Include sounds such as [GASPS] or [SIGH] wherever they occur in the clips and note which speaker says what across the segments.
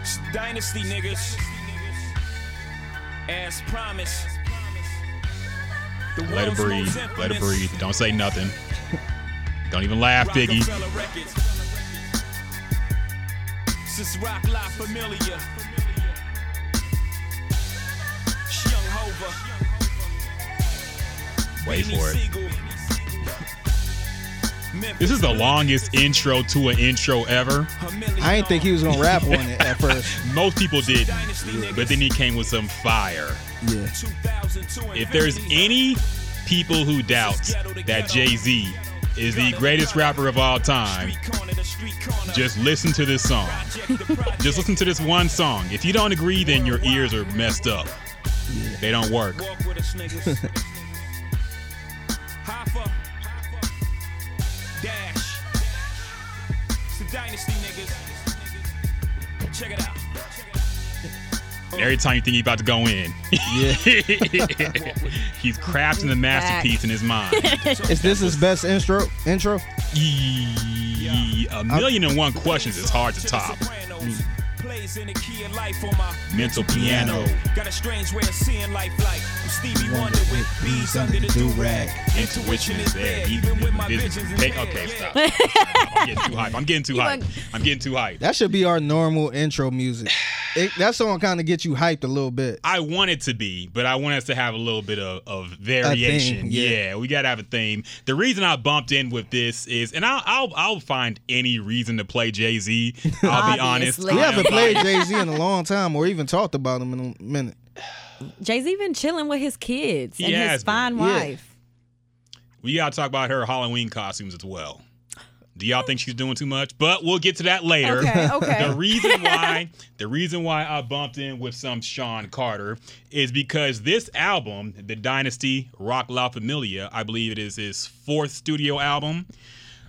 Speaker 1: It's Dynasty niggas. As promised. The
Speaker 2: Let it
Speaker 1: world's
Speaker 2: breathe.
Speaker 1: most
Speaker 2: Let it
Speaker 1: infamous
Speaker 2: breathe. Don't say nothing. Don't even laugh, Biggie.
Speaker 1: Rockefeller Records. Since Rock La Familia. Young Hova.
Speaker 2: Wait
Speaker 1: Beanie
Speaker 2: for it.
Speaker 1: Siegel. Memphis
Speaker 2: This is the
Speaker 1: Bleak.
Speaker 2: longest intro to an intro ever.
Speaker 1: A million
Speaker 3: I didn't think he was gonna rap on it at first.
Speaker 2: Most people did,
Speaker 1: Dynasty niggas.
Speaker 2: but then he came with some fire.
Speaker 3: Yeah.
Speaker 1: 2002
Speaker 2: If there's
Speaker 1: infinity.
Speaker 2: any people who doubt that Jay Z is the greatest rapper of all time,
Speaker 1: Street corner to street corner.
Speaker 2: just listen to this song.
Speaker 1: Project to project.
Speaker 2: [LAUGHS] Just listen to this one song. If you don't agree, then your ears are messed up. They don't work.
Speaker 1: Walk with us niggas. [LAUGHS] Hoffa. Dash. It's the dynasty niggas. Check it out.
Speaker 2: Every time you think he's about to go in,
Speaker 3: Yeah.
Speaker 2: [LAUGHS] he's crafting the masterpiece in his mind.
Speaker 3: Is this his best intro? Intro?
Speaker 2: E- A million and one questions is hard to top. Mm.
Speaker 1: Sopranos. Plays in the key of life on my
Speaker 2: Mental piano.
Speaker 1: Got a strange way of seeing life like I'm Stevie Wonder with bees under the do rag.
Speaker 2: Intuition is there, even with my visions. Hey, okay, stop. I'm getting too hype. I'm getting too hype. I'm getting too hype.
Speaker 3: That should be our normal intro music. It, that song kind of gets you hyped a little bit.
Speaker 2: I want it to be, but I want us to have a little bit of, of variation.
Speaker 3: yeah.
Speaker 2: yeah. we gotta have a theme. The reason I bumped in with this is, and I'll I'll, I'll find any reason to play Jay Z. I'll be honest.
Speaker 4: Obviously.
Speaker 3: We
Speaker 2: I am
Speaker 3: haven't played
Speaker 2: like-
Speaker 3: Jay Z in a long time, or even talked about him in a minute.
Speaker 4: Jay Z been chilling with his kids
Speaker 2: He
Speaker 4: and
Speaker 2: has
Speaker 4: his fine
Speaker 3: been. Yeah.
Speaker 4: wife.
Speaker 2: We gotta talk about her Halloween costumes as well. Do y'all think she's doing too much? But we'll get to that later.
Speaker 4: Okay, [LAUGHS]
Speaker 2: The
Speaker 4: okay.
Speaker 2: reason why the reason why I bumped in with some Sean Carter is because this album, the Dynasty Rock La Familia, I believe it is his fourth studio album,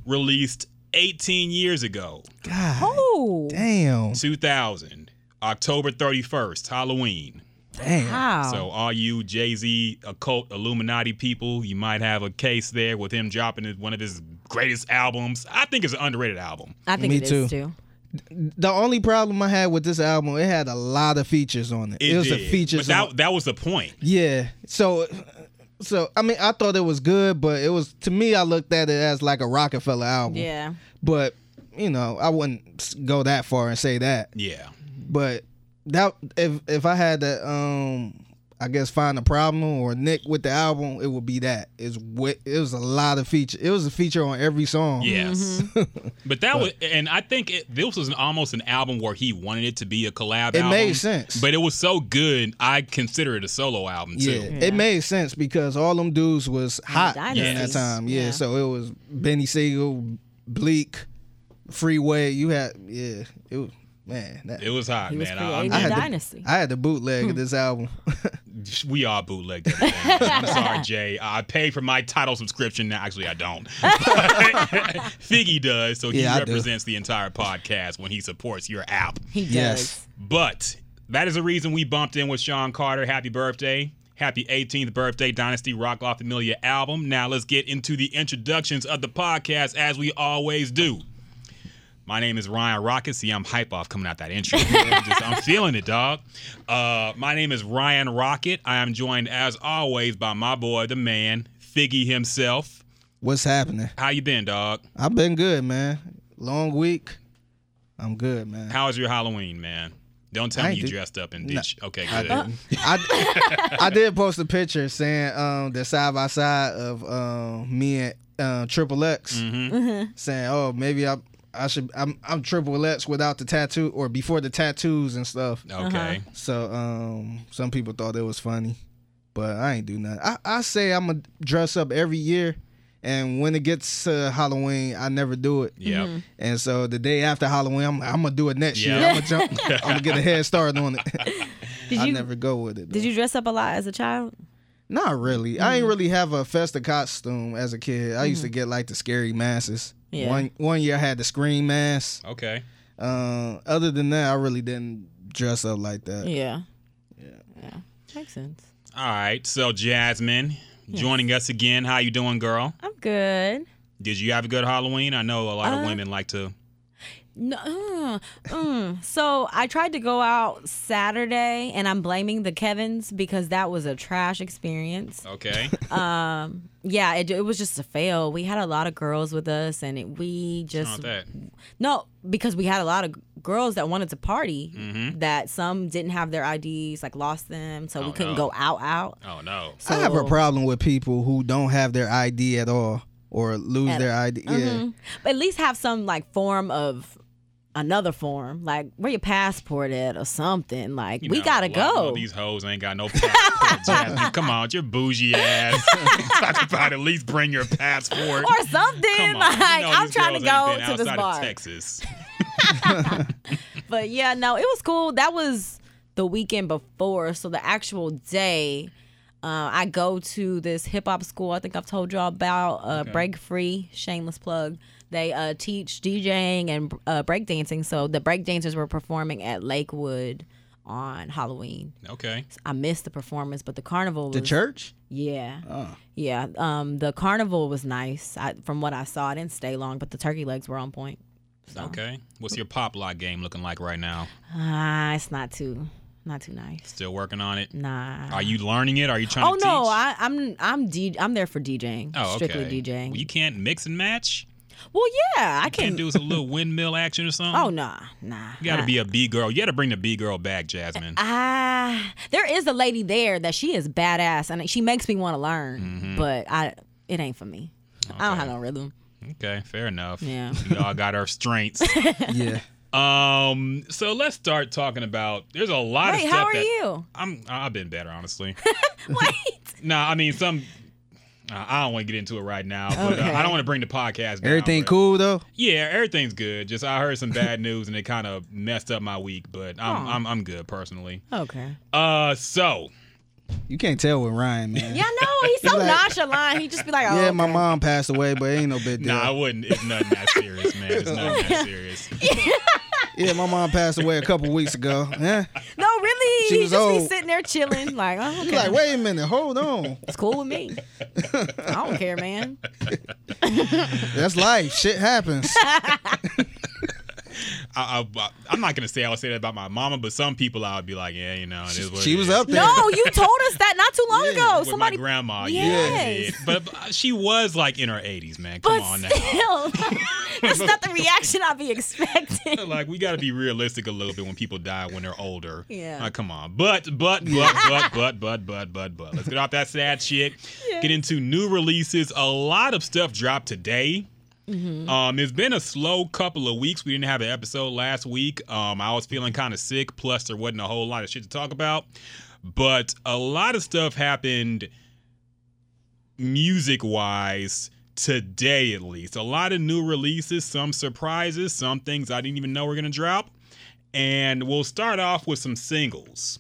Speaker 2: released 18 years ago,
Speaker 4: oh,
Speaker 3: Damn.
Speaker 2: 2000, October 31st, Halloween.
Speaker 3: Damn.
Speaker 4: wow.
Speaker 2: So all you Jay Z occult Illuminati people, you might have a case there with him dropping his- one of his greatest albums. I think it's an underrated album.
Speaker 4: I think
Speaker 3: Me
Speaker 4: it is
Speaker 3: too.
Speaker 4: too.
Speaker 3: The only problem I had with this album, it had a lot of features on it. It, was
Speaker 2: did.
Speaker 3: a features.
Speaker 2: But
Speaker 3: on-
Speaker 2: that, that was the point.
Speaker 3: Yeah. So so I mean I thought it was good, but it was to me I looked at it as like a Rockefeller album.
Speaker 4: Yeah.
Speaker 3: But you know, I wouldn't s- go that far and say that.
Speaker 2: Yeah.
Speaker 3: But that if if I had to um I guess find a problem or nick with the album, it would be that. It's wi- it was a lot of feature. It was a feature on every song.
Speaker 2: Yes.
Speaker 3: Mm-hmm.
Speaker 2: but that was, and I think it, this was an, almost an album where he wanted it to be a collab
Speaker 3: It
Speaker 2: album.
Speaker 3: made sense.
Speaker 2: But it was so good, I consider it a solo album too.
Speaker 3: Yeah. it made sense because all them dudes was hot at
Speaker 4: Dynasty.
Speaker 3: that time. Yeah.
Speaker 4: Yeah.
Speaker 3: so it was Benny Siegel, Bleak, Freeway. You had yeah, it was man. That,
Speaker 2: It was hot,
Speaker 4: He was
Speaker 2: man. I- I'm-
Speaker 4: creating a
Speaker 3: had to-
Speaker 4: dynasty. Hmm.
Speaker 3: I had the bootleg of this album. [LAUGHS]
Speaker 2: we all bootlegged that. thing. I'm sorry, Jay. I paid for my title subscription. Now, actually, I don't. [LAUGHS] Figgy does, so
Speaker 3: Yeah, I
Speaker 2: he
Speaker 3: do.
Speaker 2: represents the entire podcast when he supports your app.
Speaker 4: he does.
Speaker 3: yes.
Speaker 2: But that is the reason we bumped in with Sean Carter. Happy birthday. Happy 18th birthday, Dynasty Rock La Familia album. Now let's get into the introductions of the podcast as we always do. My name is Ryan Rocket. See, I'm hype off coming out that intro. I'm, just- I'm feeling it, dog. Uh, my name is Ryan Rocket. I am joined, as always, by my boy, the man, Figgy himself.
Speaker 3: What's happening?
Speaker 2: How you been, dog?
Speaker 3: I've been good, man. Long week. I'm good, man.
Speaker 2: How was your Halloween, man? Don't tell
Speaker 3: I
Speaker 2: me
Speaker 3: ain't
Speaker 2: you
Speaker 3: do-
Speaker 2: dressed up and ditch. okay, good.
Speaker 3: I, I did post a picture saying um the side by side of um me and uh, Triple X saying oh maybe I I should I'm I'm Triple X without the tattoo or before the tattoos and stuff.
Speaker 2: Okay.
Speaker 3: So um some people thought it was funny, but I ain't do nothing. I, I say I'm gonna dress up every year, and when it gets to Halloween, I never do it.
Speaker 2: Yep.
Speaker 3: And so the day after Halloween, I'm, I'm gonna do it next year.
Speaker 2: Yeah.
Speaker 3: I'm gonna jump. I'm gonna get a head start on it.
Speaker 4: Did
Speaker 3: I
Speaker 4: you
Speaker 3: never go with it.
Speaker 4: did
Speaker 3: though.
Speaker 4: you dress up a lot as a child?
Speaker 3: Not really. I
Speaker 4: Mm-hmm.
Speaker 3: ain't really have a festive costume as a kid. I used to get like the scary masses.
Speaker 4: Yeah.
Speaker 3: One one year I had the scream mask.
Speaker 2: Okay.
Speaker 3: Uh, other than that, I really didn't dress up like that.
Speaker 4: Yeah. Yeah. Yeah. Makes sense.
Speaker 2: All right, so Jasmine joining us again. How you doing, girl?
Speaker 4: I'm good. Uh,
Speaker 2: Did you have a good Halloween? I know a lot of women like to.
Speaker 4: No, Mm. So I tried to go out Saturday, and I'm blaming the Kevins because that was a trash experience. [LAUGHS]
Speaker 2: Okay.
Speaker 4: Yeah, it, it was just a fail. We had a lot of girls with us, and it, we
Speaker 2: Not
Speaker 4: just
Speaker 2: that.
Speaker 4: no because we had a lot of g- girls that wanted to party that some didn't have their IDs, like lost them, so
Speaker 2: Mm-hmm. Oh,
Speaker 4: we couldn't
Speaker 2: no.
Speaker 4: go out out.
Speaker 2: Oh no.
Speaker 4: So
Speaker 3: I have a problem with people who don't have their ID at all or lose their ID. Yeah.
Speaker 4: Mm-hmm. But at least have some like form of another form, like where your passport at or something. Like
Speaker 2: You
Speaker 4: we
Speaker 2: know,
Speaker 4: gotta
Speaker 2: a lot more
Speaker 4: go.
Speaker 2: of These hoes ain't got no passport. Jasmine. Come on, you're bougie
Speaker 4: [LAUGHS]
Speaker 2: ass. Talk about at least bring your passport.
Speaker 4: or something.
Speaker 2: Come on. you
Speaker 4: Like
Speaker 2: know
Speaker 4: I'm
Speaker 2: these
Speaker 4: trying to
Speaker 2: girls ain't
Speaker 4: go
Speaker 2: been
Speaker 4: to this
Speaker 2: outside Of
Speaker 4: bar.
Speaker 2: Texas.
Speaker 4: But yeah, no, it was cool. That was the weekend before, so the actual day. Uh, I go to this hip hop school. I think I've told y'all about uh, Break Free. Shameless plug. They uh, teach DJing and uh, breakdancing. So the breakdancers were performing at Lakewood on Halloween.
Speaker 2: Okay.
Speaker 4: I missed the performance, but the carnival was
Speaker 3: The
Speaker 4: [LAUGHS]
Speaker 3: church? Oh.
Speaker 4: yeah. Yeah. Um the carnival was nice. I, from what I saw, I didn't stay long, but the turkey legs were on point. So
Speaker 2: Okay. What's your pop lock game looking like right now?
Speaker 4: ah, it's not too not too nice.
Speaker 2: Still working on it.
Speaker 4: Nah.
Speaker 2: Are you learning it? Are you trying
Speaker 4: oh
Speaker 2: to
Speaker 4: no,
Speaker 2: teach?
Speaker 4: I, I'm I'm D I'm there for DJing.
Speaker 2: Oh, okay.
Speaker 4: strictly DJing.
Speaker 2: Well, you can't mix and match.
Speaker 4: well yeah, I
Speaker 2: You
Speaker 4: can
Speaker 2: can't do some little windmill action or something.
Speaker 4: [LAUGHS] Oh nah, nah.
Speaker 2: You gotta be a B girl. You gotta bring the B girl back,
Speaker 4: [LAUGHS]
Speaker 2: Jasmine.
Speaker 4: Ah, there is a lady there that she is badass and she makes me want to learn,
Speaker 2: Mm-hmm.
Speaker 4: but I it ain't for me. I don't have no rhythm.
Speaker 2: Okay, fair enough.
Speaker 4: Yeah.
Speaker 2: We all got our
Speaker 4: [LAUGHS]
Speaker 2: strengths.
Speaker 3: Yeah.
Speaker 2: um, so let's start talking about there's a lot
Speaker 4: Wait,
Speaker 2: of stuff
Speaker 4: how are
Speaker 2: that [LAUGHS]
Speaker 4: you?
Speaker 2: I'm I've been better, honestly. [LAUGHS]
Speaker 4: Wait.
Speaker 2: nah, I mean some uh, I don't want to get into it right now, but
Speaker 4: Okay.
Speaker 2: uh, I don't want to bring the podcast down.
Speaker 3: Everything
Speaker 2: but-
Speaker 3: cool though?
Speaker 2: Yeah, everything's good. Just I heard some bad news and it kind of messed up my week, but I'm,
Speaker 4: Aw.
Speaker 2: I'm I'm good personally.
Speaker 4: Okay.
Speaker 2: Uh, so
Speaker 3: You can't tell with Ryan, man.
Speaker 4: Yeah, no, he's
Speaker 3: [LAUGHS]
Speaker 4: so
Speaker 3: Like-
Speaker 4: nonchalant. He just be like, oh,
Speaker 3: [LAUGHS] Yeah, my
Speaker 4: okay.
Speaker 3: mom passed away, but ain't no big deal.
Speaker 2: nah, I wouldn't. It's nothing that serious, man.
Speaker 3: [LAUGHS]
Speaker 2: It's nothing that serious.
Speaker 3: yeah, my mom passed away a couple weeks ago. Yeah.
Speaker 4: No, really,
Speaker 3: She
Speaker 4: he
Speaker 3: was
Speaker 4: just be
Speaker 3: old.
Speaker 4: sitting there
Speaker 3: [LAUGHS]
Speaker 4: chilling, like, oh, okay,
Speaker 3: You're like, wait a minute, hold on.
Speaker 4: it's cool
Speaker 3: [LAUGHS]
Speaker 4: with me. I don't care, man.
Speaker 3: That's life. Shit happens.
Speaker 2: I, I, I'm not gonna say I would say that about my mama, but some people I would be like, yeah, you know, it is what
Speaker 3: she
Speaker 2: it
Speaker 3: was
Speaker 2: is.
Speaker 3: up there.
Speaker 4: No, you told us that not too long
Speaker 3: Yeah.
Speaker 4: ago.
Speaker 2: with
Speaker 4: Oh, Somebody,
Speaker 2: my grandma. Yeah,
Speaker 4: Yes.
Speaker 2: she did. but, but she was like in her 80s, man. Come
Speaker 4: but
Speaker 2: on now.
Speaker 4: still, [LAUGHS] that's not the reaction I'd be expecting.
Speaker 2: [LAUGHS] Like we got to be realistic a little bit when people die when they're older.
Speaker 4: Yeah.
Speaker 2: Like, come on. But but but but [LAUGHS] but but but but but let's get off that sad shit. Get into new releases. A lot of stuff dropped today. Um, it's been a slow couple of weeks. We didn't have an episode last week. Um, I was feeling kind of sick. Plus, there wasn't a whole lot of shit to talk about. But a lot of stuff happened music wise today, at least. A lot of new releases, some surprises, some things I didn't even know were going to drop. And we'll start off with some singles.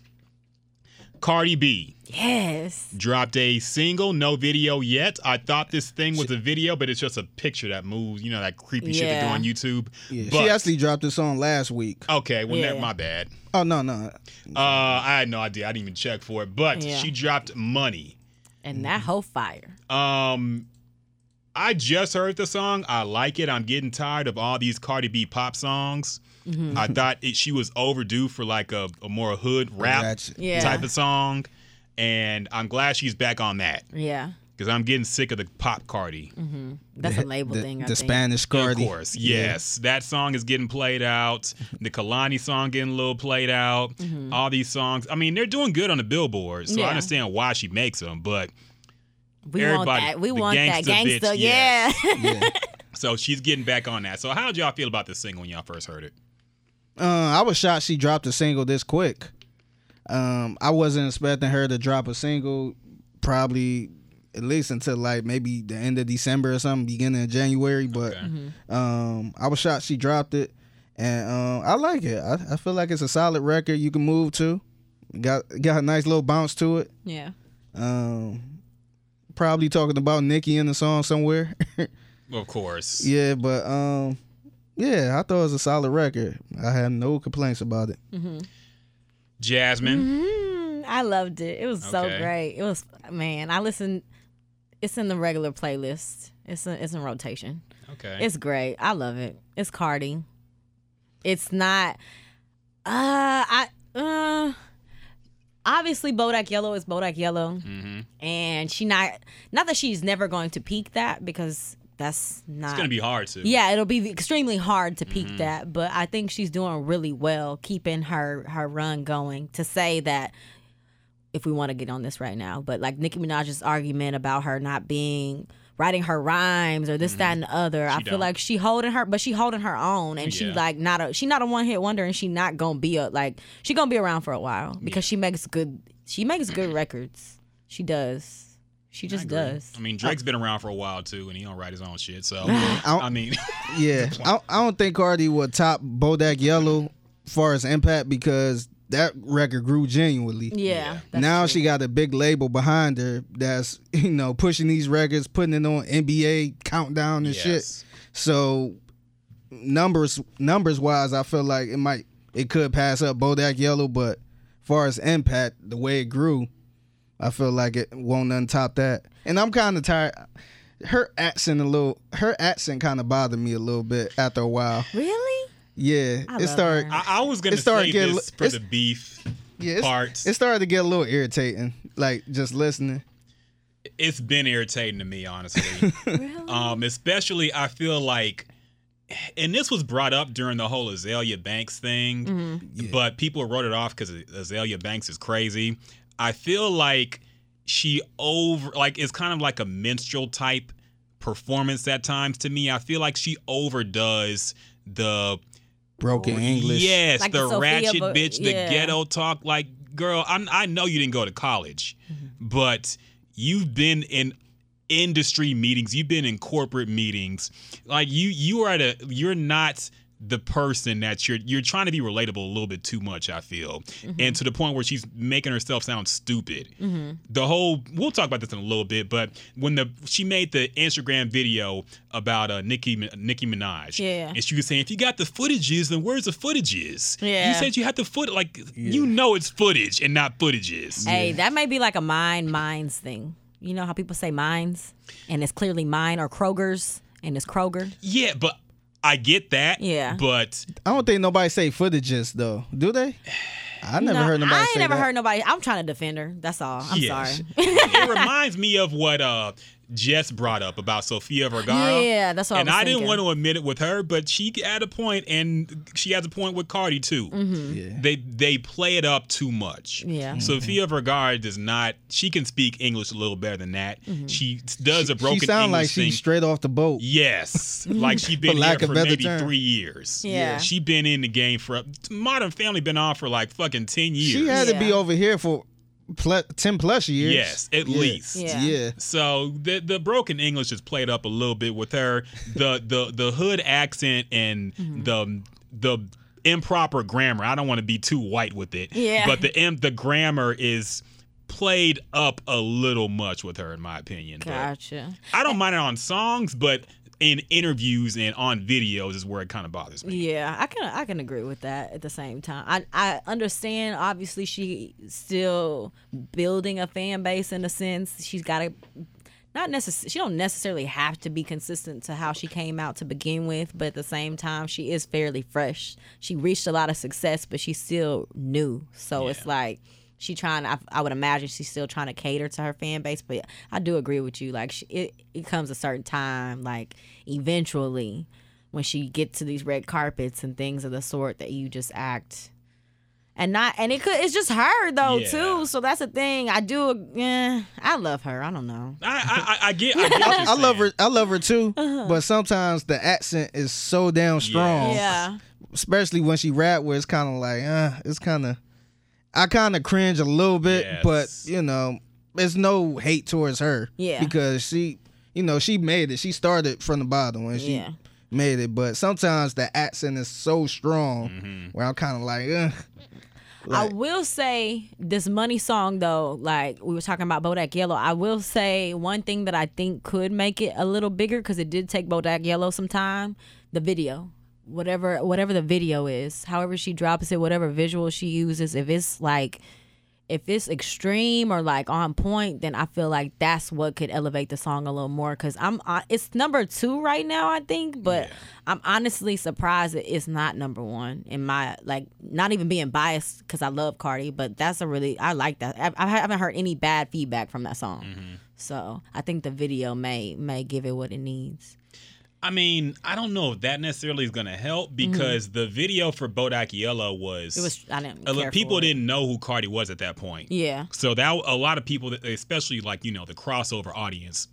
Speaker 2: Cardi B
Speaker 4: Yes.
Speaker 2: dropped a single, no video yet. I thought this thing was a video, but it's just a picture that moves, you know, that creepy shit they do
Speaker 4: Yeah.
Speaker 2: on YouTube.
Speaker 3: Yeah,
Speaker 2: but,
Speaker 3: she actually dropped this on last week.
Speaker 2: okay, well, never
Speaker 4: Yeah.
Speaker 2: my bad.
Speaker 3: Oh no, no.
Speaker 2: Uh, I had no idea. I didn't even check for it, but
Speaker 4: Yeah.
Speaker 2: she dropped money.
Speaker 4: And that whole fire.
Speaker 2: Um, I just heard the song. I like it. I'm getting tired of all these Cardi B pop songs.
Speaker 4: Mm-hmm.
Speaker 2: I thought it, she was overdue for like a, a more hood rap
Speaker 3: Gotcha.
Speaker 4: Yeah.
Speaker 2: type of song, and I'm glad she's back on that
Speaker 4: Yeah.
Speaker 2: because I'm getting sick of the pop Cardi.
Speaker 4: Mm-hmm. That's a label
Speaker 3: The,
Speaker 4: thing. I
Speaker 3: the
Speaker 4: think.
Speaker 3: Spanish Cardi.
Speaker 2: Of course, yes. That song is getting played out. The Kalani song getting a little played out. All these songs. I mean, they're doing good on the billboard, so I
Speaker 4: Mm-hmm. Yeah.
Speaker 2: understand why she makes them. But
Speaker 4: We
Speaker 2: Everybody-
Speaker 4: want that. We
Speaker 2: the
Speaker 4: want that
Speaker 2: gangsta bitch,
Speaker 4: gangster.
Speaker 2: yeah.
Speaker 4: yeah. [LAUGHS]
Speaker 3: Yeah.
Speaker 2: so she's getting back on that. So how'd y'all feel about this single when y'all first heard it?
Speaker 3: Uh, I was shocked she dropped a single this quick. Um, I wasn't expecting her to drop a single probably at least until like maybe the end of December or something, beginning of January. But
Speaker 4: Mm-hmm.
Speaker 3: um, I was shocked she dropped it, and um, I like it. I, I feel like it's a solid record you can move to. Got got a nice little bounce to it.
Speaker 4: yeah.
Speaker 3: Um, probably talking about Nicki in the song somewhere. [LAUGHS]
Speaker 2: Of course.
Speaker 3: yeah, but um, yeah, I thought it was a solid record. I have no complaints about it.
Speaker 2: Jasmine.
Speaker 4: Mm, I loved it. It was so
Speaker 2: Okay.
Speaker 4: great. It was man. I listened. It's in the regular
Speaker 3: Mm-hmm.
Speaker 4: playlist. It's in, it's in rotation.
Speaker 2: Okay.
Speaker 4: It's great. I love it. It's Cardi. It's not. Uh, I uh, obviously Bodak Yellow is Bodak Yellow,
Speaker 2: Mm-hmm.
Speaker 4: and she not not that she's never going to peak that because that's not
Speaker 2: It's gonna be hard to.
Speaker 4: yeah, it'll be extremely hard to
Speaker 2: Mm-hmm.
Speaker 4: peak that, but I think she's doing really well keeping her her run going. To say that if we want to get on this right now, but like Nicki Minaj's argument about her not being writing her rhymes or this, that, and the other, I feel
Speaker 2: Mm-hmm. don't.
Speaker 4: like she holding her, but she holding her own, and she
Speaker 2: Yeah.
Speaker 4: like not a she not a one hit wonder, and she not gonna be a like she gonna be around for a while because she makes good she makes good records. She does. She just does.
Speaker 2: Mm-hmm. I mean, Drake's been around for a while too, and he don't write his own shit.
Speaker 3: [SIGHS]
Speaker 2: So
Speaker 3: don't-
Speaker 2: I mean, [LAUGHS]
Speaker 3: Yeah, I, I don't think Cardi would top Bodak Yellow far as impact because that record grew genuinely.
Speaker 4: Yeah. that's
Speaker 3: now
Speaker 4: true.
Speaker 3: she got a big label behind her that's you know pushing these records, putting it on NBA countdown and
Speaker 2: Yes.
Speaker 3: shit. So numbers numbers wise, I feel like it might it could pass up Bodak Yellow, but far as impact, the way it grew, I feel like it won't none top that. And I'm kind of tired. Her accent a little, her accent kind of bothered me a little bit after a while. [LAUGHS]
Speaker 4: really.
Speaker 3: Yeah,
Speaker 4: I
Speaker 3: it
Speaker 4: love
Speaker 3: started.
Speaker 4: her.
Speaker 2: I, I was gonna
Speaker 3: It started
Speaker 2: say
Speaker 3: getting
Speaker 2: this
Speaker 3: li-
Speaker 2: for
Speaker 3: it's-
Speaker 2: the beef
Speaker 3: Yeah, it's-
Speaker 2: parts.
Speaker 3: it started to get a little irritating, like just listening.
Speaker 2: it's been irritating to me,
Speaker 3: [LAUGHS]
Speaker 2: honestly.
Speaker 4: Really?
Speaker 2: um, especially I feel like, and this was brought up during the whole Azalea Banks thing,
Speaker 4: Mm-hmm.
Speaker 2: but people wrote it off because Azalea Banks is crazy. I feel like she over like it's kind of like a minstrel type performance at times to me. I feel like she overdoes the
Speaker 3: Broken English.
Speaker 2: Yes,
Speaker 4: Like
Speaker 2: the,
Speaker 4: the Sophia
Speaker 2: ratchet
Speaker 4: Bo-
Speaker 2: bitch, the
Speaker 4: yeah.
Speaker 2: ghetto talk. Like, girl, I'm, I know you didn't go to college, but you've been in industry meetings. You've been in corporate meetings. Like, you you are at a you're not the person that you're you're trying to be relatable a little bit too much. I feel,
Speaker 4: Mm-hmm.
Speaker 2: and to the point where she's making herself sound stupid. The whole we'll talk about this in a little bit, but when the she made the Instagram video about uh, Nicki Nicki Minaj,
Speaker 4: Yeah.
Speaker 2: and she was saying, if you got the footages, then where's the footages?
Speaker 4: Yeah.
Speaker 2: You said you had the foot, like, you know it's footage and not footages.
Speaker 4: Hey, that may be like a mine mines thing. You know how people say mines, and it's clearly mine or Kroger's, and it's Kroger.
Speaker 2: Yeah, but I get that.
Speaker 4: Yeah.
Speaker 2: But
Speaker 3: I don't think nobody say footages though, do they? I never
Speaker 4: No,
Speaker 3: heard nobody
Speaker 4: I ain't
Speaker 3: say
Speaker 4: never
Speaker 3: that.
Speaker 4: heard nobody. I'm trying to defend her. That's all. I'm
Speaker 2: yeah.
Speaker 4: sorry.
Speaker 2: it reminds me of what uh, Jess brought up about Sofia Vergara.
Speaker 4: Yeah, that's what I
Speaker 2: And
Speaker 4: was
Speaker 2: I, didn't
Speaker 4: thinking.
Speaker 2: want to admit it with her, but she had a point, and she has a point with Cardi too.
Speaker 3: Yeah.
Speaker 2: They they play it up too much.
Speaker 4: Mm-hmm. Yeah.
Speaker 3: Mm-hmm.
Speaker 2: Sophia Vergara does not. She can speak English a little better than that.
Speaker 4: Mm-hmm.
Speaker 2: She does a broken
Speaker 3: she sound
Speaker 2: English
Speaker 3: like
Speaker 2: thing.
Speaker 3: she's straight off the boat.
Speaker 2: Yes, like she's been
Speaker 3: lack
Speaker 2: here
Speaker 3: of
Speaker 2: for
Speaker 3: better
Speaker 2: maybe
Speaker 3: term.
Speaker 2: three years.
Speaker 4: Yeah.
Speaker 2: she been in the game for Modern Family been on for like fucking ten years.
Speaker 3: She had to be
Speaker 4: Yeah.
Speaker 3: over here for ple- ten plus years.
Speaker 2: Yes, at
Speaker 3: Yeah.
Speaker 2: least.
Speaker 4: Yeah.
Speaker 3: Yeah.
Speaker 2: So the the broken English is played up a little bit with her. The the the hood accent and
Speaker 4: Mm-hmm.
Speaker 2: the the improper grammar. I don't want to be too white with it.
Speaker 4: Yeah.
Speaker 2: But the im- the grammar is played up a little much with her in my opinion. But
Speaker 4: Gotcha.
Speaker 2: I don't mind it on songs, but in interviews and on videos is where it kind of bothers me.
Speaker 4: Yeah, I can I can agree with that. At the same time, I I understand. Obviously, she still building a fan base in a sense. She's got to not necessarily. She don't necessarily have to be consistent to how she came out to begin with, but at the same time, she is fairly fresh. She reached a lot of success, but she's still new. So it's like. She trying. I, I would imagine she's still trying to cater to her fan base, but I do agree with you. Like she, it, it comes a certain time. Like eventually, when she get to these red carpets and things of the sort that you just act and not and it could it's just her though
Speaker 2: Yeah.
Speaker 4: too so that's the thing i do eh, i love her i don't know
Speaker 2: I, I, I, I get. I, get what
Speaker 3: I,
Speaker 2: you're
Speaker 3: I love her.
Speaker 2: saying.
Speaker 3: I love her too,
Speaker 4: Uh-huh.
Speaker 3: but sometimes the accent is so damn strong,
Speaker 4: yeah
Speaker 3: especially when she rap, where it's kind of like, uh, it's kind of, I kind of cringe a little bit,
Speaker 2: Yes.
Speaker 3: but you know, there's no hate towards her,
Speaker 4: Yeah.
Speaker 3: because she, you know, she made it. She started from the bottom and she
Speaker 4: Yeah.
Speaker 3: made it, but sometimes the accent is so strong
Speaker 2: Mm-hmm.
Speaker 3: where I'm kind of like, uh,
Speaker 4: I will say this money song though, like we were talking about Bodak Yellow. I will say one thing that I think could make it a little bigger because it did take Bodak Yellow some time. The video, whatever whatever the video is, however she drops it, whatever visual she uses, if it's like if it's extreme or like on point, then I feel like that's what could elevate the song a little more. Cause I'm, uh, it's number two right now, I think, but I'm honestly surprised that it's not number one in my like. Not even being biased because I love Cardi, but that's a really I like that. I, I haven't heard any bad feedback from that song,
Speaker 2: Mm-hmm.
Speaker 4: so I think the video may may give it what it needs.
Speaker 2: I mean, I don't know if that necessarily is going to help because the video for Bodak Yellow was,
Speaker 4: It was I didn't.
Speaker 2: a lot-
Speaker 4: care
Speaker 2: Uh, people
Speaker 4: for it.
Speaker 2: didn't know who Cardi was at that point.
Speaker 4: Yeah.
Speaker 2: So that a lot of people, that- especially like you know the crossover audience,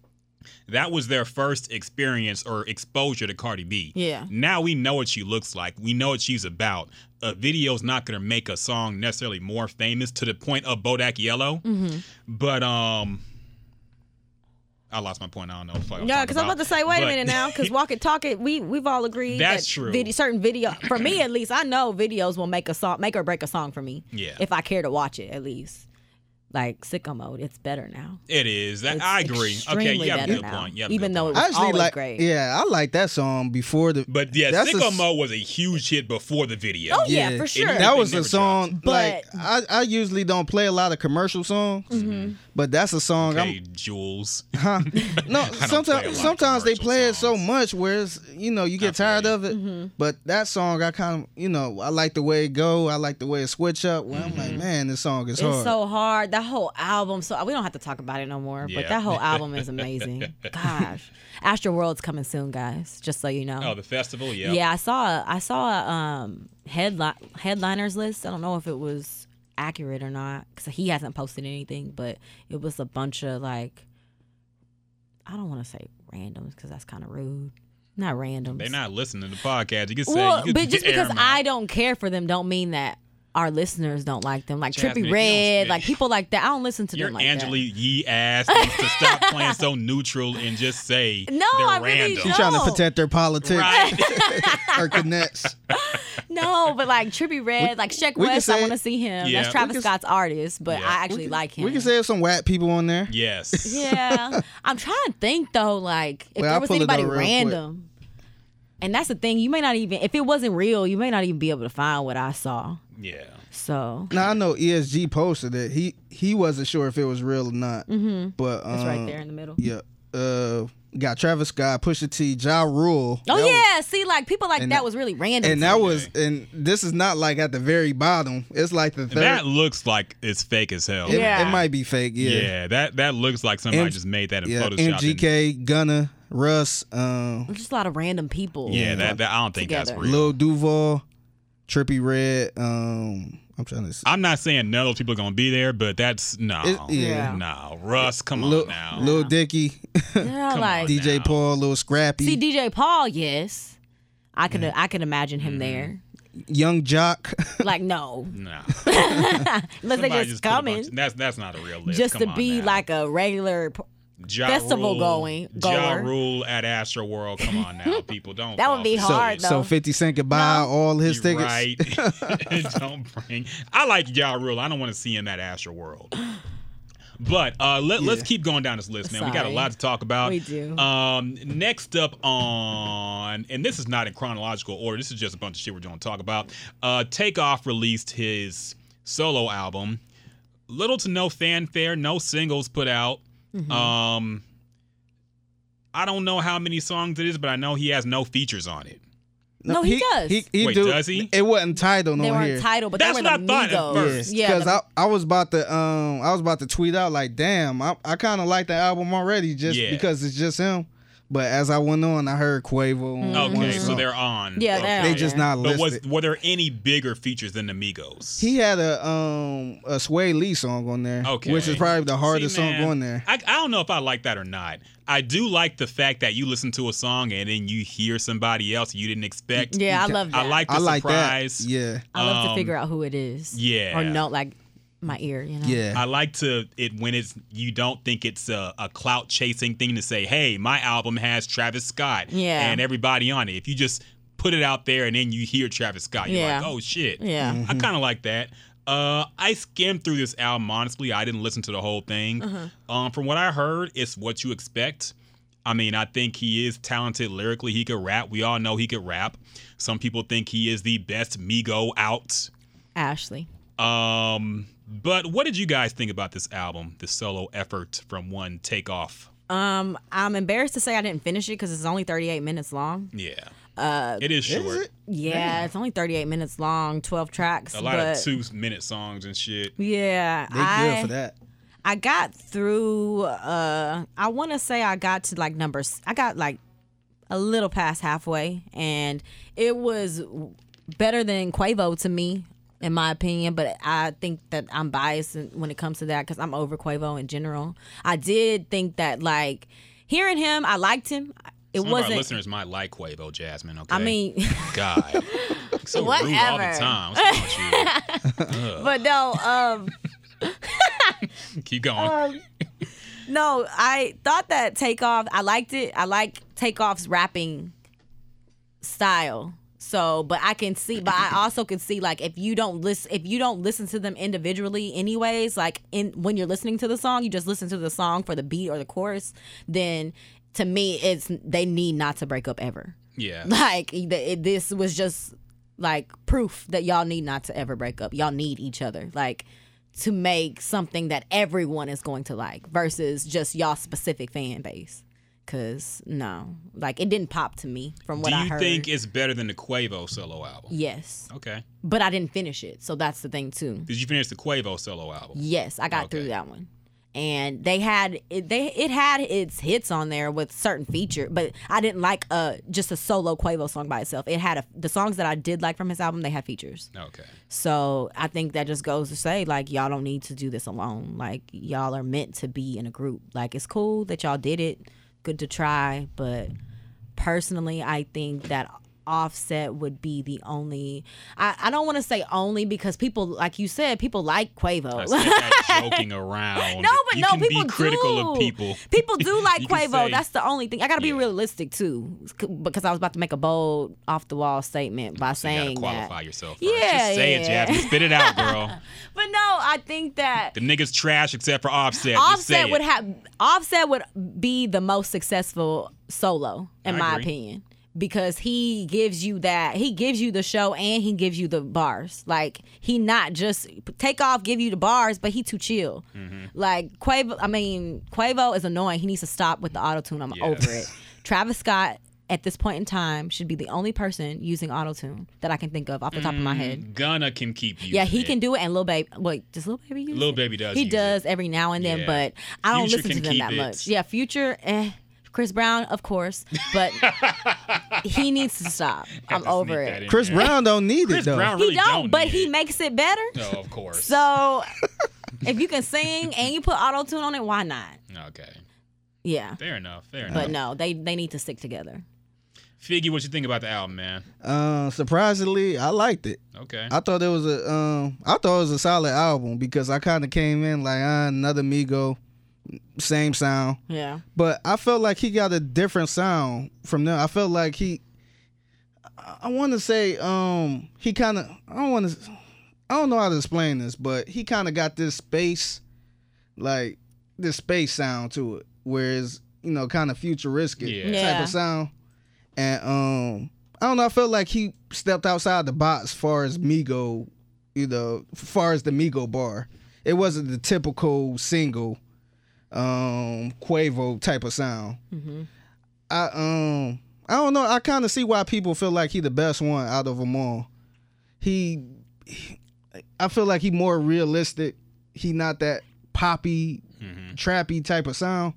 Speaker 2: [CLEARS THROAT] that was their first experience or exposure to Cardi B.
Speaker 4: Yeah.
Speaker 2: Now we know what she looks like. We know what she's about. A video's not gonna make a song necessarily more famous to the point of Bodak Yellow.
Speaker 4: Mm-hmm.
Speaker 2: But um, I lost my point. I don't know. What the fuck
Speaker 4: Yeah, because I'm about to say, wait
Speaker 2: But-
Speaker 4: a minute
Speaker 2: [LAUGHS]
Speaker 4: now, because walk it, talk it. We we've all agreed
Speaker 2: That's
Speaker 4: that
Speaker 2: true.
Speaker 4: Video, certain video, for
Speaker 2: [CLEARS THROAT]
Speaker 4: me at least, I know videos will make a song, make or break a song for me.
Speaker 2: Yeah.
Speaker 4: if I care to watch it, at least. Like sicko mode, it's better now.
Speaker 2: It is. That
Speaker 4: It's
Speaker 2: I agree. Okay,
Speaker 4: extremely
Speaker 2: you have a
Speaker 4: better
Speaker 2: good
Speaker 4: now,
Speaker 2: point. You have a
Speaker 4: even
Speaker 2: good
Speaker 4: though
Speaker 2: point.
Speaker 4: it was
Speaker 3: I actually
Speaker 4: always
Speaker 3: like,
Speaker 4: great.
Speaker 3: yeah, I like that song before the.
Speaker 2: But yeah,
Speaker 3: that's a
Speaker 2: Sicko
Speaker 3: s-
Speaker 2: Mo was a huge hit before the video.
Speaker 4: Oh, yeah, for sure.
Speaker 3: That was
Speaker 2: They
Speaker 3: a
Speaker 2: never
Speaker 3: song.
Speaker 4: But- Mm-hmm.
Speaker 3: like I, I usually don't play a lot of commercial songs, but that's a song.
Speaker 2: Okay, Jules.
Speaker 3: I'm, huh?
Speaker 2: [LAUGHS] play a
Speaker 3: No,
Speaker 2: lot of
Speaker 3: sometimes sometimes they
Speaker 2: commercial
Speaker 3: play it so
Speaker 2: songs.
Speaker 3: much where it's you know you get
Speaker 2: feel
Speaker 3: tired
Speaker 2: you.
Speaker 3: of it.
Speaker 4: Mm-hmm.
Speaker 3: But that song, I kind of you know I like the way it go. I like the way it switch up. Well, I'm
Speaker 2: Mm-hmm.
Speaker 3: like, man, this song is
Speaker 4: It's
Speaker 3: hard.
Speaker 4: so hard. That whole album. So we don't have to talk about it no more.
Speaker 2: Yeah.
Speaker 4: But that whole
Speaker 2: [LAUGHS]
Speaker 4: album is amazing. Gosh, Astro World's coming soon, guys. Just so you know.
Speaker 2: Oh, the festival, yeah.
Speaker 4: Um, Yeah, I saw a, I saw a um, headline headliners list. I don't know if it was accurate or not because he hasn't posted anything, but it was a bunch of like I don't want to say randoms because that's kind of rude. Not randoms.
Speaker 2: They're not listening to the podcast. You can say,
Speaker 4: Well,
Speaker 2: you can
Speaker 4: but just
Speaker 2: air
Speaker 4: because
Speaker 2: 'em out.
Speaker 4: I don't care for them, don't mean that our listeners don't like them. Like
Speaker 2: Jasmine, if you
Speaker 4: Trippy
Speaker 2: don't
Speaker 4: Red,
Speaker 2: speak-
Speaker 4: like people like that. I don't listen to
Speaker 2: your
Speaker 4: them like
Speaker 2: Angelique Yee ass needs to
Speaker 4: [LAUGHS]
Speaker 2: stop playing so neutral and just say
Speaker 4: No,
Speaker 2: they're
Speaker 4: I really
Speaker 2: random.
Speaker 3: She's
Speaker 4: don't.
Speaker 3: trying to
Speaker 4: No.
Speaker 3: protect their politics
Speaker 2: Right?
Speaker 3: or connects.
Speaker 4: that. No, but like Trippy Red, like Sheck
Speaker 3: we can
Speaker 4: West,
Speaker 3: say-
Speaker 4: I want to see him.
Speaker 2: Yeah.
Speaker 4: That's
Speaker 3: We
Speaker 4: Travis
Speaker 3: can-
Speaker 4: Scott's artist, but
Speaker 2: Yeah.
Speaker 4: I actually [LAUGHS] like him.
Speaker 3: We can say there's some whack people on there.
Speaker 2: [LAUGHS] yes.
Speaker 4: [LAUGHS] Yeah. I'm trying to think though, like if
Speaker 3: Well, I'll
Speaker 4: there was
Speaker 3: pull it up
Speaker 4: anybody
Speaker 3: real quick.
Speaker 4: random. And that's the thing, you may not even if it wasn't real, you may not even be able to find what I saw.
Speaker 2: Yeah.
Speaker 4: So
Speaker 3: Now I know ESG posted it. He he wasn't sure if it was real or not. Mm-hmm. But um,
Speaker 4: it's right there in the middle.
Speaker 3: Yeah. Uh, got Travis Scott, Pusha T, Ja Rule.
Speaker 4: Oh
Speaker 3: That was-
Speaker 4: yeah, see like people like that,
Speaker 3: that-
Speaker 4: was really random.
Speaker 3: and that was and this is not like at the very bottom. It's like the third.
Speaker 2: That looks like it's fake as hell.
Speaker 3: it,
Speaker 4: Yeah.
Speaker 3: it might be fake.
Speaker 2: Yeah,
Speaker 3: Yeah.
Speaker 2: that that looks like somebody
Speaker 3: M-
Speaker 2: just made that in
Speaker 3: Yeah.
Speaker 2: Photoshop. and-
Speaker 3: MGK, Gunna, Russ, um,
Speaker 4: just a lot of random people.
Speaker 2: yeah, that, that I don't think that's
Speaker 4: Together.
Speaker 2: real.
Speaker 3: Lil Duval, Trippy Red. Um, I'm trying to. See.
Speaker 2: I'm not saying none of those people are gonna be there, but that's no,
Speaker 3: It- yeah.
Speaker 2: no. Russ, come
Speaker 3: Lil,
Speaker 2: on now.
Speaker 3: Lil Dicky, [LAUGHS]
Speaker 4: Yeah, like
Speaker 3: DJ
Speaker 2: now.
Speaker 3: Paul, Lil Scrappy,
Speaker 4: see DJ Paul, yes. I could I could imagine
Speaker 2: Mm-hmm.
Speaker 4: him there.
Speaker 3: Young Jock.
Speaker 4: Like no.
Speaker 2: no,
Speaker 4: Unless they
Speaker 2: Mm-hmm. Somebody
Speaker 4: just,
Speaker 2: put a
Speaker 4: coming.
Speaker 2: bunch- That's that's not a real list.
Speaker 4: Just
Speaker 2: Come
Speaker 4: to
Speaker 2: on
Speaker 4: be
Speaker 2: now.
Speaker 4: like a regular p-
Speaker 2: Ja
Speaker 4: festival
Speaker 2: Rule-
Speaker 4: going-
Speaker 2: Ja
Speaker 4: goer.
Speaker 2: Rule at Astro World. Come on now, people. Don't.
Speaker 4: [LAUGHS] That would
Speaker 2: fall
Speaker 4: be
Speaker 2: for
Speaker 4: hard.
Speaker 3: so,
Speaker 4: though.
Speaker 3: so 50 Cent could buy
Speaker 4: No.
Speaker 3: all his
Speaker 2: You
Speaker 3: tickets.
Speaker 2: Right.
Speaker 3: [LAUGHS]
Speaker 2: [LAUGHS] don't bring. I like Ja Rule. I don't want to see him at Astro World. But uh, let, let's keep going down this list, man. We got a
Speaker 4: Sorry.
Speaker 2: lot to talk about.
Speaker 4: We do.
Speaker 2: Um, next up on, and this is not in chronological order. This is just a bunch of shit we're going to talk about. Uh, Takeoff released his solo album. Little to no fanfare, no singles put out.
Speaker 4: Mm-hmm.
Speaker 2: Um, I don't know how many songs it is, but I know he has no features on it.
Speaker 4: No, he does.
Speaker 3: He, he
Speaker 2: Wait,
Speaker 3: do,
Speaker 2: does he?
Speaker 3: It wasn't titled
Speaker 4: they
Speaker 3: on
Speaker 4: weren't
Speaker 3: here.
Speaker 4: title, but
Speaker 2: That's
Speaker 4: they were
Speaker 2: what
Speaker 4: the
Speaker 2: I thought at
Speaker 4: Migos.
Speaker 2: first.
Speaker 4: Yeah,
Speaker 3: because
Speaker 4: the-
Speaker 3: I, I was about to um I was about to tweet out like damn I, I kind of like the album already just
Speaker 2: Yeah.
Speaker 3: because it's just him, but as I went on I heard Quavo. On one
Speaker 2: Okay, so
Speaker 3: song.
Speaker 2: they're on.
Speaker 4: Mm-hmm. Yeah,
Speaker 2: okay.
Speaker 4: they are.
Speaker 3: they just not
Speaker 2: But
Speaker 3: listed.
Speaker 2: was were there any bigger features than Amigos?
Speaker 3: he had a um a Sway Lee song on there,
Speaker 2: okay,
Speaker 3: which is probably the hardest
Speaker 2: See, man,
Speaker 3: song on there.
Speaker 2: I, I don't know if I like that or not. I do like the fact that you listen to a song and then you hear somebody else you didn't expect.
Speaker 4: Yeah, I love that.
Speaker 2: I like the
Speaker 3: I like
Speaker 2: surprise.
Speaker 3: that. Yeah,
Speaker 4: I love
Speaker 2: um,
Speaker 4: to figure out who it is.
Speaker 2: yeah.
Speaker 4: Or no, like my ear, you know?
Speaker 3: yeah.
Speaker 2: I like to it when it's you don't think it's a, a clout chasing thing to say, hey, my album has Travis Scott
Speaker 4: Yeah.
Speaker 2: and everybody on it. If you just put it out there and then you hear Travis Scott, you're
Speaker 4: Yeah.
Speaker 2: like, oh shit.
Speaker 4: Yeah.
Speaker 2: I kind of like that. Uh, I skimmed through this album honestly. I didn't listen to the whole thing.
Speaker 4: Uh-huh.
Speaker 2: Um, from what I heard, it's what you expect. I mean, I think he is talented lyrically. He could rap. We all know he could rap. Some people think he is the best Migo out.
Speaker 4: Ashley.
Speaker 2: Um, But what did you guys think about this album, this solo effort from one takeoff?
Speaker 4: Um, I'm embarrassed to say I didn't finish it because it's only 38 minutes long.
Speaker 2: Yeah. Uh, it is short.
Speaker 3: it?
Speaker 4: Yeah, it's only 38 minutes long, 12 tracks.
Speaker 2: A lot
Speaker 4: but
Speaker 2: of two minute songs and shit.
Speaker 4: Yeah,
Speaker 3: They
Speaker 4: I,
Speaker 3: good for that.
Speaker 4: I got through. uh I want to say I got to like numbers. I got like a little past halfway, and it was w- better than Quavo to me, in my opinion. But I think that I'm biased in- when it comes to that because I'm over Quavo in general. I did think that like hearing him, I liked him. It
Speaker 2: Some of our
Speaker 4: wasn't.
Speaker 2: listeners might like Quavo Jasmine, okay?
Speaker 4: I mean. [LAUGHS]
Speaker 2: God. So rude all the
Speaker 4: Whatever.
Speaker 2: time. What's wrong with
Speaker 4: But no, um, [LAUGHS]
Speaker 2: you? Keep going.
Speaker 4: no, I thought that Takeoff, I liked it. I like Takeoff's rapping style. So, but I can see, but I also can see like if you don't listen, if you don't listen to them individually, anyways, like in when you're listening to the song, you just listen to the song for the beat or the chorus. Then, to me, it's they need not to break up ever.
Speaker 2: yeah.
Speaker 4: Like the, it, this was just like proof that y'all need not to ever break up. Y'all need each other. Like to make something that everyone is going to like versus just y'all specific fan base. Cause no, like it didn't pop to me from what
Speaker 2: Do
Speaker 4: I
Speaker 2: you
Speaker 4: heard.
Speaker 2: think it's better than the Quavo solo album?
Speaker 4: yes,
Speaker 2: Okay.
Speaker 4: but I didn't finish it, so that's the thing too.
Speaker 2: Did you finish the Quavo solo album?
Speaker 4: Yes, I got
Speaker 2: Okay.
Speaker 4: through that one. And they had it, they it had its hits on there with certain feature, but I didn't like uh just a solo Quavo song by itself. It had a, the songs that I did like from his album. They had features,
Speaker 2: Okay.
Speaker 4: so I think that just goes to say like y'all don't need to do this alone. Like y'all are meant to be in a group. Like it's cool that y'all did it, good to try, but personally, I think that Offset would be the only. I, I don't want to say only because people like you said people like Quavo.
Speaker 2: I said
Speaker 4: [LAUGHS]
Speaker 2: that joking around.
Speaker 4: No, but
Speaker 2: you
Speaker 4: no,
Speaker 2: can
Speaker 4: people
Speaker 2: be critical
Speaker 4: do.
Speaker 2: of people. [LAUGHS]
Speaker 4: People do like
Speaker 2: You can
Speaker 4: Quavo.
Speaker 2: say-
Speaker 4: That's the only thing. I gotta be
Speaker 2: Yeah.
Speaker 4: realistic too, c- because I was about to make a bold, off the wall statement by
Speaker 2: You gotta
Speaker 4: saying
Speaker 2: qualify
Speaker 4: that.
Speaker 2: yourself. First.
Speaker 4: Yeah,
Speaker 2: Just say it,
Speaker 4: yeah.
Speaker 2: Jasmine. Spit it out, girl.
Speaker 4: [LAUGHS] But no, I think that
Speaker 2: the niggas trash except for Offset. Just say
Speaker 4: Offset
Speaker 2: it.
Speaker 4: would have Offset would be the most successful solo, in
Speaker 2: I
Speaker 4: my
Speaker 2: agree.
Speaker 4: opinion. Because he gives you that, he gives you the show and he gives you the bars. Like he not just take off, give you the bars, but he too chill.
Speaker 2: Mm-hmm.
Speaker 4: Like Quavo, I mean Quavo is annoying. He needs to stop with the auto tune. I'm
Speaker 2: Yes.
Speaker 4: over
Speaker 2: [LAUGHS]
Speaker 4: it. Travis Scott at this point in time should be the only person using auto tune that I can think of off the top of
Speaker 2: Mm,
Speaker 4: my head.
Speaker 2: Gunna can keep you.
Speaker 4: Yeah, he can do it, and Lil Baby. Wait, does Lil Baby use
Speaker 2: Lil
Speaker 4: it?
Speaker 2: Baby does
Speaker 4: He
Speaker 2: use
Speaker 4: does every now and then,
Speaker 2: Yeah.
Speaker 4: but I don't
Speaker 2: Future
Speaker 4: listen to
Speaker 2: can
Speaker 4: them
Speaker 2: keep
Speaker 4: that
Speaker 2: it.
Speaker 4: much. Yeah, Future, eh, Chris Brown, of course, but
Speaker 2: [LAUGHS]
Speaker 4: he needs to stop. I'm over it.
Speaker 3: Chris Brown don't need it
Speaker 2: Chris
Speaker 3: though.
Speaker 2: Brown
Speaker 4: He
Speaker 2: really
Speaker 4: don't,
Speaker 2: don't,
Speaker 4: but
Speaker 2: need
Speaker 4: he
Speaker 2: it.
Speaker 4: makes it better.
Speaker 2: No, Oh, of course.
Speaker 4: So if you can sing and you put auto tune on it, why not?
Speaker 2: okay,
Speaker 4: Yeah,
Speaker 2: fair enough. Fair enough.
Speaker 4: but no, they they need to stick together.
Speaker 2: Figgy, what you think about the album, man?
Speaker 3: Uh, surprisingly, I liked it.
Speaker 2: Okay.
Speaker 3: I thought it was a um, I thought it was a solid album because I kind of came in like ah, another Migo, same sound,
Speaker 4: Yeah,
Speaker 3: but I felt like he got a different sound from them. I felt like he, I- I want to say um, he kind of I don't want to, I don't know how to explain this, but he kind of got this space, like this space sound to it, whereas you know kind of futuristic
Speaker 2: Yeah.
Speaker 4: Yeah.
Speaker 3: type of sound, and um. I don't know. I felt like he stepped outside the box, far as Migo, you know, far as the Migo bar. It wasn't the typical single, um, Quavo type of sound. I um, I don't know. I kind of see why people feel like he the best one out of them all. He, I feel like he more realistic. He not that poppy, trappy type of sound.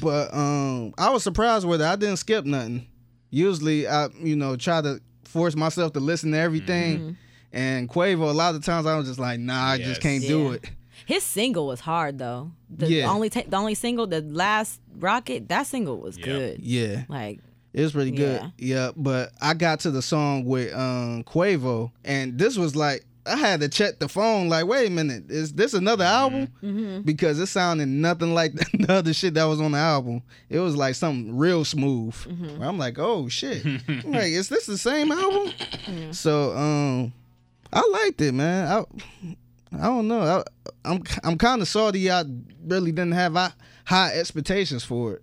Speaker 3: But um, I was surprised with it. I didn't skip nothing. Usually, I you know try to force myself to listen to everything. And Quavo, a lot of times I was just like, nah, I
Speaker 2: Yes.
Speaker 3: just can't do
Speaker 4: Yeah.
Speaker 3: it.
Speaker 4: his single was hard though. The
Speaker 3: Yeah.
Speaker 4: only ta- the only single, the last Rocket, that single was good.
Speaker 3: Yeah,
Speaker 4: Like
Speaker 3: it was pretty good.
Speaker 4: Yeah.
Speaker 3: Yeah. but I got to the song with um Quavo, and this was like I had to check the phone. Like, wait a minute, is this another album? Because it sounded nothing like [LAUGHS] the other shit that was on the album. It was like something real smooth. Where I'm like, oh shit, I'm like is this the same album? So um, I liked it, man. I I don't know. I, I'm I'm kind of salty. I really didn't have high, high expectations for it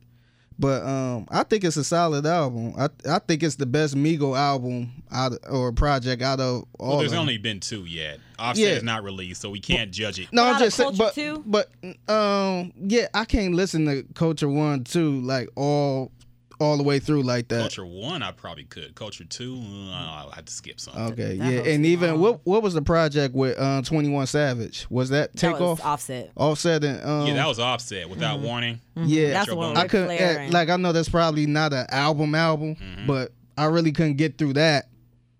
Speaker 3: But um, I think it's a solid album. I I think it's the best Migo album out or project out of all.
Speaker 2: Well, Oh, there's
Speaker 3: of them.
Speaker 2: only been two yet. Offset
Speaker 3: Yeah.
Speaker 2: is not released, so we can't judge it.
Speaker 3: no,
Speaker 4: Out
Speaker 3: I'm
Speaker 4: of
Speaker 3: just saying, but
Speaker 4: Culture
Speaker 3: but um, yeah, I can't listen to Culture One Two like all all the way through like that.
Speaker 2: Culture one, I probably could. Culture two, uh, I'll have to skip something.
Speaker 3: Okay,
Speaker 4: That
Speaker 3: yeah,
Speaker 4: was
Speaker 3: and even
Speaker 4: long.
Speaker 3: what what was the project with um, Twenty One Savage? Was that
Speaker 4: That was
Speaker 3: Takeoff?
Speaker 4: Offset.
Speaker 3: Offset and um,
Speaker 2: Yeah, that was Offset without
Speaker 4: Mm-hmm.
Speaker 2: warning.
Speaker 3: yeah,
Speaker 4: That's the one.
Speaker 2: I
Speaker 3: I
Speaker 4: Ric
Speaker 3: couldn't
Speaker 4: Flair
Speaker 3: eh,
Speaker 4: and-
Speaker 3: like I know that's probably not an album album, but I really couldn't get through that.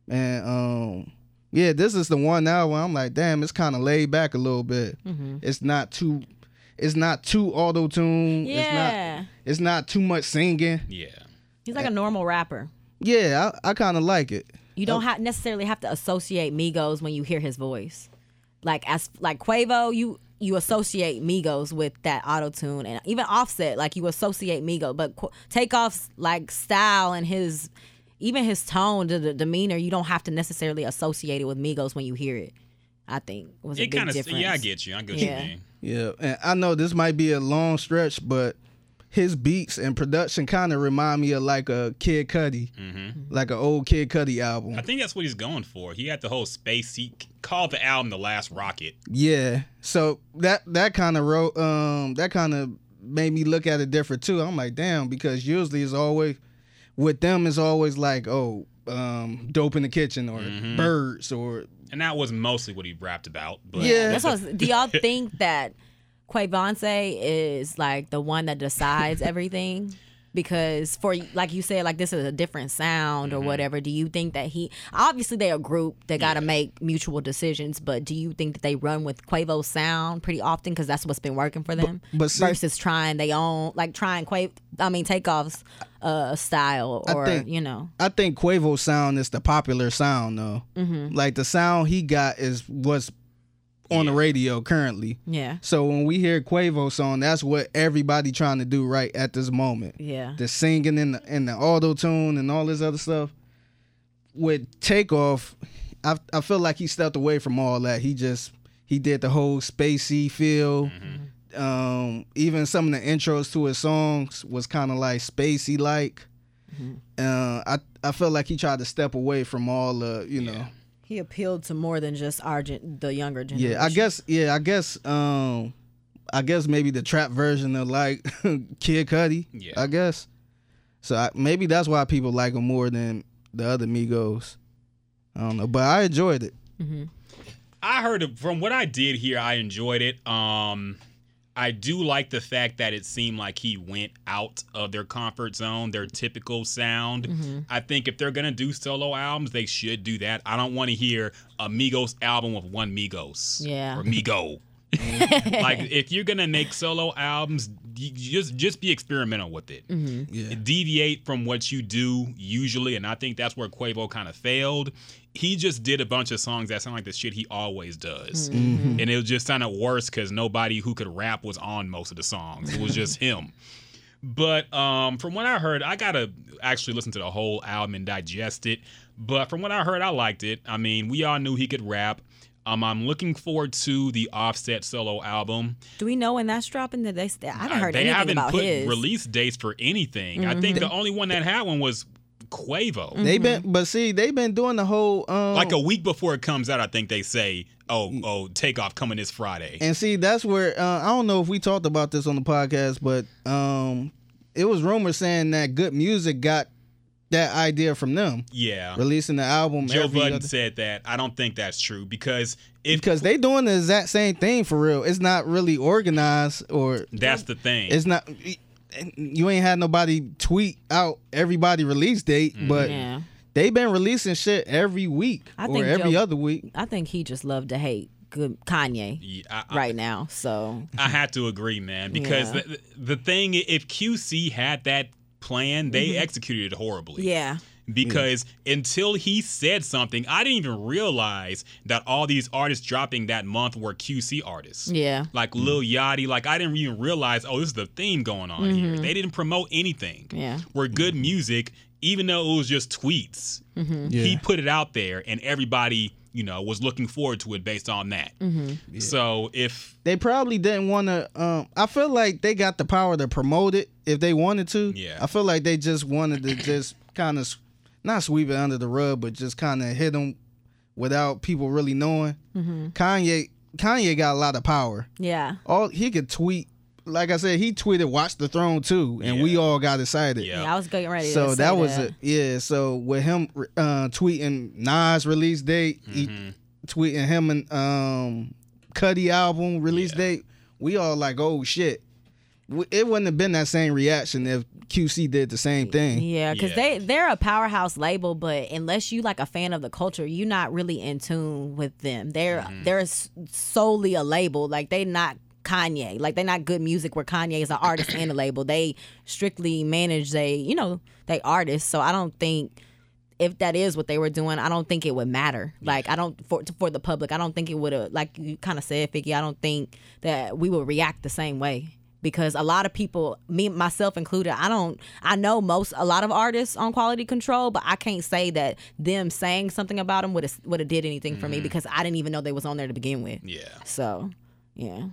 Speaker 3: And um yeah, this is the one now where I'm like, damn, it's kind of laid back a little bit. It's not too it's not too auto tune. It's
Speaker 4: yeah,
Speaker 3: not it's not too much singing.
Speaker 2: Yeah.
Speaker 4: he's like a normal rapper.
Speaker 3: Yeah, I, I kind of like it.
Speaker 4: You
Speaker 3: Oh.
Speaker 4: don't ha- necessarily have to associate Migos when you hear his voice. Like as like Quavo, you you associate Migos with that auto tune, and even Offset, like you associate Migos. But Qu- Takeoff's like style and his even his tone, the, the demeanor, you don't have to necessarily associate it with Migos when you hear it. I think was a
Speaker 2: It
Speaker 4: big
Speaker 2: kind of,
Speaker 4: difference.
Speaker 2: yeah, I get you. I get
Speaker 4: Yeah.
Speaker 2: you, man.
Speaker 3: Yeah, and I know this might be a long stretch, but his beats and production kind of remind me of like a Kid Cudi, like an old Kid Cudi album.
Speaker 2: I think that's what he's going for. He had the whole space. He called the album "The Last Rocket."
Speaker 3: Yeah. So that that kind of wrote um that kind of made me look at it different too. I'm like, damn, because usually it's always with them it's always like, oh, um, dope in the kitchen or birds or
Speaker 2: and that was mostly what he rapped about. But
Speaker 3: Yeah.
Speaker 4: That's what I was- do y'all think that Quavonce is like the one that decides everything? Because for like you said, like this is a different sound or whatever. Do you think that he obviously they're a group they got to make mutual decisions, but do you think that they run with Quavo's sound pretty often because that's what's been working for them
Speaker 3: but see-
Speaker 4: versus trying they own like trying Quavo? I mean Takeoff's uh, style
Speaker 3: I
Speaker 4: or
Speaker 3: think-
Speaker 4: you know
Speaker 3: I think Quavo sound is the popular sound though. Like the sound he got is what's on the radio currently.
Speaker 4: yeah
Speaker 3: So when we hear Quavo song, that's what everybody trying to do right at this moment.
Speaker 4: yeah
Speaker 3: the singing and the, and the auto tune and all this other stuff. With takeoff, I I feel like he stepped away from all that. He just he did the whole spacey feel. Um, even some of the intros to his songs was kind of like spacey like. Uh, I I felt like he tried to step away from all the you know.
Speaker 4: he appealed to more than just our gen- the younger generation
Speaker 3: Yeah, I guess. Yeah, I guess. Um, I guess maybe the trap version of like [LAUGHS] Kid Cudi.
Speaker 2: Yeah.
Speaker 3: I guess. So I, maybe that's why people like him more than the other Migos. I don't know, but I enjoyed it.
Speaker 2: I heard it- from what I did here. I enjoyed it. Um, I do like the fact that it seemed like he went out of their comfort zone, their typical sound. I think if they're gonna do solo albums, they should do that. I don't want to hear a Migos album with one Migos.
Speaker 4: Yeah.
Speaker 2: Or Migo. like if you're gonna make solo albums, you just just be experimental with it.
Speaker 3: Yeah.
Speaker 2: deviate from what you do usually, and I think that's where Quavo kind of failed. He just did a bunch of songs that sound like the shit he always does, and it just sounded worse because nobody who could rap was on most of the songs. It was just him. But um, from what I heard, I gotta actually listen to the whole album and digest it. But from what I heard, I liked it. I mean, we all knew he could rap. Um, I'm looking forward to the Offset solo album.
Speaker 4: Do we know when that's dropping? Did they? St- I haven't
Speaker 2: Uh,
Speaker 4: heard
Speaker 2: they
Speaker 4: anything
Speaker 2: haven't
Speaker 4: about
Speaker 2: put
Speaker 4: his. Mm-hmm.
Speaker 2: release dates for anything. I think the only one that had one was Quavo.
Speaker 3: They been, but see, they been doing the whole um,
Speaker 2: Mm-hmm. Like a week before it comes out, I think they say, "Oh, oh, takeoff coming this Friday."
Speaker 3: Mm. And see, that's where uh, I don't know if we talked about this on the podcast, but um, it was rumors saying that good music got that idea from them
Speaker 2: yeah,
Speaker 3: releasing the album.
Speaker 2: Joe
Speaker 3: every
Speaker 2: Budden
Speaker 3: other-
Speaker 2: said that. I don't think that's true because if
Speaker 3: because they doing the exact same thing for real. It's not really organized or
Speaker 2: that's the thing,
Speaker 3: it's not. You ain't had nobody tweet out everybody release date, but
Speaker 4: Yeah,
Speaker 3: they been releasing shit every week
Speaker 4: I
Speaker 3: or
Speaker 4: think
Speaker 3: every
Speaker 4: Joe-
Speaker 3: other week.
Speaker 4: I think he just loved to hate good Kanye
Speaker 2: Yeah, I, I-
Speaker 4: right now. So
Speaker 2: I have to agree, man, because
Speaker 4: Yeah.
Speaker 2: the, the thing, if QC had that plan, they executed it horribly.
Speaker 4: Mm-hmm. yeah,
Speaker 2: Because until he said something, I didn't even realize that all these artists dropping that month were QC artists.
Speaker 4: yeah,
Speaker 2: Like Lil Yachty, like I didn't even realize, oh, this is the theme going on here. They didn't promote anything.
Speaker 4: Mm-hmm. Yeah.
Speaker 2: Where good music, even though it was just tweets,
Speaker 4: Mm-hmm.
Speaker 3: Yeah.
Speaker 2: he put it out there and everybody you know was looking forward to it based on that.
Speaker 4: Mm-hmm.
Speaker 2: So if
Speaker 3: They probably didn't want to. Um, I feel like they got the power to promote it if they wanted to.
Speaker 2: Yeah.
Speaker 3: I feel like they just wanted to just kind of not sweep it under the rug, but just kind of hit them without people really knowing.
Speaker 4: Mm-hmm.
Speaker 3: Kanye, Kanye got a lot of power.
Speaker 4: Yeah.
Speaker 3: All he could tweet. Like I said, he tweeted "Watch the Throne" too, and we
Speaker 2: Yeah.
Speaker 3: all got excited.
Speaker 2: Yeah.
Speaker 4: Yeah. I was getting ready. to
Speaker 3: So
Speaker 4: say
Speaker 3: that was it. Yeah. So with him uh, tweeting Nas release date, he-
Speaker 2: Mm-hmm.
Speaker 3: tweeting him and um, Cuddy album release date, we all like, oh shit. W- It wouldn't have been that same reaction if QC did the same thing.
Speaker 4: Yeah, because
Speaker 2: Yeah.
Speaker 4: they they're a powerhouse label, but unless you like a fan of the culture, you're not really in tune with them. They're
Speaker 2: Mm-hmm.
Speaker 4: they're s- solely a label. Like they not Kanye. Like they're not good music where Kanye is an artist and a label. They strictly manage they you know they artists. So I don't think if that is what they were doing, I don't think it would matter. Like I don't for for the public, I don't think it would have. Like you kind of said, Vicky, I don't think that we would react the same way because a lot of people, me myself included, I don't. I know most a lot of artists on quality control, but I can't say that them saying something about them would have would have did anything for me because I didn't even know they was on there to begin with.
Speaker 2: yeah.
Speaker 4: So yeah,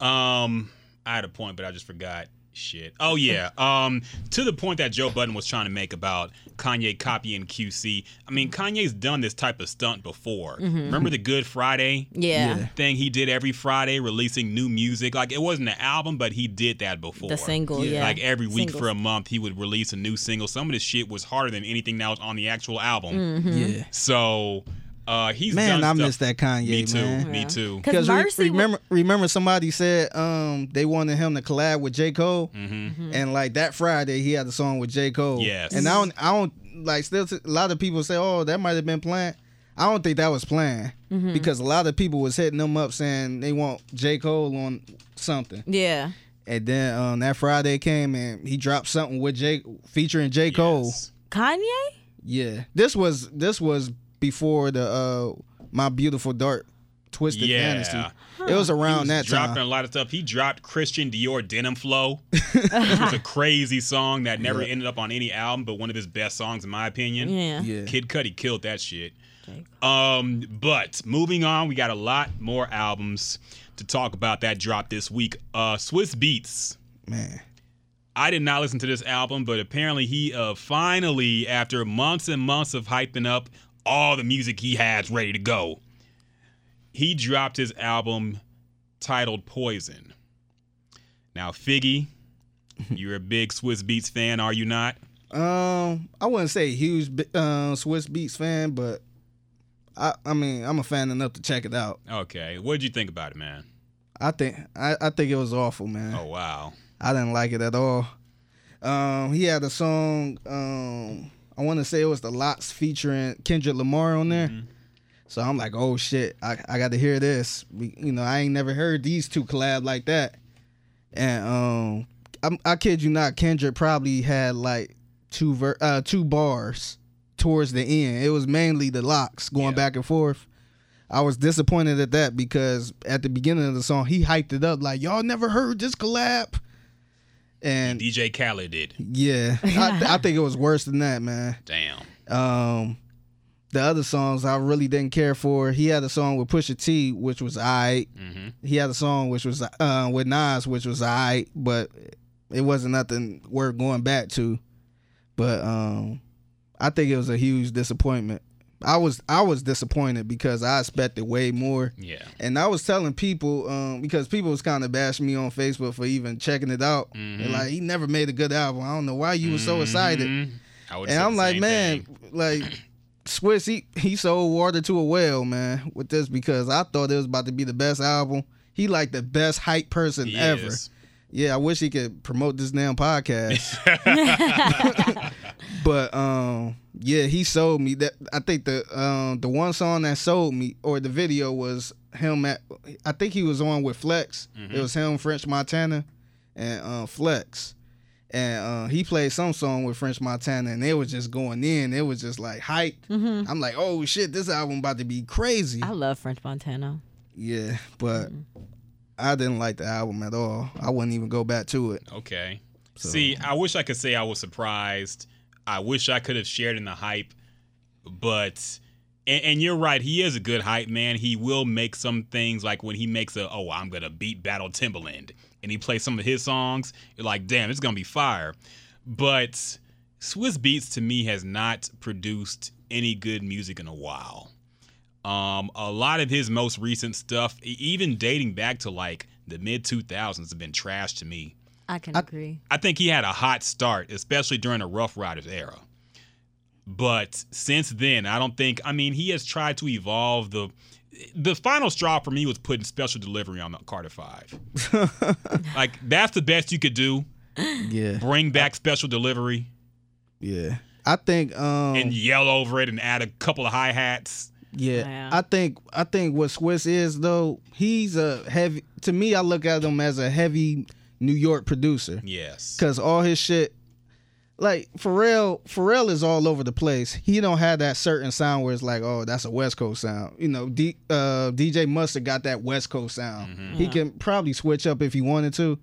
Speaker 2: Um, I had a point, but I just forgot. Shit. Oh
Speaker 4: [LAUGHS]
Speaker 2: yeah. Um, to the point that Joe Budden was trying to make about Kanye copying QC. I mean, Kanye's done this type of stunt before. Remember the Good Friday?
Speaker 4: Mm-hmm. yeah.
Speaker 2: Thing he did every Friday, releasing new music. Like it wasn't an album, but he did that before.
Speaker 4: The single, yeah,
Speaker 2: Like every week
Speaker 4: Singles.
Speaker 2: for a month, he would release a new single. Some of this shit was harder than anything that was on the actual album.
Speaker 4: Mm. Mm-hmm.
Speaker 3: Yeah.
Speaker 2: So, uh, he's
Speaker 3: Man,
Speaker 2: done
Speaker 3: I
Speaker 2: stuff-
Speaker 3: miss that Kanye,
Speaker 2: Me too.
Speaker 3: man.
Speaker 2: Me
Speaker 4: Yeah.
Speaker 2: too.
Speaker 4: Because
Speaker 3: re-
Speaker 4: Mercy, was-
Speaker 3: remember, remember somebody said um they wanted him to collab with J Cole, and like that Friday he had a song with J Cole.
Speaker 2: Mm-hmm. Yes.
Speaker 3: and I don't, I don't like still t- a lot of people say, oh, that might have been planned. I don't think that was planned because a lot of people was hitting them up saying they want J Cole on something,
Speaker 4: yeah,
Speaker 3: and then um that Friday came and he dropped something with J featuring J Cole.
Speaker 2: Yes.
Speaker 4: Kanye.
Speaker 3: Yeah, this was this was before the uh my beautiful dark twisted
Speaker 2: Yeah.
Speaker 3: fantasy. It was
Speaker 2: He
Speaker 3: around
Speaker 2: was
Speaker 3: that
Speaker 2: dropping
Speaker 3: time.
Speaker 2: a lot of stuff. He dropped Christian Dior Denim Flow,
Speaker 3: [LAUGHS]
Speaker 2: which was a crazy song that never ended up on any album, but one of his best songs in my opinion.
Speaker 4: Yeah.
Speaker 3: Yeah.
Speaker 2: Kid Cudi killed that shit. Um, but moving on, we got a lot more albums to talk about that dropped this week. Uh, Swiss Beats.
Speaker 3: Man.
Speaker 2: I did not listen to this album, but apparently he uh, finally, after months and months of hyping up all the music he has ready to go, he dropped his album titled Poison. Now, Figgy, you're a big Swiss Beats fan, are you not?
Speaker 3: Um, I wouldn't say a huge bi- uh, Swiss Beats fan, but I I mean I'm a fan enough to check it out.
Speaker 2: Okay. What did you think about it, man?
Speaker 3: I think I, I think it was awful, man.
Speaker 2: Oh, wow.
Speaker 3: I didn't like it at all. Um, he had a song. Um, I want to say it was the Locks featuring Kendrick Lamar on there. So I'm like, oh shit, I, I got to hear this. We, you know, I ain't never heard these two collab like that. And um, I'm, I kid you not, Kendrick probably had like two ver- uh, two bars towards the end. It was mainly the Locks going
Speaker 2: Yeah.
Speaker 3: back and forth. I was disappointed at that because at the beginning of the song, he hyped it up like, y'all never heard this collab. And
Speaker 2: DJ Khaled did.
Speaker 3: yeah, I, I think it was worse than that, man.
Speaker 2: Damn.
Speaker 3: Um, the other songs I really didn't care for. He had a song with Pusha T, which was I. He had a song which was uh, with Nas, which was I. But it wasn't nothing worth going back to. But um, I think it was a huge disappointment. I was I was disappointed because I expected way more.
Speaker 2: Yeah.
Speaker 3: And I was telling people um, because people was kind of bashing me on Facebook for even checking it out. They're
Speaker 2: Mm-hmm.
Speaker 3: like, he never made a good album. I don't know why you were so excited.
Speaker 2: Mhm. I would
Speaker 3: And
Speaker 2: say
Speaker 3: I'm
Speaker 2: the
Speaker 3: like,
Speaker 2: same
Speaker 3: man,
Speaker 2: thing.
Speaker 3: like Swiss, he, he sold water to a well, man, with this because I thought it was about to be the best album. He like the best hype person
Speaker 2: He
Speaker 3: ever.
Speaker 2: is.
Speaker 3: Yeah, I wish he could promote this damn podcast. but um, yeah, he sold me that. I think the um the one song that sold me or the video was him at. I think he was on with Flex. It was him, French Montana, and uh, Flex. And uh, he played some song with French Montana, and they was just going in. It was just like hyped. I'm like, oh shit, this album about to be crazy.
Speaker 4: I love French Montana.
Speaker 3: yeah, but I didn't like the album at all. I wouldn't even go back to it.
Speaker 2: Okay. See, I wish I could say I was surprised. I wish I could have shared in the hype, but And, and you're right. He is a good hype man. He will make some things like when he makes a oh I'm gonna beat Battle Timbaland and he plays some of his songs. You're like damn it's gonna be fire, but Swiss Beats to me has not produced any good music in a while. Um, a lot of his most recent stuff, e- even dating back to like the mid 2000s, have been trash to me.
Speaker 4: I can agree.
Speaker 2: I think he had a hot start, especially during the Rough Riders era. But since then, I don't think. I mean, he has tried to evolve the. The final straw for me was putting special delivery on the Carter Five. like that's the best you could do.
Speaker 3: Yeah,
Speaker 2: Bring back special delivery
Speaker 3: yeah. I think um
Speaker 2: and yell over it and add a couple of hi hats.
Speaker 3: Yeah,
Speaker 4: Wow.
Speaker 3: I think I think what Swiss is though, he's a heavy. To me, I look at him as a heavy New York producer
Speaker 2: Yes.
Speaker 3: because all his shit, like Pharrell, Pharrell is all over the place. He don't have that certain sound where it's like, oh, that's a West Coast sound. You know, D, uh, DJ Mustard got that West Coast sound. He can probably switch up if he wanted to.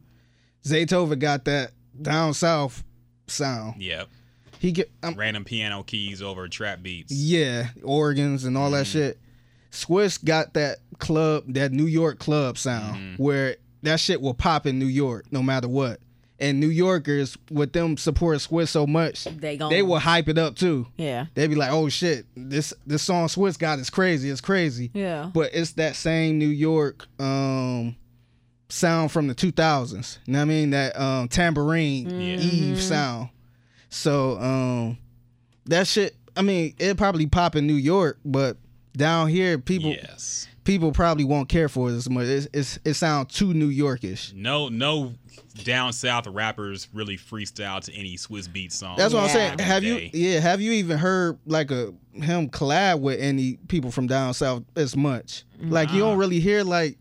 Speaker 3: Zaytoven got that down south sound.
Speaker 2: Yep.
Speaker 3: He get. I'm,
Speaker 2: Random piano keys over trap beats.
Speaker 3: yeah, organs and all that shit. Swiss got that club, that New York club sound, where that shit will pop in New York no matter what. And New Yorkers with them support Swiss so much,
Speaker 4: They gon'
Speaker 3: they will hype it up too.
Speaker 4: Yeah.
Speaker 3: They be like, "Oh shit, this this song Swiss got is crazy, it's crazy."
Speaker 4: Yeah.
Speaker 3: But it's that same New York um sound from the 2000s. You know what I mean? That um tambourine
Speaker 4: Mm. Mm-hmm.
Speaker 3: Eve sound. So um that shit, I mean, it probably pop in New York, but down here people
Speaker 2: Yes.
Speaker 3: people probably won't care for it as much. It's, it's it sounds too New Yorkish.
Speaker 2: No, no down south rappers really freestyle to any Swiss beat song.
Speaker 3: That's what I'm
Speaker 4: Yeah.
Speaker 3: saying. Have you
Speaker 2: Day.
Speaker 3: yeah, have you even heard like a him collab with any people from down south as much? Like you don't really hear like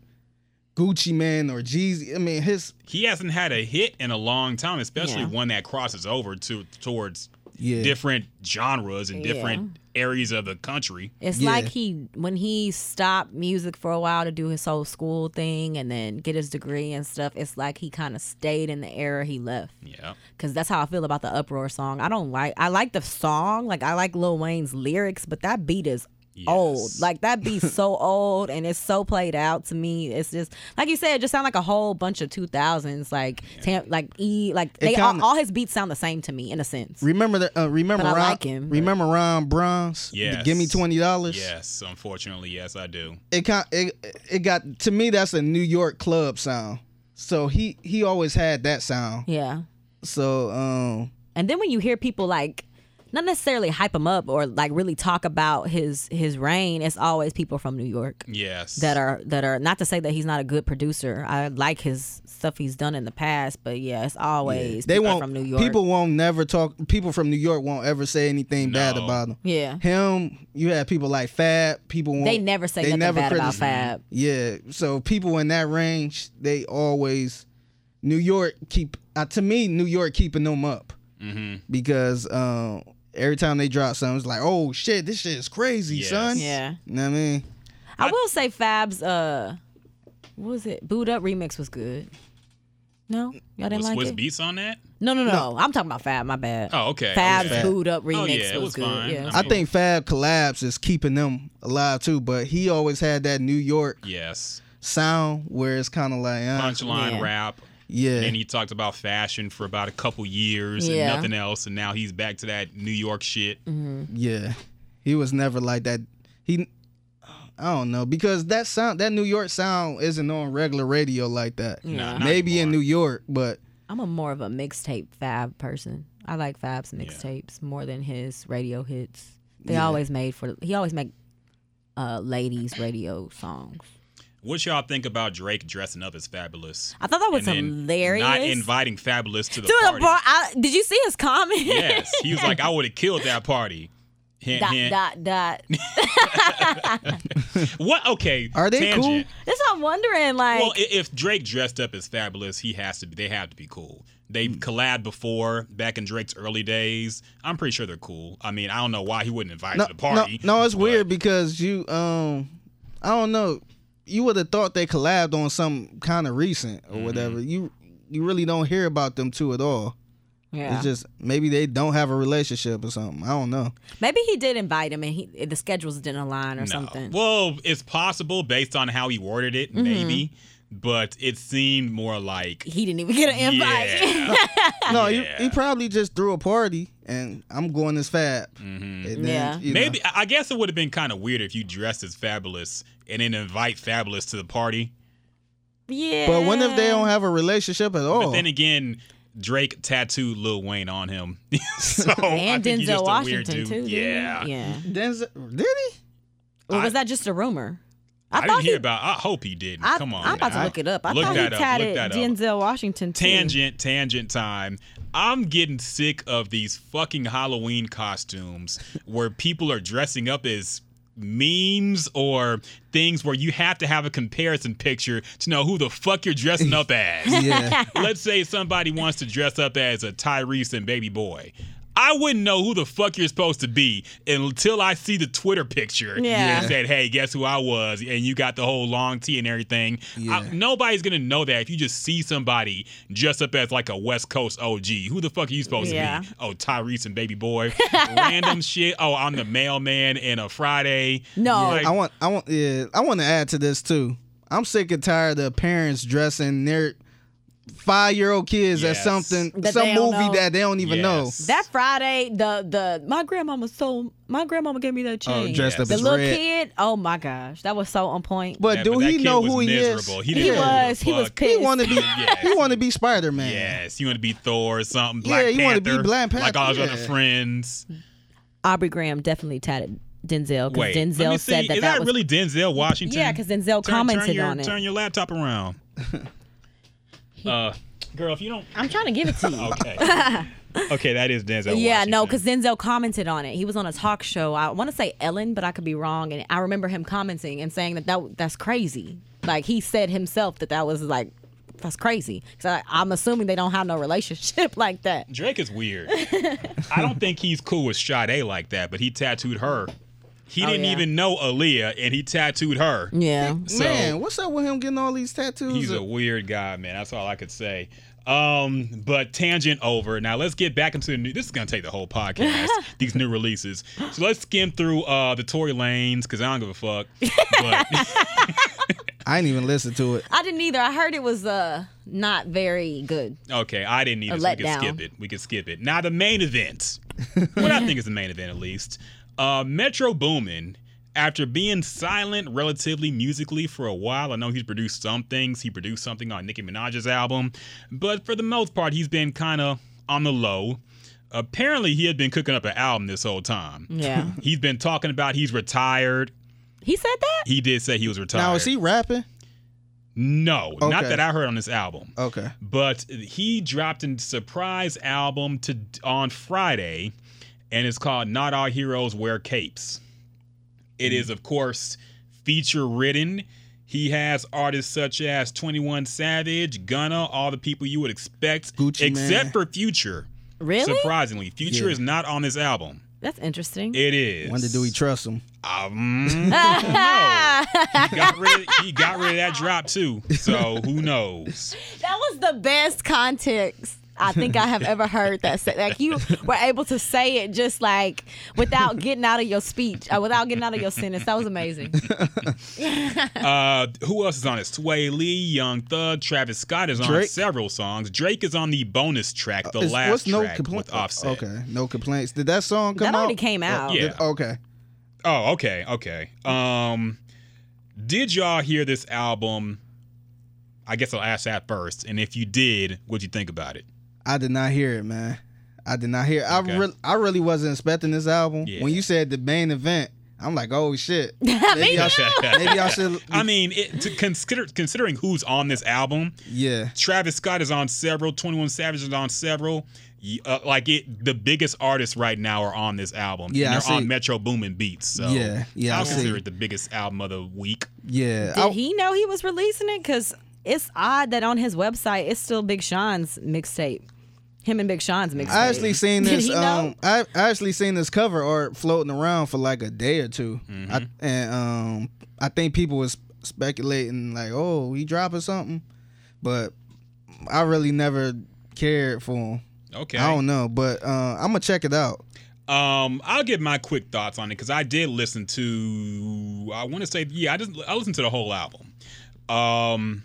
Speaker 3: Gucci Man or Jeezy. I mean his
Speaker 2: He hasn't had a hit in a long time, especially
Speaker 4: Yeah.
Speaker 2: one that crosses over to towards
Speaker 3: Yeah.
Speaker 2: different genres and
Speaker 4: Yeah.
Speaker 2: different areas of the country.
Speaker 4: It's
Speaker 3: Yeah.
Speaker 4: like he when he stopped music for a while to do his whole school thing and then get his degree and stuff. It's like he kind of stayed in the era he left.
Speaker 2: Yeah.
Speaker 4: Cause that's how I feel about the uproar song. I don't like. I like the song. Like I like Lil Wayne's lyrics, but that beat is old.
Speaker 2: Yes.
Speaker 4: Like that beat's so old and it's so played out to me. It's just like you said. It just sound like a whole bunch of two thousands. Like tam, like e like they
Speaker 3: kinda-
Speaker 4: all, all his beats sound the same to me in a sense.
Speaker 3: remember the uh, remember
Speaker 4: But I
Speaker 3: Ron
Speaker 4: like him, but-
Speaker 3: remember Ron Bronze? The
Speaker 2: Yes.
Speaker 3: Give me twenty dollars.
Speaker 2: Yes, unfortunately, yes, I do.
Speaker 3: it kind it, it got to me that's a New York club sound. So he he always had that sound.
Speaker 4: Yeah.
Speaker 3: So um
Speaker 4: And then when you hear people like not necessarily hype him up or like really talk about his his reign, it's always people from New York
Speaker 2: Yes.
Speaker 4: that are that are not to say that he's not a good producer. I like his stuff he's done in the past, but yeah, it's always
Speaker 3: they
Speaker 4: people
Speaker 3: won't
Speaker 4: from New York.
Speaker 3: people won't never talk people from New York won't ever say anything bad
Speaker 2: No.
Speaker 3: about him.
Speaker 4: Yeah.
Speaker 3: Him, you had people like Fab, people won't
Speaker 4: They never say nothing bad about
Speaker 3: critici-
Speaker 4: Fab.
Speaker 3: Yeah. So people in that range, they always New York keep uh, to me New York keeping them up
Speaker 2: Mm-hmm.
Speaker 3: because um, every time they drop something, it's like oh shit, this shit is crazy,
Speaker 2: Yes.
Speaker 3: son.
Speaker 4: Yeah.
Speaker 3: You know what I mean?
Speaker 4: I will say Fab's uh what was it? Boot Up remix was good. No? Y'all didn't
Speaker 2: was
Speaker 4: like
Speaker 2: Swiss
Speaker 4: it?
Speaker 2: beats on that?
Speaker 4: No, no, no, I'm talking about Fab, my bad.
Speaker 2: Oh, okay. Oh,
Speaker 4: Fab's
Speaker 2: Yeah.
Speaker 4: Boot Up remix
Speaker 2: yeah, it
Speaker 4: was,
Speaker 2: was
Speaker 4: good.
Speaker 2: fine.
Speaker 4: Yeah.
Speaker 3: I think Fab collabs is keeping them alive too, but he always had that New York
Speaker 2: Yes.
Speaker 3: sound where it's kind of like, uh,
Speaker 2: Punchline
Speaker 4: Yeah.
Speaker 2: rap.
Speaker 3: yeah,
Speaker 2: And he talked about fashion for about a couple years
Speaker 4: Yeah.
Speaker 2: and nothing else, and now he's back to that New York shit.
Speaker 3: yeah. He was never like that. He, I don't know because that sound, that New York sound, isn't on regular radio like that.
Speaker 2: Nah, not
Speaker 3: Maybe in
Speaker 2: anymore.
Speaker 3: New York, but
Speaker 4: I'm a more of a mixtape Fab person. I like Fab's mixtapes more than his radio hits. They always made for he always make uh ladies radio songs.
Speaker 2: What y'all think about Drake dressing up as Fabulous?
Speaker 4: I thought that was
Speaker 2: and then
Speaker 4: hilarious.
Speaker 2: Not inviting Fabulous to the
Speaker 4: to the
Speaker 2: party.
Speaker 4: [LAUGHS] bar, I, did you see his comment?
Speaker 2: yes, he was like, I would have killed that party.
Speaker 4: [LAUGHS]
Speaker 2: Hint,
Speaker 4: dot
Speaker 2: hint.
Speaker 4: dot dot.
Speaker 2: [LAUGHS] What? Okay.
Speaker 3: Are they
Speaker 2: tangent.
Speaker 3: cool?
Speaker 4: That's what I'm wondering. Like,
Speaker 2: Well, i- if Drake dressed up as Fabulous, he has to. Be, they have to be cool. They
Speaker 3: Hmm.
Speaker 2: collabed before back in Drake's early days. I'm pretty sure they're cool. I mean, I don't know why he wouldn't invite
Speaker 3: no,
Speaker 2: to the party.
Speaker 3: no, no, it's
Speaker 2: but-
Speaker 3: weird because you, um, I don't know. You would have thought they collabed
Speaker 2: Mm-hmm.
Speaker 3: on some kind of recent or whatever. You, you really don't hear about them two at all.
Speaker 4: Yeah.
Speaker 3: It's just maybe they don't have a relationship or something. I don't know.
Speaker 4: Maybe he did invite him and he the schedules didn't align or
Speaker 2: No.
Speaker 4: something. Mm-hmm.
Speaker 2: Well, it's possible based on how he worded it, maybe, but it seemed more like
Speaker 4: he didn't even get an invite.
Speaker 2: yeah.
Speaker 3: No,
Speaker 2: Yeah.
Speaker 3: he, he probably just threw a party and I'm going as Fab. And then,
Speaker 4: Yeah.
Speaker 3: you know.
Speaker 2: Mm-hmm. Maybe I- I guess it would have been kind of weird if you dressed as Fabulous and then invite Fabulous to the party.
Speaker 4: [LAUGHS] yeah.
Speaker 3: But what if they don't have a relationship at all?
Speaker 2: But then again, Drake tattooed Lil Wayne on him, [LAUGHS] so I
Speaker 4: and
Speaker 2: think he's
Speaker 4: Denzel
Speaker 2: just a weird
Speaker 4: Washington
Speaker 2: dude.
Speaker 4: too. didn't he?
Speaker 2: yeah,
Speaker 4: Yeah.
Speaker 3: Denzel- did he?
Speaker 4: Or
Speaker 2: I-
Speaker 4: was that just a rumor?
Speaker 2: I,
Speaker 4: thought
Speaker 2: didn't hear about. I hope he didn't.
Speaker 4: I,
Speaker 2: Come on,
Speaker 4: I'm about to
Speaker 2: now.
Speaker 4: look it up. I
Speaker 2: Look
Speaker 4: thought
Speaker 2: that
Speaker 4: he
Speaker 2: up,
Speaker 4: tatted
Speaker 2: look that up.
Speaker 4: Denzel Washington too.
Speaker 2: Tangent, tangent time. I'm getting sick of these fucking Halloween costumes where people are dressing up as memes or things where you have to have a comparison picture to know who the fuck you're dressing up as.
Speaker 3: Yeah.
Speaker 2: Let's say somebody wants to dress up as a Tyrese and Baby Boy. I wouldn't know who the fuck you're supposed to be until I see the Twitter picture.
Speaker 4: Yeah.
Speaker 2: that said, "Hey, guess who I was?" And you got the whole long tee and everything. I-
Speaker 3: Yeah.
Speaker 2: nobody's gonna know that if you just see somebody dressed up as like a West Coast OG. Who the fuck are you supposed
Speaker 4: Yeah.
Speaker 2: to be? Oh, Tyrese and Baby
Speaker 3: [LAUGHS]
Speaker 2: Boy. Random shit. Oh, I'm the mailman and a Friday.
Speaker 4: No.
Speaker 2: Like,
Speaker 3: I want I want yeah, I want to add to this too. I'm sick and tired of parents dressing their five year old kids
Speaker 2: Yes.
Speaker 3: as something
Speaker 4: That they
Speaker 3: some
Speaker 4: don't
Speaker 3: movie
Speaker 4: know.
Speaker 3: that they don't even
Speaker 2: Yes.
Speaker 4: That Friday, the the my grandmama so my grandmama gave me that
Speaker 3: know.
Speaker 4: chain.
Speaker 2: Oh, dressed up
Speaker 4: the
Speaker 2: as
Speaker 4: little
Speaker 3: red.
Speaker 4: kid, oh my gosh, that was so on point.
Speaker 3: But
Speaker 2: Yeah,
Speaker 3: do
Speaker 2: but that
Speaker 3: he
Speaker 2: kid
Speaker 3: know
Speaker 2: was
Speaker 3: who he is?
Speaker 2: miserable. He
Speaker 4: he
Speaker 2: didn't
Speaker 3: yeah.
Speaker 2: know.
Speaker 4: was he was
Speaker 2: Fuck.
Speaker 4: pissed.
Speaker 3: He want to be
Speaker 2: [LAUGHS] Yes.
Speaker 3: he want to be Spider Man.
Speaker 2: Yes, you want to be Thor or something. Black
Speaker 3: Yeah, you wanna
Speaker 2: Panther,
Speaker 3: be Black
Speaker 2: Like all his
Speaker 3: Panther,
Speaker 2: other
Speaker 3: yeah.
Speaker 2: friends.
Speaker 4: Aubrey Graham definitely tatted Denzel because
Speaker 2: Wait, let me
Speaker 4: Denzel
Speaker 2: see.
Speaker 4: said that
Speaker 2: Is that,
Speaker 4: was
Speaker 2: really Denzel Washington?
Speaker 4: yeah because Denzel
Speaker 2: Turn-
Speaker 4: commented
Speaker 2: turn your,
Speaker 4: on it.
Speaker 2: Turn your laptop around. uh, girl, if you don't.
Speaker 4: I'm trying to give it
Speaker 2: [LAUGHS] Oh,
Speaker 4: to you. [LAUGHS]
Speaker 2: Okay. okay, that is Denzel.
Speaker 4: Yeah,
Speaker 2: Washington.
Speaker 4: no, because Denzel commented on it. He was on a talk show. I want to say Ellen, but I could be wrong. And I remember him commenting and saying that, that that's crazy. Like he said himself that that was like that's crazy. So I'm assuming they don't have no relationship [LAUGHS] like that.
Speaker 2: Drake is
Speaker 4: [LAUGHS]
Speaker 2: weird. I don't think he's cool with Sade like that, but he tattooed her. He
Speaker 4: Oh,
Speaker 2: didn't
Speaker 4: yeah.
Speaker 2: even know Aaliyah, and he tattooed her.
Speaker 4: Yeah.
Speaker 2: So
Speaker 3: Man, what's up with him getting all these tattoos?
Speaker 2: he's a weird guy, man. That's all I could say. Um, but tangent over. Now let's get back into the new. This is gonna take the whole podcast. these new releases. So let's skim through uh the Tory Lanes because I don't give a fuck. But
Speaker 3: I didn't even listen to it.
Speaker 4: I didn't either. I heard it was uh not very good.
Speaker 2: Okay, I didn't need
Speaker 4: A
Speaker 2: it. So we can
Speaker 4: letdown.
Speaker 2: skip it. We can skip it. Now the main event. what I think is the main event, at least. Uh, Metro Boomin, after being silent relatively musically for a while, I know he's produced some things. He produced something on Nicki Minaj's album, but for the most part, he's been kind of on the low. Apparently, he had been cooking up an album this whole time.
Speaker 4: Yeah.
Speaker 2: He's been talking about he's retired.
Speaker 4: he said that?
Speaker 2: He did say he was retired.
Speaker 3: Now is he rapping?
Speaker 2: No, not
Speaker 3: Okay.
Speaker 2: that I heard on this album
Speaker 3: Okay.
Speaker 2: but he dropped a surprise album to on Friday, and it's called "Not All Heroes Wear Capes." It is, of course, feature ridden. He has artists such as Twenty One Savage, Gunna, all the people you would expect,
Speaker 3: Gucci
Speaker 2: except
Speaker 3: Mane.
Speaker 2: for Future.
Speaker 4: Really?
Speaker 2: Surprisingly, Future
Speaker 3: Yeah.
Speaker 2: is not on this album.
Speaker 4: That's interesting.
Speaker 2: It is.
Speaker 3: When do we trust him?
Speaker 2: Um, [LAUGHS]
Speaker 3: [LAUGHS]
Speaker 4: Ah!
Speaker 2: no. He got rid. He got rid of that drop too. So who knows?
Speaker 4: That was the best context I think I have ever heard that said. Like you were able to say it just like without getting out of your speech, uh, without getting out of your sentence. That was amazing.
Speaker 2: Uh, who else is on it? Sway Lee, Young Thug, Travis Scott is on
Speaker 3: Drake? Uh,
Speaker 2: several songs. Drake is on the bonus track, the
Speaker 3: Is-
Speaker 2: last
Speaker 3: what's no
Speaker 2: track
Speaker 3: compla-
Speaker 2: with Offset.
Speaker 3: Okay, uh, no complaints. Did that song come
Speaker 4: that
Speaker 3: out?
Speaker 4: already came out.
Speaker 2: yeah.
Speaker 3: Okay.
Speaker 2: Oh, okay, okay. Um, did y'all hear this album? I guess I'll ask that first. And if you did, what'd you think about it?
Speaker 3: I did not hear it, man. I did not hear. It.
Speaker 2: Okay.
Speaker 3: I re- I really wasn't expecting this album.
Speaker 2: Yeah.
Speaker 3: When you said the main event, I'm like, oh
Speaker 4: [LAUGHS]
Speaker 3: shit. maybe, I should, maybe
Speaker 2: [LAUGHS]
Speaker 3: I should.
Speaker 2: I mean, it, to consider considering who's on this album,
Speaker 3: yeah,
Speaker 2: Travis Scott is on several. Twenty One Savage is on several. Y- Uh, like it, the biggest artists right now are on this album.
Speaker 3: Yeah, I
Speaker 2: and they're on
Speaker 3: see.
Speaker 2: Metro Boomin beats. So
Speaker 3: Yeah, yeah,
Speaker 2: I'll
Speaker 3: I see.
Speaker 2: consider it the biggest album of the week.
Speaker 3: yeah.
Speaker 4: Did
Speaker 3: I-
Speaker 4: he know he was releasing it? Because it's odd that on his website it's still Big Sean's mixtape. Him and Big Sean's mixtape.
Speaker 3: I actually seen
Speaker 4: [LAUGHS] Did
Speaker 3: this.
Speaker 4: he know?
Speaker 3: um, I, I actually seen this cover art floating around for like a day or 2 I,
Speaker 2: Mm-hmm.
Speaker 3: and um, I think people was speculating like, oh, he dropping something, but I really never cared for him.
Speaker 2: Okay.
Speaker 3: I don't know, but uh, I'm gonna check it out.
Speaker 2: Um, I'll give my quick thoughts on it because I did listen to. I want to say, yeah, I just I listened to the whole album. Um,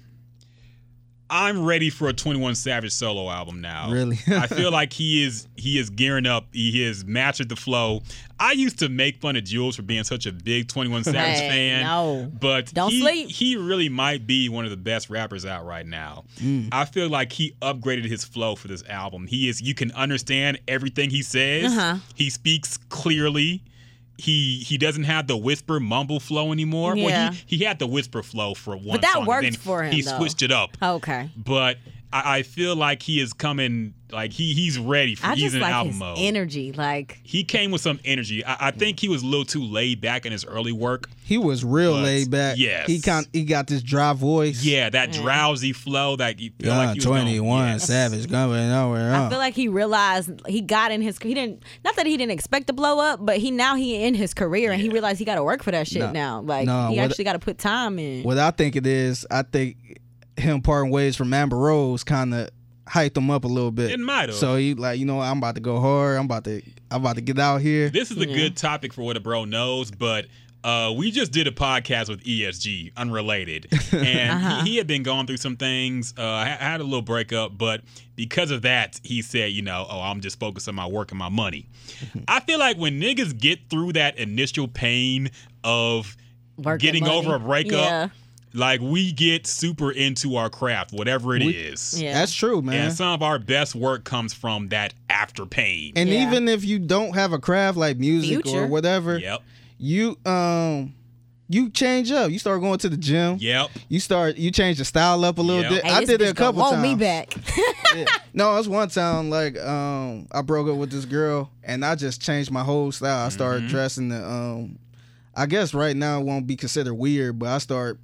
Speaker 2: I'm ready for a 21 Savage solo album now.
Speaker 3: Really?
Speaker 2: [LAUGHS] I feel like he is he is gearing up. He has mastered the flow. I used to make fun of Jules for being such a big 21 Savage
Speaker 4: Hey,
Speaker 2: fan.
Speaker 4: no.
Speaker 2: But
Speaker 4: Don't
Speaker 2: he,
Speaker 4: sleep.
Speaker 2: he really might be one of the best rappers out right now.
Speaker 4: Mm.
Speaker 2: I feel like he upgraded his flow for this album. He is you can understand everything he says.
Speaker 4: Uh-huh.
Speaker 2: He speaks clearly. He he doesn't have the whisper mumble flow anymore. Well,
Speaker 4: Yeah.
Speaker 2: he, he had the whisper flow for one.
Speaker 4: that
Speaker 2: song, and
Speaker 4: worked
Speaker 2: then
Speaker 4: for him,
Speaker 2: He
Speaker 4: though.
Speaker 2: switched it up
Speaker 4: Okay.
Speaker 2: but I, I feel like he is coming. Like he he's ready for
Speaker 4: I
Speaker 2: he's
Speaker 4: just
Speaker 2: in
Speaker 4: like
Speaker 2: album
Speaker 4: his
Speaker 2: mode.
Speaker 4: energy. Like
Speaker 2: he came with some energy. I, I think he was a little too laid back in his early work.
Speaker 3: He was real
Speaker 2: But,
Speaker 3: laid back.
Speaker 2: yes.
Speaker 3: He kind he got this dry voice.
Speaker 2: Yeah, that
Speaker 4: Mm.
Speaker 2: drowsy flow. That you feel
Speaker 3: Yeah,
Speaker 2: like you was gonna-
Speaker 3: 21
Speaker 2: yes.
Speaker 3: Savage coming nowhere.
Speaker 4: I feel like he realized he got in his he didn't not that he didn't expect to blow up, but he now he in his career and he realized he got to work for that shit
Speaker 3: No.
Speaker 4: now. Like
Speaker 3: No,
Speaker 4: he
Speaker 3: what-
Speaker 4: actually got to put time in.
Speaker 3: What I think it is, I think him parting ways from Amber Rose kind of hyped him up a little bit.
Speaker 2: It might've.
Speaker 3: So he like, you know, what, I'm about to go hard. I'm about to, I'm about to get out here.
Speaker 2: This is a good topic for what a bro knows, but. Uh, we just did a podcast with ESG,
Speaker 3: [LAUGHS]
Speaker 2: unrelated, and
Speaker 4: Uh-huh.
Speaker 2: he, he had been going through some things. Uh, I ha- had a little breakup, but because of that, he said, "You know, oh, I'm just focused on my work and my
Speaker 3: [LAUGHS]
Speaker 2: money." I feel like when niggas get through that initial pain of
Speaker 4: Work and
Speaker 2: getting
Speaker 4: money.
Speaker 2: over a breakup,
Speaker 4: Yeah.
Speaker 2: like we get super into our craft, whatever it is,
Speaker 4: Yeah.
Speaker 3: That's true, man.
Speaker 2: and some of our best work comes from that after pain.
Speaker 3: And
Speaker 4: Yeah.
Speaker 3: even if you don't have a craft like music
Speaker 4: Future.
Speaker 3: or whatever,
Speaker 2: yep,
Speaker 3: you um you change up. You start going to the gym.
Speaker 2: yep.
Speaker 3: You start you change the style up a little
Speaker 2: Yep.
Speaker 3: bit.
Speaker 4: Hey,
Speaker 3: I
Speaker 4: this
Speaker 3: did it a
Speaker 4: bitch gonna
Speaker 3: couple
Speaker 4: want
Speaker 3: times. [LAUGHS]
Speaker 4: me back.
Speaker 3: Yeah. No, it was one time like um I broke up with this girl and I just changed my whole style. I started dressing the um I guess right now it won't be considered weird, but I start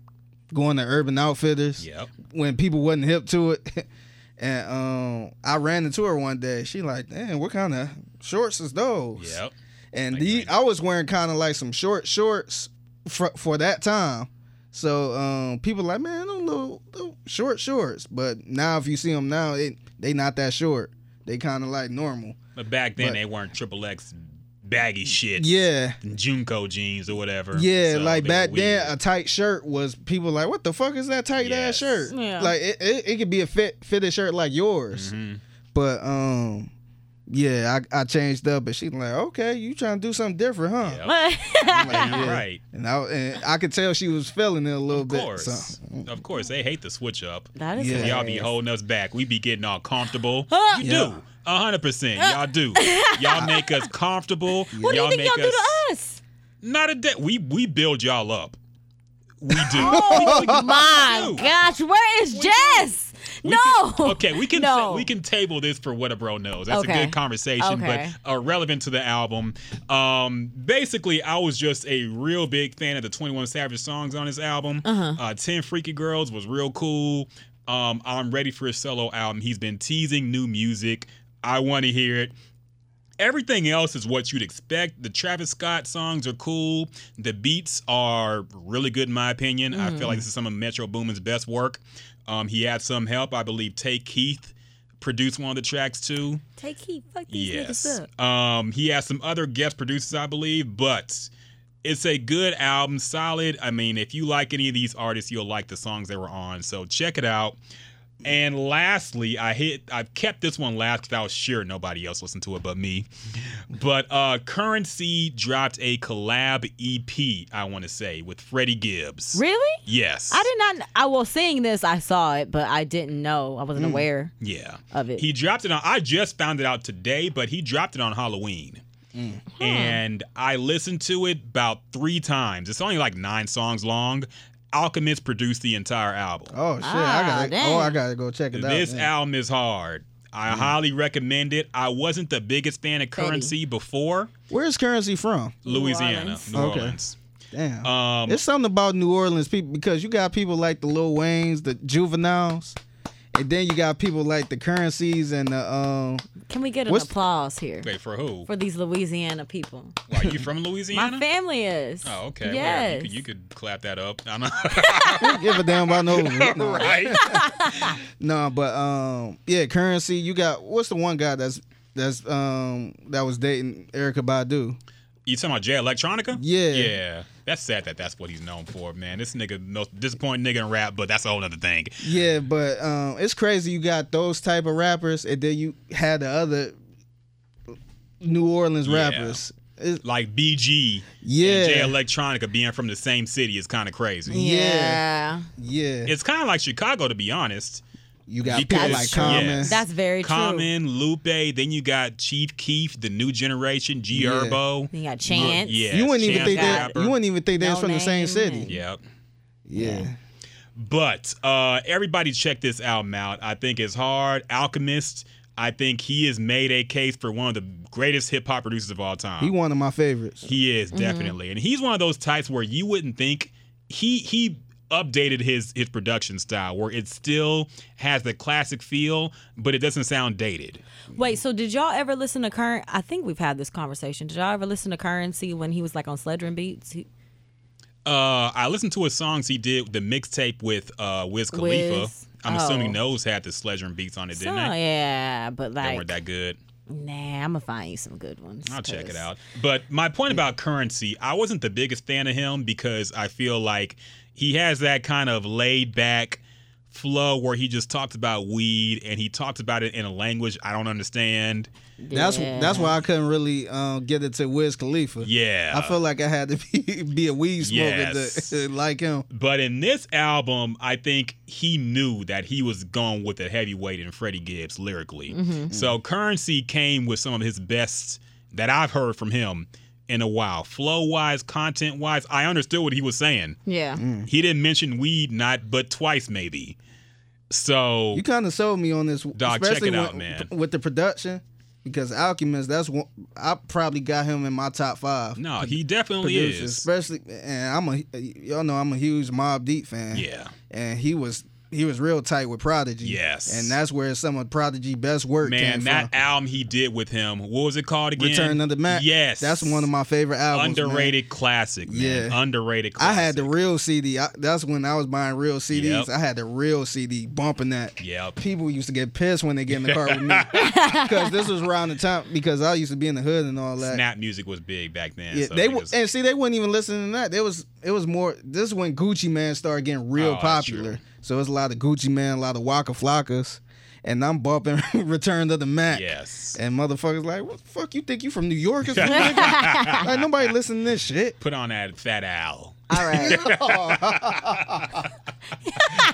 Speaker 3: going to Urban Outfitters
Speaker 2: Yep.
Speaker 3: when people wasn't hip to it. [LAUGHS] and um I ran into her one day. She like, "Damn, what kind of shorts is those?"
Speaker 2: Yep.
Speaker 3: And the, I was wearing kind of like some short shorts for, for that time. So um, people like, man, them little, little short shorts. But now, if you see them now, they they not that short. They kind of like normal.
Speaker 2: But back then
Speaker 3: But-
Speaker 2: they weren't triple X baggy shit.
Speaker 3: Yeah,
Speaker 2: Junko jeans or whatever.
Speaker 3: yeah.
Speaker 2: So
Speaker 3: like
Speaker 2: they
Speaker 3: back
Speaker 2: were
Speaker 3: then, a
Speaker 2: weird.
Speaker 3: tight shirt was people like, what the fuck is that tight
Speaker 2: Yes.
Speaker 3: ass shirt?
Speaker 4: Yeah.
Speaker 3: Like it, it, it could be a fit fitted shirt like yours.
Speaker 2: Mm-hmm.
Speaker 3: But um, yeah, I, I changed up, and she like, okay, you trying to do something different, huh?
Speaker 2: Yep.
Speaker 3: I'm like,
Speaker 2: Damn
Speaker 3: yeah.
Speaker 2: right.
Speaker 3: And I, and I could tell she was feeling it a little
Speaker 2: Of
Speaker 3: bit.
Speaker 2: course.
Speaker 3: So.
Speaker 2: Of course. They hate the switch up.
Speaker 4: that is
Speaker 3: Yeah.
Speaker 4: yeah.
Speaker 2: Y'all be holding us back. We be getting all comfortable.
Speaker 4: [GASPS] Huh.
Speaker 2: You
Speaker 3: Yeah.
Speaker 2: do. A hundred percent. Y'all
Speaker 4: [LAUGHS]
Speaker 2: do. Y'all make us comfortable.
Speaker 4: What do
Speaker 2: y'all
Speaker 4: you think
Speaker 2: make
Speaker 4: y'all do
Speaker 2: us,
Speaker 3: [LAUGHS]
Speaker 4: to us?
Speaker 2: Not a day. We we build y'all up. [LAUGHS] We do.
Speaker 4: Oh my
Speaker 2: do.
Speaker 4: gosh, where is Jess?
Speaker 2: We
Speaker 4: no.
Speaker 2: can- okay, we can
Speaker 4: No.
Speaker 2: we can table this for what a bro knows. That's a
Speaker 4: Okay.
Speaker 2: good conversation,
Speaker 4: Okay.
Speaker 2: but uh, relevant to the album. Um, basically, I was just a real big fan of the Twenty One Savage songs on this album. Uh-huh. Ten Freaky Girls was real cool. Um, I'm ready for his solo album. He's been teasing new music. I want to hear it. Everything else is what you'd expect. The Travis Scott songs are cool. The beats are really good, in my opinion. I feel like this is some of Metro Boomin's best work. Um, he had some help, I believe. Tay Keith produced one of the tracks too.
Speaker 4: Take heat. Fuck these niggas
Speaker 2: yes.
Speaker 4: up.
Speaker 2: Um, he has some other guest producers, I believe, but it's a good album, solid. I mean, if you like any of these artists, you'll like the songs they were on. So check it out. And lastly, I hit I've kept this one last because I was sure nobody else listened to it but me. But uh Currency dropped a collab EP, I want to say, with Freddie Gibbs.
Speaker 4: Really?
Speaker 2: Yes.
Speaker 4: I did not. I was seeing this. I saw it, but I didn't know. I
Speaker 3: Mm.
Speaker 4: wasn't aware
Speaker 2: Yeah.
Speaker 4: of it.
Speaker 2: He dropped it on. I just found it out today, but he dropped it on Halloween.
Speaker 3: Mm.
Speaker 2: And I listened to it about three times. It's only like nine songs long. Alchemist produced the entire album.
Speaker 3: Oh shit!
Speaker 4: Ah,
Speaker 3: I gotta.
Speaker 4: dang.
Speaker 3: Oh, I gotta go check it out.
Speaker 2: this
Speaker 3: man.
Speaker 2: album is hard.
Speaker 3: Mm.
Speaker 2: I highly recommend it. I wasn't the biggest fan of
Speaker 4: Betty.
Speaker 2: Currency before
Speaker 3: Where's currency from?
Speaker 2: Louisiana,
Speaker 4: Orleans.
Speaker 2: New
Speaker 3: Okay.
Speaker 2: Orleans.
Speaker 3: Damn.
Speaker 2: Um,
Speaker 3: it's something about New Orleans people because you got people like the Lil Wayne's, the Juveniles, And then you got people like the currencies and the um
Speaker 4: Can we get an
Speaker 3: What's-
Speaker 4: applause here
Speaker 2: Wait, for who?
Speaker 4: for these Louisiana people?
Speaker 2: Why,
Speaker 4: [LAUGHS]
Speaker 2: you from Louisiana?
Speaker 4: My family is.
Speaker 2: Oh, okay. Well,
Speaker 4: Yes.
Speaker 2: you, could, you could clap that up. [LAUGHS] I'm not
Speaker 3: give a damn
Speaker 2: [LAUGHS]
Speaker 3: about no no,
Speaker 2: right.
Speaker 3: no, but um yeah, currency. You got what's the one guy that's that's um that was dating Erica Badu?
Speaker 2: You talking about Jay Electronica?
Speaker 3: Yeah.
Speaker 2: Yeah. That's sad that that's what he's known for, man. This nigga, most disappointing nigga in rap, but that's a whole other thing.
Speaker 3: Yeah, but um it's crazy. You got those type of rappers, and then you had the other New Orleans
Speaker 2: Yeah.
Speaker 3: rappers. It's-
Speaker 2: Like BG
Speaker 3: Yeah,
Speaker 2: and Jay Electronica being from the same city is kind of crazy.
Speaker 3: Yeah. yeah.
Speaker 2: It's kind of like Chicago, to be honest.
Speaker 3: you got
Speaker 2: because-
Speaker 3: people like Common.
Speaker 2: yes.
Speaker 4: That's very true.
Speaker 2: Common, Lupe, then you got Chief Keef, the new generation, G
Speaker 3: Yeah.
Speaker 2: Herbo.
Speaker 4: You got Chance.
Speaker 2: Yeah.
Speaker 3: you wouldn't
Speaker 2: Chance
Speaker 3: even think
Speaker 2: the
Speaker 3: that.
Speaker 2: Rapper.
Speaker 3: You wouldn't even think they
Speaker 4: No
Speaker 3: was from the same
Speaker 4: name
Speaker 3: city.
Speaker 4: and-
Speaker 2: Yep.
Speaker 3: Yeah.
Speaker 2: But uh, everybody check this album out. I think it's hard. Alchemist, I think he has made a case for one of the greatest hip hop producers of all time.
Speaker 3: he one of my favorites.
Speaker 2: He
Speaker 4: Mm-hmm.
Speaker 2: is definitely, and he's one of those types where you wouldn't think he he updated his his production style where it still has the classic feel, but it doesn't sound dated.
Speaker 4: Wait, so did y'all ever listen to Current? I think we've had this conversation. Did y'all ever listen to Currency when he was like on Sledgerin Beats? He-
Speaker 2: Uh, I listened to his songs he did the mixtape with uh Wiz Khalifa.
Speaker 4: Wiz.
Speaker 2: I'm
Speaker 4: Oh.
Speaker 2: assuming those had the sledger and beats on it,
Speaker 4: So,
Speaker 2: didn't they?
Speaker 4: yeah, but
Speaker 2: They
Speaker 4: like,
Speaker 2: weren't that good.
Speaker 4: nah, I'm gonna find you some good ones.
Speaker 2: I'll check it
Speaker 4: 'cause-
Speaker 2: out. But my point about currency, I wasn't the biggest fan of him because I feel like he has that kind of laid back flow where he just talks about weed and he talks about it in a language I don't understand.
Speaker 3: That's
Speaker 4: Yeah.
Speaker 3: that's why I couldn't really um, get it to Wiz Khalifa.
Speaker 2: Yeah.
Speaker 3: I feel like I had to [LAUGHS] be, be a weed smoker
Speaker 2: Yes.
Speaker 3: to [LAUGHS] like him.
Speaker 2: but in this album, I think he knew that he was going with a heavyweight in Freddie Gibbs lyrically. So currency came with some of his best that I've heard from him in a while. Flow wise, content wise, I understood what he was saying.
Speaker 4: Yeah.
Speaker 3: Mm.
Speaker 2: He didn't mention weed not but twice maybe. So
Speaker 3: You kind of sold me on this,
Speaker 2: Dog, check
Speaker 3: especially
Speaker 2: it
Speaker 3: when-
Speaker 2: out, man.
Speaker 3: with the production because Alchemist. That's one I probably got him in my top five.
Speaker 2: no, he definitely
Speaker 3: producers,
Speaker 2: is.
Speaker 3: especially and I'm a y'all know I'm a huge Mob Deep fan.
Speaker 2: Yeah.
Speaker 3: and he was he was real tight with Prodigy.
Speaker 2: Yes.
Speaker 3: and that's where some of Prodigy best work
Speaker 2: Man,
Speaker 3: came
Speaker 2: that
Speaker 3: from.
Speaker 2: album he did with him, what was it called again?
Speaker 3: Return of the Mac.
Speaker 2: Yes.
Speaker 3: that's one of my favorite albums. man.
Speaker 2: underrated classic, man.
Speaker 3: Yeah.
Speaker 2: Underrated classic.
Speaker 3: I had the real CD. I, that's when I was buying real
Speaker 2: Yep.
Speaker 3: CDs. I had the real CD bumping that.
Speaker 2: Yep.
Speaker 3: People used to get pissed when they get in the car
Speaker 2: [LAUGHS]
Speaker 3: with me because this was around the time because I used to be in the hood and all that.
Speaker 2: Snap music was big back then.
Speaker 3: Yeah,
Speaker 2: so
Speaker 3: they
Speaker 2: we
Speaker 3: were,
Speaker 2: just-
Speaker 3: and see they wouldn't even listen to that. There was it was more. This is when Gucci Man started getting real
Speaker 2: Oh, that's true.
Speaker 3: popular. So it's a lot of Gucci Man, a lot of Waka Flockas, and I'm bumping [LAUGHS] Return of the Mac.
Speaker 2: yes.
Speaker 3: And motherfuckers like, what the fuck you think you from New York?
Speaker 2: [LAUGHS]
Speaker 3: Or something like, that? Like, nobody listen to this shit.
Speaker 2: Put on that Fat
Speaker 4: [LAUGHS]
Speaker 2: Al.
Speaker 4: All
Speaker 3: [LAUGHS]
Speaker 4: right.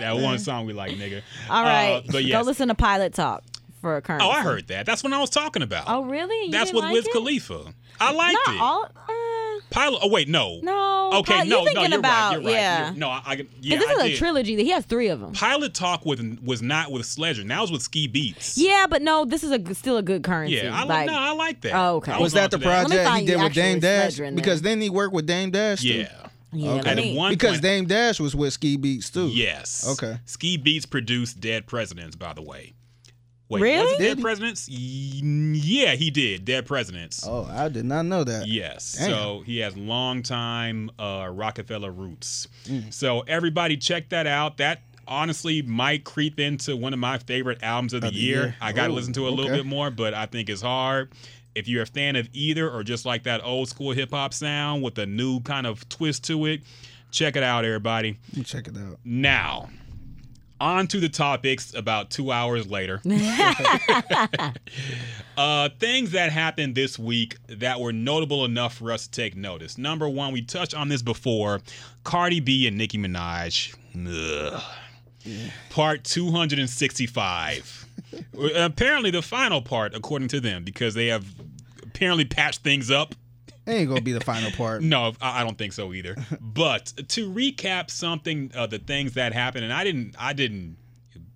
Speaker 2: That one song we like, nigga.
Speaker 4: [LAUGHS]
Speaker 2: Uh, [LAUGHS]
Speaker 4: All right.
Speaker 2: but yes.
Speaker 4: Go listen to Pilot Talk for Currency.
Speaker 2: Oh, I heard that. That's what I was talking about.
Speaker 4: Oh, really? You
Speaker 2: That's
Speaker 4: didn't
Speaker 2: what
Speaker 4: like
Speaker 2: Wiz
Speaker 4: it?
Speaker 2: Khalifa. I liked
Speaker 4: Not
Speaker 2: it.
Speaker 4: all. Uh,
Speaker 2: Pilot. Oh wait, no.
Speaker 4: no.
Speaker 2: Okay,
Speaker 4: Pilot-
Speaker 2: no, no,
Speaker 4: you're thinking
Speaker 2: you're
Speaker 4: about
Speaker 2: right. You're right.
Speaker 4: yeah.
Speaker 2: You're- no, I, I yeah,
Speaker 4: 'Cause this
Speaker 2: I
Speaker 4: is
Speaker 2: did.
Speaker 4: a trilogy. That he has three of them.
Speaker 2: Pilot Talk with was not with Sledger. Now it's with Ski Beats.
Speaker 4: Yeah, but no, this is a g- still a good currency.
Speaker 2: yeah. I like,
Speaker 4: like,
Speaker 2: no, I like that.
Speaker 4: Oh, okay.
Speaker 2: I
Speaker 4: Hold
Speaker 3: Was that
Speaker 2: onto
Speaker 3: the project
Speaker 4: find
Speaker 3: he
Speaker 4: you
Speaker 3: did with
Speaker 4: actually
Speaker 3: Dame Dash?
Speaker 4: Sledger in
Speaker 3: Because then he worked with Dame Dash. too.
Speaker 2: Yeah.
Speaker 4: yeah,
Speaker 3: Okay.
Speaker 4: let
Speaker 2: At
Speaker 4: me-
Speaker 2: one
Speaker 3: Because
Speaker 2: point-
Speaker 3: Dame Dash was with Ski Beats too.
Speaker 2: Yes.
Speaker 3: Okay.
Speaker 2: Ski Beats produced Dead Presidents, by the way. Wait, was
Speaker 4: Really?
Speaker 2: it
Speaker 3: Did
Speaker 2: Dead
Speaker 3: he?
Speaker 2: Presidents? Y- Yeah, he did. Dead Presidents.
Speaker 3: Oh, I did not know that.
Speaker 2: Yes.
Speaker 3: Damn.
Speaker 2: So he has long time uh, Rockefeller roots.
Speaker 3: Mm.
Speaker 2: So everybody check that out. That honestly might creep into one of my favorite albums of the,
Speaker 3: the
Speaker 2: year.
Speaker 3: year.
Speaker 2: I got to
Speaker 3: Ooh,
Speaker 2: listen to it a little
Speaker 3: okay.
Speaker 2: bit more, but I think it's hard. If you're a fan of either or just like that old school hip hop sound with a new kind of twist to it, check it out, everybody.
Speaker 3: Let me check it out.
Speaker 2: Now, on to the topics about two hours later. [LAUGHS] uh, things that happened this week that were notable enough for us to take notice. Number one, we touched on this before Cardi B and Nicki Minaj. Ugh. Part 265. apparently, the final part, according to them, because they have apparently patched things up.
Speaker 3: It ain't gonna be the
Speaker 2: [LAUGHS]
Speaker 3: final part.
Speaker 2: No, I I don't think so
Speaker 3: [LAUGHS]
Speaker 2: either. but to recap something of the things that happened, and I didn't, I didn't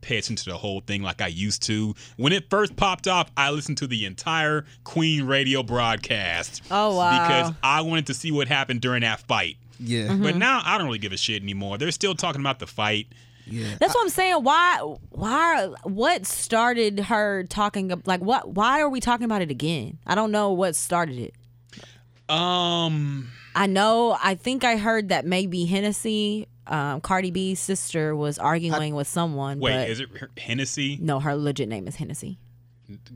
Speaker 2: pay attention to the whole thing like I used to. When it first popped off, I listened to the entire Queen radio broadcast.
Speaker 4: Oh, wow.
Speaker 2: Because I wanted to see what happened during that fight.
Speaker 3: Yeah.
Speaker 4: Mm-hmm. Hmm.
Speaker 2: But now I don't really give a shit anymore. They're still talking about the fight.
Speaker 3: Yeah.
Speaker 4: That's what I'm saying. Why? Why? What started her talking? ab- Like, what? Why are we talking about it again? I don't know what started it.
Speaker 2: Um,
Speaker 4: I know. I think I heard that maybe Hennessy, um, Cardi B's sister, was arguing with someone.
Speaker 2: wait,
Speaker 4: but
Speaker 2: is it Hennessy?
Speaker 4: no, her legit name is Hennessy.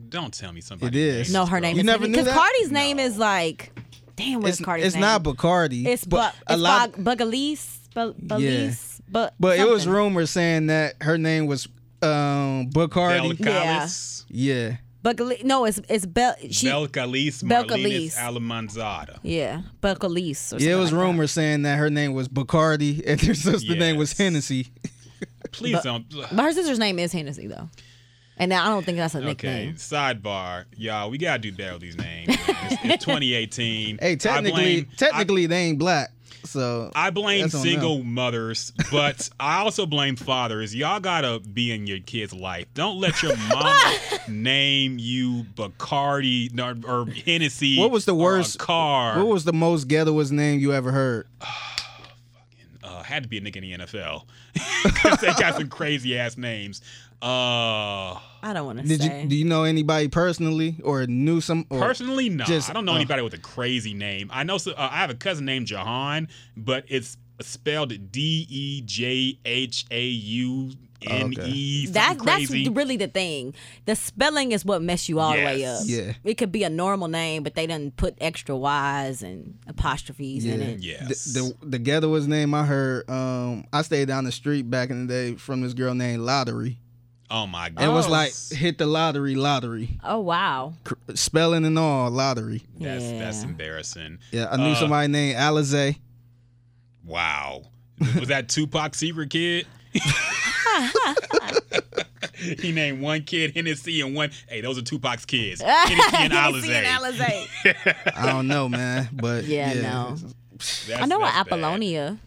Speaker 2: Don't tell me somebody.
Speaker 3: It is.
Speaker 4: No, her name
Speaker 3: You
Speaker 4: is
Speaker 3: never knew
Speaker 4: because
Speaker 3: that?
Speaker 4: Cardi's name is like, damn, what's
Speaker 3: It's,
Speaker 4: Cardi's
Speaker 3: it's
Speaker 4: name?
Speaker 3: not Bacardi.
Speaker 4: It's
Speaker 3: but
Speaker 4: but
Speaker 3: a lot.
Speaker 4: Bugalise, Bugalise, but
Speaker 3: but it was
Speaker 4: something.
Speaker 3: rumored saying that her name was um Bacardi.
Speaker 2: Belcalis.
Speaker 3: Yeah.
Speaker 4: Bugali- No, it's it's Bel. She
Speaker 2: Belcalis Marlinus
Speaker 4: Belcalis.
Speaker 2: Alamanzada.
Speaker 4: yeah, Bugalise. or
Speaker 3: Yeah, it
Speaker 4: something
Speaker 3: was
Speaker 4: like that.
Speaker 3: rumored saying that her name was Bacardi [LAUGHS] and her sister name was
Speaker 2: Yes.
Speaker 3: Hennessy.
Speaker 2: Please don't.
Speaker 4: But her sister's name is Hennessy though, and I don't think that's a
Speaker 2: Okay,
Speaker 4: nickname.
Speaker 2: sidebar, y'all. We gotta do better with these names. man. It's,
Speaker 3: [LAUGHS]
Speaker 2: it's 2018.
Speaker 3: Hey,
Speaker 2: I
Speaker 3: technically,
Speaker 2: blame,
Speaker 3: technically they ain't black. So
Speaker 2: I, I blame
Speaker 3: That's on them.
Speaker 2: single mothers, but I also blame fathers. Y'all gotta be in your kid's life. Don't let your
Speaker 3: [LAUGHS]
Speaker 2: mama name you Bacardi or, or Hennessy. uh,
Speaker 3: What was the
Speaker 2: or a
Speaker 3: worst-
Speaker 2: car?
Speaker 3: what was the most ghettoest name you ever heard?
Speaker 2: uh, had to be a nigga in the NFL. [LAUGHS] 'Cause they got some crazy ass names. Uh,
Speaker 4: I don't want to
Speaker 3: Did
Speaker 4: say.
Speaker 3: you do you know anybody personally or knew some or
Speaker 2: personally, no.
Speaker 3: just-
Speaker 2: I don't know
Speaker 3: uh,
Speaker 2: anybody with a crazy name. I know so, uh, I have a cousin named Jahan, but it's spelled D E J H A U N E.
Speaker 4: that that's
Speaker 2: crazy.
Speaker 4: really the thing. The spelling is what mess you all the way
Speaker 2: Yes.
Speaker 4: up.
Speaker 3: Yeah.
Speaker 4: it could be a normal name, but they didn't put extra Y's and apostrophes in
Speaker 3: Yeah.
Speaker 4: it.
Speaker 2: Mm, yes.
Speaker 3: The, the the ghettoest name I heard. Um, I stayed down the street back in the day from this girl named Lottery.
Speaker 2: oh my god.
Speaker 3: It was
Speaker 4: [LAUGHS]
Speaker 3: like hit the lottery, lottery,
Speaker 4: Oh wow.
Speaker 3: Cr- spelling and all, lottery.
Speaker 2: that's that's
Speaker 4: Yeah.
Speaker 2: embarrassing.
Speaker 3: Yeah, I knew
Speaker 2: Uh.
Speaker 3: somebody named Alize.
Speaker 2: Wow. Was that Tupac's secret kid? [LAUGHS] he named one kid Hennessy and one. Hey, those are Tupac's
Speaker 4: [LAUGHS]
Speaker 2: kids. Hennessy and
Speaker 4: Hennessy and
Speaker 2: Alizé. [LAUGHS]
Speaker 4: Alizé.
Speaker 3: I don't know, man, but
Speaker 4: [LAUGHS] Yeah,
Speaker 3: yeah,
Speaker 4: no.
Speaker 2: That's-
Speaker 4: I know
Speaker 2: that's
Speaker 4: a
Speaker 2: bad.
Speaker 4: Apollonia,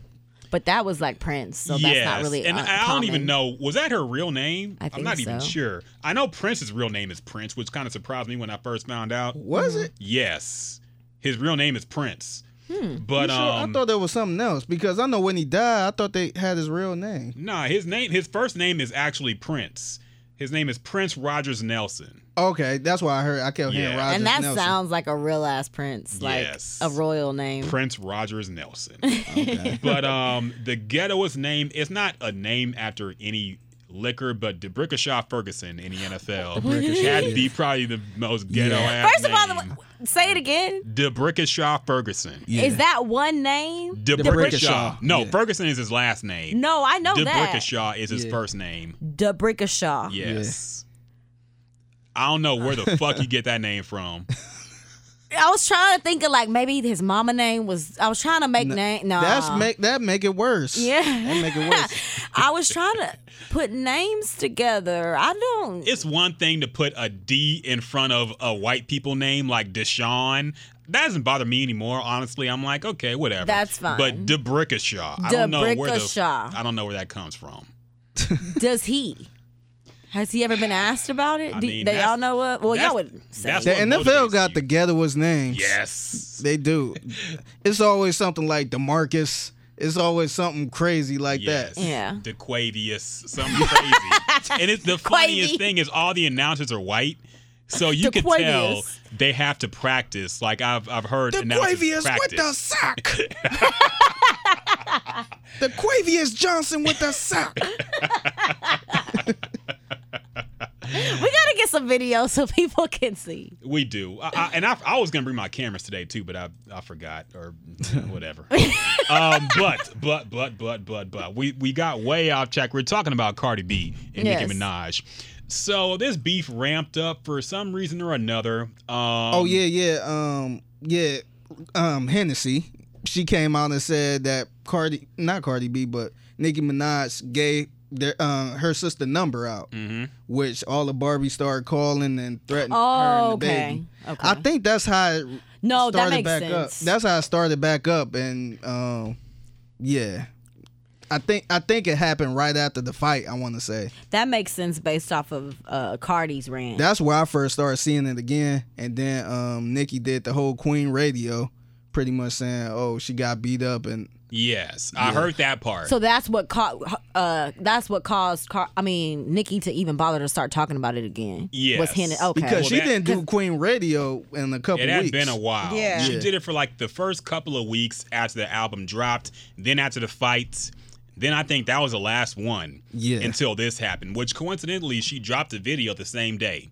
Speaker 4: but that was like Prince, so that's not really.
Speaker 2: and
Speaker 4: uh,
Speaker 2: I don't even
Speaker 4: common.
Speaker 2: know. Was that her real name?
Speaker 4: I
Speaker 2: am
Speaker 4: think
Speaker 2: not even
Speaker 4: so.
Speaker 2: sure. I know Prince's real name is Prince, which kind of surprised me when I first found out.
Speaker 3: Was
Speaker 4: Mm-hmm.
Speaker 3: it?
Speaker 2: Yes, his real name is Prince. But
Speaker 4: Hmm.
Speaker 3: You
Speaker 2: um,
Speaker 3: sure? I thought there was something else because I know when he died, I thought they had his real name.
Speaker 2: nah, his name, his first name is actually Prince. His name is Prince Rogers Nelson.
Speaker 3: Okay, that's why I heard. I kept hearing
Speaker 2: Yeah.
Speaker 3: Roger
Speaker 4: And that
Speaker 3: Nelson.
Speaker 4: sounds like a real ass Prince, like
Speaker 2: Yes.
Speaker 4: a royal name.
Speaker 2: Prince Rogers
Speaker 4: [LAUGHS]
Speaker 2: Nelson. but um, the ghettoest name is not a name after any liquor, but DeBrickashaw Ferguson in the NFL
Speaker 3: [LAUGHS] DeBrickashaw,
Speaker 2: had to
Speaker 3: yeah.
Speaker 2: be probably the most ghetto. ass
Speaker 4: First of all,
Speaker 2: name.
Speaker 4: the, say it again.
Speaker 2: DeBrickashaw Ferguson.
Speaker 3: Yeah.
Speaker 4: Is that one name?
Speaker 2: DeBrickashaw.
Speaker 3: DeBrickashaw.
Speaker 2: No,
Speaker 3: Yeah.
Speaker 2: Ferguson is his last name.
Speaker 4: No, I know that.
Speaker 2: DeBrickashaw is his
Speaker 3: Yeah.
Speaker 2: first name.
Speaker 4: Debrickashaw.
Speaker 2: Yes. I don't know where the fuck you get that name from.
Speaker 4: I was trying to think of like maybe his mama name was. I was trying to make name. No,
Speaker 3: That's make that make it worse.
Speaker 4: uh, Yeah.
Speaker 3: that make it
Speaker 4: [LAUGHS]
Speaker 3: worse.
Speaker 4: I was trying to put names together. I don't.
Speaker 2: It's one thing to put a D in front of a white people name like Deshaun. That doesn't bother me anymore. Honestly, I'm like, okay, whatever.
Speaker 4: That's fine.
Speaker 2: But DeBrickashaw. I don't know where the,
Speaker 4: DeBrickashaw.
Speaker 2: I don't know where that comes from.
Speaker 4: does he? Has he ever been asked about it?
Speaker 2: I
Speaker 4: Do,
Speaker 2: mean,
Speaker 4: do
Speaker 2: that's-
Speaker 4: y'all know what? Well,
Speaker 2: that's-
Speaker 4: y'all would say.
Speaker 2: that's
Speaker 3: The
Speaker 2: What
Speaker 3: NFL
Speaker 2: motivates
Speaker 3: got
Speaker 2: you?
Speaker 3: the ghettoest names.
Speaker 2: Yes.
Speaker 3: They do. It's always something like Demarcus. It's always something crazy like
Speaker 2: yes.
Speaker 3: that.
Speaker 4: Yeah.
Speaker 2: DeQuavius, something crazy. and it's the funniest
Speaker 4: Quavy.
Speaker 2: thing is all the announcers are white. So you could tell
Speaker 4: DeQuavius.
Speaker 2: they have to practice. Like I've I've heard announcers
Speaker 3: Quavius with the
Speaker 2: practice. [LAUGHS]
Speaker 3: sock. [LAUGHS] the Quavius Johnson with the sock.
Speaker 4: we gotta get some video so [LAUGHS] people can see.
Speaker 2: We do. I, I, and I, I was gonna bring my cameras today too, but I I forgot or whatever. um, but but but but but but we we got way off track. We're talking about Cardi B and
Speaker 4: Yes.
Speaker 2: Nicki Minaj. So this beef ramped up for some reason or another. Um,
Speaker 3: Oh yeah, yeah, um, yeah, um, Hennessy. She came out and said that Cardi, not Cardi B, but Nicki Minaj gave their uh, her sister number out, which all the Barbie started calling and threatening her
Speaker 4: Oh,
Speaker 3: and the
Speaker 4: okay.
Speaker 3: baby.
Speaker 4: Okay.
Speaker 3: I think that's how it
Speaker 4: No, that
Speaker 3: started
Speaker 4: makes
Speaker 3: back
Speaker 4: sense.
Speaker 3: up. That's how I started back up, and um, yeah, I think I think it happened right after the fight. I want to say
Speaker 4: that makes sense based off of uh, Cardi's rant.
Speaker 3: that's where I first started seeing it again, and then um, Nikki did the whole Queen radio, pretty much saying, "Oh, she got beat up," and
Speaker 2: Yes, I heard that part.
Speaker 4: So that's what caught. Uh, that's what caused. Car- I mean, Nikki to even bother to start talking about it again.
Speaker 2: Yes.
Speaker 4: was hinted. Okay,
Speaker 3: Because she
Speaker 2: that-
Speaker 3: didn't do Queen Radio in a couple
Speaker 2: it had
Speaker 3: weeks.
Speaker 2: been a while.
Speaker 4: Yeah.
Speaker 2: She
Speaker 3: Yeah.
Speaker 2: did it for like the first couple of weeks after the album dropped, then after the fights. Then I think that was the last one.
Speaker 3: Yeah.
Speaker 2: Until this happened, which coincidentally she dropped a video the same day.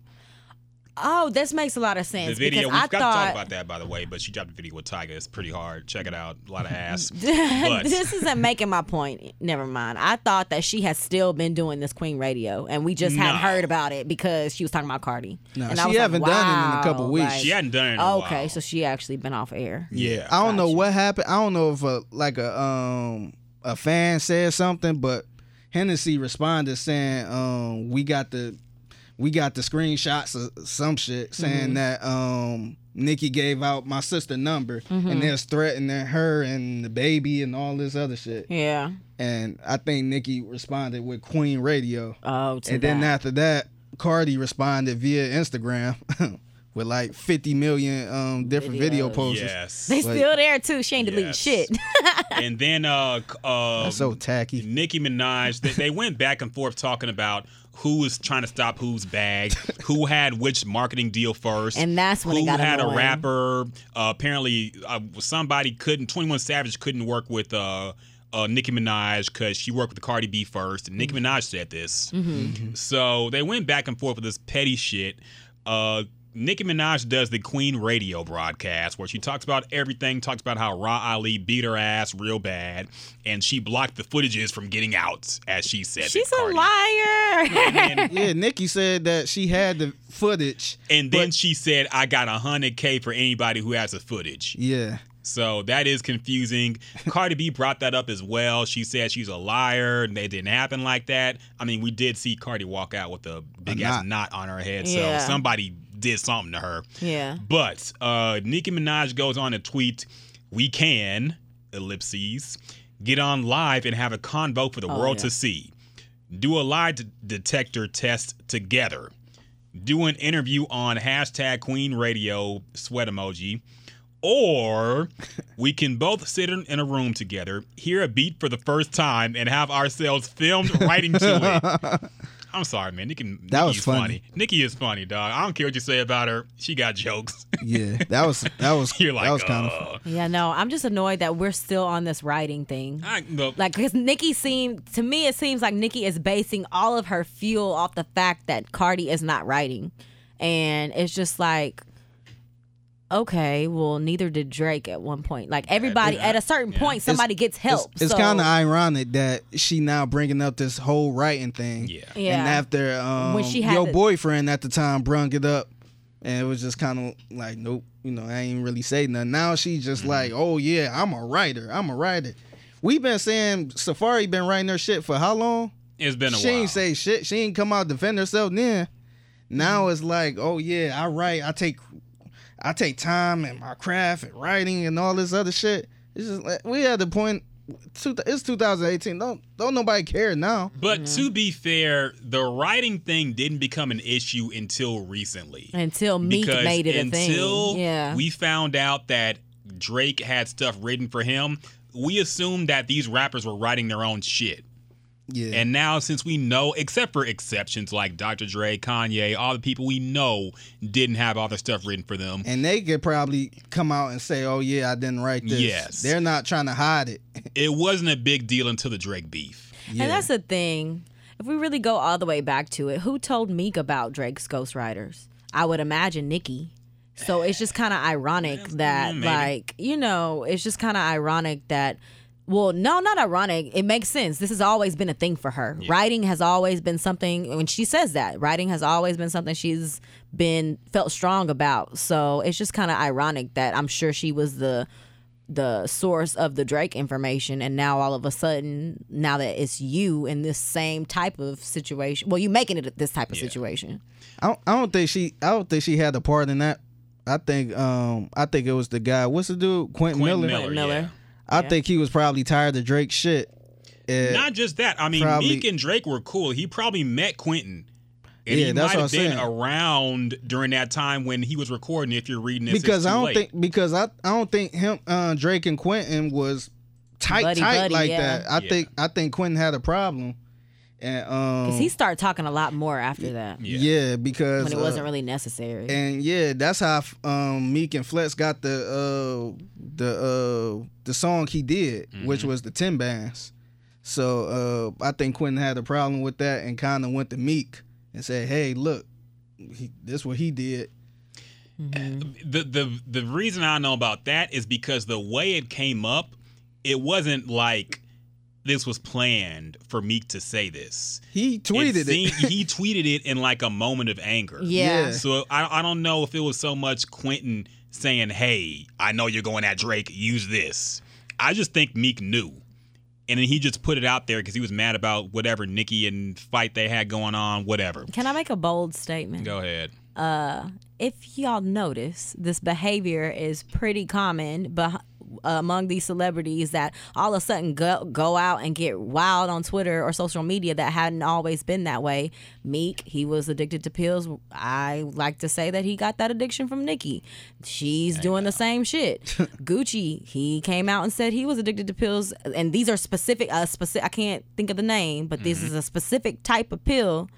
Speaker 4: oh, this makes a lot of
Speaker 2: The
Speaker 4: sense.
Speaker 2: video we've
Speaker 4: because I
Speaker 2: got to
Speaker 4: thought
Speaker 2: talk
Speaker 4: [LAUGHS]
Speaker 2: about that by the way, but she dropped a video with Tyga. It's pretty hard. Check it out. A lot of ass. but
Speaker 4: [LAUGHS] this isn't making my point. Never mind. I thought that she had still been doing this Queen Radio, and we just hadn't
Speaker 2: No.
Speaker 4: heard about it because she was talking about Cardi.
Speaker 3: No,
Speaker 4: and
Speaker 3: she haven't done it in a couple weeks.
Speaker 2: she hadn't done it. In a
Speaker 4: okay,
Speaker 2: while.
Speaker 4: so she actually been off air.
Speaker 2: yeah.
Speaker 3: I don't know what happened. I don't know if a, like a um a fan said something, but Hennessy responded saying, um, "We got the we got the screenshots of some shit saying that um Nikki gave out my sister number and there's threatening her and the baby and all this other shit."
Speaker 4: Yeah.
Speaker 3: And I think Nikki responded with Queen Radio,
Speaker 4: Oh, to
Speaker 3: and then
Speaker 4: that.
Speaker 3: after that, Cardi responded via Instagram [LAUGHS] with like 50 million um different video
Speaker 4: Videos.
Speaker 3: posts.
Speaker 2: Yes.
Speaker 4: they
Speaker 3: like-
Speaker 4: still there too. She ain't deleting
Speaker 2: Yes. [LAUGHS]
Speaker 4: shit.
Speaker 2: and then uh, c- uh,
Speaker 3: That's so tacky.
Speaker 2: Nicki Minaj, they, they went back and forth talking about who was trying to stop whose bag, who had which marketing deal first,
Speaker 4: And that's when it
Speaker 2: who
Speaker 4: got
Speaker 2: had
Speaker 4: annoying.
Speaker 2: a rapper. Uh, apparently, uh, somebody couldn't. Twenty One Savage couldn't work with. Uh, uh, Nicki Minaj, because she worked with Cardi B first, and Nicki
Speaker 4: Mm-hmm.
Speaker 2: Minaj said this. So they went back and forth with this petty shit. Uh, Nicki Minaj does the Queen radio broadcast where she talks about everything, talks about how Ra Ali beat her ass real bad, and she blocked the footages from getting out, as she said. that
Speaker 4: She's a
Speaker 2: Cardi-
Speaker 4: liar. [LAUGHS]
Speaker 3: Yeah, Nikki said that she had the footage.
Speaker 4: [LAUGHS]
Speaker 2: And then she said, I got 100K for anybody who has the footage.
Speaker 3: Yeah.
Speaker 2: So that is confusing. Cardi B brought that up as well. She said she's a liar and it didn't happen like that. I mean, we did see Cardi walk out with a big ass knot on her head. So
Speaker 4: Yeah.
Speaker 2: somebody did something to her.
Speaker 4: yeah.
Speaker 2: But uh, Nicki Minaj goes on to tweet, "We can ellipses get on live and have a convo for the
Speaker 4: Oh,
Speaker 2: world
Speaker 4: yeah.
Speaker 2: to see. Do a lie d- detector test together. Do an interview on hashtag Queen Radio sweat emoji." Or we can both sit in, in a room together, hear a beat for the first time, and have ourselves filmed writing to it.
Speaker 3: [LAUGHS]
Speaker 2: I'm sorry, man. Nicki,
Speaker 3: That was
Speaker 2: Nicki's
Speaker 3: funny.
Speaker 2: funny. Nikki is funny, dog. I don't care what you say about her. She got jokes. [LAUGHS]
Speaker 3: Yeah. That was that was
Speaker 2: You're like,
Speaker 3: that was
Speaker 2: uh,
Speaker 3: kind of
Speaker 4: Yeah. No, I'm just annoyed that we're still on this writing thing.
Speaker 2: I, no,
Speaker 4: Like, because Nikki seemed to me, it seems like Nikki is basing all of her fuel off the fact that Cardi is not writing, and it's just like, okay, well, neither did Drake at one point. Like everybody, at a certain point, somebody gets help.
Speaker 3: It's, it's
Speaker 4: so-
Speaker 3: kind of ironic that she now bringing up this whole writing thing.
Speaker 2: Yeah.
Speaker 4: Yeah.
Speaker 3: And after um,
Speaker 4: When she had
Speaker 3: your
Speaker 4: the-
Speaker 3: boyfriend at the time brung it up, and it was just kind of like, nope, you know, I ain't really say nothing. Now she's just like, oh yeah, I'm a writer. I'm a writer. We've been saying Safari been writing her shit for how long?
Speaker 2: it's been a
Speaker 3: she
Speaker 2: while.
Speaker 3: ain't say shit. She ain't come out defend herself then. Now
Speaker 2: Mm-hmm.
Speaker 3: it's like, oh yeah, I write. I take, I take time and my craft and writing and all this other shit. It's just like we at the point. two- It's 2018. Don't don't nobody care now.
Speaker 2: but to be fair, the writing thing didn't become an issue until recently.
Speaker 4: until Meek
Speaker 2: because
Speaker 4: made it a thing.
Speaker 2: until
Speaker 4: yeah.
Speaker 2: we found out that Drake had stuff written for him, we assumed that these rappers were writing their own shit.
Speaker 3: Yeah.
Speaker 2: And now, since we know, except for exceptions like Dr. Dre, Kanye, all the people we know didn't have all their stuff written for them.
Speaker 3: and they could probably come out and say, "Oh yeah, I didn't write this."
Speaker 2: Yes.
Speaker 3: they're not trying to hide it.
Speaker 2: It wasn't a big deal until the Drake beef.
Speaker 3: Yeah.
Speaker 4: And that's the thing. If we really go all the way back to it, who told Meek about Drake's ghostwriters? I would imagine Nikki. So it's just kind of ironic that,
Speaker 2: maybe.
Speaker 4: like, you know, it's just kind of ironic that. Well, no, not ironic. It makes sense. This has always been a thing for her. Writing has always been something, when she says that, writing has always been something she's been felt strong about. So it's just kind of ironic that I'm sure she was the the source of the Drake information, and now all of a sudden, now that it's you in this same type of situation, well, you making it this type of situation.
Speaker 3: I don't, I don't think she. I don't think she had a part in that. I think. Um. I think it was the guy. What's the dude? Quentin,
Speaker 2: Quentin
Speaker 3: Miller.
Speaker 2: Miller,
Speaker 4: Miller.
Speaker 2: yeah.
Speaker 3: I think he was probably tired of Drake's shit. And-
Speaker 2: Not just that. I mean,
Speaker 3: Probably-
Speaker 2: Meek and Drake were cool. He probably met Quentin. And
Speaker 3: Yeah,
Speaker 2: he
Speaker 3: that's
Speaker 2: might
Speaker 3: what
Speaker 2: have
Speaker 3: I'm
Speaker 2: been
Speaker 3: saying.
Speaker 2: around during that time when he was recording. If you're reading this, it's
Speaker 3: because I
Speaker 2: too
Speaker 3: don't
Speaker 2: late.
Speaker 3: think because I I don't think him uh, Drake and Quentin was tight,
Speaker 4: buddy,
Speaker 3: tight
Speaker 4: buddy,
Speaker 3: like
Speaker 4: yeah.
Speaker 3: that. I
Speaker 2: Yeah.
Speaker 3: think I think Quentin had a problem, and um,
Speaker 4: Because he started talking a lot more after that
Speaker 2: Yeah.
Speaker 3: yeah. because
Speaker 4: when it
Speaker 3: uh,
Speaker 4: wasn't really necessary.
Speaker 3: and yeah, that's how um, Meek and Flex got the uh, the uh, the song he did,
Speaker 2: Mm-hmm.
Speaker 3: which was the Ten Bands. So uh, I think Quentin had a problem with that and kind of went to Meek and said, "Hey, look, he, this what he did."
Speaker 2: the the the reason I know about that is because the way it came up, it wasn't like this was planned for Meek to say this.
Speaker 3: He tweeted it.
Speaker 2: seemed- he tweeted it in like a moment of anger.
Speaker 4: yeah.
Speaker 3: yeah.
Speaker 2: So I I don't know if it was so much Quentin saying, "Hey, I know you're going at Drake. Use this." I just think Meek knew, and then he just put it out there because he was mad about whatever Nicki and fight they had going on, whatever.
Speaker 4: Can I make a bold statement?
Speaker 2: Go ahead.
Speaker 4: uh, if y'all notice, this behavior is pretty common beh- among these celebrities that all of a sudden go, go out and get wild on Twitter or social media that hadn't always been that way. Meek, he was addicted to pills. I like to say that he got that addiction from Nicki. She's doing the same shit. Gucci, he came out and said he was addicted to pills, and these are specific. Uh, specific. I can't think of the name, but this is a specific type of pill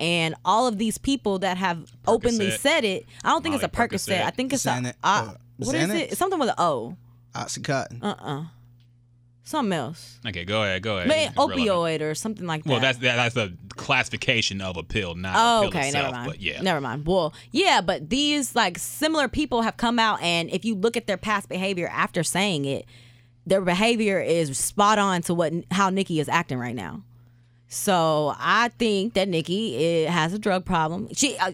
Speaker 4: and all of these people that have openly
Speaker 2: Percocet.
Speaker 4: said it. I don't think it's a
Speaker 2: Molly
Speaker 4: Percocet.
Speaker 2: Percocet.
Speaker 4: I think it's
Speaker 3: Xanax,
Speaker 4: a uh,
Speaker 3: uh,
Speaker 4: what is
Speaker 3: Xanax?
Speaker 4: it? Something with an O.
Speaker 3: Oxycontin.
Speaker 4: Uh uh Something else.
Speaker 2: Okay, go ahead. Go ahead.
Speaker 4: May
Speaker 2: It's irrelevant.
Speaker 4: opioid or something like that.
Speaker 2: Well, that's that, that's a classification of a pill, not
Speaker 4: Oh,
Speaker 2: a pill
Speaker 4: okay,
Speaker 2: itself.
Speaker 4: never mind.
Speaker 2: But yeah,
Speaker 4: Never mind. Well, yeah, but these like similar people have come out and if you look at their past behavior after saying it, their behavior is spot on to what how Nikki is acting right now. So, I think that Nikki eh, has a drug problem. She uh,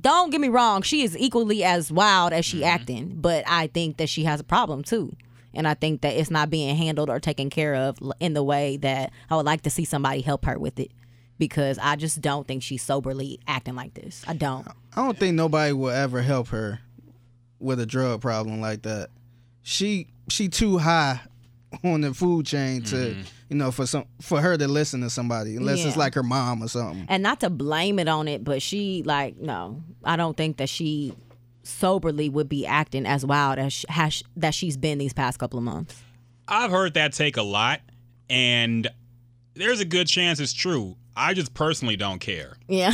Speaker 4: don't get me wrong, she is equally as wild as she acting, but I think that she has a problem too. And I think that it's not being handled or taken care of l- in the way that I would like to see somebody help her with it because I just don't think she's soberly acting like this. I don't.
Speaker 3: I don't think nobody will ever help her with a drug problem like that. She she too high on the food chain to
Speaker 2: Mm-hmm.
Speaker 3: you know for some for her to listen to somebody unless it's
Speaker 4: Yeah.
Speaker 3: like her mom or something.
Speaker 4: And not to blame it on it, but she, like, no, I don't think that she soberly would be acting as wild as sh has sh- that she's been these past couple of months.
Speaker 2: I've heard that take a lot, and there's a good chance it's true. I just personally don't care
Speaker 4: Yeah.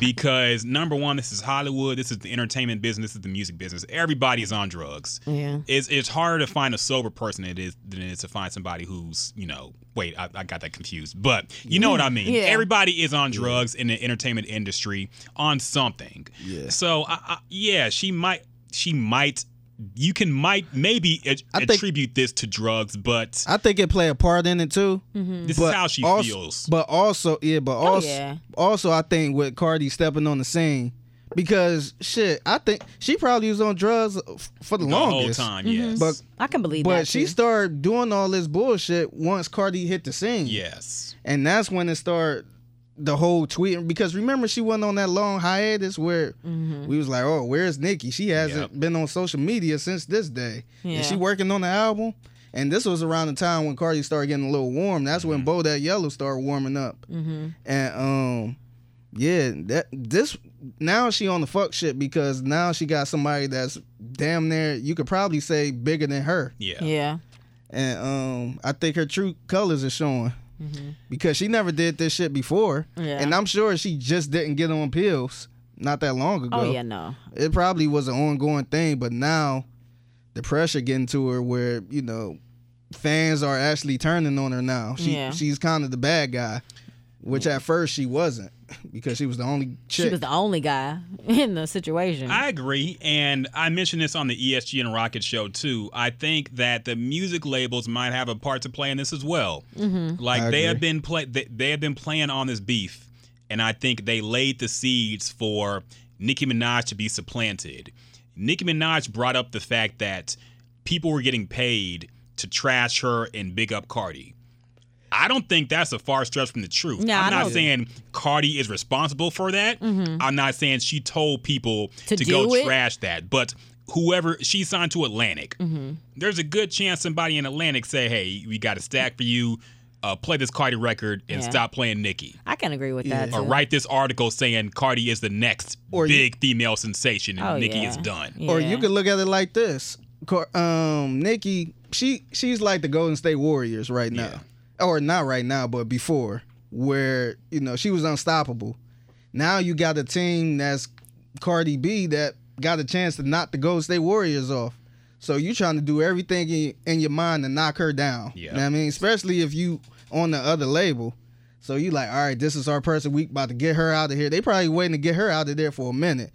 Speaker 2: because number one, this is Hollywood, this is the entertainment business, this is the music business. Everybody's on drugs.
Speaker 4: yeah.
Speaker 2: It's it's harder to find a sober person than it is than it is to find somebody who's you know. Wait, I, I got that confused, but you know what I mean.
Speaker 4: Yeah.
Speaker 2: Everybody is on drugs in the entertainment industry on something. Yeah. So I, I, yeah, she might she might you can might maybe at-
Speaker 3: I think-
Speaker 2: attribute this to drugs, but
Speaker 3: I think it play a part in it too.
Speaker 2: this is
Speaker 3: But
Speaker 2: how she
Speaker 3: also,
Speaker 2: feels.
Speaker 3: But also yeah, but also
Speaker 4: Mm-hmm. Oh, yeah.
Speaker 3: also I think with Cardi stepping on the scene because shit, I think she probably was on drugs f- for the,
Speaker 2: the
Speaker 3: longest.
Speaker 2: whole time,
Speaker 4: Mm-hmm.
Speaker 2: yes.
Speaker 3: But
Speaker 4: [LAUGHS] I can believe that.
Speaker 3: but she
Speaker 4: too.
Speaker 3: started doing all this bullshit once Cardi hit the scene.
Speaker 2: yes.
Speaker 3: and that's when it started the whole tweeting because remember she went on that long hiatus where we was like oh where's nikki she hasn't
Speaker 2: Yep.
Speaker 3: been on social media since this day
Speaker 4: Yeah.
Speaker 3: and she working on the album and this was around the time when cardi started getting a little warm that's when bo that yellow started warming up and um yeah that this now she on the fuck shit because now she got somebody that's damn near you could probably say bigger than her
Speaker 2: Yeah.
Speaker 4: Yeah.
Speaker 3: and um, I think her true colors are showing because she never did this shit before,
Speaker 4: Mm-hmm. Yeah.
Speaker 3: and I'm sure she just didn't get on pills not that long ago.
Speaker 4: Oh, yeah, no.
Speaker 3: It probably was an ongoing thing, but now the pressure getting to her where you know fans are actually turning on her now. She
Speaker 4: Yeah.
Speaker 3: she's kind of the bad guy, which at first she wasn't [LAUGHS] because she was the only chick.
Speaker 4: She was the only guy [LAUGHS] in the situation.
Speaker 2: I agree. And I mentioned this on the ESG and Rocket show, too. I think that the music labels might have a part to play in this as well.
Speaker 4: Mm-hmm.
Speaker 2: Like,
Speaker 3: I
Speaker 2: they
Speaker 3: agree.
Speaker 2: have, been play- they, they have been playing on this beef. And I think they laid the seeds for Nicki Minaj to be supplanted. Nicki Minaj brought up the fact that people were getting paid to trash her and big up Cardi. I don't think that's a far stretch from the truth.
Speaker 4: No, I
Speaker 2: I'm not
Speaker 4: don't- Mm-hmm.
Speaker 2: saying Cardi is responsible for that. I'm not saying she told people to,
Speaker 4: To
Speaker 2: go
Speaker 4: do it?
Speaker 2: trash that. But whoever she signed to Atlantic,
Speaker 4: Mm-hmm.
Speaker 2: there's a good chance somebody in Atlantic say, "Hey, we got a stack for you. Uh, play this Cardi record and
Speaker 4: Yeah.
Speaker 2: stop playing Nicki."
Speaker 4: I can agree with that.
Speaker 2: Or
Speaker 4: too.
Speaker 2: write this article saying Cardi is the next
Speaker 3: Or you-
Speaker 2: big female sensation and
Speaker 4: Oh,
Speaker 2: Nicki
Speaker 4: yeah.
Speaker 2: is done.
Speaker 4: Yeah.
Speaker 3: Or you could look at it like this. Car- Um, Nikki she she's like the Golden State Warriors right now, or not right now, but before where you know she was unstoppable. Now you got a team that's Cardi B that got a chance to knock the Golden State Warriors off. So you trying to do everything in, in your mind to knock her down.
Speaker 2: Yeah.
Speaker 3: You know what I mean, especially if you on the other label. So you like, all right, this is our person. We about to get her out of here. They probably waiting to get her out of there for a minute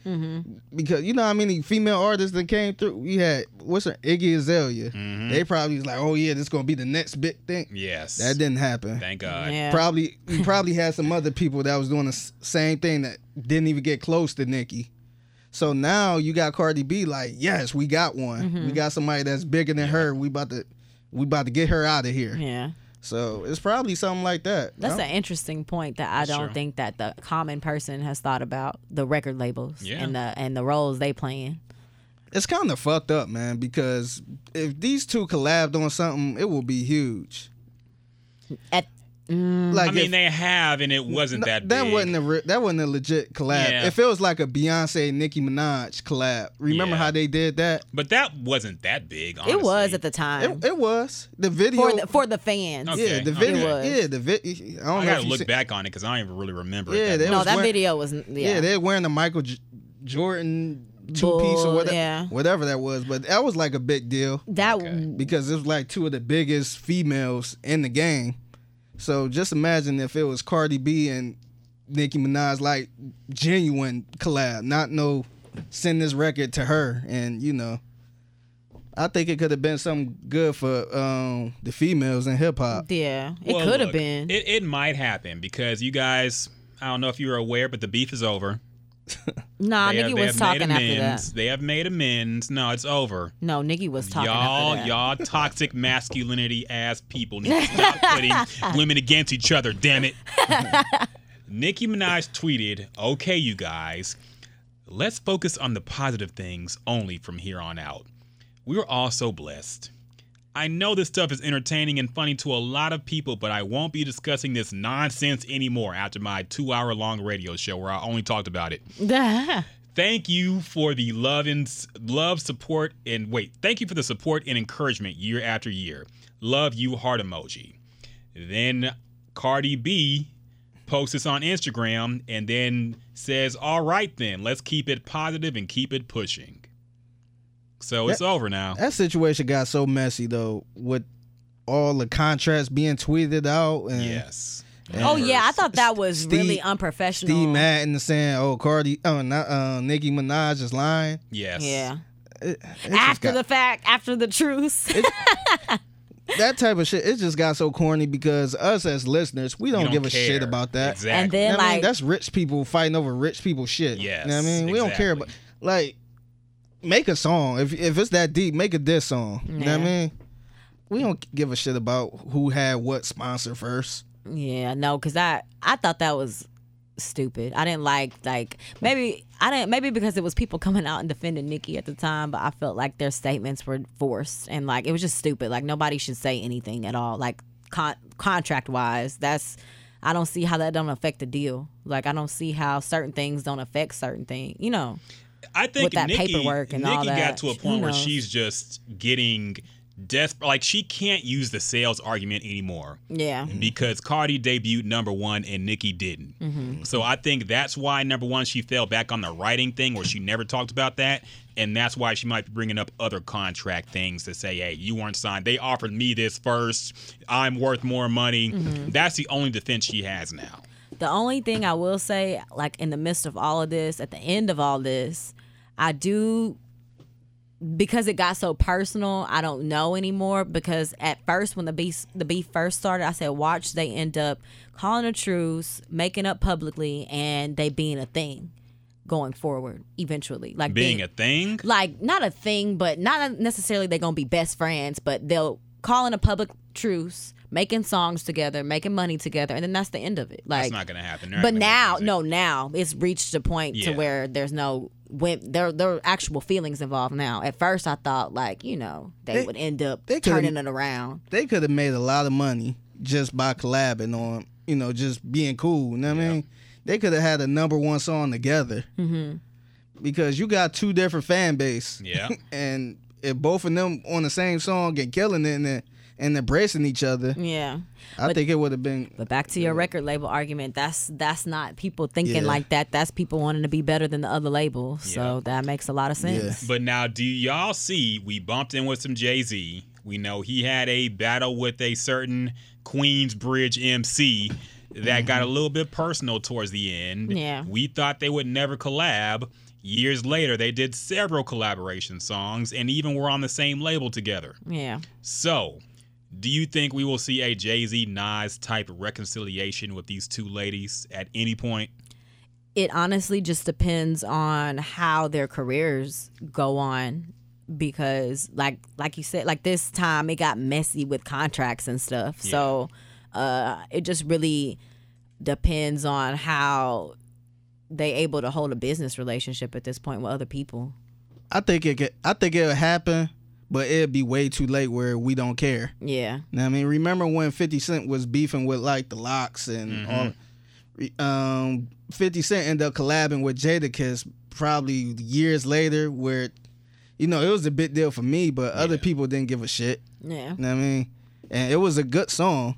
Speaker 3: because you know how many female artists that came through. We had what's her Iggy Azalea. They probably was like, oh yeah, this gonna be the next big thing.
Speaker 2: Mm-hmm. Yes.
Speaker 3: That didn't happen.
Speaker 2: Thank God.
Speaker 4: Yeah.
Speaker 3: Probably
Speaker 4: [LAUGHS]
Speaker 3: we probably had some other people that was doing the s- same thing that didn't even get close to Nicki. So now you got Cardi B like, yes, we got one.
Speaker 4: Mm-hmm.
Speaker 3: We got somebody that's bigger than her. We about to we about to get her out of here.
Speaker 4: Yeah.
Speaker 3: So it's probably something like that.
Speaker 4: That's
Speaker 3: I don't-
Speaker 4: an interesting point that I don't
Speaker 2: true.
Speaker 4: think that the common person has thought about the record labels
Speaker 2: Yeah.
Speaker 4: and the and the roles they playing.
Speaker 3: it's kind of fucked up, man, because if these two collabed on something, it will be huge.
Speaker 4: At
Speaker 3: Like
Speaker 4: Mm.
Speaker 2: I mean,
Speaker 3: if-
Speaker 2: they have, and it wasn't
Speaker 3: No,
Speaker 2: that.
Speaker 3: that
Speaker 2: big.
Speaker 3: wasn't a re- that wasn't a legit collab.
Speaker 2: Yeah.
Speaker 3: If it was like a Beyonce Nicki Minaj collab, remember
Speaker 2: Yeah.
Speaker 3: how they did that?
Speaker 2: But that wasn't that big. Honestly.
Speaker 4: it was at the time
Speaker 3: It, it was the video.
Speaker 4: for the, for the fans.
Speaker 2: Okay.
Speaker 3: yeah, the
Speaker 2: okay.
Speaker 3: video.
Speaker 4: It was.
Speaker 3: Yeah, the video. I don't
Speaker 2: I
Speaker 3: know. if
Speaker 2: gotta
Speaker 3: you
Speaker 2: look
Speaker 3: see-
Speaker 2: back on it because I don't even really remember.
Speaker 3: Yeah,
Speaker 2: it
Speaker 3: they
Speaker 2: that much.
Speaker 3: was-
Speaker 4: No, that
Speaker 3: wearing-
Speaker 4: video was yeah.
Speaker 3: Yeah, they're wearing the Michael J- Jordan two piece
Speaker 4: Bull,
Speaker 3: or whatever,
Speaker 4: yeah.
Speaker 3: whatever that was. But that was like a big deal
Speaker 4: that
Speaker 3: because it was like two of the biggest females in the game. So just imagine if it was Cardi B and Nicki Minaj, like genuine collab, not no send this record to her. And you know, I think it could have been something good for um, the females in hip hop.
Speaker 4: yeah, it
Speaker 2: Well,
Speaker 4: could have
Speaker 2: look,
Speaker 4: been.
Speaker 2: It, it might happen because you guys. I don't know if you were aware, but the beef is over.
Speaker 4: nah,
Speaker 2: They have-
Speaker 4: Nikki
Speaker 2: they
Speaker 4: was
Speaker 2: have
Speaker 4: talking
Speaker 2: made
Speaker 4: after
Speaker 2: amends.
Speaker 4: that.
Speaker 2: They have made amends. No, it's over.
Speaker 4: No, Nikki was talking
Speaker 2: Y'all,
Speaker 4: after that.
Speaker 2: y'all,
Speaker 4: [LAUGHS]
Speaker 2: toxic masculinity ass people need to stop putting women against each other. Damn it! [LAUGHS] Nicki Minaj tweeted, "Okay, you guys, let's focus on the positive things only from here on out. We're all so blessed. I know this stuff is entertaining and funny to a lot of people, but I won't be discussing this nonsense anymore after my two-hour-long radio show where I only talked about it." Thank you for the love and love support and wait. Thank you for the support and encouragement year after year. Love you heart emoji. Then Cardi B posts this on Instagram and then says, "All right then, let's keep it positive and keep it pushing." So it's over now.
Speaker 3: That situation got so messy though, with all the contracts being tweeted out and
Speaker 2: Yes.
Speaker 4: [LAUGHS] oh yeah, I thought that was
Speaker 3: Steve-
Speaker 4: really unprofessional.
Speaker 3: Steve Madden saying, "Oh, Cardi, oh, not, uh, Nicki Minaj is lying."
Speaker 2: Yes.
Speaker 4: Yeah.
Speaker 3: It just
Speaker 4: After
Speaker 3: got-
Speaker 4: the fact, after the truce. [LAUGHS]
Speaker 3: that type of shit, it just got so corny because us as listeners, we don't,
Speaker 2: We don't
Speaker 3: give a
Speaker 2: care.
Speaker 3: shit about that.
Speaker 2: Exactly.
Speaker 4: and then
Speaker 3: You know what I mean,
Speaker 4: like
Speaker 3: that's rich people fighting over rich people shit.
Speaker 2: Yes,
Speaker 3: you know what I mean, we don't care about
Speaker 2: exactly.
Speaker 3: like make a song if if it's that deep, make a diss song. You know what I
Speaker 4: Yeah.
Speaker 3: mean? We don't give a shit about who had what sponsor first.
Speaker 4: Yeah, no, because I I thought that was stupid. I didn't like like maybe I didn't maybe because it was people coming out and defending Nikki at the time, but I felt like their statements were forced and like it was just stupid. Like nobody should say anything at all. Like con- contract wise, that's I don't see how that don't affect the deal. Like I don't see how certain things don't affect certain things. You know,
Speaker 2: I think
Speaker 4: with that
Speaker 2: Nikki,
Speaker 4: paperwork and all
Speaker 2: Nikki got
Speaker 4: that.
Speaker 2: to a
Speaker 4: Who
Speaker 2: point where
Speaker 4: knows?
Speaker 2: she's just getting desperate. Like she can't use the sales argument anymore
Speaker 4: yeah.
Speaker 2: because Cardi debuted number one and Nikki didn't.
Speaker 4: Mm-hmm.
Speaker 2: So I think that's why number one she fell back on the writing thing where she never talked about that, and that's why she might be bringing up other contract things to say, "Hey, you weren't signed. They offered me this first. I'm worth more money."
Speaker 4: Mm-hmm.
Speaker 2: That's the only defense she has now.
Speaker 4: The only thing I will say, like in the midst of all of this, at the end of all this, I do because it got so personal. I don't know anymore because at first, when the beef the beef first started, I said, "Watch, they end up calling a truce, making up publicly, and they being a thing going forward eventually." Like
Speaker 2: Being
Speaker 4: being-
Speaker 2: a thing.
Speaker 4: like not a thing, but not necessarily they're gonna be best friends, but they'll call in a public truce, making songs together, making money together, and then that's the end of it. Like
Speaker 2: That's not gonna happen. They're not
Speaker 4: but
Speaker 2: gonna make
Speaker 4: now,
Speaker 2: music.
Speaker 4: no, now it's reached a point to
Speaker 2: Yeah.
Speaker 4: where there's no when there there are actual feelings involved now. At first, I thought like you know they,
Speaker 3: They-
Speaker 4: would end up
Speaker 3: they could've-
Speaker 4: turning it around.
Speaker 3: They could have made a lot of money just by collabing on, you know, just being cool. You know what I mean? They could have had a number one song together. Mm-hmm. Because you got two different fan base.
Speaker 2: Yeah.
Speaker 3: and if both of them on the same song and killing it and then- and embracing each other,
Speaker 4: Yeah.
Speaker 3: I think it would have been.
Speaker 4: But back to your record label argument, that's that's not people thinking
Speaker 3: Yeah.
Speaker 4: like that. That's people wanting to be better than the other label. So that makes a lot of sense.
Speaker 2: But now, do y'all see? We bumped in with some Jay Z. We know he had a battle with a certain Queensbridge MC that got a little bit personal towards the end.
Speaker 4: Yeah.
Speaker 2: We thought they would never collab. Years later, they did several collaboration songs and even were on the same label together.
Speaker 4: Yeah.
Speaker 2: So, do you think we will see a Jay Z Nas type reconciliation with these two ladies at any point?
Speaker 4: It honestly just depends on how their careers go on because like like you said, like this time it got messy with contracts and stuff. So uh it just really depends on how they able to hold a business relationship at this point with other people.
Speaker 3: I think it. Could, I think it'll happen, but it'd be way too late where we don't care.
Speaker 4: Yeah.
Speaker 3: Now, I mean, remember when 50 Cent was beefing with like the locks and all. re- Um, 50 Cent ended up collabing with Jadakiss probably years later, where, you know, it was a big deal for me, but other people didn't give a shit.
Speaker 4: Yeah.
Speaker 3: You know what I mean? And it was a good song,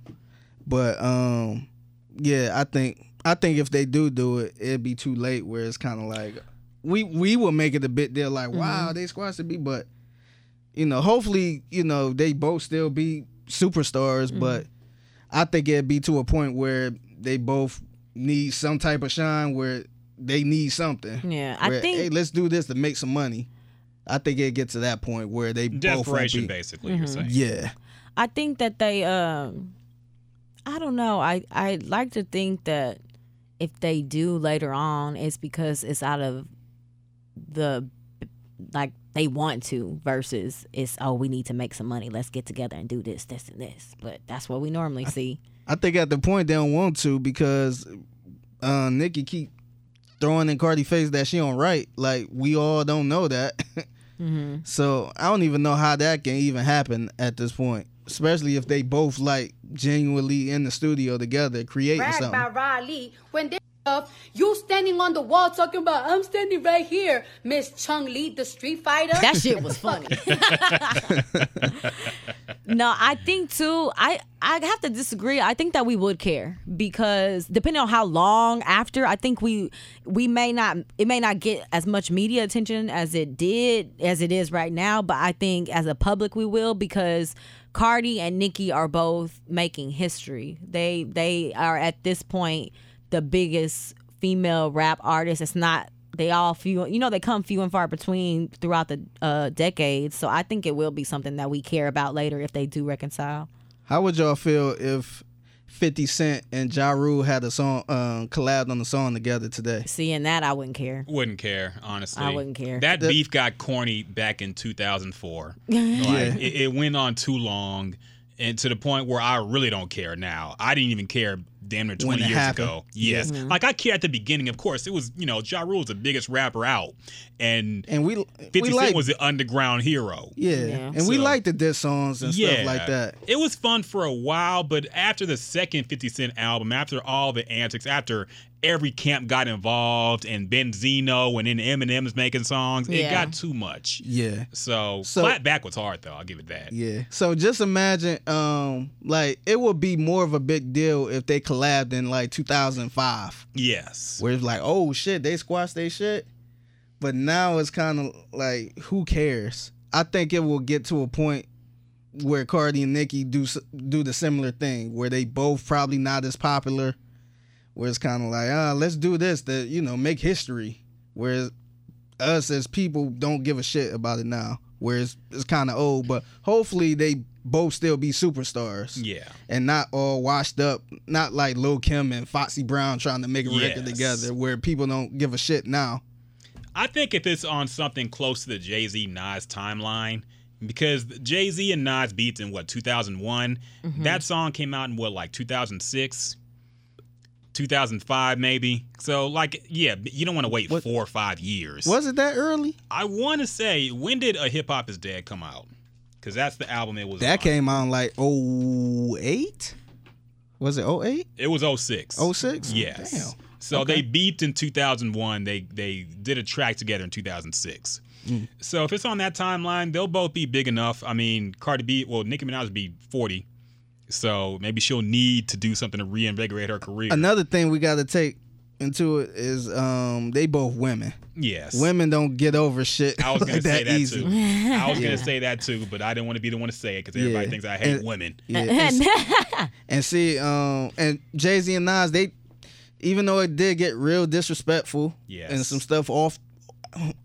Speaker 3: but um, yeah, I think I think if they do do it, it'd be too late. Where it's kind of like we we will make it a bit deal, like wow,
Speaker 4: Mm-hmm.
Speaker 3: they squashed it, but you know, hopefully, you know, they both still be superstars,
Speaker 4: Mm-hmm.
Speaker 3: but I think it'd be to a point where they both need some type of shine where they need something.
Speaker 4: Yeah. Mm-hmm. I
Speaker 3: Where,
Speaker 4: think
Speaker 3: hey, let's do this to make some money. I think it get to that point where they both won't
Speaker 2: Desperation,
Speaker 3: be-
Speaker 2: basically, you're saying.
Speaker 3: Yeah.
Speaker 4: I think that they um I don't know. I I like to think that if they do later on it's because it's out of the like they want to versus it's oh we need to make some money. Let's get together and do this this and this. But that's what we normally see.
Speaker 3: I think at the point they don't want to because uh, Nikki keep throwing in Cardi face that she don't write. Like we all don't know that. [LAUGHS] So I don't even know how that can even happen at this point. Especially if they both like genuinely in the studio together creating
Speaker 5: brag by
Speaker 3: something.
Speaker 5: Riley when they up you standing on the wall talking about I'm standing right here, Miss Chung Lee, the Street Fighter.
Speaker 4: That shit was funny. no, I think too. I I have to disagree. I think that we would care because depending on how long after, I think we we may not it may not get as much media attention as it did as it is right now. But I think as a public, we will because Cardi and Nicki are both making history. They they are at this point the biggest female rap artists. It's not they all few you know they come few and far between throughout the uh, decades so i think it will be something that we care about later if they do reconcile
Speaker 3: How would y'all feel if 50 Cent and Ja Rule had a song um, collabed on the song together today?
Speaker 4: seeing that i wouldn't care
Speaker 2: Wouldn't care, honestly.
Speaker 4: I wouldn't care.
Speaker 2: That
Speaker 3: The-
Speaker 2: beef got corny back in
Speaker 4: [LAUGHS]
Speaker 2: 2004. Like, it, it went on too long, and to the point where I really don't care now. I didn't even care damn near 20
Speaker 3: it
Speaker 2: years
Speaker 3: happened.
Speaker 2: ago. Yes, like I cared at the beginning. Of course, it was you know Ja Rule was the biggest rapper out, and
Speaker 3: And we
Speaker 2: 50
Speaker 3: we
Speaker 2: Cent
Speaker 3: like
Speaker 2: was the underground hero.
Speaker 3: yeah.
Speaker 4: Yeah.
Speaker 3: and we
Speaker 2: So-
Speaker 3: like the diss songs and stuff like that.
Speaker 2: It was fun for a while, but after the second 50 Cent album, after all the antics, after every camp got involved and Benzino and then Eminem's making songs, it
Speaker 4: Yeah.
Speaker 2: got too much.
Speaker 3: Yeah.
Speaker 2: So,
Speaker 3: So-
Speaker 2: flat back was hard though, I'll give it that.
Speaker 3: Yeah. So just imagine, um, like it would be more of a big deal if they collabed in like 2005,
Speaker 2: Yes.
Speaker 3: where it's like, oh shit, they squashed their shit. But now it's kind of like, who cares? I think it will get to a point where Cardi and Nicki do s- do the similar thing, where they both probably not as popular. Where it's kind of like, ah, let's do this to you know make history. Whereas us as people don't give a shit about it now. Where it's, it's kind of old, but hopefully they both still be superstars
Speaker 2: Yeah.
Speaker 3: and not all washed up. Not like Lil Kim and Foxy Brown trying to make a record
Speaker 2: Yes.
Speaker 3: together, where people don't give a shit now.
Speaker 2: I think if it's on something close to the Jay Z Nas timeline, because Jay Z and Nas beats in what 2001,
Speaker 3: Mm-hmm.
Speaker 2: that song came out in what like 2006, 2005 maybe. So like yeah, you don't want to wait
Speaker 3: What-
Speaker 2: four or five years.
Speaker 3: Was it that early?
Speaker 2: I want to say when did a Hip Hop Is Dead come out? Because that's the album it was.
Speaker 3: That
Speaker 2: on.
Speaker 3: came out in like 08? Was it 08?
Speaker 2: It was 06.
Speaker 3: 06?
Speaker 2: Yes.
Speaker 3: Damn.
Speaker 2: So they beeped in 2001. They they did a track together in 2006.
Speaker 3: Mm.
Speaker 2: So if it's on that timeline, they'll both be big enough. I mean, Cardi B, well, Nicki Minaj would be 40. So maybe she'll need to do something to reinvigorate her career.
Speaker 3: Another thing we got to take into it is um, they both women.
Speaker 2: yes.
Speaker 3: Women don't get over shit
Speaker 2: I was
Speaker 3: [LAUGHS] like
Speaker 2: gonna say that
Speaker 3: easy.
Speaker 2: too. I
Speaker 3: [LAUGHS]
Speaker 2: was gonna say that too, but I didn't want to be the one to say it because everybody
Speaker 3: Yeah.
Speaker 2: thinks I hate
Speaker 3: And-
Speaker 2: women.
Speaker 3: Yeah, [LAUGHS] and, [LAUGHS] s- and see, um, and Jay Z and Nas, they, even though it did get real disrespectful,
Speaker 2: Yes.
Speaker 3: and some stuff off,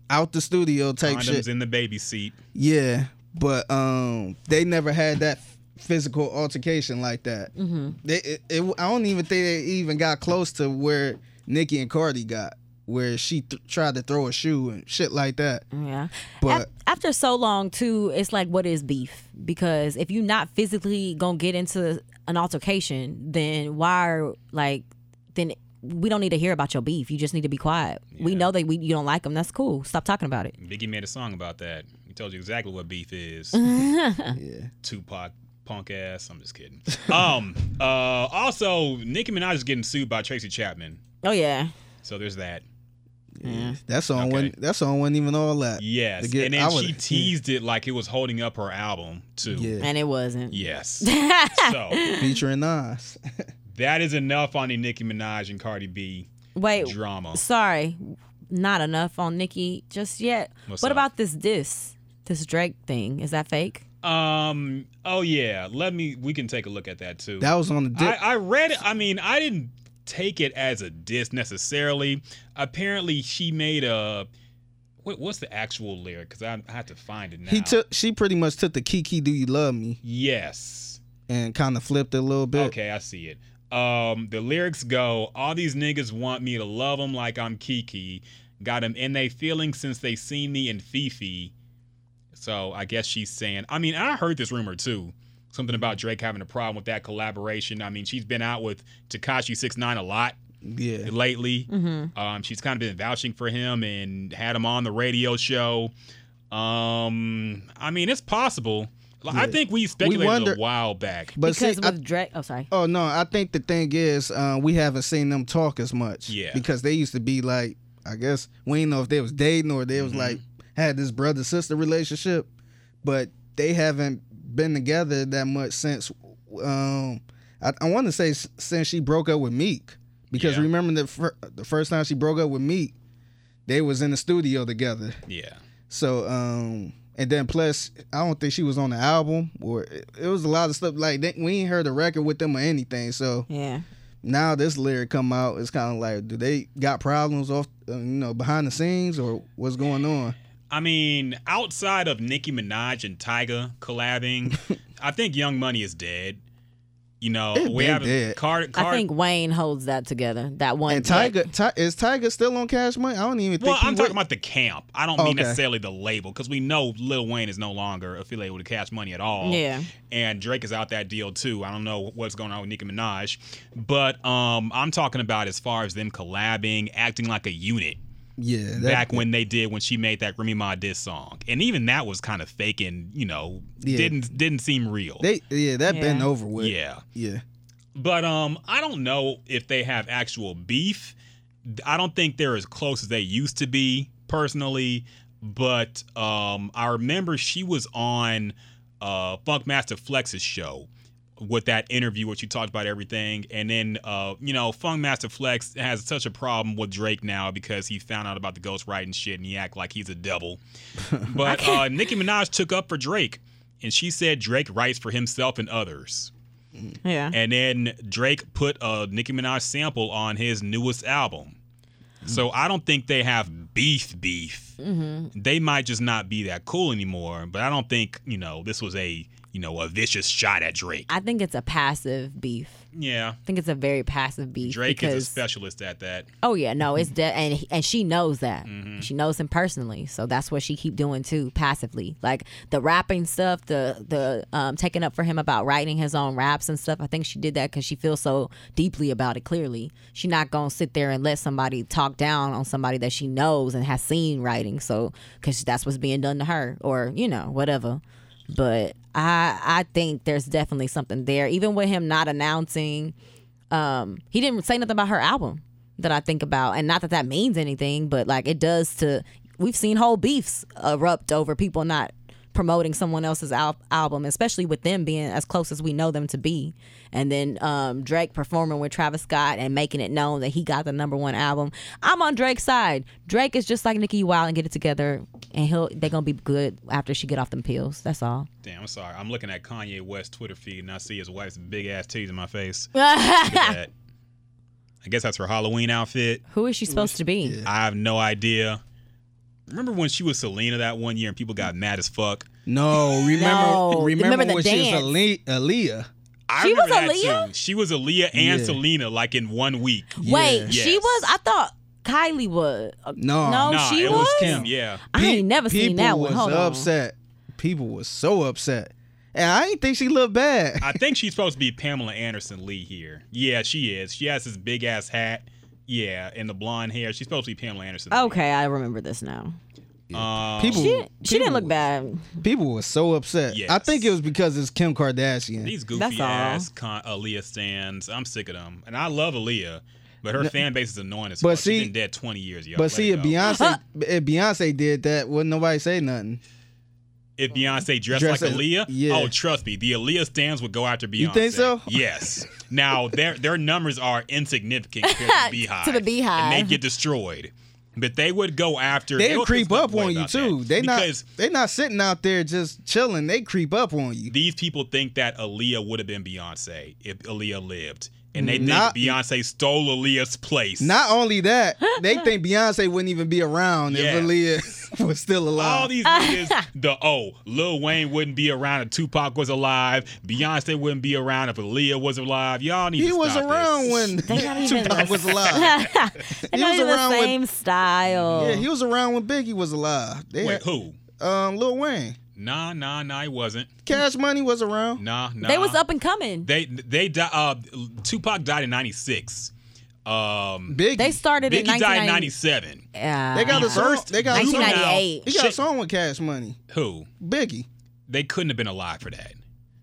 Speaker 3: out the studio type
Speaker 2: Condoms
Speaker 3: shit,
Speaker 2: in the baby seat.
Speaker 3: yeah, but um, they never had that physical altercation like that. Mm-hmm. They, it, it, I don't even think they even got close to where Nicki and Cardi got, where she th- tried to throw a shoe and shit like that.
Speaker 4: Yeah.
Speaker 3: But-
Speaker 4: Af- after so long, too, it's like, what is beef? Because if you're not physically gonna get into an altercation, then why are like then we don't need to hear about your beef. You just need to be quiet. We know that we you don't like them. That's cool. Stop talking about it.
Speaker 2: Biggie made a song about that. He told you exactly what beef is.
Speaker 3: Yeah.
Speaker 2: Tupac punk ass. I'm just kidding. Um. Uh. Also, Nicki Minaj is getting sued by Tracy Chapman.
Speaker 4: Oh yeah.
Speaker 2: So there's that.
Speaker 3: That song
Speaker 2: Okay.
Speaker 3: wasn't. That song wasn't even all that.
Speaker 2: Yes.
Speaker 3: To get-
Speaker 2: and
Speaker 3: I
Speaker 2: then
Speaker 3: would-
Speaker 2: she teased it like it was holding up her album too.
Speaker 3: Yeah.
Speaker 4: And it wasn't.
Speaker 2: Yes. so
Speaker 3: featuring Nas.
Speaker 2: that is enough on the Nicki Minaj and Cardi B
Speaker 4: Wait.
Speaker 2: drama.
Speaker 4: Sorry. Not enough on Nikki just yet.
Speaker 2: What's
Speaker 4: what
Speaker 2: up?
Speaker 4: about this diss? This Drake thing. Is that fake?
Speaker 2: Um. Oh yeah. Let me. We can take a look at that too.
Speaker 3: That was on the dip.
Speaker 2: I, I read it. I mean, I didn't take it as a diss necessarily. Apparently, she made a. What, what's the actual lyric? Because I, I have to find it now.
Speaker 3: He took. She pretty much took the Kiki Do You Love Me
Speaker 2: Yes.
Speaker 3: and kind of flipped it a little bit.
Speaker 2: Okay, I see it. Um, the lyrics go, all these niggas want me to love them like I'm Kiki. Got them in they feelings since they seen me in Fifi. So I guess she's saying, I mean, I heard this rumor too. Something about Drake having a problem with that collaboration. I mean, she's been out with Takashi 69 a lot
Speaker 3: Yeah.
Speaker 2: Mm-hmm. lately. Um, she's kind of been vouching for him and had him on the radio show. Um, I mean, it's possible. Like, I think we speculated
Speaker 3: wonder-
Speaker 2: a while back.
Speaker 3: But see,
Speaker 4: because
Speaker 3: I-
Speaker 4: with Drake. Oh, sorry.
Speaker 3: oh no, I think the thing is uh, we haven't seen them talk as much.
Speaker 2: Yeah.
Speaker 3: Because they used to be like, I guess we didn't know if they was dating or they was
Speaker 2: Mm-hmm.
Speaker 3: like had this brother sister relationship, but they haven't been together that much since. Um, I, I want to say s- since she broke up with Meek, because
Speaker 2: Yeah.
Speaker 3: remember the fir- the first time she broke up with Meek, they was in the studio together.
Speaker 2: Yeah.
Speaker 3: So um and then plus I don't think she was on the album or it, it was a lot of stuff like they, we ain't heard a record with them or anything. So
Speaker 4: Yeah.
Speaker 3: now this lyric come out, it's kind of like do they got problems off uh, you know behind the scenes or what's going on?
Speaker 2: I mean, outside of Nicki Minaj and Tyga collabing, I think Young Money is dead. You know,
Speaker 3: It
Speaker 2: we
Speaker 3: been
Speaker 2: haven't.
Speaker 3: dead.
Speaker 2: Car, car,
Speaker 4: I think Wayne holds that together. That one.
Speaker 3: And
Speaker 4: bit.
Speaker 3: Tiger Ti- is Tiger still on Cash Money? I don't even think.
Speaker 2: Well,
Speaker 3: he
Speaker 2: I'm
Speaker 3: wa-
Speaker 2: talking about the camp. I don't mean
Speaker 3: Okay.
Speaker 2: necessarily the label because we know Lil Wayne is no longer affiliated with Cash Money at all.
Speaker 4: Yeah.
Speaker 2: And Drake is out that deal too. I don't know what's going on with Nicki Minaj, but um, I'm talking about as far as them collabing, acting like a unit.
Speaker 3: yeah that,
Speaker 2: back when they did when she made that Remy Ma diss song, and even that was kind of fake and you know
Speaker 3: Yeah.
Speaker 2: didn't didn't seem real.
Speaker 3: they yeah that been
Speaker 4: Yeah.
Speaker 3: over with.
Speaker 2: yeah,
Speaker 3: yeah.
Speaker 2: but um, I don't know if they have actual beef. I don't think they're as close as they used to be personally. But um, I remember she was on uh, Funkmaster Flex's show with that interview where she talked about everything. And then, uh, you know, Funkmaster Flex has such a problem with Drake now because he found out about the ghostwriting shit and he act like he's a devil. But uh, Nicki Minaj took up for Drake. And she said Drake writes for himself and others.
Speaker 4: Yeah.
Speaker 2: And then Drake put a Nicki Minaj sample on his newest album. So I don't think they have beef beef. They might just not be that cool anymore. But I don't think you know this was a you know a vicious shot at Drake.
Speaker 4: I think it's a passive beef.
Speaker 2: Yeah,
Speaker 4: I think it's a very passive beef.
Speaker 2: Drake
Speaker 4: because,
Speaker 2: is a specialist at that.
Speaker 4: Oh yeah, no, it's de- and he- and she knows that. She knows him personally, so that's what she keep doing too, passively. Like the rapping stuff, the the um, taking up for him about writing his own raps and stuff. I think she did that because she feels so deeply about it. Clearly, she not gonna sit there and let somebody talk down on somebody that she knows and has seen writing. So because that's what's being done to her, or you know whatever. But I I think there's definitely something there, even with him not announcing um he didn't say nothing about her album that I think about and not that that means anything but like it does to we've seen whole beefs erupt over people not promoting someone else's al- album, especially with them being as close as we know them to be. And then um, Drake performing with Travis Scott and making it known that he got the number one album. I'm on Drake's side. Drake is just like Nicki Wild and get it together, and he'll they're gonna be good after she get off them pills. That's all.
Speaker 2: Damn, I'm sorry. I'm looking at Kanye West Twitter feed and I see his wife's big ass titties in my face. Look at that. I guess that's her Halloween outfit.
Speaker 4: Who is she supposed to be?
Speaker 2: I have no idea. Remember when she was Selena that one year and people got mad as fuck?
Speaker 3: No, remember
Speaker 4: No.
Speaker 3: remember,
Speaker 4: Remember the
Speaker 3: when she
Speaker 4: dance.
Speaker 3: was Ale- Aaliyah.
Speaker 2: I
Speaker 4: She was
Speaker 2: remember that
Speaker 4: Aaliyah?
Speaker 2: too. She was Aaliyah and
Speaker 3: Yeah.
Speaker 2: Selena like in one week.
Speaker 4: Wait,
Speaker 2: Yes.
Speaker 4: she was. I thought Kylie was. Uh,
Speaker 3: No.
Speaker 2: nah,
Speaker 4: no, Oh, she
Speaker 2: it
Speaker 4: was.
Speaker 2: was Kim. Yeah,
Speaker 4: I
Speaker 3: Pe-
Speaker 4: ain't never seen
Speaker 3: people
Speaker 4: that one.
Speaker 3: Was
Speaker 4: Hold on.
Speaker 3: upset. People was so upset, and I didn't think she looked bad.
Speaker 2: I think she's supposed to be Pamela Anderson Lee here. Yeah, she is. She has this big ass hat. Yeah, and the blonde hair. She's supposed to be Pamela Anderson. Lee.
Speaker 4: Okay, I remember this now.
Speaker 2: Um,
Speaker 3: [LAUGHS] people,
Speaker 4: She didn't- she
Speaker 3: people
Speaker 4: didn't look
Speaker 3: was-
Speaker 4: [LAUGHS] bad.
Speaker 3: People was so upset. I think
Speaker 2: Yes.
Speaker 3: it was because it's Kim Kardashian.
Speaker 2: These
Speaker 4: That's
Speaker 2: goofy
Speaker 4: all.
Speaker 2: ass con- Aaliyah stands. I'm sick of them, and I love Aaliyah, but her fan base is annoying as
Speaker 3: but
Speaker 2: fuck. She's
Speaker 3: see-
Speaker 2: been dead 20 years, y'all.
Speaker 3: but
Speaker 2: Let
Speaker 3: see,
Speaker 2: it
Speaker 3: if
Speaker 2: go.
Speaker 4: [LAUGHS]
Speaker 3: Beyonce if Beyonce did that, wouldn't nobody say nothing?
Speaker 2: if Beyonce dressed
Speaker 3: Mm-hmm. Dress
Speaker 2: like
Speaker 3: as-
Speaker 2: Aaliyah,
Speaker 3: yeah.
Speaker 2: oh trust me, the Aaliyah stands would go after Beyonce.
Speaker 3: You think so? [LAUGHS]
Speaker 2: Yes. Now their their numbers are insignificant compared to the Beehive.
Speaker 3: [LAUGHS]
Speaker 4: To the Beehive.
Speaker 2: and they get destroyed. But they would go after.
Speaker 3: They
Speaker 2: they'll
Speaker 3: creep
Speaker 2: feel some
Speaker 3: up
Speaker 2: way
Speaker 3: on you
Speaker 2: about
Speaker 3: too.
Speaker 2: that.
Speaker 3: They not
Speaker 2: because
Speaker 3: they not sitting out there just chilling. They creep up on you.
Speaker 2: these people think that Aaliyah would have been Beyonce if Aaliyah lived, and they
Speaker 3: Not-
Speaker 2: think Beyonce stole Aaliyah's place.
Speaker 3: Not only
Speaker 4: [LAUGHS]
Speaker 3: that, they think Beyonce wouldn't even be around
Speaker 2: Yeah.
Speaker 3: if Aaliyah [LAUGHS] was still alive.
Speaker 2: All these niggas, the oh, Lil Wayne wouldn't be around if Tupac was alive. Beyonce wouldn't be around if Aaliyah was alive. Y'all need
Speaker 3: he
Speaker 2: to
Speaker 3: was
Speaker 2: stop
Speaker 3: around
Speaker 2: this.
Speaker 3: when
Speaker 4: They not
Speaker 3: [LAUGHS]
Speaker 4: even
Speaker 3: Tupac
Speaker 4: the-
Speaker 3: was
Speaker 4: [LAUGHS]
Speaker 3: alive.
Speaker 4: They're
Speaker 3: He
Speaker 4: not
Speaker 3: was
Speaker 4: even the
Speaker 3: around with-
Speaker 4: same style.
Speaker 3: yeah, he was around when Biggie was alive. They
Speaker 2: Um, Wait, who?
Speaker 3: had, um Lil Wayne.
Speaker 2: Nah, nah, nah. He wasn't.
Speaker 3: Cash Money was around.
Speaker 2: Nah, nah.
Speaker 4: they was up and coming.
Speaker 2: They they di- uh, Tupac died in '96. Um,
Speaker 3: Biggie.
Speaker 4: They started in
Speaker 2: Biggie died in
Speaker 4: 1990.
Speaker 2: '97.
Speaker 4: Yeah.
Speaker 3: They got a song.
Speaker 2: First,
Speaker 3: They got a
Speaker 2: Luke
Speaker 3: song.
Speaker 2: now-
Speaker 4: 1998.
Speaker 3: He got a
Speaker 2: Shit.
Speaker 3: song with Cash Money.
Speaker 2: Who?
Speaker 3: Biggie.
Speaker 2: They couldn't have been alive for that.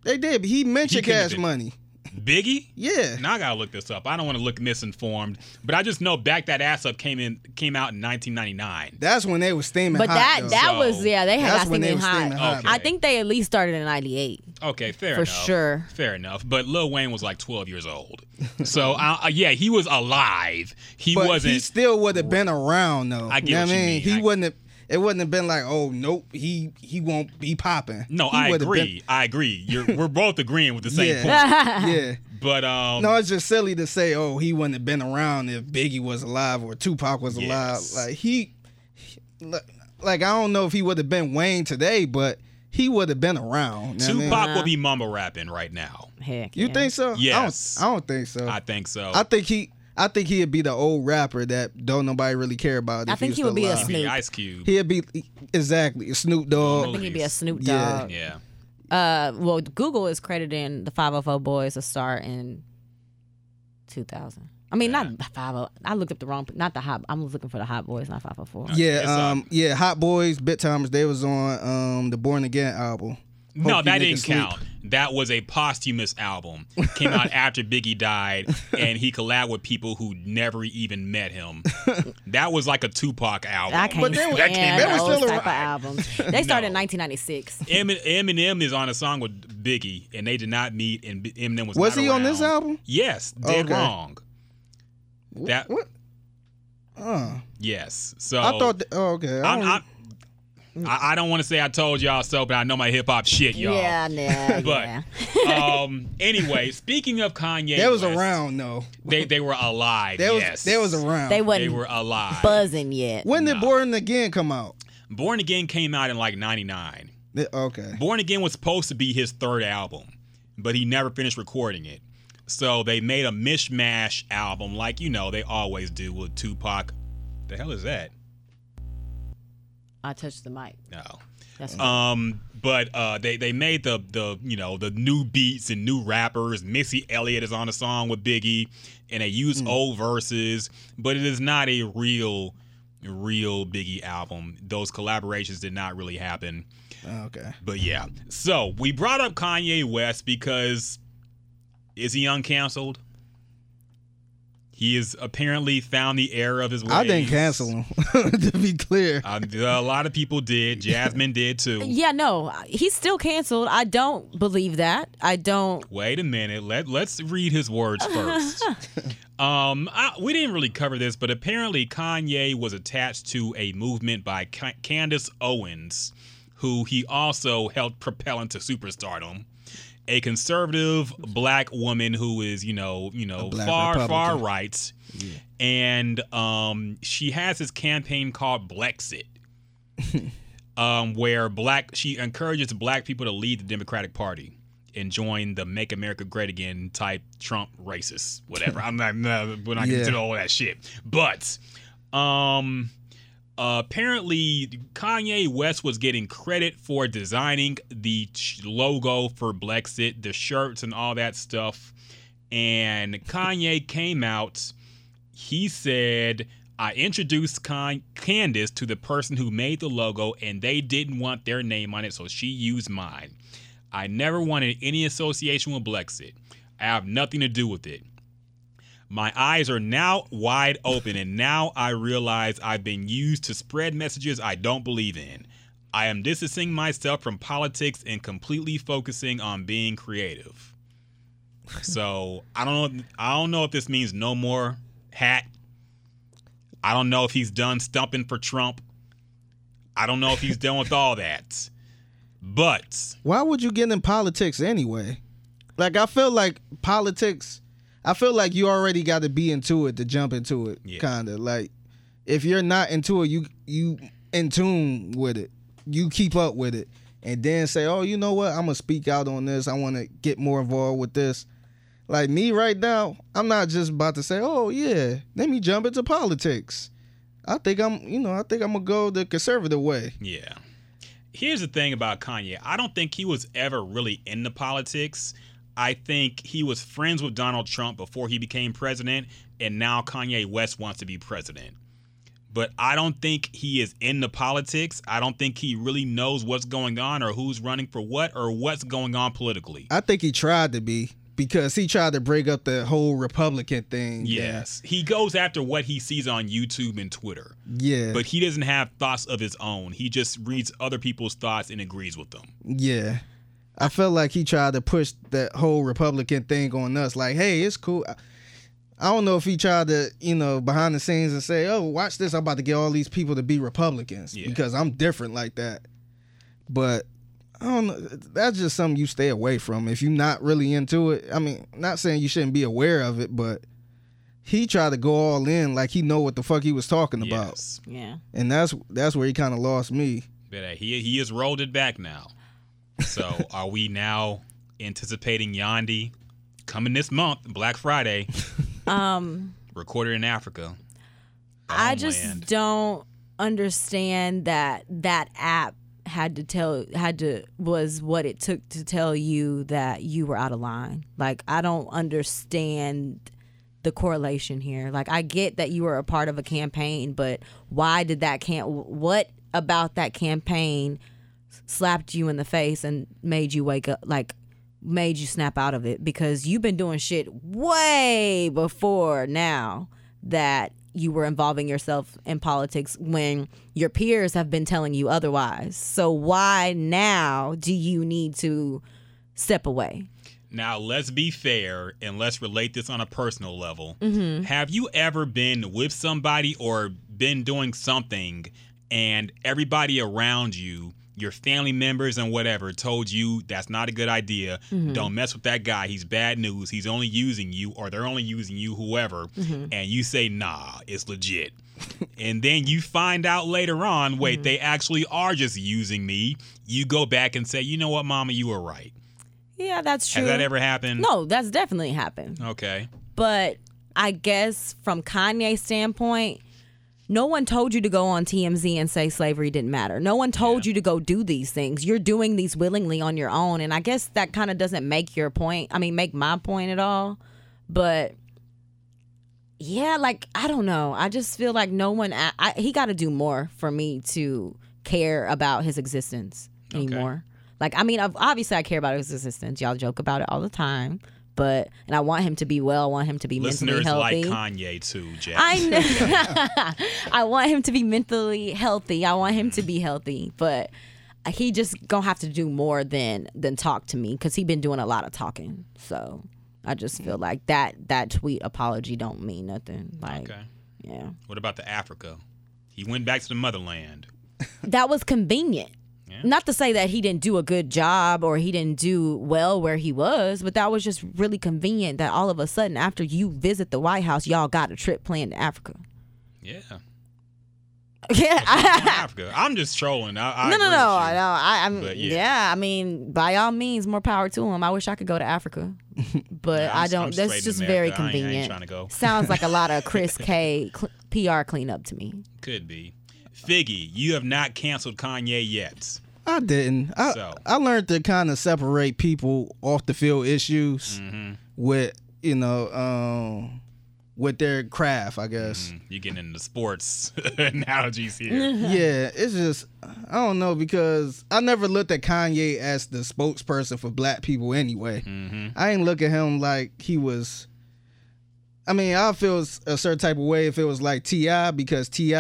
Speaker 3: They did. But he mentioned
Speaker 2: couldn't have
Speaker 3: Cash
Speaker 2: been.
Speaker 3: Money.
Speaker 2: Biggie.
Speaker 3: Yeah.
Speaker 2: Now I gotta look this up. I don't want to look misinformed, but I just know "Back That Ass Up" came in came out in 1999.
Speaker 3: That's when they was steaming
Speaker 4: but
Speaker 3: hot.
Speaker 4: that
Speaker 3: though.
Speaker 4: that
Speaker 2: So, Oh,
Speaker 4: was yeah. They had
Speaker 3: that's
Speaker 4: got
Speaker 3: when they
Speaker 4: singing
Speaker 3: was
Speaker 4: hot.
Speaker 3: steaming hot.
Speaker 4: I think they at least started in '98.
Speaker 2: Okay, fair
Speaker 4: For
Speaker 2: enough.
Speaker 4: sure.
Speaker 2: Fair enough. But Lil Wayne was like 12 years old. So, [LAUGHS] uh, uh, yeah, he was alive. He
Speaker 3: but
Speaker 2: wasn't.
Speaker 3: he still would have been around though.
Speaker 2: I get
Speaker 3: You know
Speaker 2: what
Speaker 3: what
Speaker 2: you
Speaker 3: I mean.
Speaker 2: mean.
Speaker 3: He
Speaker 2: I-
Speaker 3: wouldn't have. It wouldn't have been like, oh nope, he he won't be popping.
Speaker 2: no,
Speaker 3: He
Speaker 2: I
Speaker 3: would've
Speaker 2: agree. I agree. You're, we're both agreeing with the same
Speaker 3: Yeah.
Speaker 2: point.
Speaker 3: Been, [LAUGHS] yeah.
Speaker 2: But um,
Speaker 3: No, it's just silly to say, oh, he wouldn't have been around if Biggie was alive or Tupac was
Speaker 2: Yes.
Speaker 3: alive. Like he, he- like, like, I don't know if he would have been Wayne today, but he would have been around. You know what I mean?
Speaker 2: Tupac will be mama rapping right now.
Speaker 4: Heck,
Speaker 3: You
Speaker 4: yeah.
Speaker 3: think so?
Speaker 2: Yes.
Speaker 3: I don't, I don't think so.
Speaker 2: I
Speaker 3: I,
Speaker 2: think so.
Speaker 3: think he. I think he'd be the old rapper that don't nobody really care about.
Speaker 4: I
Speaker 3: if
Speaker 4: think
Speaker 3: was
Speaker 4: he would
Speaker 3: still
Speaker 4: be a
Speaker 3: alive.
Speaker 2: The
Speaker 4: Snoop.
Speaker 2: Ice Cube.
Speaker 3: He'd be exactly Snoop
Speaker 4: I
Speaker 2: Oh,
Speaker 3: Dogg.
Speaker 4: think he'd be a Snoop
Speaker 3: Yeah.
Speaker 4: Dogg.
Speaker 2: yeah.
Speaker 4: Uh, well, Google is crediting the 504 Boys a star in 2000. I mean, not 50. I looked up the wrong. Not the hot. I'm looking for the Hot Boys, not 504.
Speaker 3: Yeah,
Speaker 2: It's, um,
Speaker 3: um, yeah, Hot Boys, Bit Timers. They was on um the Born Again album.
Speaker 2: No,
Speaker 3: Hope
Speaker 2: that
Speaker 3: you niggas
Speaker 2: didn't
Speaker 3: sleep.
Speaker 2: count. That was a posthumous album. Came
Speaker 3: [LAUGHS]
Speaker 2: out after Biggie died, and he collabed with people who never even met him. That was like a Tupac album.
Speaker 4: I can't
Speaker 3: But they were-
Speaker 4: stand
Speaker 2: came
Speaker 3: they were
Speaker 4: those
Speaker 3: still
Speaker 4: type of
Speaker 3: around.
Speaker 4: albums. They started in 1996.
Speaker 2: Em- Eminem is on a song with Biggie, and they did not meet. And B- Eminem was
Speaker 3: Was
Speaker 2: not
Speaker 3: he on this
Speaker 2: around.
Speaker 3: album?
Speaker 2: Yes, dead
Speaker 3: Okay.
Speaker 2: wrong. That
Speaker 3: What? Uh,
Speaker 2: yes. So
Speaker 3: I thought. Th- oh, okay. I
Speaker 2: I'm,
Speaker 3: don't-
Speaker 2: I'm, I, I don't want to say I told y'all so, but I know my hip hop shit, y'all.
Speaker 4: Yeah, nah,
Speaker 2: But
Speaker 4: yeah.
Speaker 2: um, anyway, speaking of Kanye,
Speaker 3: they was
Speaker 2: West,
Speaker 3: around though.
Speaker 2: They they were alive.
Speaker 3: They was
Speaker 2: yes,
Speaker 3: they was around.
Speaker 4: They
Speaker 2: They
Speaker 4: wasn't
Speaker 2: were alive.
Speaker 4: buzzing yet.
Speaker 3: when did Born Again come out?
Speaker 2: Born Again came out in like '99.
Speaker 3: They- Okay.
Speaker 2: Born Again was supposed to be his third album, but he never finished recording it. So they made a mishmash album, like you know they always do with Tupac. The hell is that?
Speaker 4: I touched the mic.
Speaker 2: No.
Speaker 4: That's
Speaker 2: Um, but uh, they they made the the you know the new beats and new rappers. Missy Elliott is on a song with Biggie, and they use old verses, but it is not a real real Biggie album. Those collaborations did not really happen.
Speaker 3: Okay.
Speaker 2: But yeah, so we brought up Kanye West because is he uncanceled? He has apparently found the error of his ways.
Speaker 3: I didn't cancel him. [LAUGHS] to be clear,
Speaker 2: Um, a lot of people did. Jasmine did too.
Speaker 4: Yeah, no, he's still canceled. I don't believe that. I don't.
Speaker 2: Wait a minute. Let Let's read his words first. um, I, we didn't really cover this, but apparently Kanye was attached to a movement by Ca- Candace Owens, who he also helped propel into superstardom. A conservative black woman who is, you know, you know,
Speaker 3: black
Speaker 2: far far
Speaker 3: Republican.
Speaker 2: right, and um, she has this campaign called Blexit. um, where black she encourages black people to lead the Democratic Party and join the "Make America Great Again" type Trump racists, whatever. I'm not, no, we're not
Speaker 3: Yeah.
Speaker 2: getting into all that shit. But um, apparently, Kanye West was getting credit for designing the ch- logo for Brexit, the shirts, and all that stuff. And Kanye came out he said, I introduced Con- Candace to the person who made the logo, and they didn't want their name on it, so she used mine. I never wanted any association with Blexit. I have nothing to do with it. My eyes are now wide open, and now I realize I've been used to spread messages I don't believe in. I am distancing myself from politics and completely focusing on being creative. So I don't know. I don't know if this means no more hat. I don't know if he's done stumping for Trump. I don't know if he's done with all that. But
Speaker 3: why would you get in politics anyway? Like I feel like politics. I feel like you already got to be into it to jump into it.
Speaker 2: Yeah.
Speaker 3: Kinda like if you're not into it, you you in tune with it. You keep up with it, and then say, oh, you know what? I'm gonna speak out on this. I want to get more involved with this. Like me right now, I'm not just about to say, oh yeah, let me jump into politics. I think I'm, you know, I think I'm gonna go the conservative way.
Speaker 2: Yeah. Here's the thing about Kanye. I don't think he was ever really into politics. I think he was friends with Donald Trump before he became president, and now Kanye West wants to be president. But I don't think he is into politics. I don't think he really knows what's going on or who's running for what or what's going on politically.
Speaker 3: I think he tried to be because he tried to break up the whole Republican thing.
Speaker 2: Yes. He goes after what he sees on YouTube and Twitter,
Speaker 3: Yeah.
Speaker 2: but he doesn't have thoughts of his own. He just reads other people's thoughts and agrees with them.
Speaker 3: yeah. I felt like he tried to push that whole Republican thing on us. Like, hey, it's cool. I- I don't know if he tried to, you know, behind the scenes and say, oh, watch this. I'm about to get all these people to be Republicans
Speaker 2: Yeah.
Speaker 3: because I'm different like that. But I don't know. That's just something you stay away from. If you're not really into it, I mean, not saying you shouldn't be aware of it, but he tried to go all in like he know what the fuck he was talking about.
Speaker 2: Yes.
Speaker 4: Yeah.
Speaker 3: and that's that's where he kind of lost me.
Speaker 2: But uh, he he has rolled it back now. So are we now anticipating Yandi coming this month, Black Friday,
Speaker 4: Um,
Speaker 2: recorded in Africa? the
Speaker 4: I just
Speaker 2: homeland.
Speaker 4: don't understand that that app had to tell had to was what it took to tell you that you were out of line. Like I don't understand the correlation here. Like I get that you were a part of a campaign, but why did that can't what about that campaign slapped you in the face and made you wake up like made you snap out of it because you've been doing shit way before now that you were involving yourself in politics when your peers have been telling you otherwise. So why now do you need to step away?
Speaker 2: Now let's be fair and let's relate this on a personal level. Have you ever been with somebody or been doing something and everybody around you, your family members and whatever, told you that's not a good idea. Don't mess with that guy. He's bad news. He's only using you or they're only using you, whoever. And you say, nah, it's legit. [LAUGHS] and then you find out later on, wait, they actually are just using me. You go back and say, you know what, mama, you were right.
Speaker 4: Yeah, that's true.
Speaker 2: Has that ever happened?
Speaker 4: no, that's definitely happened.
Speaker 2: Okay.
Speaker 4: but I guess from Kanye's standpoint, no one told you to go on TMZ and say slavery didn't matter. No one told you to go do these things. You're doing these willingly on your own. And I guess that kind of doesn't make your point. I mean, make my point at all. But yeah, like, I don't know. I just feel like no one, I, I, he got to do more for me to care about his existence anymore. Like, I mean, ob- obviously I care about his existence. Y'all joke about it all the time. but and I want him to be well. I want him to be mentally
Speaker 2: Listeners
Speaker 4: healthy.
Speaker 2: like Kanye too, Jack. [LAUGHS]
Speaker 4: I know. [LAUGHS] I want him to be mentally healthy. I want him to be healthy, but he just gonna have to do more than than talk to me because he been doing a lot of talking. So I just feel like that that tweet apology don't mean nothing. Like,
Speaker 2: okay.
Speaker 4: yeah,
Speaker 2: What about the Africa? He went back to the motherland.
Speaker 4: that was convenient. Not to say that he didn't do a good job or he didn't do well where he was, but that was just really convenient that all of a sudden after you visit the White House, y'all got a trip planned to Africa. [LAUGHS]
Speaker 2: Yeah.
Speaker 4: Yeah,
Speaker 2: Africa. I'm just trolling. I, I
Speaker 4: no, no, no,
Speaker 2: agree with
Speaker 4: no.
Speaker 2: you.
Speaker 4: I, I'm,
Speaker 2: But yeah.
Speaker 4: yeah. I mean, by all means, more power to him. I wish I could go
Speaker 2: [LAUGHS]
Speaker 4: to Africa, but
Speaker 2: Yeah, I'm
Speaker 4: I
Speaker 2: s-
Speaker 4: don't.
Speaker 2: I'm straight
Speaker 4: that's
Speaker 2: in
Speaker 4: just
Speaker 2: America.
Speaker 4: very
Speaker 2: I ain't- I ain't
Speaker 4: convenient.
Speaker 2: tryna go.
Speaker 4: Sounds like a lot
Speaker 2: [LAUGHS]
Speaker 4: of Chris K cl- PR cleanup to me.
Speaker 2: Could be. Figgy, you have not canceled Kanye yet.
Speaker 3: I didn't. I
Speaker 2: So.
Speaker 3: I learned to kind of separate people off the field issues with you know um with their craft, I guess.
Speaker 2: Mm, You're getting into sports [LAUGHS] analogies
Speaker 4: Mm.
Speaker 2: here.
Speaker 3: Yeah, it's just I don't know because I never looked at Kanye as the spokesperson for black people anyway. I ain't look at him like he was. I mean, I feel s- a certain type of way if it was like Ti because Ti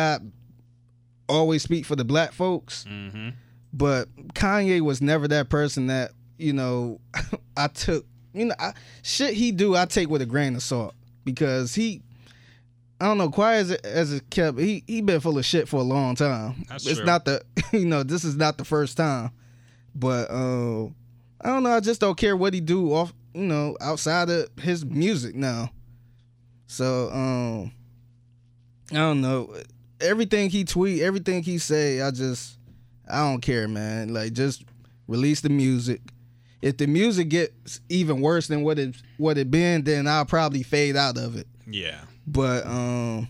Speaker 3: always speak for the black folks,
Speaker 2: Mhm.
Speaker 3: but Kanye was never that person that you know [LAUGHS] I took. You know, I, shit he do I take with a grain of salt because he I don't know. Quiet as it, as it kept, he he been full of shit for a long time.
Speaker 2: That's
Speaker 3: it's
Speaker 2: true.
Speaker 3: not the [LAUGHS] you know this is not the first time, but uh, I don't know. I just don't care what he do off you know outside of his music now. So um, I don't know. Everything he tweet, everything he say, I just I don't care, man. Like just release the music. If the music gets even worse than what it what it been, then I'll probably fade out of it.
Speaker 2: Yeah.
Speaker 3: But um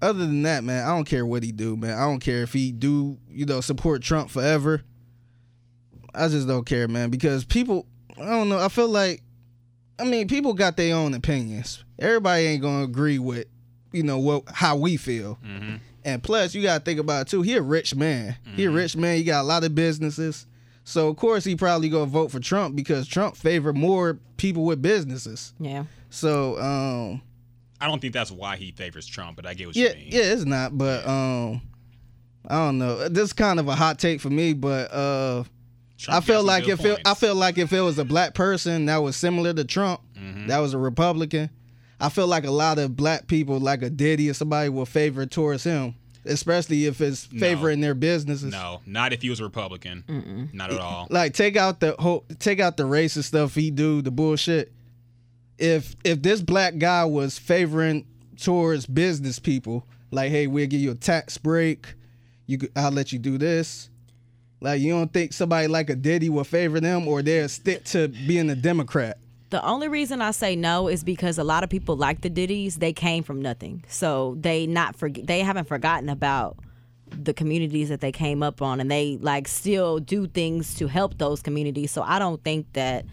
Speaker 3: other than that, man, I don't care what he do, man. I don't care if he do, you know, support Trump forever. I just don't care, man, because people I don't know, I feel like I mean, people got their own opinions. Everybody ain't gonna agree with, you know, what how we feel. And plus you gotta think about it too, he a rich man. He a rich man, he got a lot of businesses. So of course he probably gonna vote for Trump because Trump favor more people with businesses.
Speaker 4: Yeah,
Speaker 3: So um
Speaker 2: I don't think that's why he favors Trump, but I get what
Speaker 3: yeah,
Speaker 2: you mean.
Speaker 3: yeah, it's not, but um, I don't know. This is kind of a hot take for me, but uh,
Speaker 2: Trump
Speaker 3: I
Speaker 2: got
Speaker 3: feel
Speaker 2: some
Speaker 3: like
Speaker 2: good
Speaker 3: if it, I
Speaker 2: points.
Speaker 3: feel like if it was a black person that was similar to Trump,
Speaker 2: Mm-hmm.
Speaker 3: that was a Republican, I feel like a lot of black people, like a Diddy or somebody, will favor towards him, especially if it's favoring their businesses.
Speaker 2: No, not if he was a Republican. Not at all.
Speaker 3: Like take out the whole, take out the racist stuff he do, the bullshit. If if this black guy was favoring towards business people, like hey, we'll give you a tax break, you could, I'll let you do this. Like you don't think somebody like a Diddy will favor them, or they'll stick to being a Democrat.
Speaker 4: the only reason I say no is because a lot of people like the ditties. They came from nothing, so they not forget. They haven't forgotten about the communities that they came up on, and they like still do things to help those communities. So I don't think that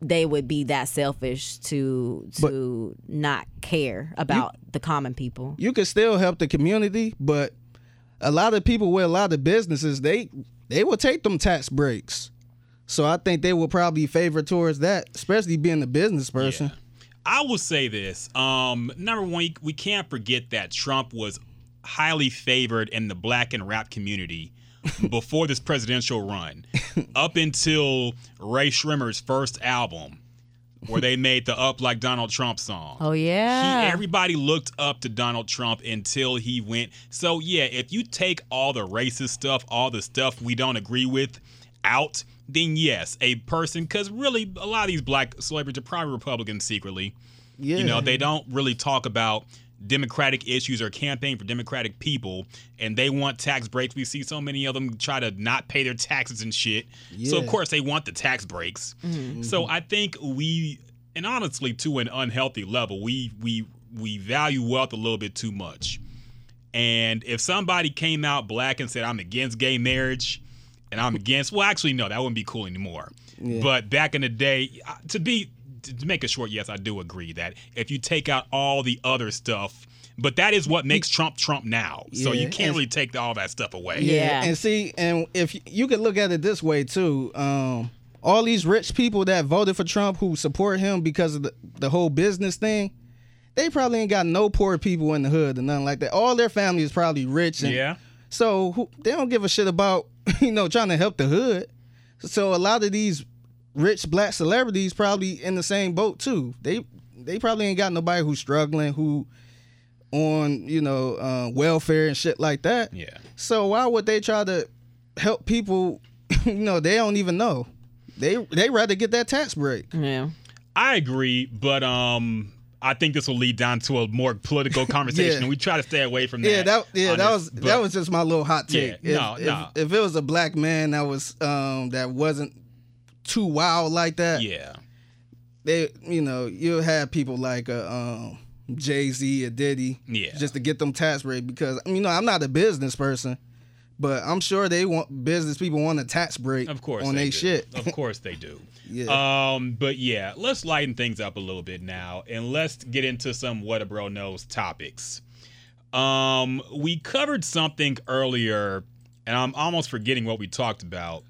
Speaker 4: they would be that selfish to to not care about the common people.
Speaker 3: You can still help the community, but a lot of people with a lot of businesses, they they will take them tax breaks. So I think they will probably favor towards that, especially being a business person.
Speaker 2: I will say this. Um, number one, we can't forget that Trump was highly favored in the black and rap community before this presidential run, up until Ray Shrimmer's first album, where they made the "Up Like Donald Trump" song.
Speaker 4: Oh
Speaker 2: He,
Speaker 4: yeah,
Speaker 2: everybody looked up to Donald Trump until he went. So yeah, if you take all the racist stuff, all the stuff we don't agree with, out, then yes, a person. Because really, a lot of these black celebrities are probably Republicans secretly.
Speaker 3: Yeah.
Speaker 2: You know, they don't really talk about democratic issues or campaign for democratic people and they want tax breaks. We see so many of them try to not pay their taxes and shit. So of
Speaker 3: Yeah. Mm-hmm.
Speaker 2: course they want the tax breaks. So I think we and honestly to an unhealthy level, we we we value wealth a little bit too much. And if somebody came out black and said, I'm against gay marriage, and I'm against, well, actually, no, that wouldn't be cool anymore. But back in the day, I- to be, to make it short, yes, I do agree that if you take out all the other stuff, but that is what makes Trump Trump now. So
Speaker 3: Yeah,
Speaker 2: you can't
Speaker 3: and-
Speaker 2: really take all that stuff away.
Speaker 4: Yeah.
Speaker 3: And see, and if you could look at it this way too, um, all these rich people that voted for Trump who support him because of the, the whole business thing, they probably ain't got no poor people in the hood or nothing like that. All their family is probably rich. And
Speaker 2: Yeah.
Speaker 3: So who, they don't give a shit about, [LAUGHS] you know, trying to help the hood. So a lot of these rich black celebrities probably in the same boat too. They they probably ain't got nobody who's struggling who on, you know, uh, welfare and shit like that.
Speaker 2: Yeah.
Speaker 3: So why would they try to help people? [LAUGHS] you know, they don't even know. They they rather get that tax break.
Speaker 4: Yeah.
Speaker 2: I agree, but um, I think this will lead down to a more
Speaker 3: [LAUGHS]
Speaker 2: political conversation. and We try to stay away from that.
Speaker 3: Yeah, that yeah,
Speaker 2: on
Speaker 3: that
Speaker 2: this,
Speaker 3: was
Speaker 2: but-
Speaker 3: that was just my little hot take.
Speaker 2: Yeah,
Speaker 3: if,
Speaker 2: no,
Speaker 3: if,
Speaker 2: no.
Speaker 3: if it was a black man that was um that wasn't too wild like that,
Speaker 2: yeah,
Speaker 3: they you know you'll have people like a um Jay Z or Diddy,
Speaker 2: Yeah.
Speaker 3: just to get them tax break because you know I'm not a business person, but I'm sure they want business people want a tax break
Speaker 2: of course
Speaker 3: on
Speaker 2: they do.
Speaker 3: their shit.
Speaker 2: Of course they do.
Speaker 3: [LAUGHS] Yeah.
Speaker 2: Um, but yeah, let's lighten things up a little bit now, and let's get into some what a bro knows topics. Um, we covered something earlier, and I'm almost forgetting what we talked about.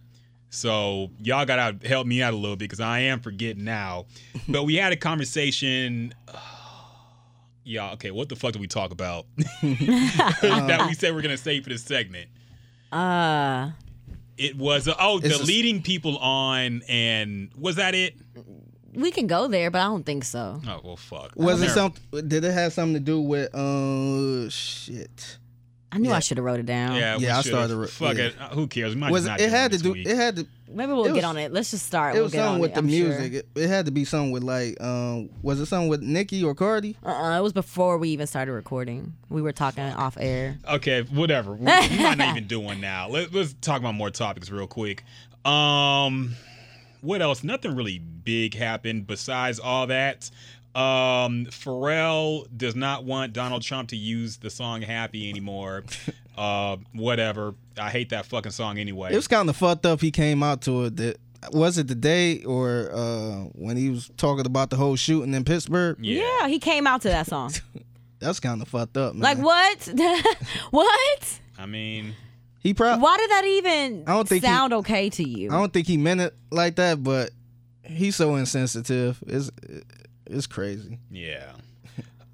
Speaker 2: So y'all gotta help me out a little bit because I am forgetting
Speaker 3: [LAUGHS]
Speaker 2: now. But we had a conversation. [SIGHS] y'all, okay, what the fuck did we talk
Speaker 3: [LAUGHS]
Speaker 2: about [LAUGHS] that we said we're gonna save for this segment?
Speaker 4: Uh,
Speaker 2: It was oh,
Speaker 3: It's a-
Speaker 2: deleting people on, and was that it?
Speaker 4: we can go there, but I don't think so.
Speaker 2: Oh well, fuck.
Speaker 3: Was it
Speaker 2: Terrible.
Speaker 3: something? Did it have something to do with? Uh, shit.
Speaker 4: I knew
Speaker 3: Yeah.
Speaker 4: I should have wrote it down.
Speaker 2: Yeah, we
Speaker 3: Yeah, I
Speaker 2: should've-
Speaker 3: started re-
Speaker 2: Fuck
Speaker 3: yeah.
Speaker 2: it. uh, Who cares? We might
Speaker 3: Was
Speaker 2: not
Speaker 3: it, it
Speaker 2: do
Speaker 3: had to
Speaker 2: this
Speaker 3: do?
Speaker 2: week.
Speaker 3: It had to.
Speaker 4: Maybe we'll
Speaker 3: It
Speaker 4: get
Speaker 3: was-
Speaker 4: on it. Let's just start.
Speaker 3: It
Speaker 4: we'll
Speaker 3: was
Speaker 4: get on
Speaker 3: something with
Speaker 4: it,
Speaker 3: the
Speaker 4: I'm sure.
Speaker 3: music. It, it had to be something with like. Um, was it something with Nicki or Cardi?
Speaker 4: Uh-uh, it was before we even started recording. We were talking off air.
Speaker 2: Okay, whatever. We, we might not even do one
Speaker 4: [LAUGHS]
Speaker 2: now. Let, let's talk about more topics real quick. Um, what else? Nothing really big happened besides all that. Um, Pharrell does not want Donald Trump to use the song "Happy"
Speaker 4: [LAUGHS]
Speaker 2: anymore. uh, whatever. I hate that fucking song anyway.
Speaker 3: It was kind of fucked up. He came out to it. That was it the day or uh, when he was talking about the whole shooting in Pittsburgh.
Speaker 2: Yeah.
Speaker 4: he came out to that [LAUGHS] song.
Speaker 3: That's kind of fucked up, man.
Speaker 4: like what? [LAUGHS] what?
Speaker 2: I mean,
Speaker 3: He probably.
Speaker 4: Why did that even
Speaker 3: I don't think he-
Speaker 4: sound okay to you?
Speaker 3: I don't think he meant it like that, but he's so insensitive. It's it's crazy.
Speaker 2: yeah.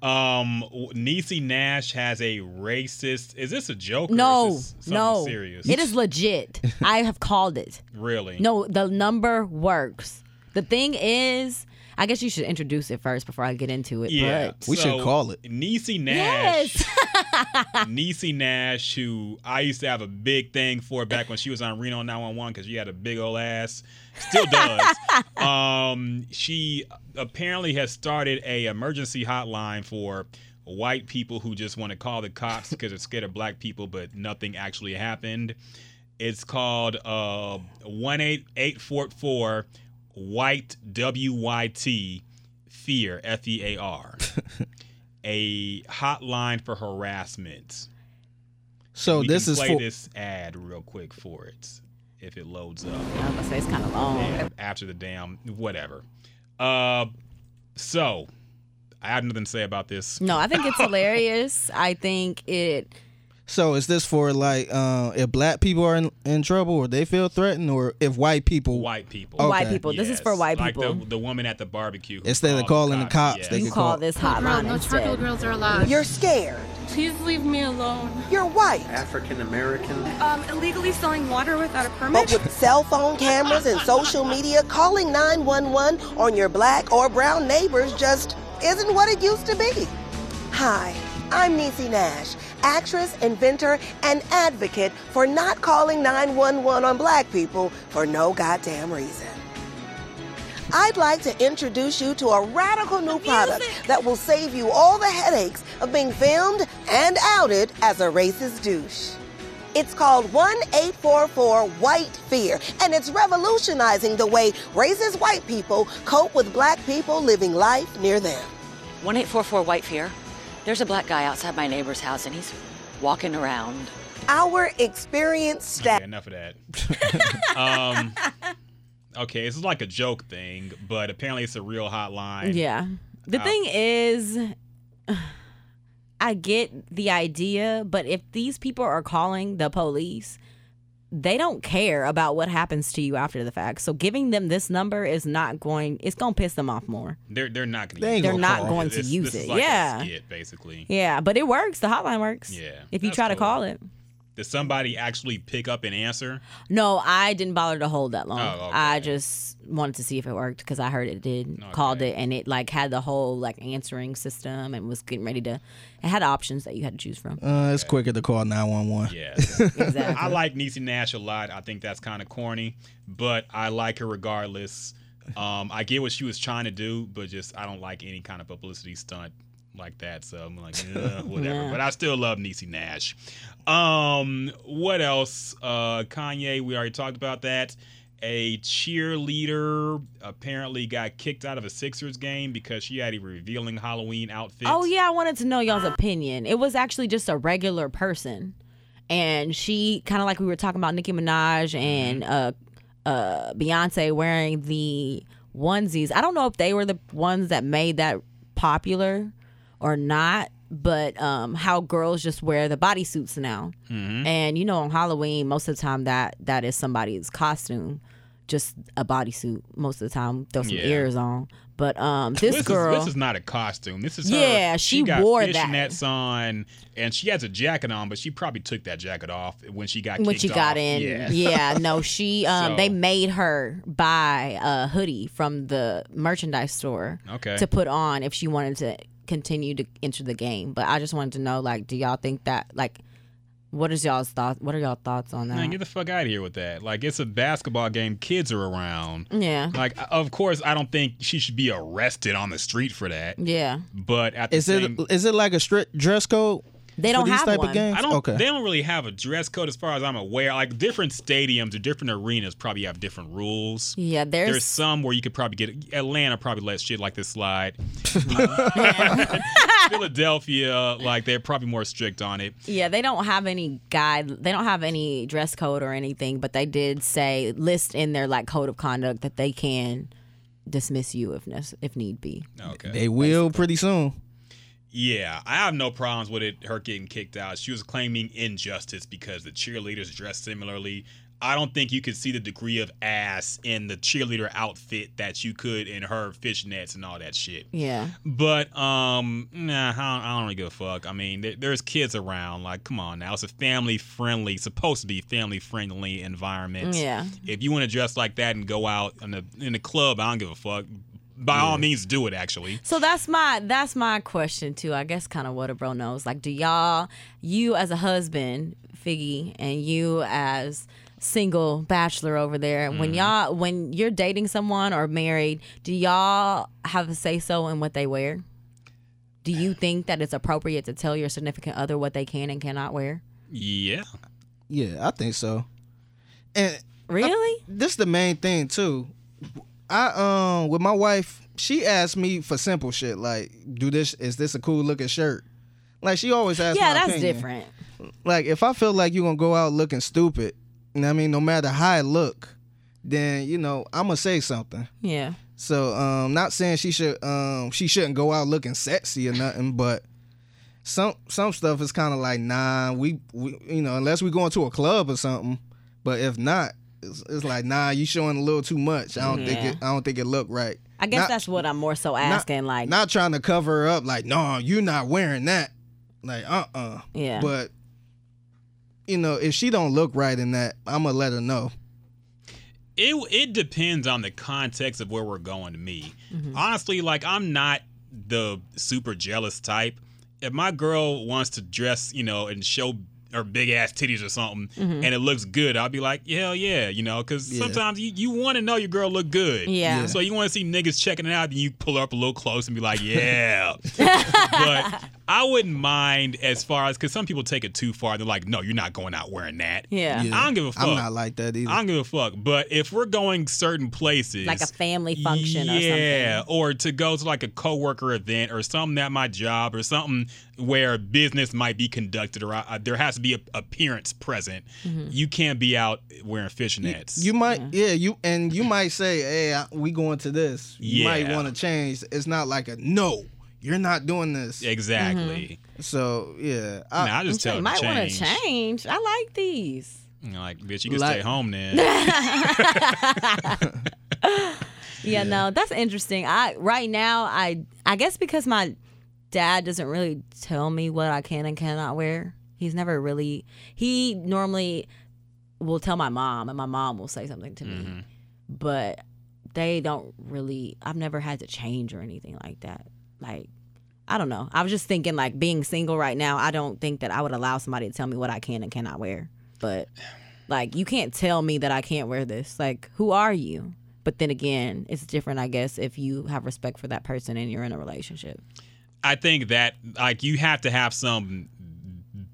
Speaker 2: Um, Niecy Nash has a racist. Is this a joke? or
Speaker 4: no,
Speaker 2: is this something
Speaker 4: no.
Speaker 2: serious.
Speaker 4: It is legit. [LAUGHS] I have called it.
Speaker 2: really
Speaker 4: No, the number works. The thing is, I guess you should introduce it first before I get into it.
Speaker 2: Yeah,
Speaker 4: But
Speaker 3: We should call it.
Speaker 2: Niecy Nash.
Speaker 4: yes.
Speaker 2: Niecy Nash, who I used to have a big thing for back when she was on Reno 911 because she had a big old ass. Still does. um, she apparently has started a emergency hotline for white people who just want to call the cops because they're scared of black people, but nothing actually happened. It's called uh one eight eight four four white W Y T fear F E A R. A hotline for harassment.
Speaker 3: So
Speaker 2: we
Speaker 3: this
Speaker 2: can
Speaker 3: is
Speaker 2: play
Speaker 3: for,
Speaker 2: this ad real quick for it if it loads up
Speaker 4: I was gonna say it's kind of long.
Speaker 2: Yeah, after the damn whatever. Uh, so I have nothing to say about this.
Speaker 4: No, I [LAUGHS] think it's hilarious. I think it.
Speaker 3: So is this for like uh, if black people are in, in trouble or they feel threatened or if white people
Speaker 2: White people.
Speaker 3: Okay.
Speaker 4: White people. This is for
Speaker 2: Yes,
Speaker 4: white
Speaker 2: like the-
Speaker 4: people.
Speaker 2: the, woman at the barbecue. who
Speaker 3: Instead of
Speaker 2: called
Speaker 3: calling the cops, they
Speaker 2: yes.
Speaker 4: you
Speaker 3: could
Speaker 4: call
Speaker 3: call-
Speaker 4: this
Speaker 5: Girl,
Speaker 4: hotline
Speaker 5: no charcoal
Speaker 4: instead.
Speaker 5: girls are allowed.
Speaker 6: You're scared.
Speaker 5: Please leave me alone.
Speaker 6: You're white.
Speaker 7: African American.
Speaker 8: Um, illegally selling water without a permit?
Speaker 6: But with cell phone cameras and social media, calling 911 on your black or brown neighbors just isn't what it used to be. Hi, I'm Niecy Nash, actress, inventor, and advocate for not calling 911 on black people for no goddamn reason. I'd like to introduce you to a radical new product that will save you all the headaches of being filmed and outed as a racist douche. It's called 1844 White Fear, and it's revolutionizing the way racist white people cope with black people living life near them.
Speaker 9: 1844 White Fear. There's a black guy outside my neighbor's house and he's walking around.
Speaker 6: Our experienced staff.
Speaker 2: Okay, enough of that. [LAUGHS] um, okay, this is like a joke thing, but apparently it's a real hotline.
Speaker 4: Yeah. The
Speaker 2: Uh,
Speaker 4: thing is, [SIGHS] I get the idea, but if these people are calling the police they don't care about what happens to you after the fact. So giving them this number is not going. It's gonna piss them off more.
Speaker 2: They're they're not going to.
Speaker 3: They ain't
Speaker 4: They're
Speaker 3: gonna
Speaker 4: not
Speaker 3: call.
Speaker 4: going to
Speaker 2: This-
Speaker 4: use
Speaker 2: this is
Speaker 4: it.
Speaker 2: like a
Speaker 4: yeah,
Speaker 2: skit, basically.
Speaker 4: yeah. But it works. The hotline works.
Speaker 2: Yeah,
Speaker 4: If you
Speaker 2: that's
Speaker 4: try to
Speaker 2: cool.
Speaker 4: call it.
Speaker 2: Did somebody actually pick up and answer?
Speaker 4: No, I didn't bother to hold that long.
Speaker 2: Oh, okay.
Speaker 4: I just wanted to see if it worked because I heard it did. Called it and it like had the whole like answering system and was getting ready to. It had options that you had to choose from.
Speaker 3: Uh, it's quicker to call 911.
Speaker 2: Yeah.
Speaker 4: Exactly.
Speaker 2: I like Niecy Nash a lot. I think that's kind of corny, but I like her regardless. Um, I get what she was trying to do, but just I don't like any kind of publicity stunt like that. So I'm like,
Speaker 4: [LAUGHS]
Speaker 2: "Ugh," whatever. But I still love Niecy Nash. Um, what else? Uh, Kanye, we already talked about that. A cheerleader apparently got kicked out of a Sixers game because she had a revealing Halloween outfit.
Speaker 4: Oh yeah, I wanted to know y'all's opinion. It was actually just a regular person, and she kind of like we were talking about Nicki
Speaker 2: Mm-hmm.
Speaker 4: Minaj and uh, uh, Beyonce wearing the onesies. I don't know if they were the ones that made that popular or not, but um, how girls just wear the bodysuits now,
Speaker 2: Mm-hmm.
Speaker 4: and you know on Halloween most of the time that that is somebody's costume. Just a bodysuit most of the time. Throw some
Speaker 2: Yeah.
Speaker 4: ears on, but um, this,
Speaker 2: this
Speaker 4: girl.
Speaker 2: Is, this is not a costume. This is her-
Speaker 4: Yeah, she
Speaker 2: got
Speaker 4: wore that.
Speaker 2: fishnets on, and she has a jacket on, but she probably took that jacket off when she got
Speaker 4: when
Speaker 2: kicked
Speaker 4: she got
Speaker 2: off.
Speaker 4: in.
Speaker 2: Yeah.
Speaker 4: [LAUGHS] Yeah.
Speaker 2: [LAUGHS]
Speaker 4: no, she um they
Speaker 2: So-
Speaker 4: made her buy a hoodie from the merchandise store
Speaker 2: Okay.
Speaker 4: to put on if she wanted to continue to enter the game. But I just wanted to know like do y'all think that like what is y'all's thoughts what are y'all thouts on that?
Speaker 2: Man, get the fuck out of here with that. Like it's a basketball game. Kids are around.
Speaker 4: yeah.
Speaker 2: Like of course I don't think she should be arrested on the street for that.
Speaker 4: Yeah.
Speaker 2: But at the
Speaker 3: Is
Speaker 2: same,
Speaker 3: it is it like a strict dress code?
Speaker 4: They don't
Speaker 3: for these
Speaker 4: have
Speaker 3: type
Speaker 4: one.
Speaker 3: Of games?
Speaker 2: I don't.
Speaker 3: Okay.
Speaker 2: They don't really have a dress code as far as I'm aware. Like different stadiums or different arenas probably have different rules.
Speaker 4: Yeah, there's,
Speaker 2: There's some where you could probably get Atlanta probably let shit like this slide. [LAUGHS] Philadelphia, like they're probably more strict on it.
Speaker 4: yeah, they don't have any guide. They don't have any dress code or anything, but they did say list in their like code of conduct that they can dismiss you if nece- if need be.
Speaker 2: Okay.
Speaker 3: They will pretty soon.
Speaker 2: yeah, I have no problems with it. Her getting kicked out. She was claiming injustice because the cheerleaders dressed similarly. I don't think you could see the degree of ass in the cheerleader outfit that you could in her fishnets and all that shit.
Speaker 4: Yeah.
Speaker 2: But um, nah, I don't, I don't really give a fuck. I mean, there, there's kids around. Like, come on now, it's a family friendly, supposed to be family friendly environment.
Speaker 4: Yeah.
Speaker 2: If you want to dress like that and go out in the in the club, I don't give a fuck. By all means, do it. Actually,
Speaker 4: So that's my that's my question too. I guess kind of what a bro knows. Like, do y'all, you as a husband, Figgy, and you as single bachelor over there, when y'all when you're dating someone or married, do y'all have a say so in what they wear? Do you think that it's appropriate to tell your significant other what they can and cannot wear?
Speaker 2: yeah.
Speaker 3: Yeah, I think so. And
Speaker 4: Really?
Speaker 3: this is the main thing too. I um with my wife, she asked me for simple shit like, "Do this? Is this a cool looking shirt?" Like she always asks.
Speaker 4: yeah,
Speaker 3: my
Speaker 4: that's
Speaker 3: opinion.
Speaker 4: different.
Speaker 3: Like if I feel like you gonna go out looking stupid, you know what I mean, no matter how I look, then you know I'm gonna say something.
Speaker 4: Yeah.
Speaker 3: So um not saying she should um she shouldn't go out looking sexy or nothing, but some some stuff is kind of like nah we, we you know unless we going to a club or something, but if not it's, it's like nah you showing a little too much. I don't
Speaker 2: Mm-hmm.
Speaker 3: think
Speaker 4: Yeah.
Speaker 3: it I don't think it look right.
Speaker 4: I guess
Speaker 3: Not-
Speaker 4: that's what I'm more so
Speaker 3: not-
Speaker 4: asking. like,
Speaker 3: not trying to cover up like no you're not wearing that like uh uh
Speaker 4: Yeah.
Speaker 3: but you know if she don't look right in that I'm gonna let her know.
Speaker 2: It it depends on the context of where we're going to me.
Speaker 4: Mm-hmm.
Speaker 2: Honestly, like I'm not the super jealous type. If my girl wants to dress, you know, and show her big ass titties or something
Speaker 4: Mm-hmm.
Speaker 2: and it looks good, I'll be like, "Hell yeah," you know, cuz
Speaker 3: Yeah.
Speaker 2: sometimes you, you want to know your girl look good.
Speaker 4: Yeah. Yeah.
Speaker 2: So you want to see niggas checking it out, then you pull her up a little close and be
Speaker 4: [LAUGHS]
Speaker 2: like, "Yeah." but I wouldn't mind as far as cuz some people take it too far. They're like, "No, you're not going out wearing that."
Speaker 4: yeah.
Speaker 3: Yeah.
Speaker 2: I don't give a fuck.
Speaker 3: I'm not like that either.
Speaker 2: I don't give a fuck. But if we're going certain places,
Speaker 4: Like a family function or something.
Speaker 2: yeah, or to go to like a coworker event or something at my job or something where business might be conducted or uh, there has to be a appearance present.
Speaker 4: Mm-hmm.
Speaker 2: You can't be out wearing fishnets.
Speaker 3: You might, yeah. you and you might say, "Hey, I- we going to this." You might
Speaker 2: Yeah.
Speaker 3: want to change. It's not like a no. You're not doing
Speaker 2: [LAUGHS]
Speaker 3: this.
Speaker 2: exactly.
Speaker 3: So yeah, I,
Speaker 2: Nah, I just
Speaker 4: So
Speaker 2: tell
Speaker 4: Mm-hmm. you
Speaker 2: them
Speaker 4: might
Speaker 2: to
Speaker 4: want
Speaker 2: change.
Speaker 4: to change. I like these.
Speaker 2: And you're like, bitch, you can
Speaker 3: Like-
Speaker 2: stay home
Speaker 4: [LAUGHS]
Speaker 2: then.
Speaker 4: yeah, no, that's interesting. I right now, I I guess because my dad doesn't really tell me what I can and cannot wear. He's never really. He normally will tell my mom, and my mom will say something to me, but they don't really. I've never had to change or anything like that. Like. I don't know. I was just thinking, like being single right now, I don't think that I would allow somebody to tell me what I can and cannot wear. But like you can't tell me that I can't wear this. Like who are you? But then again, it's different I guess if you have respect for that person and you're in a relationship.
Speaker 2: I think that like you have to have some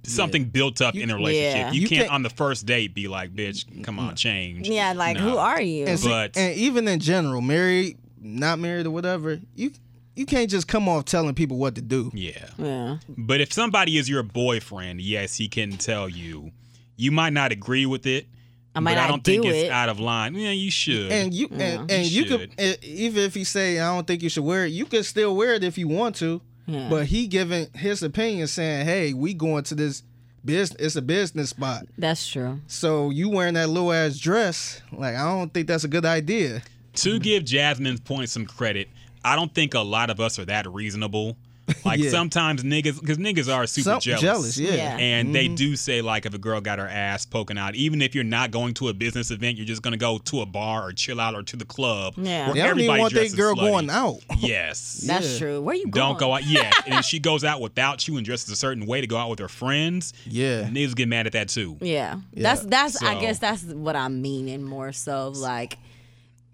Speaker 2: something built up in a relationship.
Speaker 4: Yeah.
Speaker 2: You,
Speaker 3: You
Speaker 2: can't
Speaker 3: can't-
Speaker 2: on the first date be like, bitch, come on, change.
Speaker 4: Yeah, like
Speaker 2: No.
Speaker 4: who are you?
Speaker 3: And, see-
Speaker 2: But-
Speaker 3: and even in general, married, not married or whatever, you you can't just come off telling people what to do.
Speaker 2: Yeah.
Speaker 4: yeah.
Speaker 2: But if somebody is your boyfriend, yes, he can tell you. You might not agree with it.
Speaker 4: I might
Speaker 2: but I
Speaker 4: not
Speaker 2: don't think
Speaker 4: do
Speaker 2: it's
Speaker 4: it.
Speaker 2: out of line. Yeah, you should.
Speaker 3: And you and, and
Speaker 2: You
Speaker 3: you could
Speaker 2: should.
Speaker 3: e- even if he say I don't think you should wear it, you could still wear it if you want to.
Speaker 4: Yeah.
Speaker 3: But he giving his opinion saying, "Hey, we going to this business. It's a business spot.
Speaker 4: That's true.
Speaker 3: So you wearing that little ass dress? Like I don't think that's a good idea."
Speaker 2: to give Jasmine's point some credit, I don't think a lot of us are that
Speaker 3: [LAUGHS]
Speaker 2: reasonable. Like
Speaker 3: Yeah.
Speaker 2: sometimes niggas, because niggas are super
Speaker 3: Some- jealous, yeah. Mm-hmm.
Speaker 4: Yeah.
Speaker 2: And they do say like if a girl got her ass poking out, even if you're not going to a business event, you're just gonna go to a bar or chill out or to the club.
Speaker 4: Yeah.
Speaker 2: where
Speaker 3: They don't even
Speaker 2: everybody's
Speaker 3: want that
Speaker 2: dressed as
Speaker 3: girl
Speaker 2: slutty.
Speaker 3: going out.
Speaker 2: Yes.
Speaker 4: That's
Speaker 3: Yeah.
Speaker 4: true. Where you
Speaker 2: don't
Speaker 4: going?
Speaker 2: go out. Yeah. and if she goes out without you and dresses a certain way to go out with her friends,
Speaker 3: Yeah.
Speaker 2: niggas get mad at that too.
Speaker 4: Yeah. That's that's I
Speaker 2: So-
Speaker 4: guess that's what I'm meaning more so like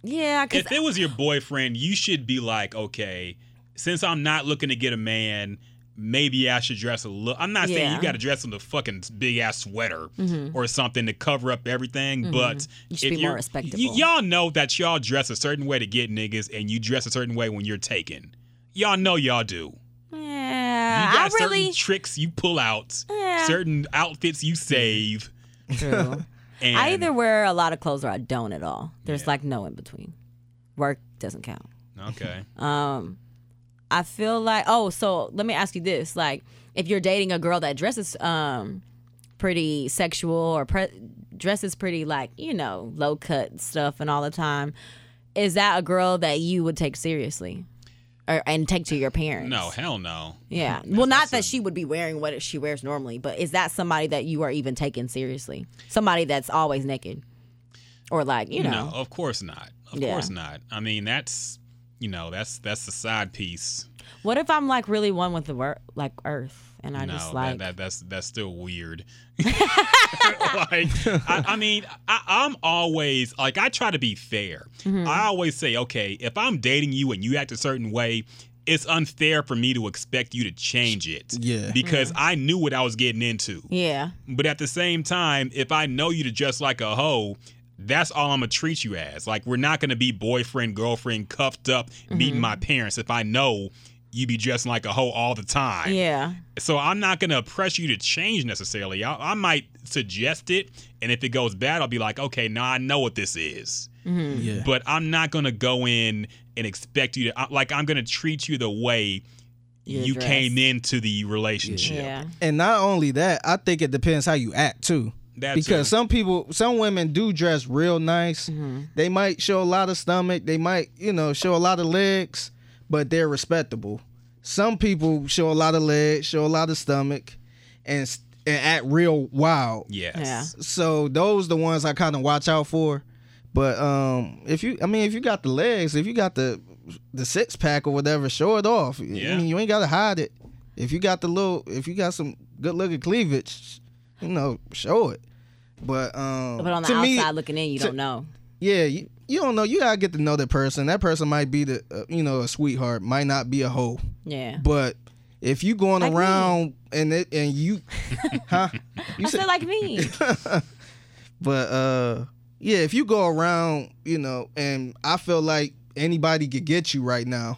Speaker 4: yeah, cuz
Speaker 2: if it was your boyfriend, you should be like, okay, since I'm not looking to get a man, maybe I should dress a little. I'm not saying
Speaker 4: Yeah. Mm-hmm.
Speaker 2: you got to dress in a fucking big ass sweater or something to cover up everything, but
Speaker 4: You should
Speaker 2: if
Speaker 4: be more
Speaker 2: you're-
Speaker 4: respectable.
Speaker 2: y- y'all know that y'all dress a certain way to get niggas, and you dress a certain way when you're taken. Y'all know y'all do. You got
Speaker 4: yeah, Uh, I
Speaker 2: certain
Speaker 4: really
Speaker 2: tricks you pull out,
Speaker 4: Yeah.
Speaker 2: certain outfits you save.
Speaker 4: true.
Speaker 2: And
Speaker 4: [LAUGHS] I either wear a lot of clothes or I don't at all. There's like no in between. Work doesn't count. [LAUGHS]
Speaker 2: okay,
Speaker 4: Um, I feel like oh, so let me ask you this: like, if you're dating a girl that dresses um pretty sexual or pre- dresses pretty like you know low cut stuff and all the time, is that a girl that you would take seriously, or and take to your parents?
Speaker 2: no, hell no.
Speaker 4: Yeah. Well, not that she would be wearing what she wears normally, but is that somebody that you are even taking seriously? Somebody that's always naked, or like you know,
Speaker 2: No, of course not. Of
Speaker 4: Yeah.
Speaker 2: course not. I mean, that's you know, that's that's the side piece.
Speaker 4: what if I'm like really one with the wor- like Earth, and I
Speaker 2: no,
Speaker 4: just
Speaker 2: that-
Speaker 4: like.
Speaker 2: that, that's that's still
Speaker 4: [LAUGHS]
Speaker 2: weird. [LAUGHS] like, I, I mean, I, I'm always like, I try to be fair.
Speaker 4: Mm-hmm.
Speaker 2: I always say, okay, if I'm dating you and you act a certain way. It's unfair for me to expect you to change it.
Speaker 3: Yeah.
Speaker 2: Because
Speaker 4: Mm-hmm.
Speaker 2: I knew what I was getting into.
Speaker 4: yeah.
Speaker 2: But at the same time, if I know you to dress like a hoe, that's all I'm gonna treat you as. Like we're not gonna be boyfriend, girlfriend, cuffed up,
Speaker 4: Mm-hmm.
Speaker 2: meeting my parents if I know you be dressing like a hoe all the time.
Speaker 4: Yeah.
Speaker 2: So I'm not gonna press you to change necessarily. I, I might suggest it, and if it goes bad, I'll be like, okay, now I know what this is.
Speaker 3: [LAUGHS] Yeah.
Speaker 2: But I'm not gonna go in and expect you to I- like. I'm gonna treat you the way
Speaker 4: You're
Speaker 2: you
Speaker 4: dressed.
Speaker 2: came into the relationship.
Speaker 4: Yeah.
Speaker 3: And not only that, I think it depends how you act too.
Speaker 2: That
Speaker 3: because
Speaker 2: too.
Speaker 3: some people, some women do dress real nice. They might show a lot of stomach. They might, you know, show a lot of legs, but they're respectable. Some people show a lot of legs, show a lot of stomach, and s- and act real wild.
Speaker 2: Yes.
Speaker 4: Yeah.
Speaker 3: So those the ones I kind of watch out for. But um, if you, I mean, if you got the legs, if you got the the six pack or whatever, show it off.
Speaker 2: Yeah.
Speaker 3: I mean, you ain't gotta hide it. If you got the little, if you got some good looking cleavage, you know, show it. But um,
Speaker 4: But on the
Speaker 3: to
Speaker 4: outside
Speaker 3: me,
Speaker 4: looking in, you don't know.
Speaker 3: yeah, you, you don't know. You gotta get to know that person. That person might be the, uh, you know, a sweetheart. Might not be a hoe.
Speaker 4: Yeah.
Speaker 3: But if you going
Speaker 4: Like me.
Speaker 3: around and it and you, [LAUGHS] huh? You
Speaker 4: I said like me.
Speaker 3: [LAUGHS] But uh yeah, if you go around, you know, and I feel like anybody could get you right now,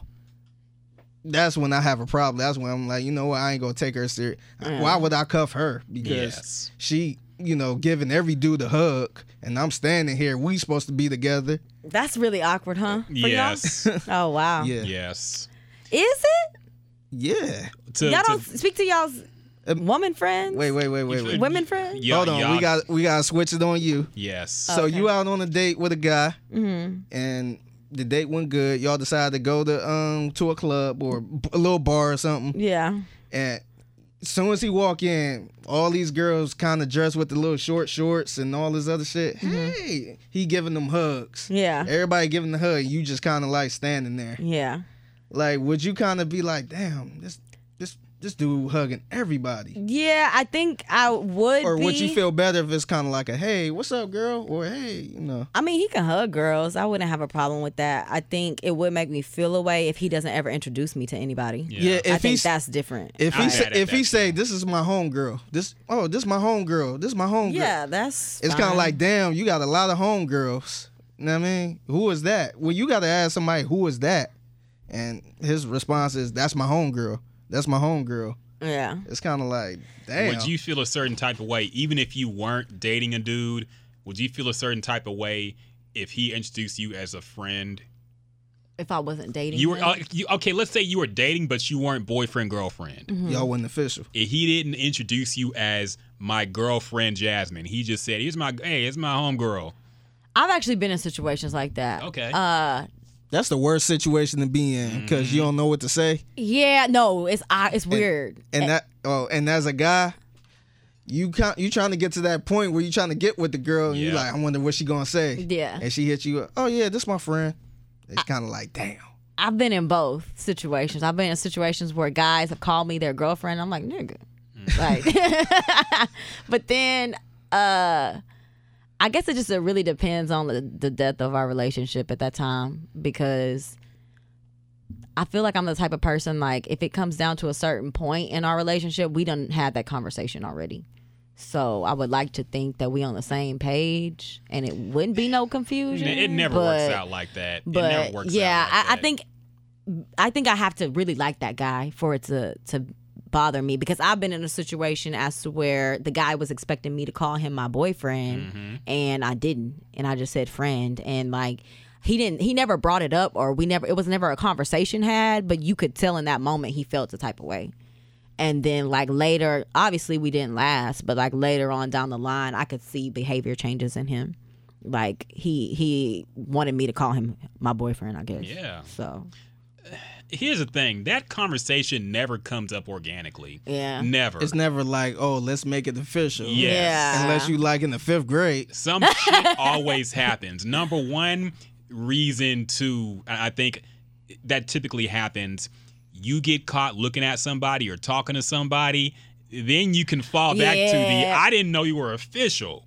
Speaker 3: that's when I have a problem. That's when I'm like, you know what, I ain't gonna take her serious. Why would I cuff her? Because
Speaker 2: Mm. Yes.
Speaker 3: she, you know, giving every dude a hug and I'm standing here, we supposed to be together.
Speaker 4: That's really awkward, huh? For y'all?
Speaker 2: Yes.
Speaker 4: Oh wow.
Speaker 3: Yeah.
Speaker 2: yes.
Speaker 4: Is it?
Speaker 3: Yeah.
Speaker 2: To,
Speaker 4: Y'all
Speaker 2: to-
Speaker 4: don't speak to y'all's
Speaker 3: Um,
Speaker 4: Woman friends?
Speaker 3: Wait, wait, wait, wait, wait.
Speaker 4: Women friends? Oh.
Speaker 2: Yeah,
Speaker 3: Hold on,
Speaker 2: y'all-
Speaker 3: we got we got to switch it on you.
Speaker 2: yes.
Speaker 3: So you out on a date with a guy,
Speaker 2: Mm-hmm.
Speaker 3: and the date went good. Y'all decide to go to um to a club or b- a little bar or something.
Speaker 4: Yeah.
Speaker 3: And as soon as he walk in, all these girls kind of dressed with the little short shorts and all this other shit. Hey, he giving them hugs.
Speaker 4: Mm-hmm. Yeah.
Speaker 3: Everybody giving the hug. You just kind of like standing there.
Speaker 4: Yeah.
Speaker 3: Like, would you kind of be like, damn, this this this dude hugging everybody?
Speaker 4: Yeah, I think I would
Speaker 3: Or would you
Speaker 4: be.
Speaker 3: feel better if it's kind of like a hey, what's up, girl? Or hey, you know.
Speaker 4: I mean, he can hug girls. I wouldn't have a problem with that. I think it would make me feel away if he doesn't ever introduce me to anybody.
Speaker 2: Yeah.
Speaker 3: Yeah, if
Speaker 4: I think
Speaker 3: he's
Speaker 4: that's different.
Speaker 3: If
Speaker 2: I'm
Speaker 3: he say,
Speaker 2: mad at
Speaker 3: if he
Speaker 2: that,
Speaker 3: say this is my homegirl, this oh this my homegirl, this my homegirl.
Speaker 4: yeah, that's.
Speaker 3: it's kind of
Speaker 4: fine.
Speaker 3: like damn, you got a lot of homegirls. You know what I mean? Who is that? Well, you got to ask somebody who is that, and his response is that's my homegirl. That's my homegirl.
Speaker 4: Yeah.
Speaker 3: It's kind of like damn.
Speaker 2: Would you feel a certain type of way, even if you weren't dating a dude? Would you feel a certain type of way if he introduced you as a friend?
Speaker 4: If I wasn't dating.
Speaker 2: You were
Speaker 4: him.
Speaker 2: uh, you, okay. Let's say you were dating, but you weren't boyfriend girlfriend.
Speaker 4: Mm-hmm.
Speaker 3: Y'all wasn't official.
Speaker 2: If he didn't introduce you as my girlfriend Jasmine, he just said, "Here's my hey, it's my homegirl."
Speaker 4: I've actually been in situations like that.
Speaker 2: Okay.
Speaker 4: Uh,
Speaker 3: That's the worst situation to be in because you don't know what to say,
Speaker 4: yeah, no, it's I, it's weird.
Speaker 3: and that oh, and as a guy. You can't, you trying to get to that point where you trying to get with the girl and you
Speaker 2: Yeah.
Speaker 3: like I wonder what she gonna say.
Speaker 4: Yeah.
Speaker 3: and she hit you up. Oh yeah, this my friend. It's kind of like damn.
Speaker 4: I've been in both situations. I've been in situations where guys have called me their girlfriend. I'm like, nigga.
Speaker 2: Mm.
Speaker 4: Like, [LAUGHS] but then, uh, I guess it just it really depends on the, the depth of our relationship at that time because I feel like I'm the type of person like if it comes down to a certain point in our relationship, we done had that conversation already. So I would like to think that we on the same page and it wouldn't be no confusion.
Speaker 2: It never works
Speaker 4: Um, but-
Speaker 2: out like that.
Speaker 4: but
Speaker 2: it never works
Speaker 4: yeah,
Speaker 2: out. like
Speaker 4: I, I
Speaker 2: that.
Speaker 4: think I think I have to really like that guy for it to to bother me because I've been in a situation as to where the guy was expecting me to call him my boyfriend
Speaker 2: Mm-hmm.
Speaker 4: and I didn't and I just said friend and like he didn't he never brought it up or we never it was never a conversation had but you could tell in that moment he felt the type of way and then like later obviously we didn't last but like later on down the line i could see behavior changes in him like he he wanted me to call him my boyfriend i guess
Speaker 2: Yeah.
Speaker 4: so
Speaker 2: here's the thing: that conversation never comes up organically.
Speaker 4: Yeah.
Speaker 2: never.
Speaker 3: It's never like oh let's make it official.
Speaker 2: Yes.
Speaker 4: Yeah.
Speaker 2: Uh-huh.
Speaker 3: Unless you like in the fifth grade.
Speaker 4: [LAUGHS]
Speaker 2: some shit always happens. Number one reason to I I think that typically happens, you get caught looking at somebody or talking to somebody, then you can fall back to the
Speaker 4: Yeah.
Speaker 2: I didn't know you were official.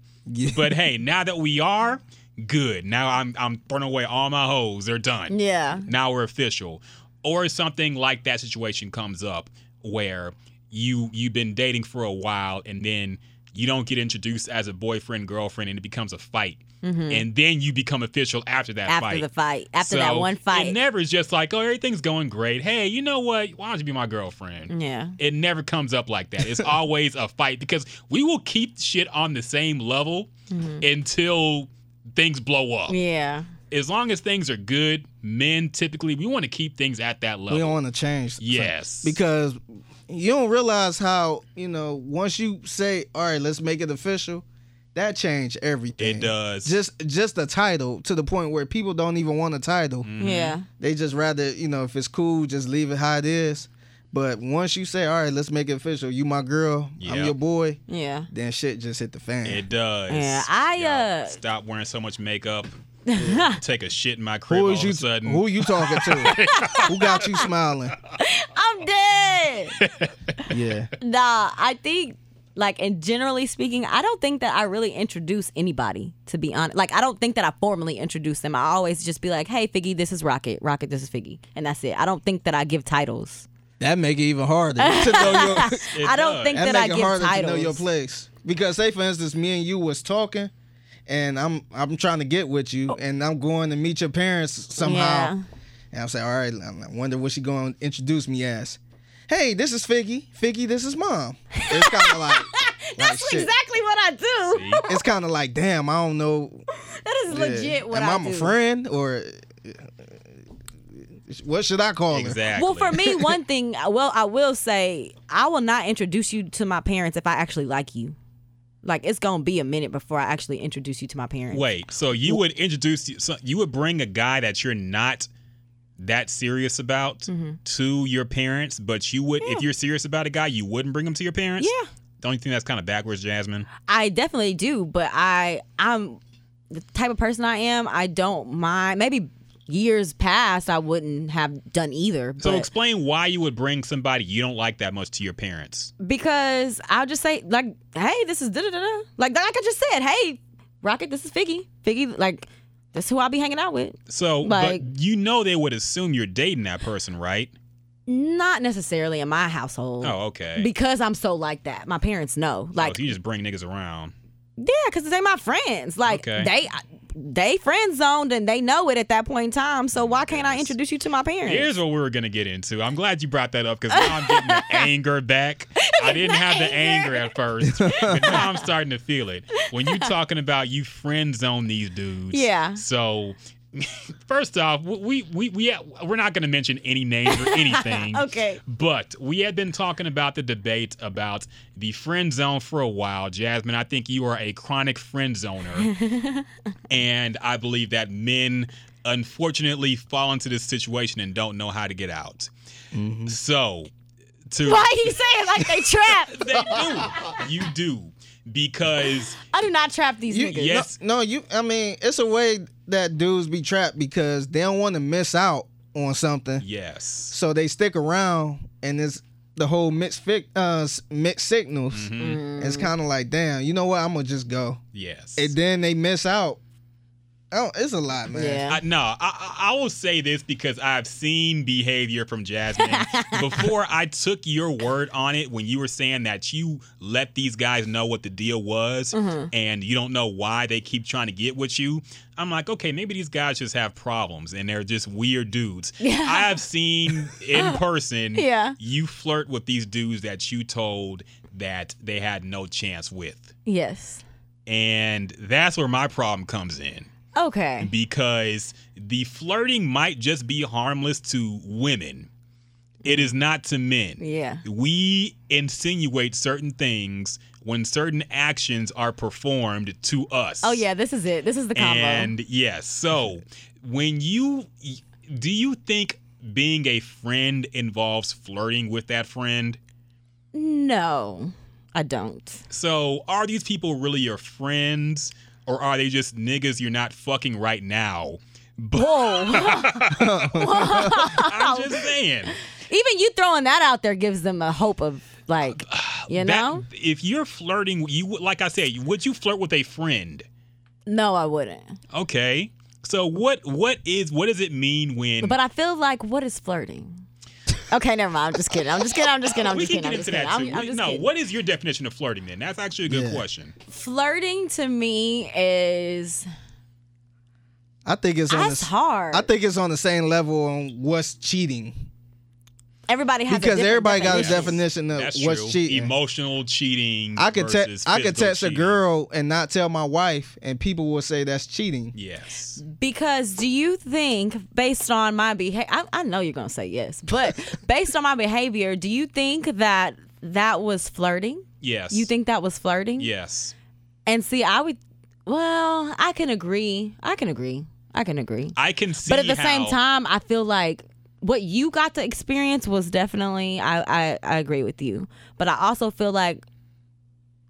Speaker 2: But hey, now that we are, good. Now I'm I'm throwing away all my hoes. They're done.
Speaker 4: yeah
Speaker 2: Now we're official. Or something like that situation comes up where you you've been dating for a while and then you don't get introduced as a boyfriend girlfriend and it becomes a fight. And then you become official after that
Speaker 4: Mm-hmm. after
Speaker 2: fight.
Speaker 4: the fight after that
Speaker 2: So
Speaker 4: one fight
Speaker 2: It never is just like, oh, everything's going great. Hey, you know what? Why don't you be my girlfriend?
Speaker 4: yeah
Speaker 2: It never comes up like that. It's always a fight because we will keep shit on the same level
Speaker 4: Mm-hmm.
Speaker 2: until things blow up
Speaker 4: yeah
Speaker 2: as long as things are good, men typically we want to keep things at that
Speaker 3: We don't
Speaker 2: level.
Speaker 3: want to change.
Speaker 2: Oh. Yes.
Speaker 3: Because you don't realize how you know once you say all right let's make it official, that changed everything.
Speaker 2: It does.
Speaker 3: Just just the title to the point where people don't even want a title.
Speaker 2: Mm-hmm.
Speaker 4: yeah
Speaker 3: They just rather you know if it's cool just leave it how it is. But once you say all right let's make it official, you my girl, I'm
Speaker 2: Yep.
Speaker 3: your boy.
Speaker 4: yeah
Speaker 2: Mm-hmm.
Speaker 3: Then shit just hit the fan.
Speaker 2: it does.
Speaker 4: Yeah, I,
Speaker 2: Y'all
Speaker 4: uh,
Speaker 2: stop wearing so much
Speaker 4: [LAUGHS]
Speaker 2: makeup. Take a shit in my crib
Speaker 3: Who
Speaker 2: all
Speaker 3: is you?
Speaker 2: of a sudden.
Speaker 3: Who you talking to?
Speaker 2: [LAUGHS]
Speaker 3: who got you smiling?
Speaker 4: i'm dead
Speaker 3: Yeah,
Speaker 4: Nah, I think like and generally speaking, I don't think that I really introduce anybody to be honest. Like I don't think that I formally introduce them. I always just be like, "Hey, Figgy, this is Rocket. Rocket, this is Figgy," and that's it. I don't think that I give titles.
Speaker 3: that make it even harder to know your.
Speaker 2: It
Speaker 4: I don't
Speaker 2: does.
Speaker 4: think
Speaker 3: that
Speaker 4: that I
Speaker 3: make
Speaker 4: give
Speaker 3: it harder
Speaker 4: titles.
Speaker 3: to know your place because say for instance, me and you was talking, and I'm I'm trying to get with you, and I'm going to meet your parents somehow,
Speaker 4: Oh. Yeah.
Speaker 3: and I'm saying, all right, I wonder what she going to introduce me as. Hey, this is Figgy. Figgy, this is mom. It's kind of
Speaker 4: [LAUGHS]
Speaker 3: like.
Speaker 4: That's
Speaker 3: like, shit.
Speaker 4: exactly what I [LAUGHS] do.
Speaker 3: It's kind of like, damn, I don't know uh,
Speaker 4: that is legit what
Speaker 3: Am
Speaker 4: I
Speaker 3: I'm
Speaker 4: do.
Speaker 3: a friend or uh, What should I call her?
Speaker 2: Exactly.
Speaker 4: Well, for me, one thing, [LAUGHS] well, I will say, I will not introduce you to my parents if I actually like you. Like it's gonna be a minute before I actually introduce you to my parents.
Speaker 2: Wait, so you would introduce so you would bring a guy that you're not that serious about
Speaker 4: Mm-hmm.
Speaker 2: to your parents, but you would if you're serious about a guy, you wouldn't bring him to your parents?
Speaker 4: Yeah.
Speaker 2: Don't you think that's kind of backwards, Jasmine?
Speaker 4: I definitely do, but I I'm the type of person I am. I don't mind. Maybe years past, I wouldn't have done either.
Speaker 2: So
Speaker 4: but-
Speaker 2: explain why you would bring somebody you don't like that much to your parents.
Speaker 4: because I'll just say like, hey, this is da da da da. Like like I just said, hey, Rocket, this is Figgy. Figgy, like that's who I'll be hanging out with.
Speaker 2: So
Speaker 4: Like-
Speaker 2: but you know they would assume you're dating that person, right?
Speaker 4: Not necessarily in my household.
Speaker 2: Oh, okay.
Speaker 4: Because I'm so like that. My parents know.
Speaker 2: Oh,
Speaker 4: Mm. Like
Speaker 2: so you just bring niggas around.
Speaker 4: Yeah, because they my friends. Like
Speaker 2: Okay.
Speaker 4: they they friend zoned and they know it at that point in time. So why can't I introduce you to my parents?
Speaker 2: Here's what we were gonna get into. I'm glad you brought that up because now I'm getting
Speaker 4: [LAUGHS]
Speaker 2: the anger back. I didn't have the anger at first, but
Speaker 4: [LAUGHS]
Speaker 2: now I'm starting to feel it. When you talking about you friend zone these dudes,
Speaker 4: Yeah.
Speaker 2: So first off, we we we we're not gonna mention any names or anything.
Speaker 4: Okay.
Speaker 2: But we had been talking about the debate about the friend zone for a while, Jasmine. I think you are a chronic friend zoner. And I believe that men unfortunately fall into this situation and don't know how to get out. So, to
Speaker 4: [LAUGHS] why he say it like they trapped?
Speaker 2: they do, you do because
Speaker 4: I do not trap these
Speaker 3: You,
Speaker 4: niggas.
Speaker 2: yeah. Yes.
Speaker 3: No, no, you. I mean, it's a way that dudes be trapped because they don't want to miss out on something,
Speaker 2: yes,
Speaker 3: so they stick around, and it's the whole mixed fi- uh, s- mixed signals.
Speaker 2: Mm-hmm.
Speaker 3: It's
Speaker 4: Mm.
Speaker 3: kind of like, damn, you know what? I'm gonna just go,
Speaker 2: yes.
Speaker 3: and then they miss out. Oh, it's a lot, man.
Speaker 4: Yeah.
Speaker 2: I, no, I- I, I will say this because I've seen behavior from Jasmine before. I took your word on it when you were saying that you let these guys know what the deal was, and you don't know why they keep trying to get with you. I'm like, okay, maybe these guys just have problems and they're just weird dudes. I have seen in person,
Speaker 4: Yeah.
Speaker 2: you flirt with these dudes that you told that they had no chance with,
Speaker 4: Yes.
Speaker 2: and that's where my problem comes in
Speaker 4: Okay.
Speaker 2: because the flirting might just be harmless to women. It is not to men.
Speaker 4: Yeah.
Speaker 2: We insinuate certain things when certain actions are performed to us.
Speaker 4: Oh yeah, this is it. This is the combo.
Speaker 2: And yes, so when you do you think being a friend involves flirting with that friend?
Speaker 4: no, I don't.
Speaker 2: So are these people really your friends or are they just niggas you're not fucking right now?
Speaker 4: Whoa.
Speaker 2: [LAUGHS]
Speaker 4: [LAUGHS]
Speaker 2: I'm just saying.
Speaker 4: Even you throwing that out there gives them a hope of like, you
Speaker 2: [SIGHS] That-
Speaker 4: know?
Speaker 2: if you're flirting, you would- like I said, would you flirt with a friend?
Speaker 4: No, I wouldn't.
Speaker 2: Okay. So what what is what does it mean when
Speaker 4: But I feel like what
Speaker 2: [LAUGHS]
Speaker 4: is flirting? Okay, never mind. I'm just kidding. I'm just kidding. I'm just kidding. I'm
Speaker 2: we
Speaker 4: just
Speaker 2: can
Speaker 4: kidding.
Speaker 2: get
Speaker 4: I'm just
Speaker 2: into
Speaker 4: kidding.
Speaker 2: that
Speaker 4: I'm,
Speaker 2: too.
Speaker 4: I'm just
Speaker 2: no,
Speaker 4: kidding.
Speaker 2: what is your definition of flirting then? That's actually a good question.
Speaker 4: Flirting to me is
Speaker 3: I think it's on.
Speaker 4: that's
Speaker 3: the, s-
Speaker 4: hard.
Speaker 3: I think it's on the same level on what's cheating
Speaker 4: everybody has a
Speaker 3: because
Speaker 4: different
Speaker 3: everybody got a
Speaker 4: definition.
Speaker 3: definition of
Speaker 2: That's
Speaker 3: what's
Speaker 2: true.
Speaker 3: cheating.
Speaker 2: Emotional cheating.
Speaker 3: I could
Speaker 2: versus
Speaker 3: text. I could
Speaker 2: physical
Speaker 3: text a
Speaker 2: cheating.
Speaker 3: girl and not tell my wife, and people will say that's cheating.
Speaker 2: Yes.
Speaker 4: Because do you think, based on my behavior, I, I know you're gonna say yes, but based on my behavior, do you think that that was flirting?
Speaker 2: Yes.
Speaker 4: You think that was flirting?
Speaker 2: Yes.
Speaker 4: And see, I would. Well, I can agree. I can agree. I can agree.
Speaker 2: I can see.
Speaker 4: but at the same
Speaker 2: how-
Speaker 4: time, I feel like what you got to experience was definitely I, I I agree with you, but I also feel like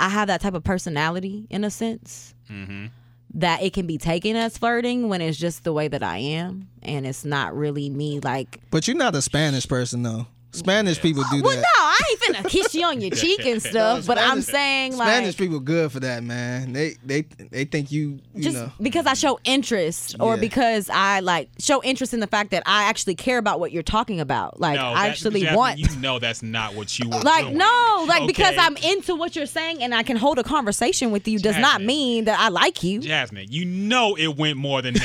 Speaker 4: I have that type of personality in a sense
Speaker 2: Mm-hmm.
Speaker 4: that it can be taken as flirting when it's just the way that I am and it's not really me. Like,
Speaker 3: But you're not a Spanish person though. Spanish people do
Speaker 4: well,
Speaker 3: that.
Speaker 4: no, I ain't finna kiss you
Speaker 2: [LAUGHS]
Speaker 4: on your cheek and stuff, but I'm
Speaker 3: Spanish-
Speaker 4: saying like
Speaker 3: Spanish people good for that, man. They they they think you you
Speaker 4: just
Speaker 3: know.
Speaker 4: because I show interest or
Speaker 3: Yeah.
Speaker 4: because I like show interest in the fact that I actually care about what you're talking about. Like
Speaker 2: No,
Speaker 4: I
Speaker 2: that-
Speaker 4: actually
Speaker 2: Jasmine,
Speaker 4: want
Speaker 2: You know that's not what you were
Speaker 4: like
Speaker 2: doing.
Speaker 4: no, like because
Speaker 2: Okay.
Speaker 4: I'm into what you're saying and I can hold a conversation with you does not
Speaker 2: Jasmine.
Speaker 4: mean that I like you.
Speaker 2: Jasmine, you know it went more than that.
Speaker 4: [LAUGHS]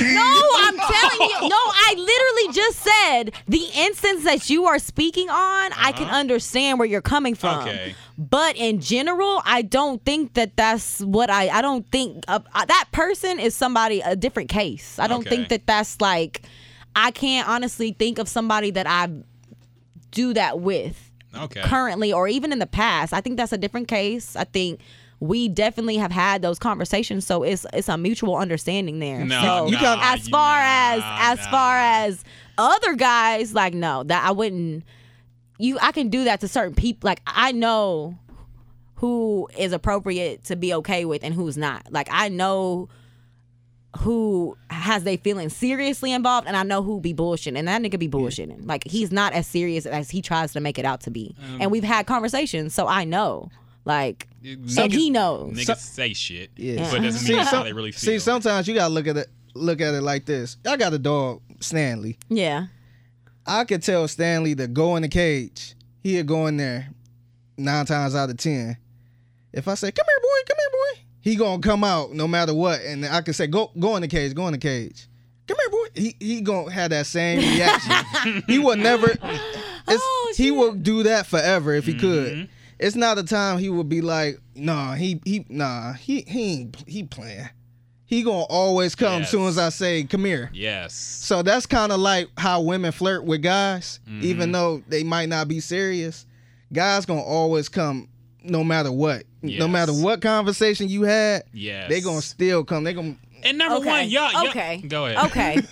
Speaker 2: [LAUGHS]
Speaker 4: No, I'm telling you. No, I literally just said the instance that you are speaking on, I can understand where you're coming from.
Speaker 2: Uh-huh. Okay.
Speaker 4: But in general, I don't think that that's what I. I don't think uh, uh, that person is somebody a different case. I don't
Speaker 2: Okay.
Speaker 4: think that that's like. I can't honestly think of somebody that I do that with
Speaker 2: Okay.
Speaker 4: currently or even in the past. I think that's a different case. I think we definitely have had those conversations, so it's it's a mutual understanding there.
Speaker 2: No,
Speaker 4: so
Speaker 2: You nah,
Speaker 4: as
Speaker 2: you-
Speaker 4: far as
Speaker 2: nah,
Speaker 4: as
Speaker 2: nah.
Speaker 4: far as other guys, like no, that I wouldn't. You, I can do that to certain people. Like I know who is appropriate to be okay with and who's not. Like I know who has they feelings seriously involved and I know who be bullshitting and that nigga be bullshitting. Like he's not as serious as he tries to make it out to be. and we've had conversations, so I know. Like so
Speaker 2: Niggas-
Speaker 4: he knows.
Speaker 2: Niggas say shit,
Speaker 3: Yeah.
Speaker 2: but it doesn't mean that's how they really feel.
Speaker 3: See, sometimes you gotta look at it look at it like this. I got a dog, Stanley.
Speaker 4: yeah.
Speaker 3: I could tell Stanley to go in the cage. He'd go in there nine times out of ten. If I say, "Come here, boy, come here, boy," he gonna come out no matter what, and I can say, "Go, go in the cage, go in the cage." Come here, boy. He he gonna have that same reaction.
Speaker 4: [LAUGHS]
Speaker 3: he will never. It's,
Speaker 4: Oh,
Speaker 3: he
Speaker 4: shit.
Speaker 3: will do that forever if he could. It's not a time he would be like, "Nah, he he nah he he ain't, he playing." He gonna always come
Speaker 2: Yes.
Speaker 3: soon as I say, "Come here."
Speaker 2: yes.
Speaker 3: So that's kind of like how women flirt with guys,
Speaker 2: Mm-hmm.
Speaker 3: even though they might not be serious. Guys gonna always come, no matter what, no
Speaker 2: Yes.
Speaker 3: matter what conversation you had.
Speaker 2: Yes.
Speaker 3: They gonna still come. They gonna
Speaker 2: And number
Speaker 4: Okay.
Speaker 2: one, y'all, y'all-
Speaker 4: okay.
Speaker 2: Go ahead.
Speaker 4: Okay.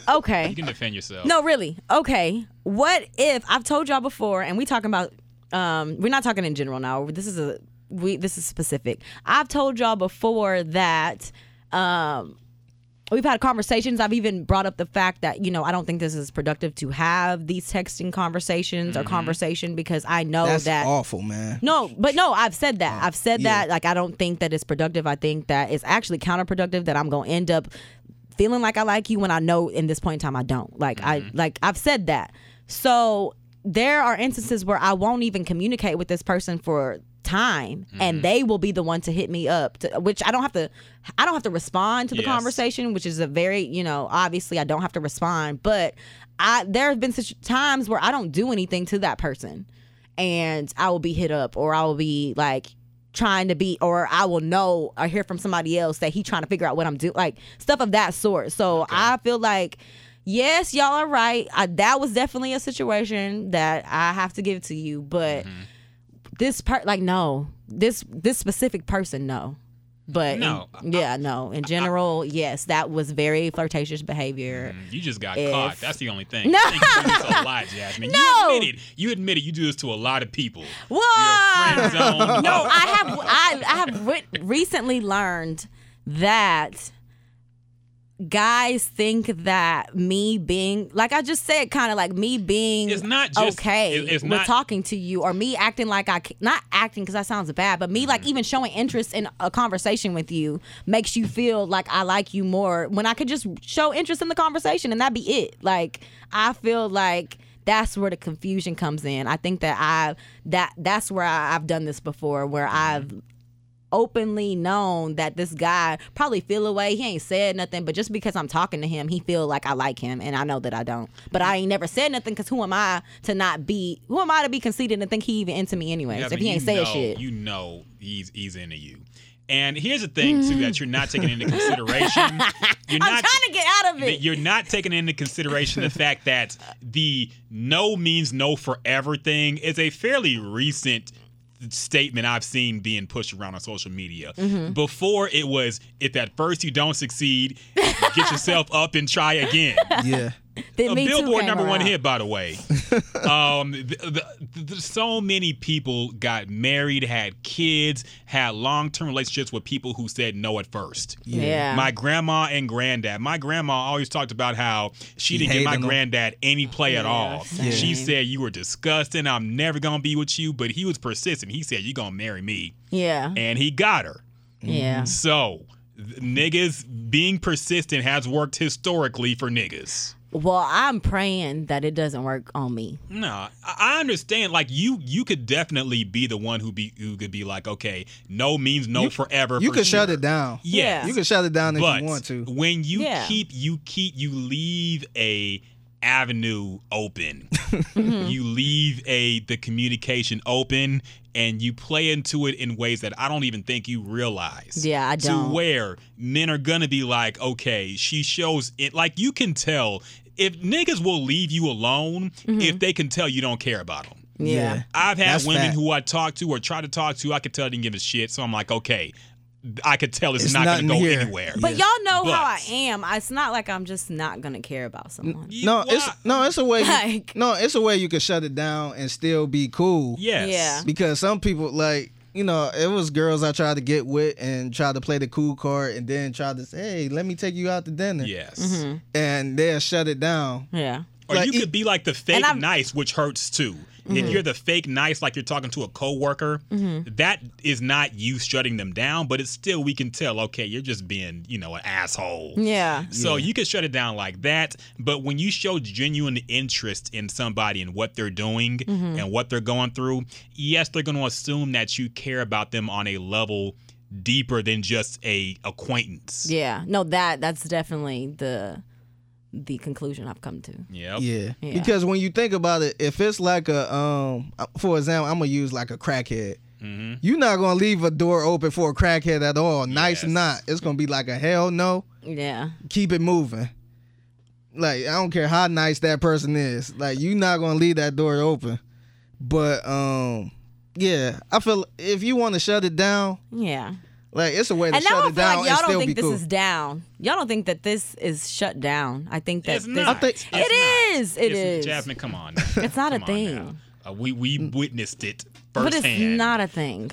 Speaker 2: [LAUGHS]
Speaker 4: Okay.
Speaker 2: You can defend yourself.
Speaker 4: No, really. Okay. What if I've told y'all before, and we talking about? Um, we're not talking in general now. This is a we. This is specific. I've told y'all before that. Um, we've had conversations. I've even brought up the fact that you know I don't think this is productive to have these texting conversations or conversation because I know
Speaker 3: that's
Speaker 4: Oh, that
Speaker 3: awful, man.
Speaker 4: no, but no, I've said that. I've said
Speaker 3: yeah.
Speaker 4: that. Like, I don't think that it's productive. I think that it's actually counterproductive that I'm going to end up feeling like I like you when I know in this point in time I don't. Like, I, like, I've said that. So there are instances where I won't even communicate with this person for time and they will be the one to hit me up to, which I don't have to I don't have to respond to the
Speaker 2: Yes.
Speaker 4: conversation which is a very you know obviously I don't have to respond but I there have been such times where I don't do anything to that person and I will be hit up or I will be like trying to be or I will know or hear from somebody else that he trying to figure out what I'm doing like stuff of that sort. So I feel like yes, y'all are right. I, that was definitely a situation that I have to give to you, but this part like no. This this specific person no. But in-
Speaker 2: No.
Speaker 4: yeah, no. In general, yes, that was very flirtatious behavior.
Speaker 2: Mm, You just got
Speaker 4: If-
Speaker 2: caught. That's the only thing. No. You think you do this a lot, Jasmine.
Speaker 4: [LAUGHS] No.
Speaker 2: You admitted. You admitted you do this to a lot of people.
Speaker 4: Whoa!
Speaker 2: Friend zone.
Speaker 4: no, I have I, I have re- recently learned that guys think that me being like I just said, kind of like me being
Speaker 2: It's not just-
Speaker 4: okay
Speaker 2: it- it's
Speaker 4: with
Speaker 2: not-
Speaker 4: talking to you or me acting like I c- not acting because that sounds bad, but
Speaker 2: Mm-hmm.
Speaker 4: me like even showing interest in a conversation with you makes you feel like I like you more when I could just show interest in the conversation and that be it. Like I feel like that's where the confusion comes in. I think that I that that's where I, I've done this before, where
Speaker 2: Mm-hmm.
Speaker 4: I've openly known that this guy probably feel away. He ain't said nothing, but just because I'm talking to him, he feel like I like him, and I know that I don't. But I ain't never said nothing because who am I to not be? Who am I to be conceited and think he even into me anyways?
Speaker 2: Yeah,
Speaker 4: if
Speaker 2: but
Speaker 4: he
Speaker 2: you
Speaker 4: ain't saying
Speaker 2: know-
Speaker 4: shit,
Speaker 2: You know he's he's into you. And here's the thing too that you're not taking
Speaker 4: [LAUGHS]
Speaker 2: into consideration. You're
Speaker 4: I'm
Speaker 2: not
Speaker 4: trying to get out of
Speaker 2: that
Speaker 4: it.
Speaker 2: you're not taking into consideration the fact that the no means no forever thing is a fairly recent statement I've seen being pushed around on social media.
Speaker 4: Mm-hmm.
Speaker 2: Before it was if at first you don't succeed, get yourself up and try
Speaker 4: [LAUGHS]
Speaker 2: again.
Speaker 3: Yeah,
Speaker 2: [LAUGHS]
Speaker 4: Then
Speaker 2: A
Speaker 4: Me Too
Speaker 2: Billboard
Speaker 4: came
Speaker 2: number one
Speaker 4: around.
Speaker 2: hit, by the
Speaker 4: [LAUGHS]
Speaker 2: way. um, th the, th- so many people got married, had kids, had long term relationships with people who said no at first.
Speaker 4: Yeah.
Speaker 2: My grandma and granddad. My grandma always talked about how she, didn't give my
Speaker 3: hated 'em.
Speaker 2: granddad any play at all. She said, You were disgusting. I'm never going to be with you. But he was persistent. He said, You're going to marry me.
Speaker 4: yeah,
Speaker 2: And he got her.
Speaker 4: yeah.
Speaker 2: So, th- niggas being persistent has worked historically for niggas.
Speaker 4: Well, I'm praying that it doesn't work on me.
Speaker 2: No, I I understand. Like you, you could definitely be the one who be who could be like, okay, no means no forever.
Speaker 3: you
Speaker 2: for
Speaker 3: can shut
Speaker 2: sure.
Speaker 3: it down.
Speaker 2: Yes.
Speaker 3: you can shut it down if
Speaker 2: but
Speaker 3: you want to.
Speaker 2: when you
Speaker 4: Yeah.
Speaker 2: keep you keep you leave a avenue
Speaker 3: [LAUGHS]
Speaker 2: open,
Speaker 4: Mm-hmm.
Speaker 2: you leave a the communication open, and you play into it in ways that I don't even think you realize.
Speaker 4: Yeah, I
Speaker 2: To
Speaker 4: don't.
Speaker 2: where men are gonna be like, okay, she shows it. Like you can tell if niggas will leave you alone
Speaker 4: Mm-hmm.
Speaker 2: if they can tell you don't care about them.
Speaker 4: Yeah.
Speaker 2: I've had
Speaker 3: That's
Speaker 2: women
Speaker 3: fact.
Speaker 2: who I talk to or try to talk to, I could tell they didn't give a shit. So I'm like, okay, I could tell it's,
Speaker 3: It's
Speaker 2: not going
Speaker 3: nothing
Speaker 2: to go
Speaker 3: here.
Speaker 2: anywhere.
Speaker 4: But y'all know how I
Speaker 2: But-
Speaker 4: am. It's not like I'm just not gonna care about someone.
Speaker 2: You-
Speaker 3: No, it's
Speaker 2: why-
Speaker 3: no, it's a way. You,
Speaker 4: [LAUGHS] Like-
Speaker 3: no, it's a way you could shut it down and still be cool.
Speaker 2: Yes.
Speaker 4: Yeah.
Speaker 3: Because some people like you know it was girls I tried to get with and tried to play the cool card and then tried to say, hey, let me take you out to dinner.
Speaker 2: Yes.
Speaker 3: And they'll shut it down.
Speaker 4: Yeah.
Speaker 2: Or
Speaker 3: Mm-hmm. Like, Mm-hmm.
Speaker 2: you
Speaker 3: it-
Speaker 2: could be like the fake
Speaker 4: I'm-
Speaker 2: nice, which hurts too. If you're the fake nice, like you're talking to a coworker,
Speaker 4: Mm-hmm.
Speaker 2: that is not you shutting them down, but it's still we can tell. Okay, you're just being, you know, an asshole.
Speaker 4: Yeah.
Speaker 2: So you can shut it down like that, but when you show genuine interest in somebody and what they're doing
Speaker 4: Mm-hmm.
Speaker 2: and what they're going through, yes, they're going to assume that you care about them on a level deeper than just a acquaintance.
Speaker 4: Yeah. No, that that's definitely the the conclusion I've come to.
Speaker 2: Yep.
Speaker 3: Yeah.
Speaker 4: Yeah.
Speaker 3: Because when you think about it, if it's like a um for example, I'm gonna use like a crackhead. You're not gonna leave a door open for a crackhead at all. Nice or
Speaker 2: Yes.
Speaker 3: not. It's gonna be like a hell no.
Speaker 4: Yeah.
Speaker 3: Keep it moving. Like I don't care how nice that person is. Like you're not gonna leave that door open. But um yeah, I feel if you want to shut it down,
Speaker 4: Yeah.
Speaker 3: like it's a way to
Speaker 4: And now I
Speaker 3: shut
Speaker 4: feel
Speaker 3: it down
Speaker 4: like
Speaker 3: and
Speaker 4: y'all don't
Speaker 3: still be
Speaker 4: think this
Speaker 3: cool.
Speaker 4: is down. Y'all don't think that this is shut down. I think that
Speaker 2: It's
Speaker 4: this,
Speaker 2: not.
Speaker 3: I think-
Speaker 2: It's not.
Speaker 4: it is. It
Speaker 2: It's-
Speaker 4: is.
Speaker 2: Jasmine, come on. now.
Speaker 4: [LAUGHS] It's not a
Speaker 2: Come on
Speaker 4: thing.
Speaker 2: now. Uh, we we witnessed it firsthand.
Speaker 4: But it's not a thing.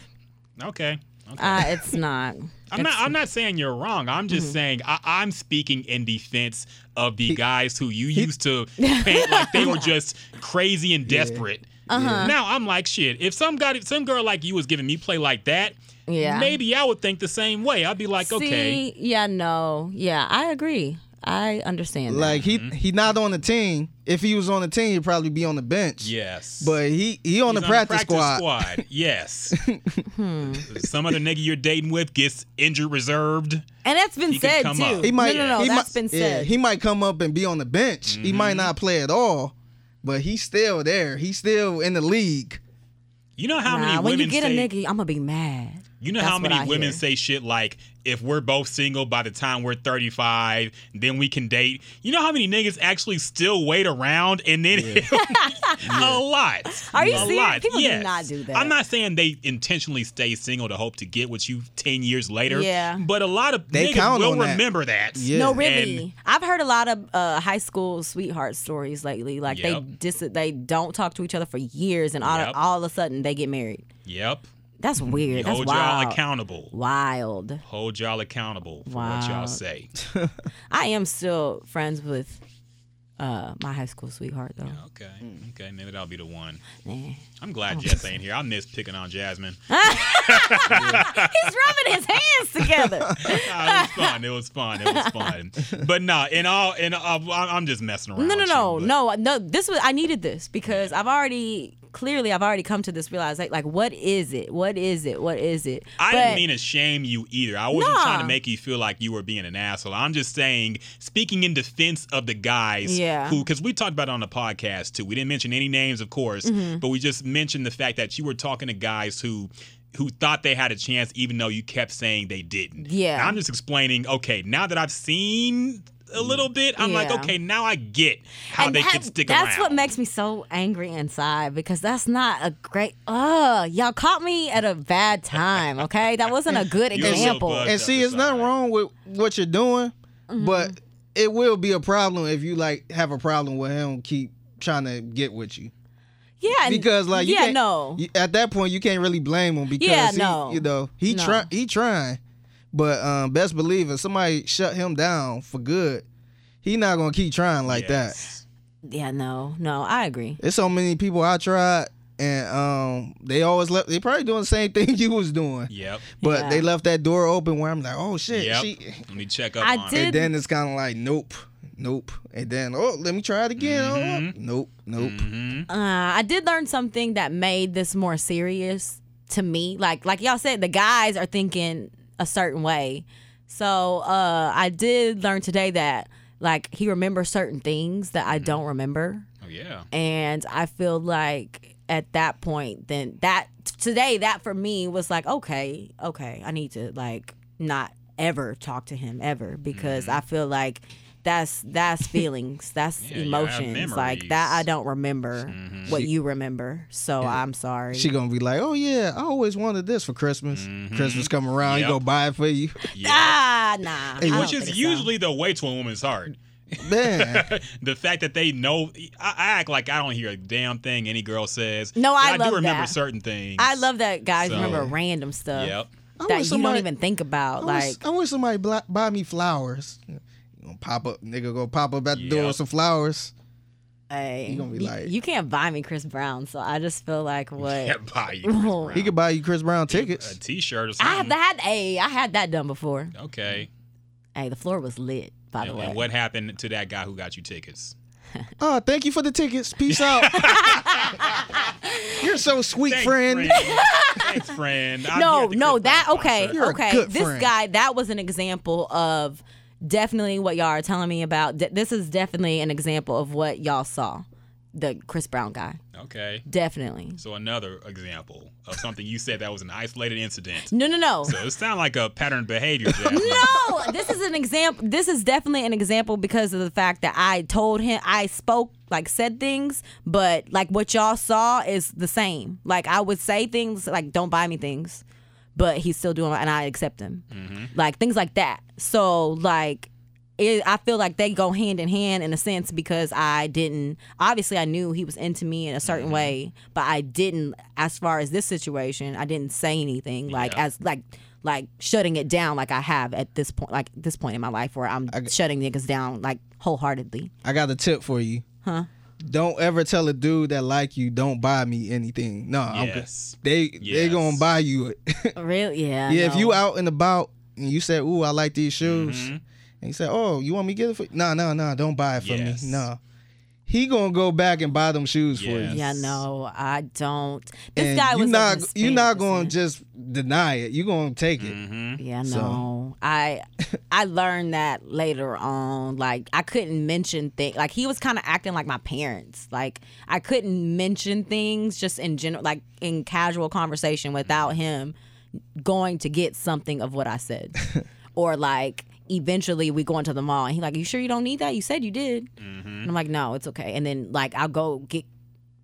Speaker 2: okay. Okay.
Speaker 4: Uh,
Speaker 2: [LAUGHS]
Speaker 4: it's not.
Speaker 2: I'm not. I'm not saying you're wrong. I'm just
Speaker 3: Mm-hmm.
Speaker 2: saying I, I'm speaking in defense of the guys who you used
Speaker 3: [LAUGHS]
Speaker 2: to paint like they were just crazy and desperate.
Speaker 4: Uh-huh.
Speaker 2: Now I'm like shit. If some guy, some girl like you was giving me play like that,
Speaker 4: Yeah.
Speaker 2: maybe I would think the same way. I'd be like, okay,
Speaker 4: See, yeah, no, yeah, I agree. I understand. that.
Speaker 3: Like he he not on the team. If he was on the team, he'd probably be on the bench.
Speaker 2: yes,
Speaker 3: But he he on,
Speaker 2: He's
Speaker 3: the, practice squad. [LAUGHS]
Speaker 2: squad. Yes.
Speaker 4: Hmm.
Speaker 2: some other nigga you're dating with gets injured reserved.
Speaker 4: and that's been
Speaker 2: he could
Speaker 4: said
Speaker 2: come
Speaker 4: too.
Speaker 2: up.
Speaker 3: He might
Speaker 4: no, no, no,
Speaker 3: he
Speaker 4: that's
Speaker 3: might,
Speaker 4: been
Speaker 3: yeah,
Speaker 4: said.
Speaker 3: he might come up and be on the bench. He might not play at all, but he's still there. He's still in the league.
Speaker 2: You know how
Speaker 4: nah,
Speaker 2: many
Speaker 4: when
Speaker 2: women
Speaker 4: you get
Speaker 2: say,
Speaker 4: a nigga, I'm gonna be mad.
Speaker 2: You know
Speaker 4: That's
Speaker 2: how
Speaker 4: what I
Speaker 2: many women
Speaker 4: hear.
Speaker 2: say shit like, if we're both single by the time we're 35, then we can date. You know how many niggas actually still wait around and then [LAUGHS] a lot.
Speaker 4: Are you
Speaker 2: a
Speaker 4: serious?
Speaker 2: Lot.
Speaker 4: People do
Speaker 2: yes.
Speaker 4: not do that.
Speaker 2: I'm not saying they intentionally stay single to hope to get what you 10 years later.
Speaker 4: Yeah.
Speaker 2: But a lot of
Speaker 3: They
Speaker 2: niggas
Speaker 3: count
Speaker 2: will
Speaker 3: on that.
Speaker 2: remember that.
Speaker 3: Yeah.
Speaker 4: No,
Speaker 2: And-
Speaker 4: really. I've heard a lot of uh, high school sweetheart stories lately. Like
Speaker 2: Yep.
Speaker 4: they dis- they don't talk to each other for years, and all,
Speaker 2: Yep.
Speaker 4: all of a sudden they get married.
Speaker 2: Yep.
Speaker 4: That's weird. That's
Speaker 2: Hold
Speaker 4: wild.
Speaker 2: y'all accountable.
Speaker 4: wild.
Speaker 2: Hold y'all accountable for what y'all
Speaker 4: Wild. [LAUGHS]
Speaker 2: say.
Speaker 4: I am still friends with uh, my high school sweetheart
Speaker 2: [LAUGHS]
Speaker 4: though.
Speaker 2: Okay. Okay. Maybe that'll be the one.
Speaker 4: Nah. Oh.
Speaker 2: I'm glad Jess ain't here. I miss picking on Jasmine.
Speaker 4: He's rubbing his
Speaker 2: [LAUGHS]
Speaker 4: hands together.
Speaker 2: Nah, it was fun. It was fun. It was fun. but nah, in all, in all, I- I'm just messing around.
Speaker 4: No, no,
Speaker 2: with
Speaker 4: no,
Speaker 2: you, but-
Speaker 4: no, no. This was I needed this because I've already clearly I've already come to this realize like like what is it? What is it? What is it?
Speaker 2: I didn't
Speaker 4: But-
Speaker 2: mean to shame you either. I wasn't
Speaker 4: Nah.
Speaker 2: trying to make you feel like you were being an asshole. I'm just saying, speaking in defense of the guys
Speaker 4: Yeah.
Speaker 2: who, because we talked about it on the podcast too. We didn't mention any names, of course,
Speaker 4: Mm-hmm.
Speaker 2: but we just mentioned the fact that you were talking to guys who. Who thought they had a chance, even though you kept saying they didn't.
Speaker 4: Yeah.
Speaker 2: And I'm just explaining, okay, now that I've seen a little bit, I'm like,
Speaker 4: Yeah.
Speaker 2: okay, now I get how
Speaker 4: and
Speaker 2: they
Speaker 4: that-
Speaker 2: could stick around.
Speaker 4: that's what makes me so angry inside because that's not a great. Uh, y'all caught me at a bad time. Okay, that wasn't a
Speaker 2: [LAUGHS]
Speaker 4: good
Speaker 2: You were so
Speaker 4: example.
Speaker 2: bugged.
Speaker 3: And
Speaker 2: that
Speaker 3: see,
Speaker 2: is
Speaker 3: it's nothing
Speaker 2: alright.
Speaker 3: wrong with what you're doing,
Speaker 4: Mm-hmm.
Speaker 3: but it will be a problem if you like have a problem with him keep trying to get with you.
Speaker 4: yeah, and-
Speaker 3: Because like you
Speaker 4: yeah,
Speaker 3: can't-
Speaker 4: no,
Speaker 3: you- at that point you can't really blame him because
Speaker 4: Yeah,
Speaker 3: he,
Speaker 4: no.
Speaker 3: you know he
Speaker 4: No.
Speaker 3: try he trying, but um, best believe if somebody shut him down for good, he not gonna keep trying like that.
Speaker 2: Yes.
Speaker 4: yeah, no, no. I agree.
Speaker 3: There's so many people I tried, and um, they always left. They probably doing the same [LAUGHS] thing you was doing,
Speaker 2: Yep.
Speaker 3: but
Speaker 4: Yeah.
Speaker 3: they left that door open where I'm like, oh shit,
Speaker 2: Yep.
Speaker 3: she.
Speaker 2: Let me check up
Speaker 4: I
Speaker 2: on
Speaker 4: did-
Speaker 2: it.
Speaker 3: And then it's kind of like, nope, nope, and then oh, let me try it again. Oh, nope, nope.
Speaker 4: Uh, I did learn something that made this more serious to me. Like like y'all said, the guys are thinking a certain way. So uh, I did learn today that like he remembers certain things that I
Speaker 2: Mm-hmm.
Speaker 4: don't remember,
Speaker 2: Oh yeah.
Speaker 4: and I feel like at that point, then that today that for me was like okay,
Speaker 2: Mm-hmm.
Speaker 4: okay, I need to like not ever talk to him ever because I feel like that's
Speaker 2: [LAUGHS]
Speaker 4: that's feelings, that's
Speaker 2: Yeah, you have
Speaker 4: emotions. Like that, I
Speaker 2: memories. Mm-hmm.
Speaker 4: don't remember what you remember. So I'm sorry.
Speaker 3: She gonna be like, "Oh yeah, I always wanted this for Christmas. Christmas come around,
Speaker 2: Yep.
Speaker 3: you go buy it for you,
Speaker 4: ah, nah. I
Speaker 2: Which
Speaker 4: don't
Speaker 2: is
Speaker 4: think so.
Speaker 2: usually the way to a woman's heart. [LAUGHS]
Speaker 3: man."
Speaker 2: the fact that they know, I, I act like I don't hear a damn thing any girl says.
Speaker 4: No,
Speaker 2: But
Speaker 4: I
Speaker 2: do
Speaker 4: love
Speaker 2: remember
Speaker 4: that.
Speaker 2: certain things.
Speaker 4: I love that guys
Speaker 2: So-
Speaker 4: remember random stuff
Speaker 2: Yep.
Speaker 3: I
Speaker 4: that
Speaker 3: wish
Speaker 4: you don't
Speaker 3: somebody-
Speaker 4: even think about.
Speaker 3: I
Speaker 4: like
Speaker 3: wish, I wish somebody bla- buy me flowers. You gonna pop up, nigga, go pop up at the door
Speaker 2: Yep.
Speaker 3: with some flowers.
Speaker 4: Hey,
Speaker 3: You gonna be
Speaker 4: you-
Speaker 3: like-
Speaker 4: you can't buy me Chris Brown, so I just feel like what
Speaker 2: Yeah, buy you
Speaker 4: [LAUGHS]
Speaker 2: Chris
Speaker 4: Whoa.
Speaker 2: Brown.
Speaker 3: He could buy you Chris Brown
Speaker 2: a
Speaker 3: tickets.
Speaker 2: T-shirt or something.
Speaker 4: I have had. Hey, I had that done before.
Speaker 2: Okay.
Speaker 4: Hey, the floor was lit. By the
Speaker 2: And,
Speaker 4: way,
Speaker 2: and what happened to that guy who got you tickets?
Speaker 3: Oh, thank you for the tickets. Peace out. [LAUGHS] You're so sweet,
Speaker 2: Thanks,
Speaker 3: friend.
Speaker 2: [LAUGHS] Thanks, friend. I'm
Speaker 4: no,
Speaker 2: here at the
Speaker 4: no,
Speaker 2: Chris
Speaker 4: that
Speaker 2: Brown
Speaker 4: okay,
Speaker 2: concert.
Speaker 3: You're a
Speaker 4: okay.
Speaker 3: good
Speaker 4: this
Speaker 3: friend.
Speaker 4: guy, that was an example of definitely what y'all are telling me about. De- this is definitely an example of what y'all saw. The Chris Brown guy,
Speaker 2: Okay.
Speaker 4: definitely.
Speaker 2: So another example of something you said that was an isolated
Speaker 4: [LAUGHS]
Speaker 2: incident.
Speaker 4: No, no, no.
Speaker 2: So it sounds like a pattern of behavior. Jasmine.
Speaker 4: [LAUGHS] no, this is an example. This is definitely an example because of the fact that I told him, I spoke, like said things, but like what y'all saw is the same. Like I would say things like, don't buy me things, but he's still doing it and I accept him. Like things like that. So, like, it, I feel like they go hand in hand in a sense because I didn't. Obviously, I knew he was into me in a certain way, but I didn't. As far as this situation, I didn't say anything like as like like shutting it down like I have at this point, like this point in my life where I'm shutting niggas down like
Speaker 3: [LAUGHS]
Speaker 4: wholeheartedly.
Speaker 3: I got a tip for you.
Speaker 4: Huh?
Speaker 3: Don't ever tell a dude that like you don't buy me anything. No, I'm good.
Speaker 2: Yes.
Speaker 3: they they
Speaker 2: Yes.
Speaker 3: gonna buy you it.
Speaker 4: Oh, Really?
Speaker 3: [LAUGHS]
Speaker 4: Yeah.
Speaker 3: yeah, if
Speaker 4: no.
Speaker 3: you out and about and you said, "Ooh, I like these shoes,"
Speaker 2: Mm-hmm.
Speaker 3: and you said, "Oh, you want me to get it for?" No, no, no, don't buy it for
Speaker 2: Yes.
Speaker 3: me. No, he gonna go back and buy them shoes for
Speaker 2: Yes.
Speaker 3: you.
Speaker 4: Yeah, no, I don't. This
Speaker 3: and
Speaker 4: guy
Speaker 3: you
Speaker 4: was
Speaker 3: not
Speaker 4: like
Speaker 3: you not gonna just deny it. You gonna take
Speaker 2: Mm-hmm.
Speaker 3: it.
Speaker 4: Yeah,
Speaker 3: So-
Speaker 4: no.
Speaker 3: [LAUGHS]
Speaker 4: I I learned that later on. Like I couldn't mention things. Like he was kind of acting like my parents. Like I couldn't mention things just in general, like in casual conversation without him going to get something of what
Speaker 3: [LAUGHS]
Speaker 4: I said, or like eventually we going to the mall and he like, you sure you don't need that? You said you did.
Speaker 3: Mm-hmm.
Speaker 4: And I'm like, no, it's okay. And then like I'll go get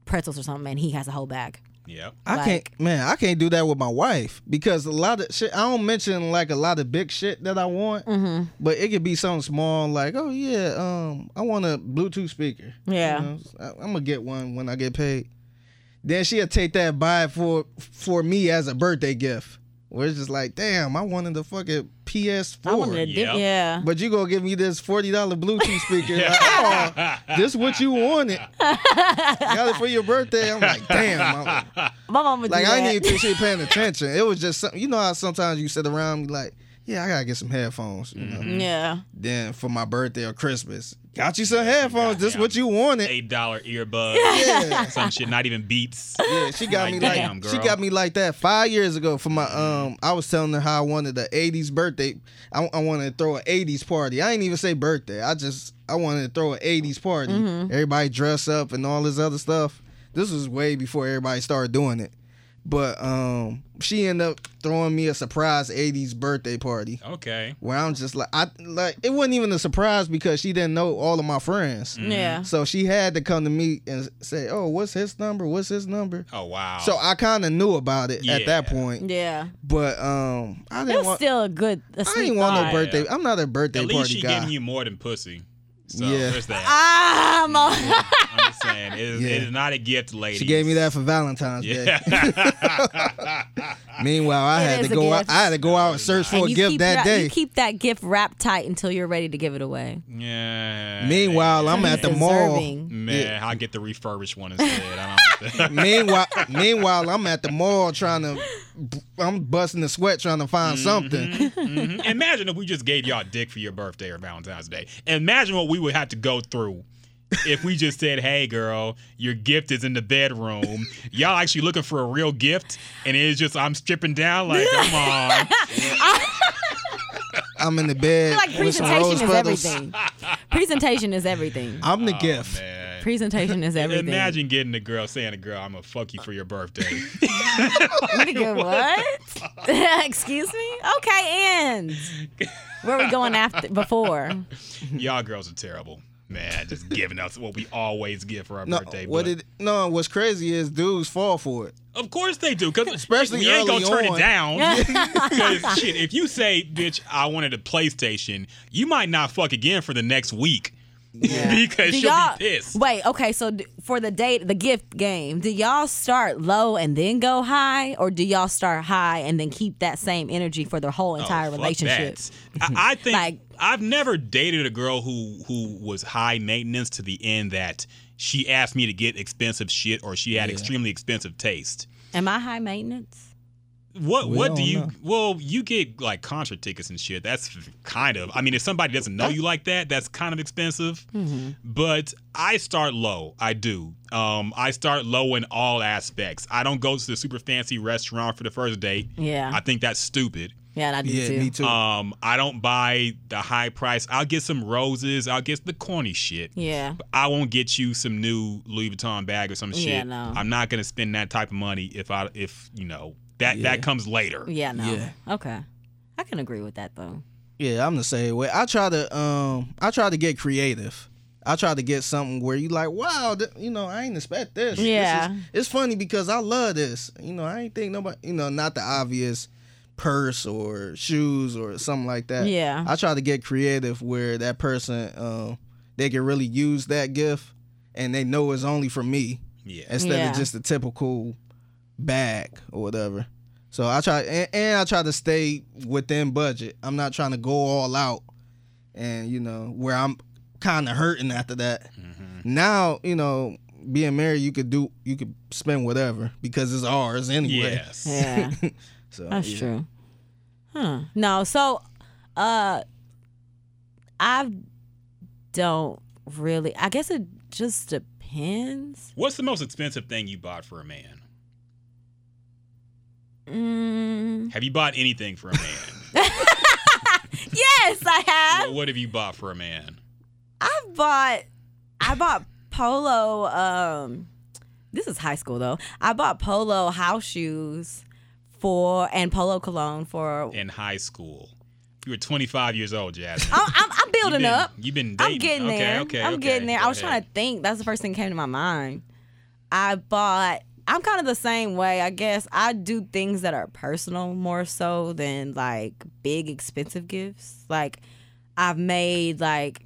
Speaker 4: pretzels or something, and he has a whole bag.
Speaker 2: Yep.
Speaker 3: I can't, man. I can't do that with my wife because a lot of shit. I don't mention like a lot of big shit that I want,
Speaker 4: Mm-hmm.
Speaker 3: but it could be something small like, oh yeah, um, I want a Bluetooth speaker.
Speaker 4: Yeah.
Speaker 3: I, am gonna get one when I get paid. Then she'll take that buy for for me as a birthday gift. Where it's just like, damn, I wanted the fucking PS4,
Speaker 4: I wanted to dip-
Speaker 2: Yep.
Speaker 4: yeah.
Speaker 3: but you gonna give me this forty dollar Bluetooth speaker? Like, oh, this what you
Speaker 4: [LAUGHS]
Speaker 3: wanted? Got it for your birthday. I'm like, damn. I'm like,
Speaker 4: My mom would do
Speaker 3: like I
Speaker 4: that.
Speaker 3: didn't even think she was paying attention. It was just something. You know how sometimes you sit around and be like, yeah, I gotta get some headphones. You know,
Speaker 4: Yeah.
Speaker 3: then for my birthday or Christmas, got you some headphones. This what you wanted.
Speaker 2: Eight dollar earbuds.
Speaker 3: Yeah.
Speaker 2: Some shit, not even beats.
Speaker 3: Yeah, she got
Speaker 2: Like,
Speaker 3: me like
Speaker 2: damn,
Speaker 3: she
Speaker 2: girl.
Speaker 3: got me like that five years ago for my um. I was telling her how I wanted the '80s birthday. I, I wanted to throw an '80s party. I didn't even say birthday. I just I wanted to throw an '80s party. Everybody dress up and all this other stuff. This was way before everybody started doing it. But um, she ended up throwing me a surprise '80s birthday party
Speaker 2: Okay.
Speaker 3: where I'm just like I like it wasn't even a surprise because she didn't know all of my friends.
Speaker 2: Mm.
Speaker 4: Yeah.
Speaker 3: So she had to come to me and say, "Oh, what's his number? What's his number?"
Speaker 2: Oh wow.
Speaker 3: So I kind of knew about it at that
Speaker 2: Yeah.
Speaker 3: point,
Speaker 4: Yeah.
Speaker 3: but um, I
Speaker 4: It
Speaker 3: didn't
Speaker 4: was
Speaker 3: want.
Speaker 4: still a good. A
Speaker 3: I
Speaker 4: sweet
Speaker 3: didn't want
Speaker 4: thought.
Speaker 3: no birthday. I'm not a birthday
Speaker 2: at least
Speaker 3: party
Speaker 2: she
Speaker 3: guy.
Speaker 2: giving you more than pussy. So
Speaker 3: Yeah.
Speaker 2: there's
Speaker 4: [LAUGHS]
Speaker 2: that.
Speaker 4: Ah, I'm all-
Speaker 2: I'm just saying, it is, it
Speaker 3: Yeah.
Speaker 2: is not a gift, ladies.
Speaker 3: she gave me that for Valentine's Day. [LAUGHS]
Speaker 2: [LAUGHS]
Speaker 3: Meanwhile, I
Speaker 4: It
Speaker 3: had
Speaker 4: is
Speaker 3: to
Speaker 4: a
Speaker 3: go. Out,
Speaker 4: gift.
Speaker 3: I had [LAUGHS] to go out and search for
Speaker 4: And
Speaker 3: a
Speaker 4: you
Speaker 3: gift
Speaker 4: keep
Speaker 3: that
Speaker 4: that,
Speaker 3: day.
Speaker 4: You keep that gift wrapped tight until you're ready to give it away.
Speaker 2: Yeah.
Speaker 3: Meanwhile, I'm at the mall.
Speaker 4: Deserving. [LAUGHS]
Speaker 2: Man, I'll get the refurbished one instead.
Speaker 3: [LAUGHS]
Speaker 2: I don't
Speaker 3: meanwhile, meanwhile, I'm at the mall trying to. I'm busting the sweat trying to
Speaker 2: Mm-hmm.
Speaker 3: find something.
Speaker 2: Mhm. Imagine if we just gave y'all dick for your birthday or Valentine's Day. Imagine what we would have to go through if we just said, "Hey, girl, your gift is in the bedroom. Y'all actually looking for a real gift, and it's just I'm stripping down. Like, come on,
Speaker 3: I'm in the bed
Speaker 4: Like
Speaker 3: with some
Speaker 4: presentation
Speaker 3: rose
Speaker 4: is
Speaker 3: petals.
Speaker 4: everything. presentation is everything.
Speaker 3: I'm the gift.
Speaker 2: Oh, man.
Speaker 4: Presentation is
Speaker 2: [LAUGHS]
Speaker 4: everything.
Speaker 2: Imagine getting a girl saying to girl, I'm gonna fuck you for your birthday.
Speaker 4: Nigga, what? [LAUGHS] Excuse me? Okay, and where we going after before?
Speaker 2: Y'all girls are terrible. Man, just giving us what we always get for our
Speaker 3: No,
Speaker 2: birthday.
Speaker 3: what
Speaker 2: but-
Speaker 3: it, no, what's crazy is dudes fall for it.
Speaker 2: Of course they do, because
Speaker 3: Especially
Speaker 2: we ain't gonna
Speaker 3: early
Speaker 2: turn it
Speaker 3: on.
Speaker 4: [LAUGHS]
Speaker 2: down. 'Cause, shit, if you say, "Bitch, I wanted a PlayStation," you might not fuck again for the next week [LAUGHS] because
Speaker 4: Do
Speaker 2: she'll
Speaker 4: y'all
Speaker 2: be pissed.
Speaker 4: wait? Okay, so d- for the date, the gift game, do y'all start low and then go high, or do y'all start high and then keep that same energy for the whole
Speaker 2: Oh,
Speaker 4: entire
Speaker 2: fuck
Speaker 4: relationship?
Speaker 2: that. I,
Speaker 4: [LAUGHS]
Speaker 2: I think
Speaker 4: Like-
Speaker 2: I've never dated a girl who who was high maintenance to the end that she asked me to get expensive shit or she had extremely expensive taste.
Speaker 4: Am I high maintenance?
Speaker 2: What
Speaker 3: We
Speaker 2: what do
Speaker 3: don't
Speaker 2: you
Speaker 3: know.
Speaker 2: well you get like concert tickets and shit. That's f- kind of I mean if somebody doesn't know you like that, that's kind of expensive.
Speaker 4: Mm-hmm.
Speaker 2: But I start low. I do. Um, I start low in all aspects. I don't go to the super fancy restaurant for the first date.
Speaker 4: Yeah.
Speaker 2: I think that's stupid.
Speaker 4: Yeah, and I do
Speaker 3: Yeah,
Speaker 4: too.
Speaker 3: me too.
Speaker 2: Um, I don't buy the high price. I'll get some roses. I'll get the corny shit.
Speaker 4: Yeah.
Speaker 2: But I won't get you some new Louis Vuitton bag or some shit.
Speaker 4: no.
Speaker 2: I'm not gonna spend that type of money if I if you know that that comes later.
Speaker 4: Yeah, no.
Speaker 3: Yeah.
Speaker 4: Okay. I can agree with that
Speaker 3: [LAUGHS]
Speaker 4: though.
Speaker 3: Yeah, I'm the same way. I try to um I try to get creative. I try to get something where you like, wow, th- you know, I ain't expect this. This is-
Speaker 4: Yeah.
Speaker 3: it's funny because I love this. You know, I ain't think nobody, you know, not the obvious purse or shoes or something like that.
Speaker 4: Yeah.
Speaker 3: I try to get creative where that person um they can really use that gift and they know it's only for me
Speaker 2: Yeah.
Speaker 3: instead
Speaker 4: Yeah.
Speaker 3: of just the typical bag or whatever. So I try and, and I try to stay within budget. I'm not trying to go all out and you know where I'm kind of hurting after that.
Speaker 2: Mm-hmm.
Speaker 3: Now you know being married, you could do you could spend whatever because it's ours anyway.
Speaker 2: Yes.
Speaker 4: Yeah.
Speaker 3: So
Speaker 4: That's
Speaker 3: Oh, yeah.
Speaker 4: true. Huh. No, so uh I don't really I guess it just depends.
Speaker 2: What's the most expensive thing you bought for a man?
Speaker 4: Mm.
Speaker 2: Have you bought anything for a man?
Speaker 4: [LAUGHS] Yes, I have.
Speaker 2: what, what have you bought for a man?
Speaker 4: I've bought I bought polo um this is high school though. I bought polo house shoes for and polo cologne for
Speaker 2: In high school, you were 25 years old, Jasmine.
Speaker 4: I'm, I'm, I'm
Speaker 2: You've
Speaker 4: building
Speaker 2: been-
Speaker 4: up.
Speaker 2: You've been dating.
Speaker 4: I'm getting
Speaker 2: okay,
Speaker 4: there.
Speaker 2: Okay,
Speaker 4: I'm
Speaker 2: okay.
Speaker 4: getting there.
Speaker 2: Go
Speaker 4: I was trying
Speaker 2: ahead.
Speaker 4: to think. That's the first thing that came to my mind. I bought. I'm kind of the same way, I guess. I do things that are personal more so than like big expensive gifts. Like I've made like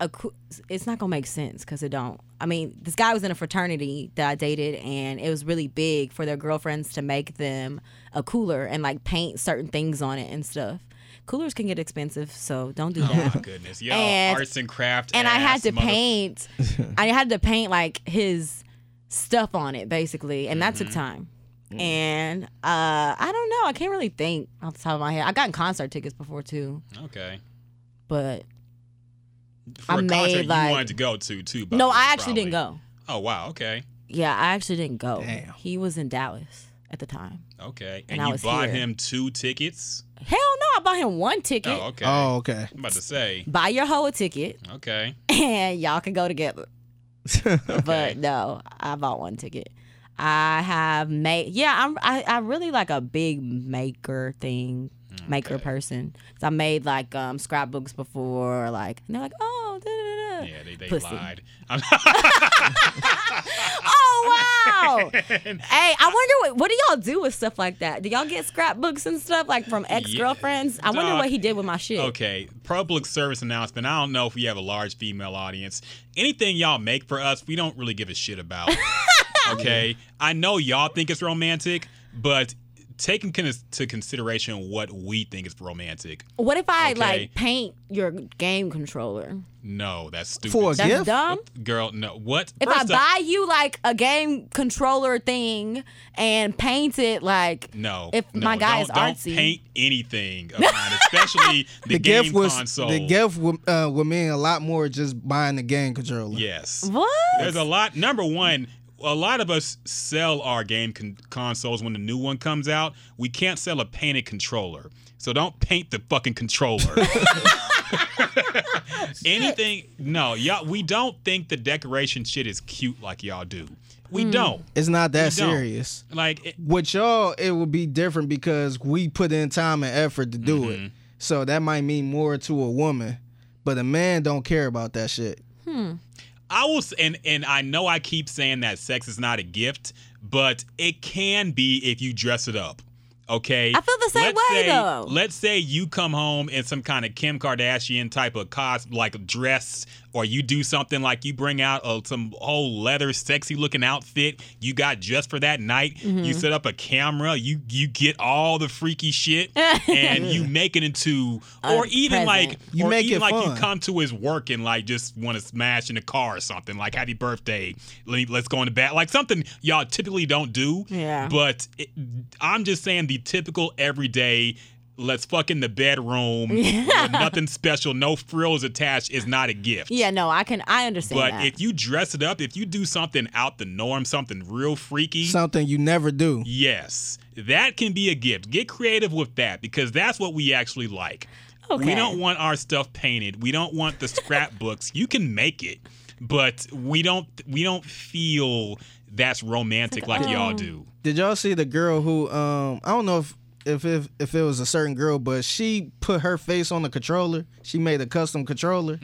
Speaker 4: a. cou- It's not gonna make sense because it don't. I mean, this guy was in a fraternity that I dated, and it was really big for their girlfriends to make them a cooler and like paint certain things on it and stuff. Coolers can get expensive, so don't do that
Speaker 2: Oh My goodness, y'all
Speaker 4: And-
Speaker 2: arts and craft.
Speaker 4: and I had
Speaker 2: ass
Speaker 4: to
Speaker 2: mother- [LAUGHS]
Speaker 4: paint. I had to paint like his stuff on it, basically, and that took
Speaker 2: Mm-hmm.
Speaker 4: time.
Speaker 2: Mm.
Speaker 4: And uh, I don't know. I can't really think off the top of my head. I gotten concert tickets before too,
Speaker 2: Okay.
Speaker 4: but
Speaker 2: For
Speaker 4: I
Speaker 2: a
Speaker 4: made,
Speaker 2: concert
Speaker 4: like-
Speaker 2: you wanted to go to too. by
Speaker 4: no,
Speaker 2: the way,
Speaker 4: I actually didn't
Speaker 2: probably.
Speaker 4: go.
Speaker 2: Oh wow. Okay.
Speaker 4: Yeah, I actually didn't go.
Speaker 3: Damn.
Speaker 4: He was in Dallas at the time.
Speaker 2: Okay.
Speaker 4: And
Speaker 2: And,
Speaker 4: I
Speaker 2: you
Speaker 4: was
Speaker 2: bought
Speaker 4: here.
Speaker 2: him two tickets.
Speaker 4: Hell no, I bought him one ticket.
Speaker 2: Oh okay.
Speaker 3: Oh, okay. [LAUGHS]
Speaker 2: I'm about to say.
Speaker 4: Buy your hoe a ticket, [LAUGHS]
Speaker 2: Okay.
Speaker 4: and y'all can go together. But no, I bought one ticket. I have made yeah, I'm I, I really like a big maker thing,
Speaker 2: Mm,
Speaker 4: maker person. So I made like um scrapbooks before, like and they're like, oh, da, da, da.
Speaker 2: Yeah, they, they
Speaker 4: Pussy.
Speaker 2: lied. I'm-
Speaker 4: [GASPS]
Speaker 2: [LAUGHS]
Speaker 4: Oh wow! hey, I wonder what what do y'all do with stuff like that? Do y'all get scrapbooks and stuff like from ex girlfriends? I wonder
Speaker 2: Dog.
Speaker 4: what he did with my shit.
Speaker 2: Okay, public service announcement. I don't know if we have a large female audience. Anything y'all make for us, we don't really give a shit
Speaker 4: [LAUGHS]
Speaker 2: about. okay, I know y'all think it's romantic, but taking con- to consideration what we think is romantic,
Speaker 4: What if I
Speaker 2: Okay.
Speaker 4: like paint your game controller?
Speaker 2: no, that's stupid.
Speaker 3: For a
Speaker 4: That's
Speaker 3: gift?
Speaker 4: dumb.
Speaker 2: Girl, no. What?
Speaker 4: If
Speaker 2: First
Speaker 4: I
Speaker 2: off-
Speaker 4: buy you like a game controller thing and paint it like
Speaker 2: no,
Speaker 4: if
Speaker 2: no,
Speaker 4: my guy
Speaker 2: don't,
Speaker 4: is
Speaker 2: don't
Speaker 4: artsy.
Speaker 2: paint
Speaker 4: [LAUGHS]
Speaker 2: anything of mine, especially the,
Speaker 3: The
Speaker 2: game
Speaker 3: gift was
Speaker 2: console.
Speaker 3: the gift would, uh, would mean a lot more just buying the game controller.
Speaker 2: Yes.
Speaker 4: what?
Speaker 2: There's a lot. Number one, a lot of us sell our game con- consoles when the new one comes out. We can't sell a painted controller. [LAUGHS] So don't paint the fucking controller. Anything? No, y'all. We don't think the decoration shit is cute like y'all do. We don't.
Speaker 3: It's not that
Speaker 2: We don't.
Speaker 3: serious.
Speaker 2: Like, it,
Speaker 3: With y'all, it would be different because we put in time and effort to do it. So that might mean more to a woman, but a man don't care about that shit.
Speaker 2: I will, s- and and I know I keep saying that sex is not a gift, but it can be if you dress it up. Okay,
Speaker 4: I feel the same
Speaker 2: let's
Speaker 4: way,
Speaker 2: say,
Speaker 4: though.
Speaker 2: Let's say you come home in some kind of Kim Kardashian type of cos like dress, or you do something like you bring out uh, some whole leather, sexy looking outfit you got just for that night.
Speaker 4: Mm-hmm.
Speaker 2: You set up a camera, you you get all the freaky shit,
Speaker 4: [LAUGHS]
Speaker 2: and you make it into, or even
Speaker 4: present.
Speaker 2: like
Speaker 3: You
Speaker 2: or
Speaker 3: make
Speaker 2: even
Speaker 3: it
Speaker 2: like you
Speaker 3: fun.
Speaker 2: come to his work and like just want to smash in the car or something like happy birthday let me, let's go in the back like something y'all typically don't do
Speaker 4: Yeah.
Speaker 2: but it, i'm just saying the typical everyday let's fuck in the bedroom
Speaker 4: [LAUGHS]
Speaker 2: with nothing special no frills attached is not a gift
Speaker 4: Yeah, no, I can. I understand
Speaker 2: but
Speaker 4: that.
Speaker 2: if you dress it up if you do something out the norm something real freaky
Speaker 3: Something you never do.
Speaker 2: Yes, that can be a gift. Get creative with that because that's what we actually like. We
Speaker 4: Okay.
Speaker 2: don't want our stuff painted. We don't want the scrapbooks. you can make it, but we don't we don't feel that's romantic like, y'all do.
Speaker 3: Did y'all see the girl who um I don't know if if, if if it was a certain girl, but she put her face on the controller. She made a custom controller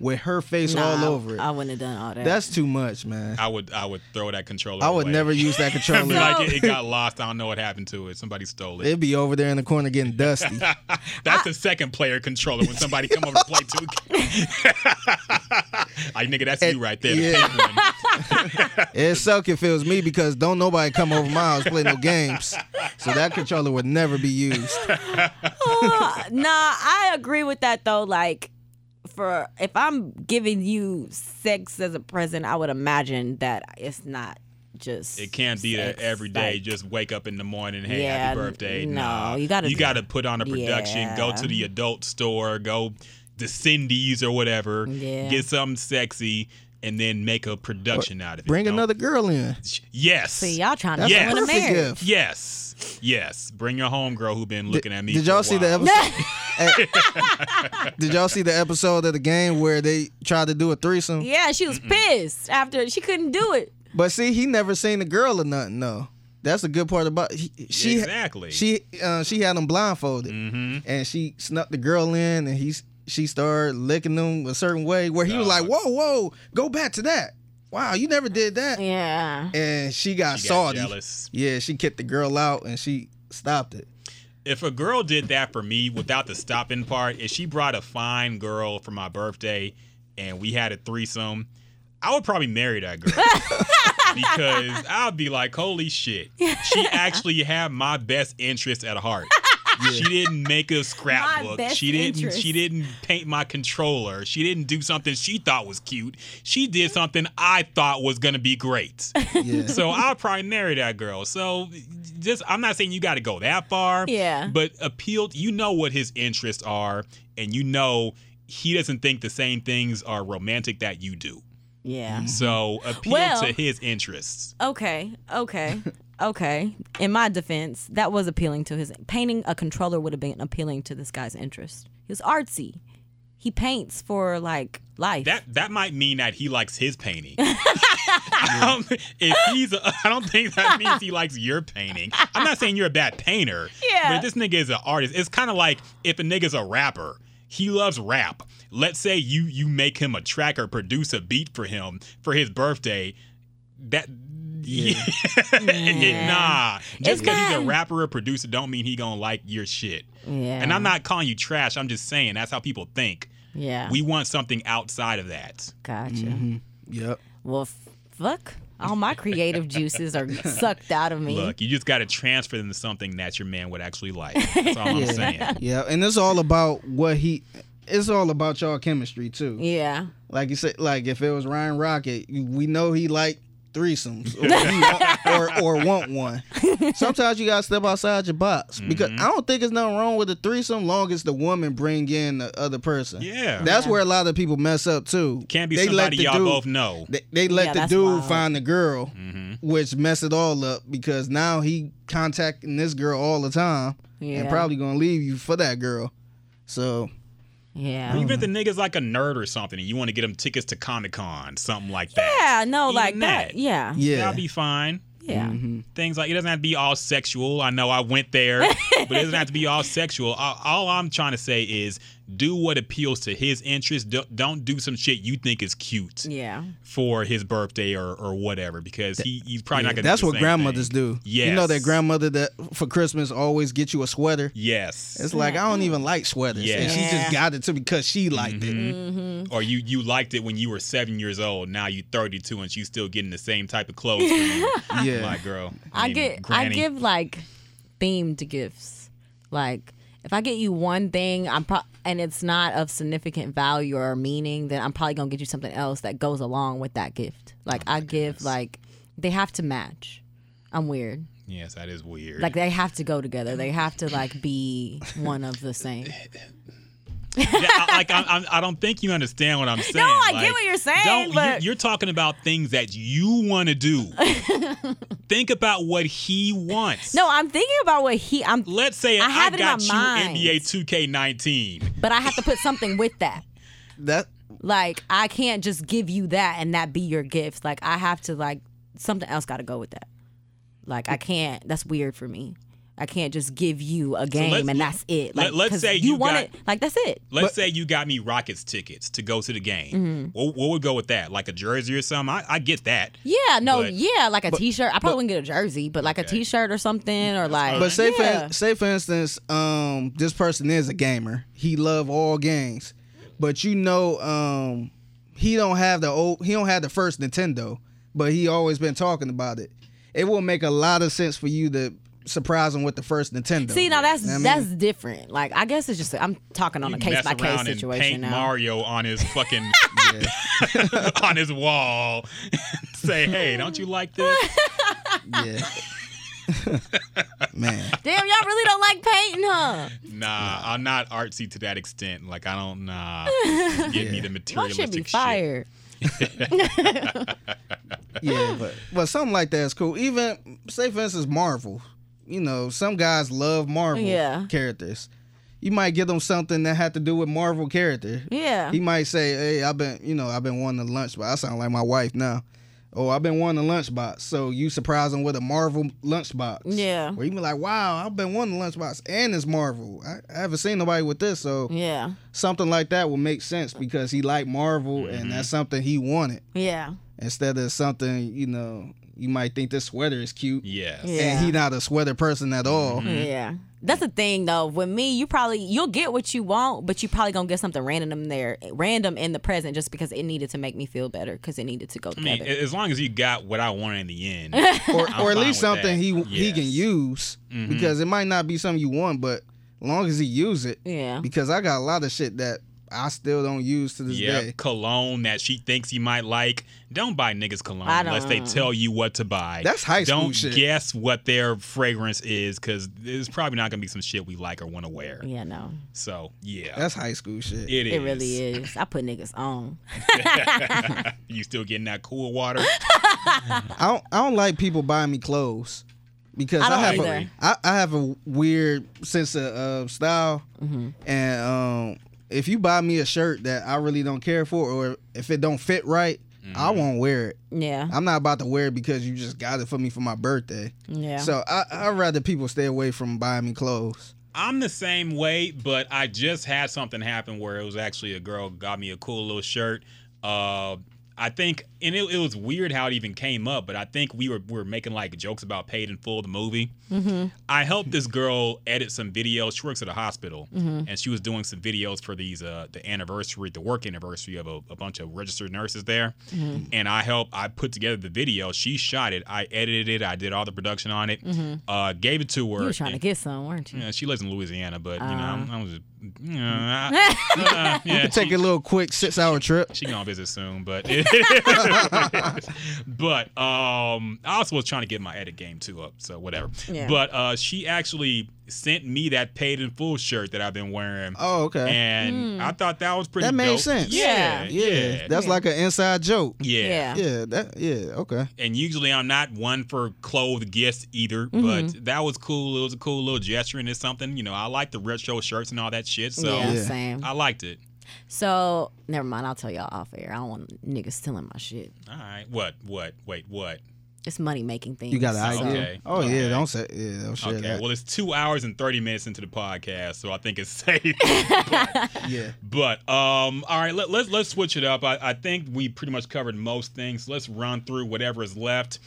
Speaker 3: with her face
Speaker 4: Nah,
Speaker 3: all over it.
Speaker 4: I wouldn't have done all that.
Speaker 3: That's too much, man.
Speaker 2: I would I would throw that controller.
Speaker 3: I would
Speaker 2: away.
Speaker 3: never use that
Speaker 2: I'd
Speaker 3: controller.
Speaker 2: be like it, it got lost. I don't know what happened to it. Somebody stole it.
Speaker 3: It'd be over there in the corner getting dusty.
Speaker 2: That's the second player controller when somebody come over to play
Speaker 3: [LAUGHS]
Speaker 2: 2K. [LAUGHS] like nigga, that's you right there. the
Speaker 3: Yeah.
Speaker 2: pink one.
Speaker 3: [LAUGHS] it suck if it was me because don't nobody come over my house play no games. So that controller would never be used.
Speaker 4: Uh, [LAUGHS] nah, I agree with that though. Like, for if I'm giving you sex as a present, I would imagine that it's not just.
Speaker 2: It can't be
Speaker 4: sex.
Speaker 2: that every day.
Speaker 4: Like,
Speaker 2: just wake up in the morning. Hey,
Speaker 4: Yeah,
Speaker 2: happy
Speaker 4: n-
Speaker 2: birthday!
Speaker 4: no,
Speaker 2: Nah.
Speaker 4: you gotta
Speaker 2: you
Speaker 4: do-
Speaker 2: got to put on a production. Go to
Speaker 4: Yeah.
Speaker 2: the adult store. Go to Cindy's or whatever.
Speaker 4: Yeah.
Speaker 2: Get something sexy and then make a production out of it.
Speaker 3: Bring
Speaker 2: Don't-
Speaker 3: another girl in.
Speaker 2: Yes.
Speaker 4: See, y'all trying to
Speaker 3: That's
Speaker 2: Yes.
Speaker 4: yes.
Speaker 3: a
Speaker 4: win a
Speaker 3: perfect
Speaker 4: marriage.
Speaker 3: gift.
Speaker 2: Yes. Yes. Bring your homegirl who been looking at me.
Speaker 3: Did
Speaker 2: for
Speaker 3: y'all
Speaker 2: a
Speaker 3: see the
Speaker 2: while. [LAUGHS]
Speaker 3: episode? Did y'all see the episode of the game where they tried to do a threesome?
Speaker 4: Yeah, she was pissed after she couldn't do it.
Speaker 3: But see, he never seen a girl or nothing though. That's the good part about he, she.
Speaker 2: Exactly. Mm-hmm.
Speaker 3: She uh, she had him blindfolded, and she snuck the girl in, and he she started licking him a certain way where he was like, "Whoa, whoa, go back to that! Wow, you never did that."
Speaker 4: Yeah.
Speaker 3: And she got
Speaker 2: She got
Speaker 3: salty.
Speaker 2: jealous.
Speaker 3: Yeah, she kicked the girl out, and she stopped it.
Speaker 2: if a girl did that for me without the stopping part, if she brought a fine girl for my birthday and we had a threesome, I would probably marry that
Speaker 4: [LAUGHS]
Speaker 2: girl. because I'd be like, holy shit.
Speaker 4: [LAUGHS]
Speaker 2: She actually had my best interest at heart. She didn't make a scrapbook.
Speaker 4: best
Speaker 2: She didn't
Speaker 4: interest.
Speaker 2: she didn't paint my controller. She didn't do something she thought was cute. She did something I thought was gonna be great.
Speaker 3: Yeah. [LAUGHS]
Speaker 2: So I'll probably marry that girl. So just I'm not saying you got to go that far.
Speaker 4: Yeah.
Speaker 2: But appeal. You know what his interests are, and you know he doesn't think the same things are romantic that you do.
Speaker 4: Yeah.
Speaker 2: So appeal
Speaker 4: Well-
Speaker 2: to his interests.
Speaker 4: Okay. Okay. Okay. In my defense, that was appealing to his painting a controller would have been appealing to this guy's interest. He was artsy. He paints for like life.
Speaker 2: That that might mean that he likes his
Speaker 4: [LAUGHS]
Speaker 2: painting. I don't- if he's, a, I don't think that means he likes your painting. I'm not saying you're a bad painter.
Speaker 4: Yeah.
Speaker 2: But this nigga is an artist. It's kind of like if a nigga's a rapper, he loves rap. Let's say you you make him a track or produce a beat for him for his birthday. That. [LAUGHS] Yeah. nah. Just because he's a
Speaker 4: not-
Speaker 2: rapper or producer don't mean he gonna like your shit.
Speaker 4: yeah.
Speaker 2: And I'm not calling you trash. I'm just saying that's how people think.
Speaker 4: Yeah. Mm-hmm.
Speaker 2: We want something outside of that.
Speaker 4: gotcha.
Speaker 3: Yep.
Speaker 4: Well, f- fuck. All my creative juices are sucked out of me.
Speaker 2: Look, you just got to transfer them to something that your man would actually
Speaker 4: [LAUGHS]
Speaker 2: like. That's all I'm saying.
Speaker 3: Yeah, and it's all about what he. It's all about y'all chemistry too.
Speaker 4: Yeah.
Speaker 3: Like you said, like if it was Ryan Rocket, you- we know he like threesomes or,
Speaker 2: [LAUGHS]
Speaker 3: he want, or or want one. Sometimes you gotta step outside your box because
Speaker 2: Mm-hmm.
Speaker 3: I don't think there's nothing wrong with a threesome, long as the woman bring in the other person.
Speaker 2: Yeah.
Speaker 3: that's where a lot of people mess up too.
Speaker 2: Can't be
Speaker 3: They let
Speaker 2: somebody
Speaker 3: the
Speaker 2: y'all
Speaker 3: dude-
Speaker 2: both know. Mm-hmm.
Speaker 3: They, they let
Speaker 4: Yeah,
Speaker 3: the
Speaker 4: that's
Speaker 3: dude
Speaker 4: wild.
Speaker 3: find the girl, which mess it all up because now he contacting this girl all the time
Speaker 4: Yeah.
Speaker 3: and probably gonna leave you for that girl. So
Speaker 4: Yeah.
Speaker 2: Even if the nigga's like a nerd or something, and you want to get him tickets to Comic Con, something like that.
Speaker 4: Yeah, no,
Speaker 2: Even
Speaker 4: like that. Yeah. Mm-hmm.
Speaker 3: Yeah.
Speaker 2: that'll be fine.
Speaker 4: Yeah.
Speaker 2: Things like it doesn't have to be all sexual. I know I went
Speaker 4: [LAUGHS]
Speaker 2: there, but it doesn't have to be all sexual. All, all I'm trying to say is do what appeals to his interest. Don't, don't do some shit you think is cute
Speaker 4: Yeah.
Speaker 2: for his birthday or, or whatever, because he, he's probably not
Speaker 3: Yeah,
Speaker 2: gonna.
Speaker 3: that's
Speaker 2: do the
Speaker 3: what
Speaker 2: same
Speaker 3: grandmothers
Speaker 2: thing.
Speaker 3: do. You know that
Speaker 2: Yes.
Speaker 3: grandmother that for Christmas always get you a sweater.
Speaker 2: Yes.
Speaker 3: It's like I don't even like sweaters,
Speaker 2: Yeah.
Speaker 3: and she
Speaker 4: Mm-hmm. Yeah. Mm-hmm.
Speaker 3: just got it to me because she
Speaker 2: Mm-hmm.
Speaker 3: liked it.
Speaker 2: or you you liked it when you were seven years old. Now you 32 and she's still getting the same type of clothes. For
Speaker 4: [LAUGHS]
Speaker 2: you.
Speaker 3: Yeah.
Speaker 2: my girl.
Speaker 4: I
Speaker 2: mean,
Speaker 4: get I
Speaker 2: granny.
Speaker 4: give like themed gifts. Like if I get you one thing, I'm pro- and it's not of significant value or meaning, then I'm probably gonna get you something else that goes along with that gift. Like I give like they have to match. I'm weird.
Speaker 2: Yes, that is weird.
Speaker 4: Like they have to go together. They have to like be one of the same.
Speaker 2: [LAUGHS] Yeah, I, like I'm, I'm, I don't think you understand
Speaker 4: [LAUGHS]
Speaker 2: what I'm saying.
Speaker 4: I get
Speaker 2: Like,
Speaker 4: what you're saying,
Speaker 2: Don't,
Speaker 4: but-
Speaker 2: you, you're talking about things that you want to
Speaker 4: [LAUGHS]
Speaker 2: do. Think about what he wants.
Speaker 4: No, I'm thinking about what he. I'm,
Speaker 2: Let's say
Speaker 4: I
Speaker 2: I,
Speaker 4: have it in
Speaker 2: got you
Speaker 4: my mind.
Speaker 2: NBA 2K19.
Speaker 4: but I have to put something with that.
Speaker 3: That
Speaker 4: Like I can't just give you that and that be your gifts. Like I have to like something else got to go with that. Like I can't. That's weird for me. I can't just give you a game
Speaker 2: let's-
Speaker 4: and that's it. Like
Speaker 2: let- let's
Speaker 4: 'cause
Speaker 2: say
Speaker 4: you
Speaker 2: you
Speaker 4: want
Speaker 2: got-
Speaker 4: it. Like that's it.
Speaker 2: Let's say you got me Rockets tickets to go to the game.
Speaker 4: Mm-hmm.
Speaker 2: What, what would go with that? Like a jersey or something? I, I get that.
Speaker 4: Yeah. No.
Speaker 2: But-
Speaker 4: yeah. Like a shirt I probably wouldn't get a jersey, but like a T-shirt or something, or like.
Speaker 3: But say
Speaker 4: yeah.
Speaker 3: for say for instance, um, this person is a gamer. He love all games, but you know, um, he don't have the old, he don't have the first Nintendo, but he always been talking about it. It will make a lot of sense for you to surprise him with the first Nintendo.
Speaker 4: See now that's
Speaker 3: You know what I
Speaker 4: that's
Speaker 3: mean?
Speaker 4: different. Like I guess it's just I'm talking on
Speaker 2: You
Speaker 4: a case
Speaker 2: mess
Speaker 4: by
Speaker 2: around
Speaker 4: case
Speaker 2: and
Speaker 4: situation
Speaker 2: paint
Speaker 4: now.
Speaker 2: Mario on his
Speaker 4: [LAUGHS]
Speaker 2: fucking [LAUGHS] on his wall. [LAUGHS] Say, hey, don't you like
Speaker 4: [LAUGHS]
Speaker 2: this?
Speaker 3: yeah, [LAUGHS] man.
Speaker 4: Damn, y'all really don't like painting,
Speaker 2: [LAUGHS]
Speaker 4: huh?
Speaker 2: Nah, I'm not artsy to that extent. Like I don't
Speaker 4: [LAUGHS]
Speaker 2: nah. Give me the
Speaker 4: Y'all
Speaker 2: materialistic
Speaker 4: should be
Speaker 2: shit.
Speaker 4: fired.
Speaker 3: yeah, but but something like that is cool. Even say for instance Marvel, you know, some guys love Marvel
Speaker 4: Yeah.
Speaker 3: characters. You might give them something that had to do with Marvel character.
Speaker 4: Yeah.
Speaker 3: He might say, "Hey, I've been, you know, I've been wanting a lunchbox. I sound like my wife now. Oh, I've been wanting a lunchbox. So you surprise him with a Marvel lunchbox.
Speaker 4: Yeah.
Speaker 3: Where you be like, "Wow, I've been wanting a lunchbox, and it's Marvel. I, I haven't seen nobody with this. So
Speaker 4: Yeah.
Speaker 3: something like that would make sense because he liked Marvel,
Speaker 4: Mm-hmm.
Speaker 3: and that's something he wanted
Speaker 4: Yeah.
Speaker 3: instead of something you know you might think this sweater is cute
Speaker 2: Yes.
Speaker 4: Yeah.
Speaker 3: and he not a sweater person at all
Speaker 2: Mm-hmm.
Speaker 4: Yeah. That's the thing though. With me, you probably you'll get what you want, but you probably gonna get something random there, random in the present, just because it needed to make me feel better, because it needed to go
Speaker 2: I mean,
Speaker 4: together.
Speaker 2: as long as you got what I want in the end.
Speaker 4: [LAUGHS]
Speaker 3: or,
Speaker 2: I'm
Speaker 3: or
Speaker 2: fine
Speaker 3: at
Speaker 2: with
Speaker 3: least something he
Speaker 2: that.
Speaker 3: he can
Speaker 2: Yes. Mm-hmm.
Speaker 3: use because it might not be something you want but long as he use it
Speaker 4: Yeah.
Speaker 3: because i got a lot of shit that i still don't use to this
Speaker 2: Yeah,
Speaker 3: day
Speaker 2: cologne that she thinks you might like. Don't buy niggas cologne
Speaker 4: I
Speaker 2: unless they
Speaker 4: don't.
Speaker 2: tell you what to buy.
Speaker 3: That's high school
Speaker 2: Don't
Speaker 3: shit.
Speaker 2: guess what their fragrance is because it's probably not gonna be some shit we like or want to wear.
Speaker 4: yeah. No.
Speaker 2: So yeah,
Speaker 3: that's high school shit
Speaker 2: it is.
Speaker 4: It really is. I put niggas on.
Speaker 2: You still getting that cool
Speaker 4: [LAUGHS]
Speaker 2: water?
Speaker 3: I don't, I don't like people buying me clothes because
Speaker 4: I
Speaker 3: I,
Speaker 4: don't
Speaker 3: have
Speaker 4: either.
Speaker 3: a, I, I have a weird sense of uh, style,
Speaker 4: Mm-hmm.
Speaker 3: and um, if you buy me a shirt that I really don't care for, or if it don't fit right, I
Speaker 4: Mm-hmm.
Speaker 3: won't wear it.
Speaker 4: Yeah.
Speaker 3: I'm not about to wear it because you just got it for me for my birthday.
Speaker 4: Yeah.
Speaker 3: So I I would rather people stay away from buying me clothes.
Speaker 2: I'm the same way, but I just had something happen where it was actually a girl got me a cool little shirt. Uh, I think, and it, it was weird how it even came up, but I think we were we were making like jokes about paid in full the movie.
Speaker 4: Mm-hmm.
Speaker 2: I helped this girl edit some videos. She works at a hospital,
Speaker 4: Mm-hmm.
Speaker 2: and she was doing some videos for these uh, the anniversary, the work anniversary of a, a bunch of registered nurses there.
Speaker 4: Mm-hmm.
Speaker 2: And I helped. I put together the video. She shot it. I edited it. I did all the production on it. Uh, gave it to her.
Speaker 4: Mm-hmm. you were trying to
Speaker 2: and-
Speaker 4: get some, weren't you?
Speaker 2: yeah, she lives in Louisiana, but you know, I'm,
Speaker 4: Um.
Speaker 2: I was, just, you know,
Speaker 4: Mm.
Speaker 2: I, uh, yeah,
Speaker 4: [LAUGHS]
Speaker 3: Take a little quick six hour trip.
Speaker 2: she gonna visit soon, but [LAUGHS] but um, I also was trying to get my edit game too up, so whatever.
Speaker 4: Yeah.
Speaker 2: But uh, she actually sent me that paid in full shirt that I've been wearing.
Speaker 3: Oh, okay.
Speaker 2: And
Speaker 4: Mm.
Speaker 2: I thought that was pretty.
Speaker 3: That made
Speaker 2: dope.
Speaker 3: sense.
Speaker 2: Yeah,
Speaker 3: yeah,
Speaker 2: yeah,
Speaker 3: that's like an inside joke.
Speaker 2: yeah.
Speaker 4: Yeah.
Speaker 3: Yeah, that yeah, okay.
Speaker 2: And usually I'm not one for clothed gifts either,
Speaker 4: Mm-hmm.
Speaker 2: but that was cool. It was a cool little gesture and it's something. You know, I like the retro shirts and all that shit, so
Speaker 4: yeah,
Speaker 3: Yeah.
Speaker 4: same.
Speaker 2: I liked it.
Speaker 4: So never mind. I'll tell y'all off air. I don't want niggas stealing my shit.
Speaker 2: All right. What? What? Wait. What?
Speaker 4: It's money making things.
Speaker 3: You got an
Speaker 4: so-
Speaker 3: idea?
Speaker 2: Okay.
Speaker 3: Oh
Speaker 2: Okay.
Speaker 3: yeah, don't say yeah, don't share
Speaker 2: Okay.
Speaker 3: that.
Speaker 2: Well, it's two hours and thirty minutes into the podcast, so I think it's [LAUGHS] safe.
Speaker 3: yeah.
Speaker 2: but um, all right, let, let's let's switch it up. I, I think we pretty much covered most things. Let's run through whatever is left.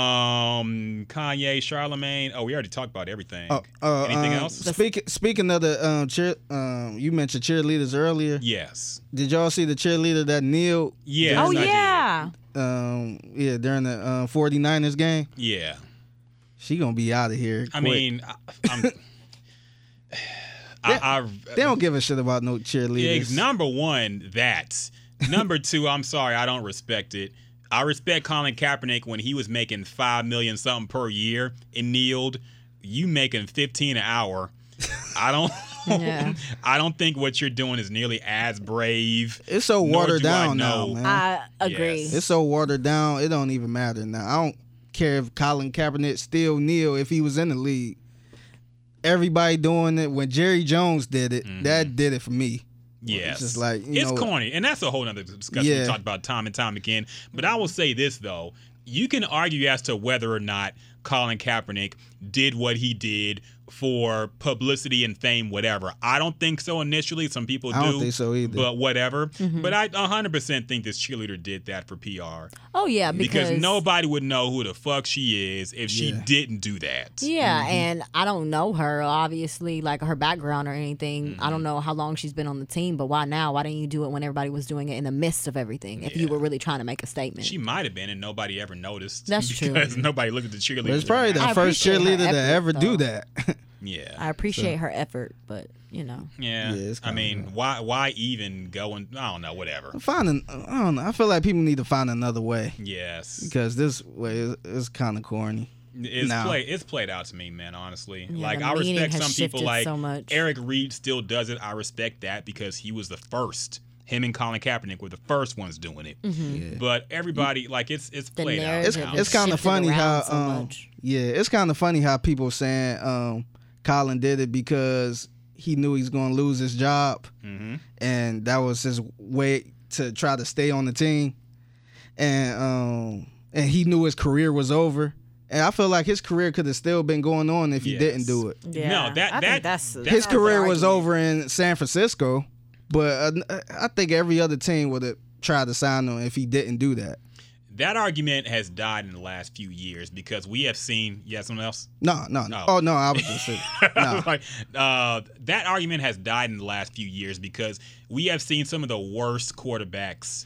Speaker 2: Um, Kanye, Charlemagne. Oh, we already talked about everything.
Speaker 3: Uh, uh,
Speaker 2: Anything
Speaker 3: um,
Speaker 2: else?
Speaker 3: Speaking speaking of the um cheer um you mentioned cheerleaders earlier.
Speaker 2: yes.
Speaker 3: Did y'all see the cheerleader that kneeled?
Speaker 2: Yes.
Speaker 4: Oh
Speaker 2: I did.
Speaker 4: yeah.
Speaker 3: Um yeah during the um, 49ers game.
Speaker 2: Yeah.
Speaker 3: She gonna be out of here.
Speaker 2: I
Speaker 3: quick.
Speaker 2: mean, I,
Speaker 3: [LAUGHS]
Speaker 2: I'm. I, I,
Speaker 3: they don't give a shit about no cheerleaders.
Speaker 2: Diggs, number one, that. Number two, I'm sorry, I don't respect it. I respect Colin Kaepernick when he was making five million something per year and kneeled. You making fifteen an hour. I don't.
Speaker 4: Yeah.
Speaker 2: [LAUGHS] I don't think what you're doing is nearly as brave.
Speaker 3: It's so
Speaker 2: Nor
Speaker 3: watered
Speaker 2: do I
Speaker 3: down now,
Speaker 2: know.
Speaker 3: man.
Speaker 4: I agree.
Speaker 2: Yes.
Speaker 3: It's so watered down. It don't even matter now. I don't care if Colin Kaepernick still kneel if he was in the league. Everybody doing it. When Jerry Jones did it,
Speaker 2: Mm-hmm.
Speaker 3: that did it for me.
Speaker 2: Yes.
Speaker 3: just like, you
Speaker 2: it's
Speaker 3: know-
Speaker 2: corny. And that's a whole nother discussion we
Speaker 3: Yeah.
Speaker 2: talked about time and time again. But I will say this though. You can argue as to whether or not Colin Kaepernick did what he did for publicity and fame, whatever. I don't think so initially. Some people
Speaker 3: I
Speaker 2: do.
Speaker 3: don't think so either.
Speaker 2: But whatever.
Speaker 4: Mm-hmm.
Speaker 2: But I 100% think this cheerleader did that for PR.
Speaker 4: oh yeah. Because,
Speaker 2: Because nobody would know who the fuck she is if she
Speaker 3: Yeah.
Speaker 2: didn't do that.
Speaker 4: Yeah,
Speaker 2: Mm-hmm.
Speaker 4: and I don't know her obviously, like her background or anything. I
Speaker 2: Mm-hmm.
Speaker 4: don't know how long she's been on the team, but why now? Why didn't you do it when everybody was doing it in the midst of everything? If you were really trying to make a statement,
Speaker 2: She might have been, and nobody ever noticed.
Speaker 4: That's true.
Speaker 2: [LAUGHS] because nobody looked at the cheerleader.
Speaker 3: But it's probably the
Speaker 4: I
Speaker 3: first
Speaker 4: appreciate her
Speaker 3: cheerleader to
Speaker 4: effort,
Speaker 3: ever
Speaker 4: though.
Speaker 3: do that. [LAUGHS]
Speaker 2: yeah.
Speaker 4: I appreciate her effort, but you know,
Speaker 2: Yeah,
Speaker 3: Yeah, it's
Speaker 2: I
Speaker 3: kinda
Speaker 2: mean, why why even go and I don't know, whatever.
Speaker 3: Finding, I don't know. I feel like people need to find another way
Speaker 2: Yes,
Speaker 3: because this way is, is kind of corny.
Speaker 2: it's
Speaker 3: No.
Speaker 2: played it's played out to me, man. Honestly, like
Speaker 4: the
Speaker 2: I
Speaker 4: meaning
Speaker 2: respect
Speaker 4: has
Speaker 2: some people.
Speaker 4: shifted
Speaker 2: Like
Speaker 4: so much.
Speaker 2: Eric Reed still does it. I respect that because he was the first. Him and Colin Kaepernick were the first ones doing it. But everybody, like it's it's
Speaker 4: Mm-hmm. The
Speaker 2: played out.
Speaker 4: narrative
Speaker 3: It's
Speaker 2: now.
Speaker 4: has
Speaker 3: it's kind of
Speaker 4: shifted
Speaker 3: funny how
Speaker 4: around so
Speaker 3: um
Speaker 4: much.
Speaker 3: yeah it's kind of funny how people saying um Colin did it because he knew he's going to lose his job and that was his way to try to stay on the team and um and he knew his career was over and I feel like his career could have still been going on if he
Speaker 2: Yes.
Speaker 3: didn't do it.
Speaker 2: no, that that that's,
Speaker 3: his career was over in San Francisco, but uh, I think every other team would have tried to sign him if he didn't do that.
Speaker 2: that argument has died in the last few years because we have seen. You have something else?
Speaker 3: No, no,
Speaker 2: No.
Speaker 3: no. Oh no, I was just
Speaker 2: [LAUGHS]
Speaker 3: saying. No.
Speaker 2: like, uh, that argument has died in the last few years because we have seen some of the worst quarterbacks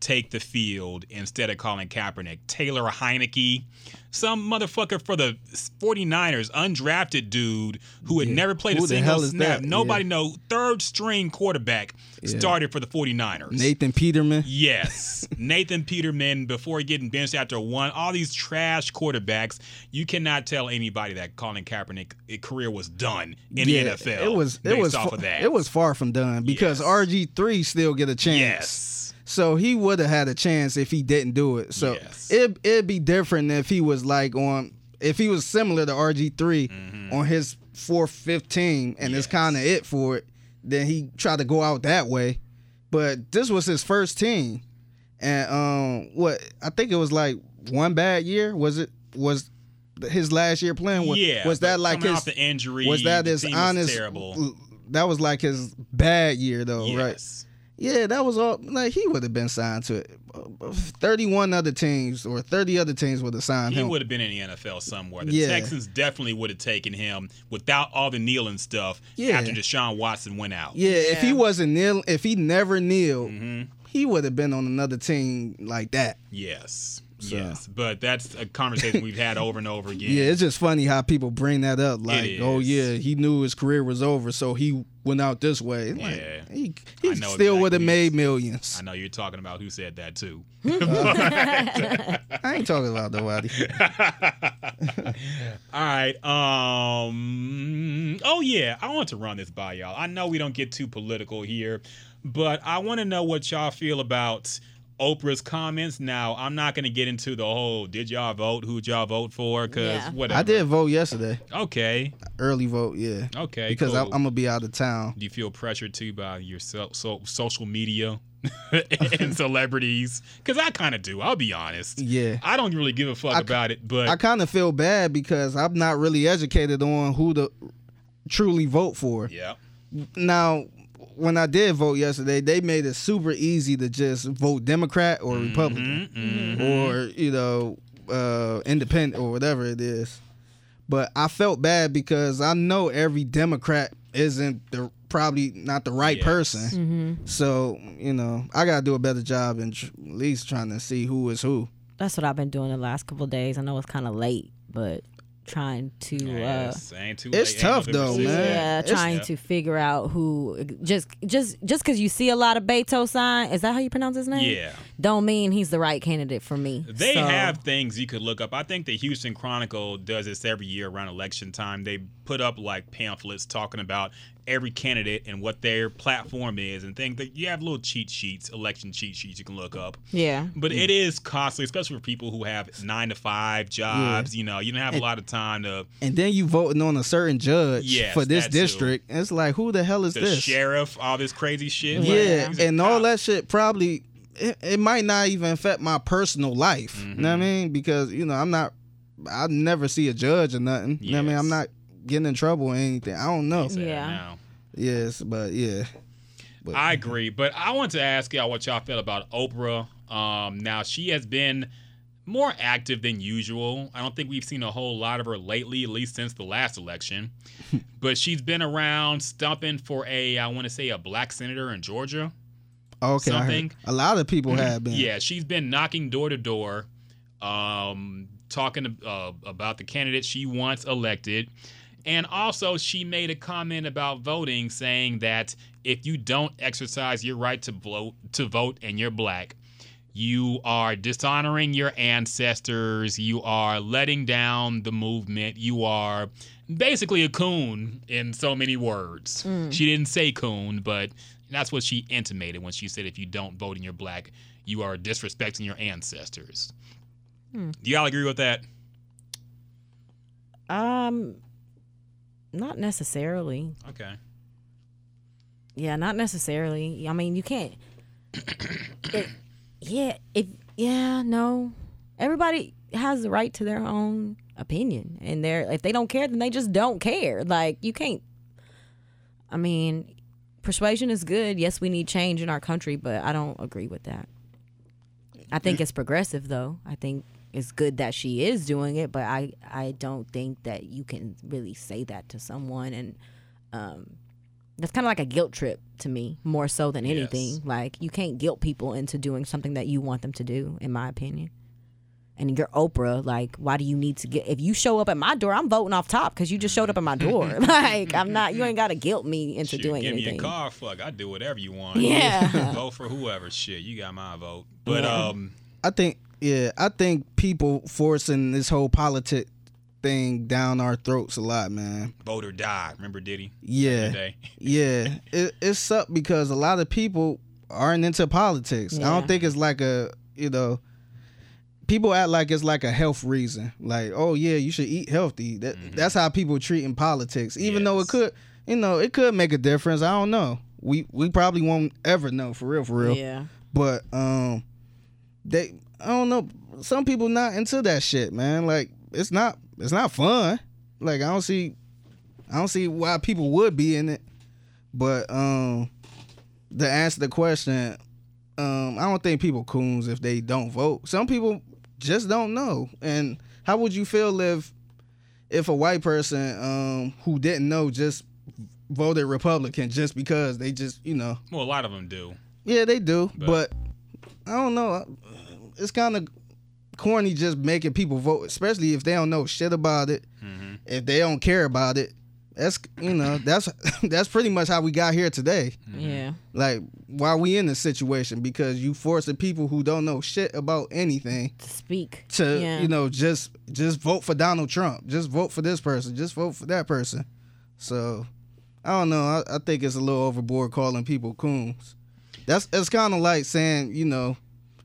Speaker 2: take the field instead of Colin Kaepernick. Taylor Heineke, some motherfucker for the 49ers, undrafted dude who had never played a
Speaker 3: Who the
Speaker 2: single
Speaker 3: hell is
Speaker 2: snap.
Speaker 3: that?
Speaker 2: Nobody
Speaker 3: Yeah.
Speaker 2: know. Third string quarterback started for the 49ers.
Speaker 3: Nathan Peterman.
Speaker 2: Yes, Nathan Peterman before getting benched after one. All these trash quarterbacks. You cannot tell anybody that Colin Kaepernick eh, career was done in the NFL.
Speaker 3: It was it
Speaker 2: based
Speaker 3: was
Speaker 2: off
Speaker 3: fa-
Speaker 2: of that.
Speaker 3: it was far from done because
Speaker 2: Yes.
Speaker 3: RG three still get a chance.
Speaker 2: yes,
Speaker 3: So he would have had a chance if he didn't do it. So
Speaker 2: Yes.
Speaker 3: it it'd be different if he was like on if he was similar to RG 3
Speaker 2: Mm-hmm.
Speaker 3: on his four fifteen and it's kind of it for it. Then he tried to go out that way, but this was his first team, and um, what I think it was like one bad year was it was his last year playing was,
Speaker 2: yeah.
Speaker 3: was that
Speaker 2: but
Speaker 3: like
Speaker 2: coming
Speaker 3: his
Speaker 2: off the injury?
Speaker 3: was that
Speaker 2: the
Speaker 3: his
Speaker 2: team
Speaker 3: honest?
Speaker 2: Was terrible.
Speaker 3: l- That was like his bad year, though, right?
Speaker 2: Yes.
Speaker 3: Yeah, that was all. Like he would have been signed to it. Thirty-one other teams or thirty other teams would have signed
Speaker 2: He
Speaker 3: him.
Speaker 2: would have been in the NFL somewhere. The
Speaker 3: Yeah.
Speaker 2: Texans definitely would have taken him without all the kneeling stuff
Speaker 3: Yeah.
Speaker 2: after Deshaun Watson went out.
Speaker 3: Yeah, if he wasn't kneel,
Speaker 2: Mm-hmm.
Speaker 3: if he never kneeled, he would have been on another team like that.
Speaker 2: Yes.
Speaker 3: So.
Speaker 2: Yes, but that's a conversation we've had over and over again.
Speaker 3: [LAUGHS] Yeah, it's just funny how people bring that up. Like,
Speaker 2: It
Speaker 3: oh
Speaker 2: is.
Speaker 3: yeah, he knew his career was over, so he went out this way. Like,
Speaker 2: Yeah.
Speaker 3: he
Speaker 2: I
Speaker 3: he
Speaker 2: know
Speaker 3: still would have
Speaker 2: exactly.
Speaker 3: made millions.
Speaker 2: I know you're talking about who said that too.
Speaker 3: I ain't talking
Speaker 2: [LAUGHS]
Speaker 3: about nobody.
Speaker 2: All right. Um. Oh yeah, I want to run this by y'all. I know we don't get too political here, but I want to know what y'all feel about Oprah's comments. Now, I'm not going to get into the whole "Did y'all vote? Who'd y'all vote for?" Because
Speaker 4: Yeah.
Speaker 2: whatever.
Speaker 3: I did vote yesterday,
Speaker 2: Okay.
Speaker 3: early vote. Yeah,
Speaker 2: Okay.
Speaker 3: because I, I'm
Speaker 2: cool.
Speaker 3: gonna be out of town.
Speaker 2: Do you feel pressured too by your so, so, social media [LAUGHS] and celebrities? Because I kind of do. I'll be honest.
Speaker 3: Yeah.
Speaker 2: I don't really give a fuck about it, but
Speaker 3: I kind of feel bad because I'm not really educated on who to truly vote for.
Speaker 2: yeah.
Speaker 3: Now, when I did vote yesterday, they made it super easy to just vote Democrat
Speaker 2: Mm-hmm,
Speaker 3: or Republican or you know uh, Independent or whatever it is. But I felt bad because I know every Democrat isn't the probably not the right
Speaker 2: Yes.
Speaker 3: person. So you know I gotta do a better job in tr- at least trying to see who is who.
Speaker 4: That's what I've been doing the last couple of days. I know it's kind of late, but trying to uh,
Speaker 2: Yes, ain't too late,
Speaker 3: it's
Speaker 2: ain't
Speaker 3: tough,
Speaker 2: November
Speaker 3: though,
Speaker 2: 6th.
Speaker 3: man.
Speaker 4: yeah,
Speaker 3: It's-
Speaker 4: trying to figure out who just just just because you see a lot of Beto sign. Is that how you pronounce his name?
Speaker 2: Yeah.
Speaker 4: Don't mean he's the right candidate for me.
Speaker 2: They
Speaker 4: So,
Speaker 2: have things you could look up. I think the Houston Chronicle does this every year around election time. They put up like pamphlets talking about every candidate and what their platform is and things that you have little cheat sheets, election cheat sheets you can look up.
Speaker 4: Yeah.
Speaker 2: But it is costly, especially for people who have nine to five jobs. You know, you don't have a lot of time to
Speaker 3: And then you voting on a certain judge
Speaker 2: Yes,
Speaker 3: for this
Speaker 2: that too.
Speaker 3: district. It's like who the hell is
Speaker 2: the
Speaker 3: this?
Speaker 2: sheriff, all this crazy shit.
Speaker 3: Yeah,
Speaker 2: Like,
Speaker 3: and all that shit probably it, it might not even affect my personal life. You know what I
Speaker 2: Mm-hmm.
Speaker 3: mean? Because you know I'm not, I never see a judge or nothing. You know what I mean? I'm
Speaker 2: Yes.
Speaker 3: not getting in trouble or anything. I don't know.
Speaker 2: Yeah.
Speaker 4: Yeah.
Speaker 2: no.
Speaker 3: Yes, but yeah,
Speaker 2: I agree, but I want to ask y'all what y'all feel about Oprah. Um, now she has been more active than usual. I don't think we've seen a whole lot of her lately, at least since the last election. but she's been around stumping for a, I want to say, a black senator in Georgia.
Speaker 3: okay. I
Speaker 2: Something- Mm-hmm.
Speaker 3: heard. A lot of people have been.
Speaker 2: Yeah, she's been knocking door to door, um, talking uh, about the candidate she wants elected. And also, she made a comment about voting, saying that if you don't exercise your right to vote, to vote, and you're black, you are dishonoring your ancestors. You are letting down the movement. You are basically a coon in so many words.
Speaker 4: Hmm.
Speaker 2: She didn't say coon, but that's what she intimated when she said if you don't vote and you're black, you are disrespecting your ancestors.
Speaker 4: Hmm.
Speaker 2: Do y'all agree with that?
Speaker 4: Um, not necessarily.
Speaker 2: Okay.
Speaker 4: Yeah, not necessarily. I mean, you can't. it, yeah, if yeah, no. Everybody has the right to their own opinion, and they're if they don't care, then they just don't care. Like you can't. I mean, persuasion is good. Yes, we need change in our country, but I don't agree with that. I think it's progressive, though. I think it's good that she is doing it, but I I don't think that you can really say that to someone and um, that's kind of like a guilt trip to me more so than anything
Speaker 2: Yes.
Speaker 4: like you can't guilt people into doing something that you want them to do in my opinion and you're oprah like why do you need to get if you show up at my door i'm voting off top because you just showed up at my
Speaker 3: [LAUGHS]
Speaker 4: door [LAUGHS] like i'm not you ain't gotta guilt me into
Speaker 2: Shit,
Speaker 4: doing
Speaker 2: give
Speaker 4: anything
Speaker 2: me a car. Fuck, I do whatever you want. [LAUGHS]
Speaker 4: Yeah.
Speaker 2: vote for whoever. Shit, you got my vote. But um,
Speaker 3: I think yeah, I think people forcing this whole politic thing down our throats a lot, man.
Speaker 2: vote or die. Remember
Speaker 4: [LAUGHS]
Speaker 2: Diddy?
Speaker 3: Yeah.
Speaker 2: Today.
Speaker 3: Yeah, it it sucked because a lot of people aren't into politics. I
Speaker 4: Yeah.
Speaker 3: don't think it's like a you know, people act like it's like a health reason. Like, oh yeah, you should eat healthy. That that's how people treat in politics. Even though
Speaker 2: Yes.
Speaker 3: it could, you know, it could make a difference. I don't know. We we probably won't ever know for real, for real.
Speaker 4: yeah
Speaker 3: But um, they I don't know. Some people not into that shit, man. Like it's not it's not fun. Like I don't see I don't see why people would be in it. But um, to answer the question, um, I don't think people coons if they don't vote. Some people just don't know. And how would you feel if if a white person um who didn't know just voted Republican just because they just you know
Speaker 2: Well, a lot of them do.
Speaker 3: yeah, they do, but, I don't know. It's kind of corny just making people vote, especially if they don't know shit about it, if they don't care about it. That's you know that's [LAUGHS] that's pretty much how we got here today.
Speaker 2: Mm-hmm.
Speaker 4: Yeah.
Speaker 3: Like why we in this situation because you forcing people who don't know shit about anything
Speaker 4: To speak.
Speaker 3: to
Speaker 4: yeah.
Speaker 3: you know just just vote for Donald Trump, just vote for this person, just vote for that person. So I don't know. I, I think it's a little overboard calling people coons. That's it's kind of like saying you know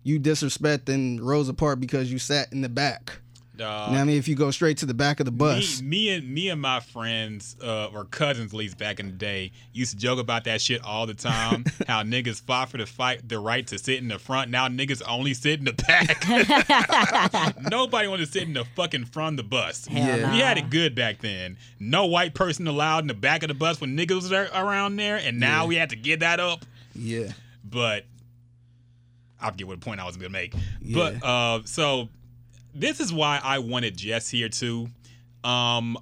Speaker 3: you disrespecting Rosa Parks because you sat in the back. You know what I mean, if you go straight to the back of the
Speaker 2: me,
Speaker 3: bus,
Speaker 2: me and me and my friends uh, or cousins, at least back in the day, used to joke about that shit all the time. how niggas fought for the fight, the right to sit in the front. Now niggas only sit in the back. Nobody wanted to sit in the fucking front of the bus.
Speaker 4: Hell
Speaker 3: Yeah.
Speaker 2: We had
Speaker 4: nah.
Speaker 2: it good back then. No white person allowed in the back of the bus when niggas was there, around there, and now we had to give that up.
Speaker 3: yeah,
Speaker 2: But I forget what point I was gonna make.
Speaker 3: Yeah.
Speaker 2: But uh, so this is why I wanted Jess here too. Um,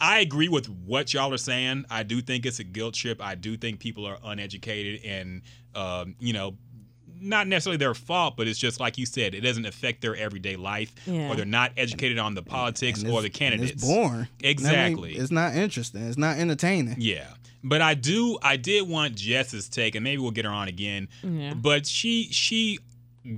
Speaker 2: I agree with what y'all are saying. I do think it's a guilt trip. I do think people are uneducated and um, you know, not necessarily their fault, but it's just like you said, it doesn't affect their everyday life,
Speaker 4: Yeah.
Speaker 2: or they're not educated on the politics
Speaker 3: And
Speaker 2: or the
Speaker 3: it's- and
Speaker 2: candidates.
Speaker 3: It's boring. You know what I mean?
Speaker 2: Exactly.
Speaker 3: It's not interesting. It's not [LAUGHS] entertaining.
Speaker 2: Yeah. But I do I did want Jess's take and maybe we'll get her on again.
Speaker 4: Yeah.
Speaker 2: But she she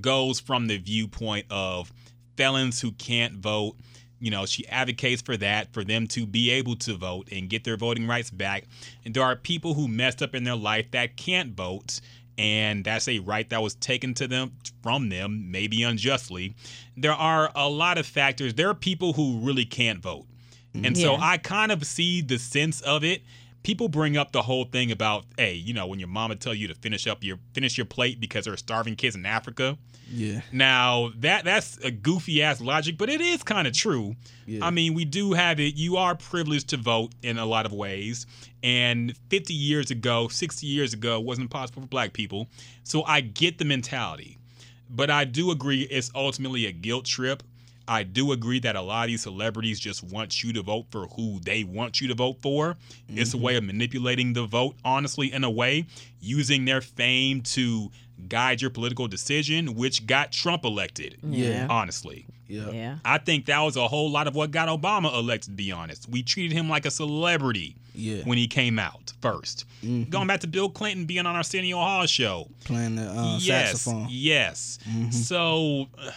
Speaker 2: goes from the viewpoint of felons who can't vote. You know, she advocates for that for them to be able to vote and get their voting rights back. And there are people who messed up in their life that can't vote and that's a right that was taken to them from them maybe unjustly. There are a lot of factors. There are people who really can't vote. And so
Speaker 4: Yeah.
Speaker 2: I kind of see the sense of it. People bring up the whole thing about, hey, you know, when your mama tell you to finish up your finish your plate because there are starving kids in Africa.
Speaker 3: Yeah.
Speaker 2: Now that that's a goofy ass logic, but it is kind of true.
Speaker 3: Yeah.
Speaker 2: I mean, we do have it. You are privileged to vote in a lot of ways, and 50 years ago, 60 years ago, it wasn't possible for Black people. So I get the mentality, but I do agree it's ultimately a guilt trip. I do agree that a lot of these celebrities just want you to vote for who they want you to vote for. It's a
Speaker 3: Mm-hmm.
Speaker 2: way of manipulating the vote, honestly, in a way, using their fame to guide your political decision, which got Trump elected.
Speaker 3: Yeah.
Speaker 2: Honestly.
Speaker 3: Yeah.
Speaker 4: Yeah.
Speaker 2: I think that was a whole lot of what got Obama elected, to be honest. We treated him like a celebrity
Speaker 3: Yeah. Mm-hmm.
Speaker 2: when he came out 1st Going back to Bill Clinton being on Arsenio Hall show.
Speaker 3: Playing the uh,
Speaker 2: yes.
Speaker 3: saxophone. Mm-hmm.
Speaker 2: Yes. So uh,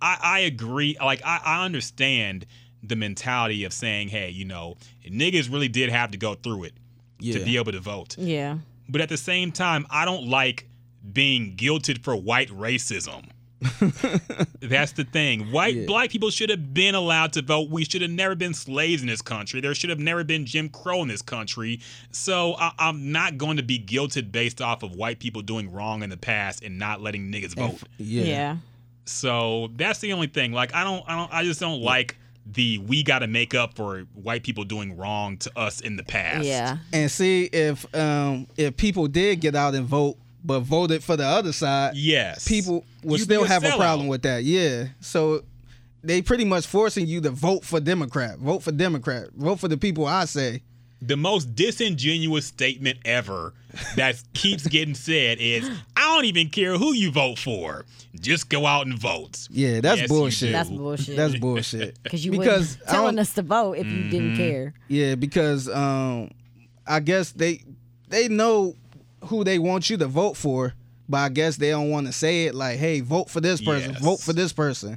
Speaker 2: I, I agree. Like, I, I understand the mentality of saying, hey, you know, niggas really did have to go through it
Speaker 3: Yeah.
Speaker 2: to be able to vote.
Speaker 4: Yeah.
Speaker 2: But at the same time, I don't like being guilted for white
Speaker 3: [LAUGHS]
Speaker 2: racism. That's the thing. White black people should have been allowed to vote. We should have never been slaves in this country. There should have never been Jim Crow in this country. So I, I'm not going to be guilted based off of white people doing wrong in the past and not letting niggas vote.
Speaker 3: yeah.
Speaker 4: Yeah.
Speaker 2: So that's the only thing. Like I don't, I don't, I just don't like the we got to make up for white people doing wrong to us in the past.
Speaker 4: Yeah.
Speaker 3: And see if um if people did get out and vote but voted for the other side,
Speaker 2: Yes.
Speaker 3: people would
Speaker 2: You-
Speaker 3: still
Speaker 2: you're
Speaker 3: have a
Speaker 2: sellout.
Speaker 3: problem with that. Yeah. So they pretty much forcing you to vote for Democrat. Vote for Democrat. Vote for the people I say.
Speaker 2: the most disingenuous statement ever that keeps getting said is I don't even care who you vote for. Just go out and vote.
Speaker 3: Yeah, that's
Speaker 2: Yes, you
Speaker 3: bullshit.
Speaker 2: do.
Speaker 4: That's bullshit. [LAUGHS]
Speaker 3: That's bullshit.
Speaker 4: Cause you
Speaker 3: because
Speaker 4: because
Speaker 3: I
Speaker 4: telling
Speaker 3: don't-
Speaker 4: us to vote if you
Speaker 2: Mm-hmm.
Speaker 4: didn't care.
Speaker 3: Yeah, because um, I guess they they know who they want you to vote for, but I guess they don't want to say it like, "Hey, vote for this person,
Speaker 2: Yes.
Speaker 3: vote for this person."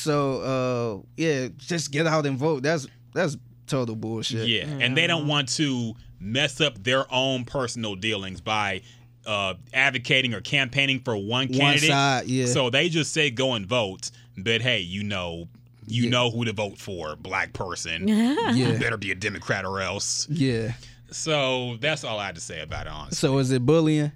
Speaker 3: So uh, yeah, just get out and vote. That's that's total bullshit.
Speaker 2: Yeah. And they don't want to mess up their own personal dealings by uh, advocating or campaigning for one candidate.
Speaker 3: side, yeah.
Speaker 2: So they just say go and vote, but hey, you know, you know who to vote for, black person.
Speaker 3: [LAUGHS]
Speaker 2: You
Speaker 3: yeah,
Speaker 2: better be a Democrat or else.
Speaker 3: yeah.
Speaker 2: So that's all I had to say about it, honestly.
Speaker 3: So is it bullying?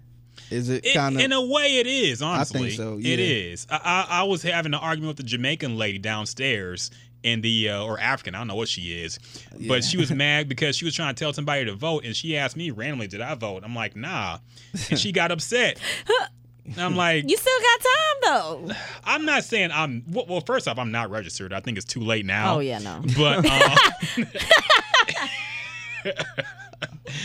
Speaker 3: Is it,
Speaker 2: It-
Speaker 3: kind
Speaker 2: in
Speaker 3: of?
Speaker 2: a way it is honestly
Speaker 3: so,
Speaker 2: it
Speaker 3: yeah.
Speaker 2: is I, I, I was having an argument with the jamaican lady downstairs in the uh, or african i don't know what she is but she
Speaker 3: [LAUGHS]
Speaker 2: was mad because she was trying to tell somebody to vote and she asked me randomly did i vote i'm like nah and she got
Speaker 3: [LAUGHS]
Speaker 2: upset and i'm like
Speaker 4: You still got time though.
Speaker 2: i'm not saying i'm well, well first off i'm not registered i think it's [LAUGHS] too late now
Speaker 4: Oh yeah, no.
Speaker 2: but um,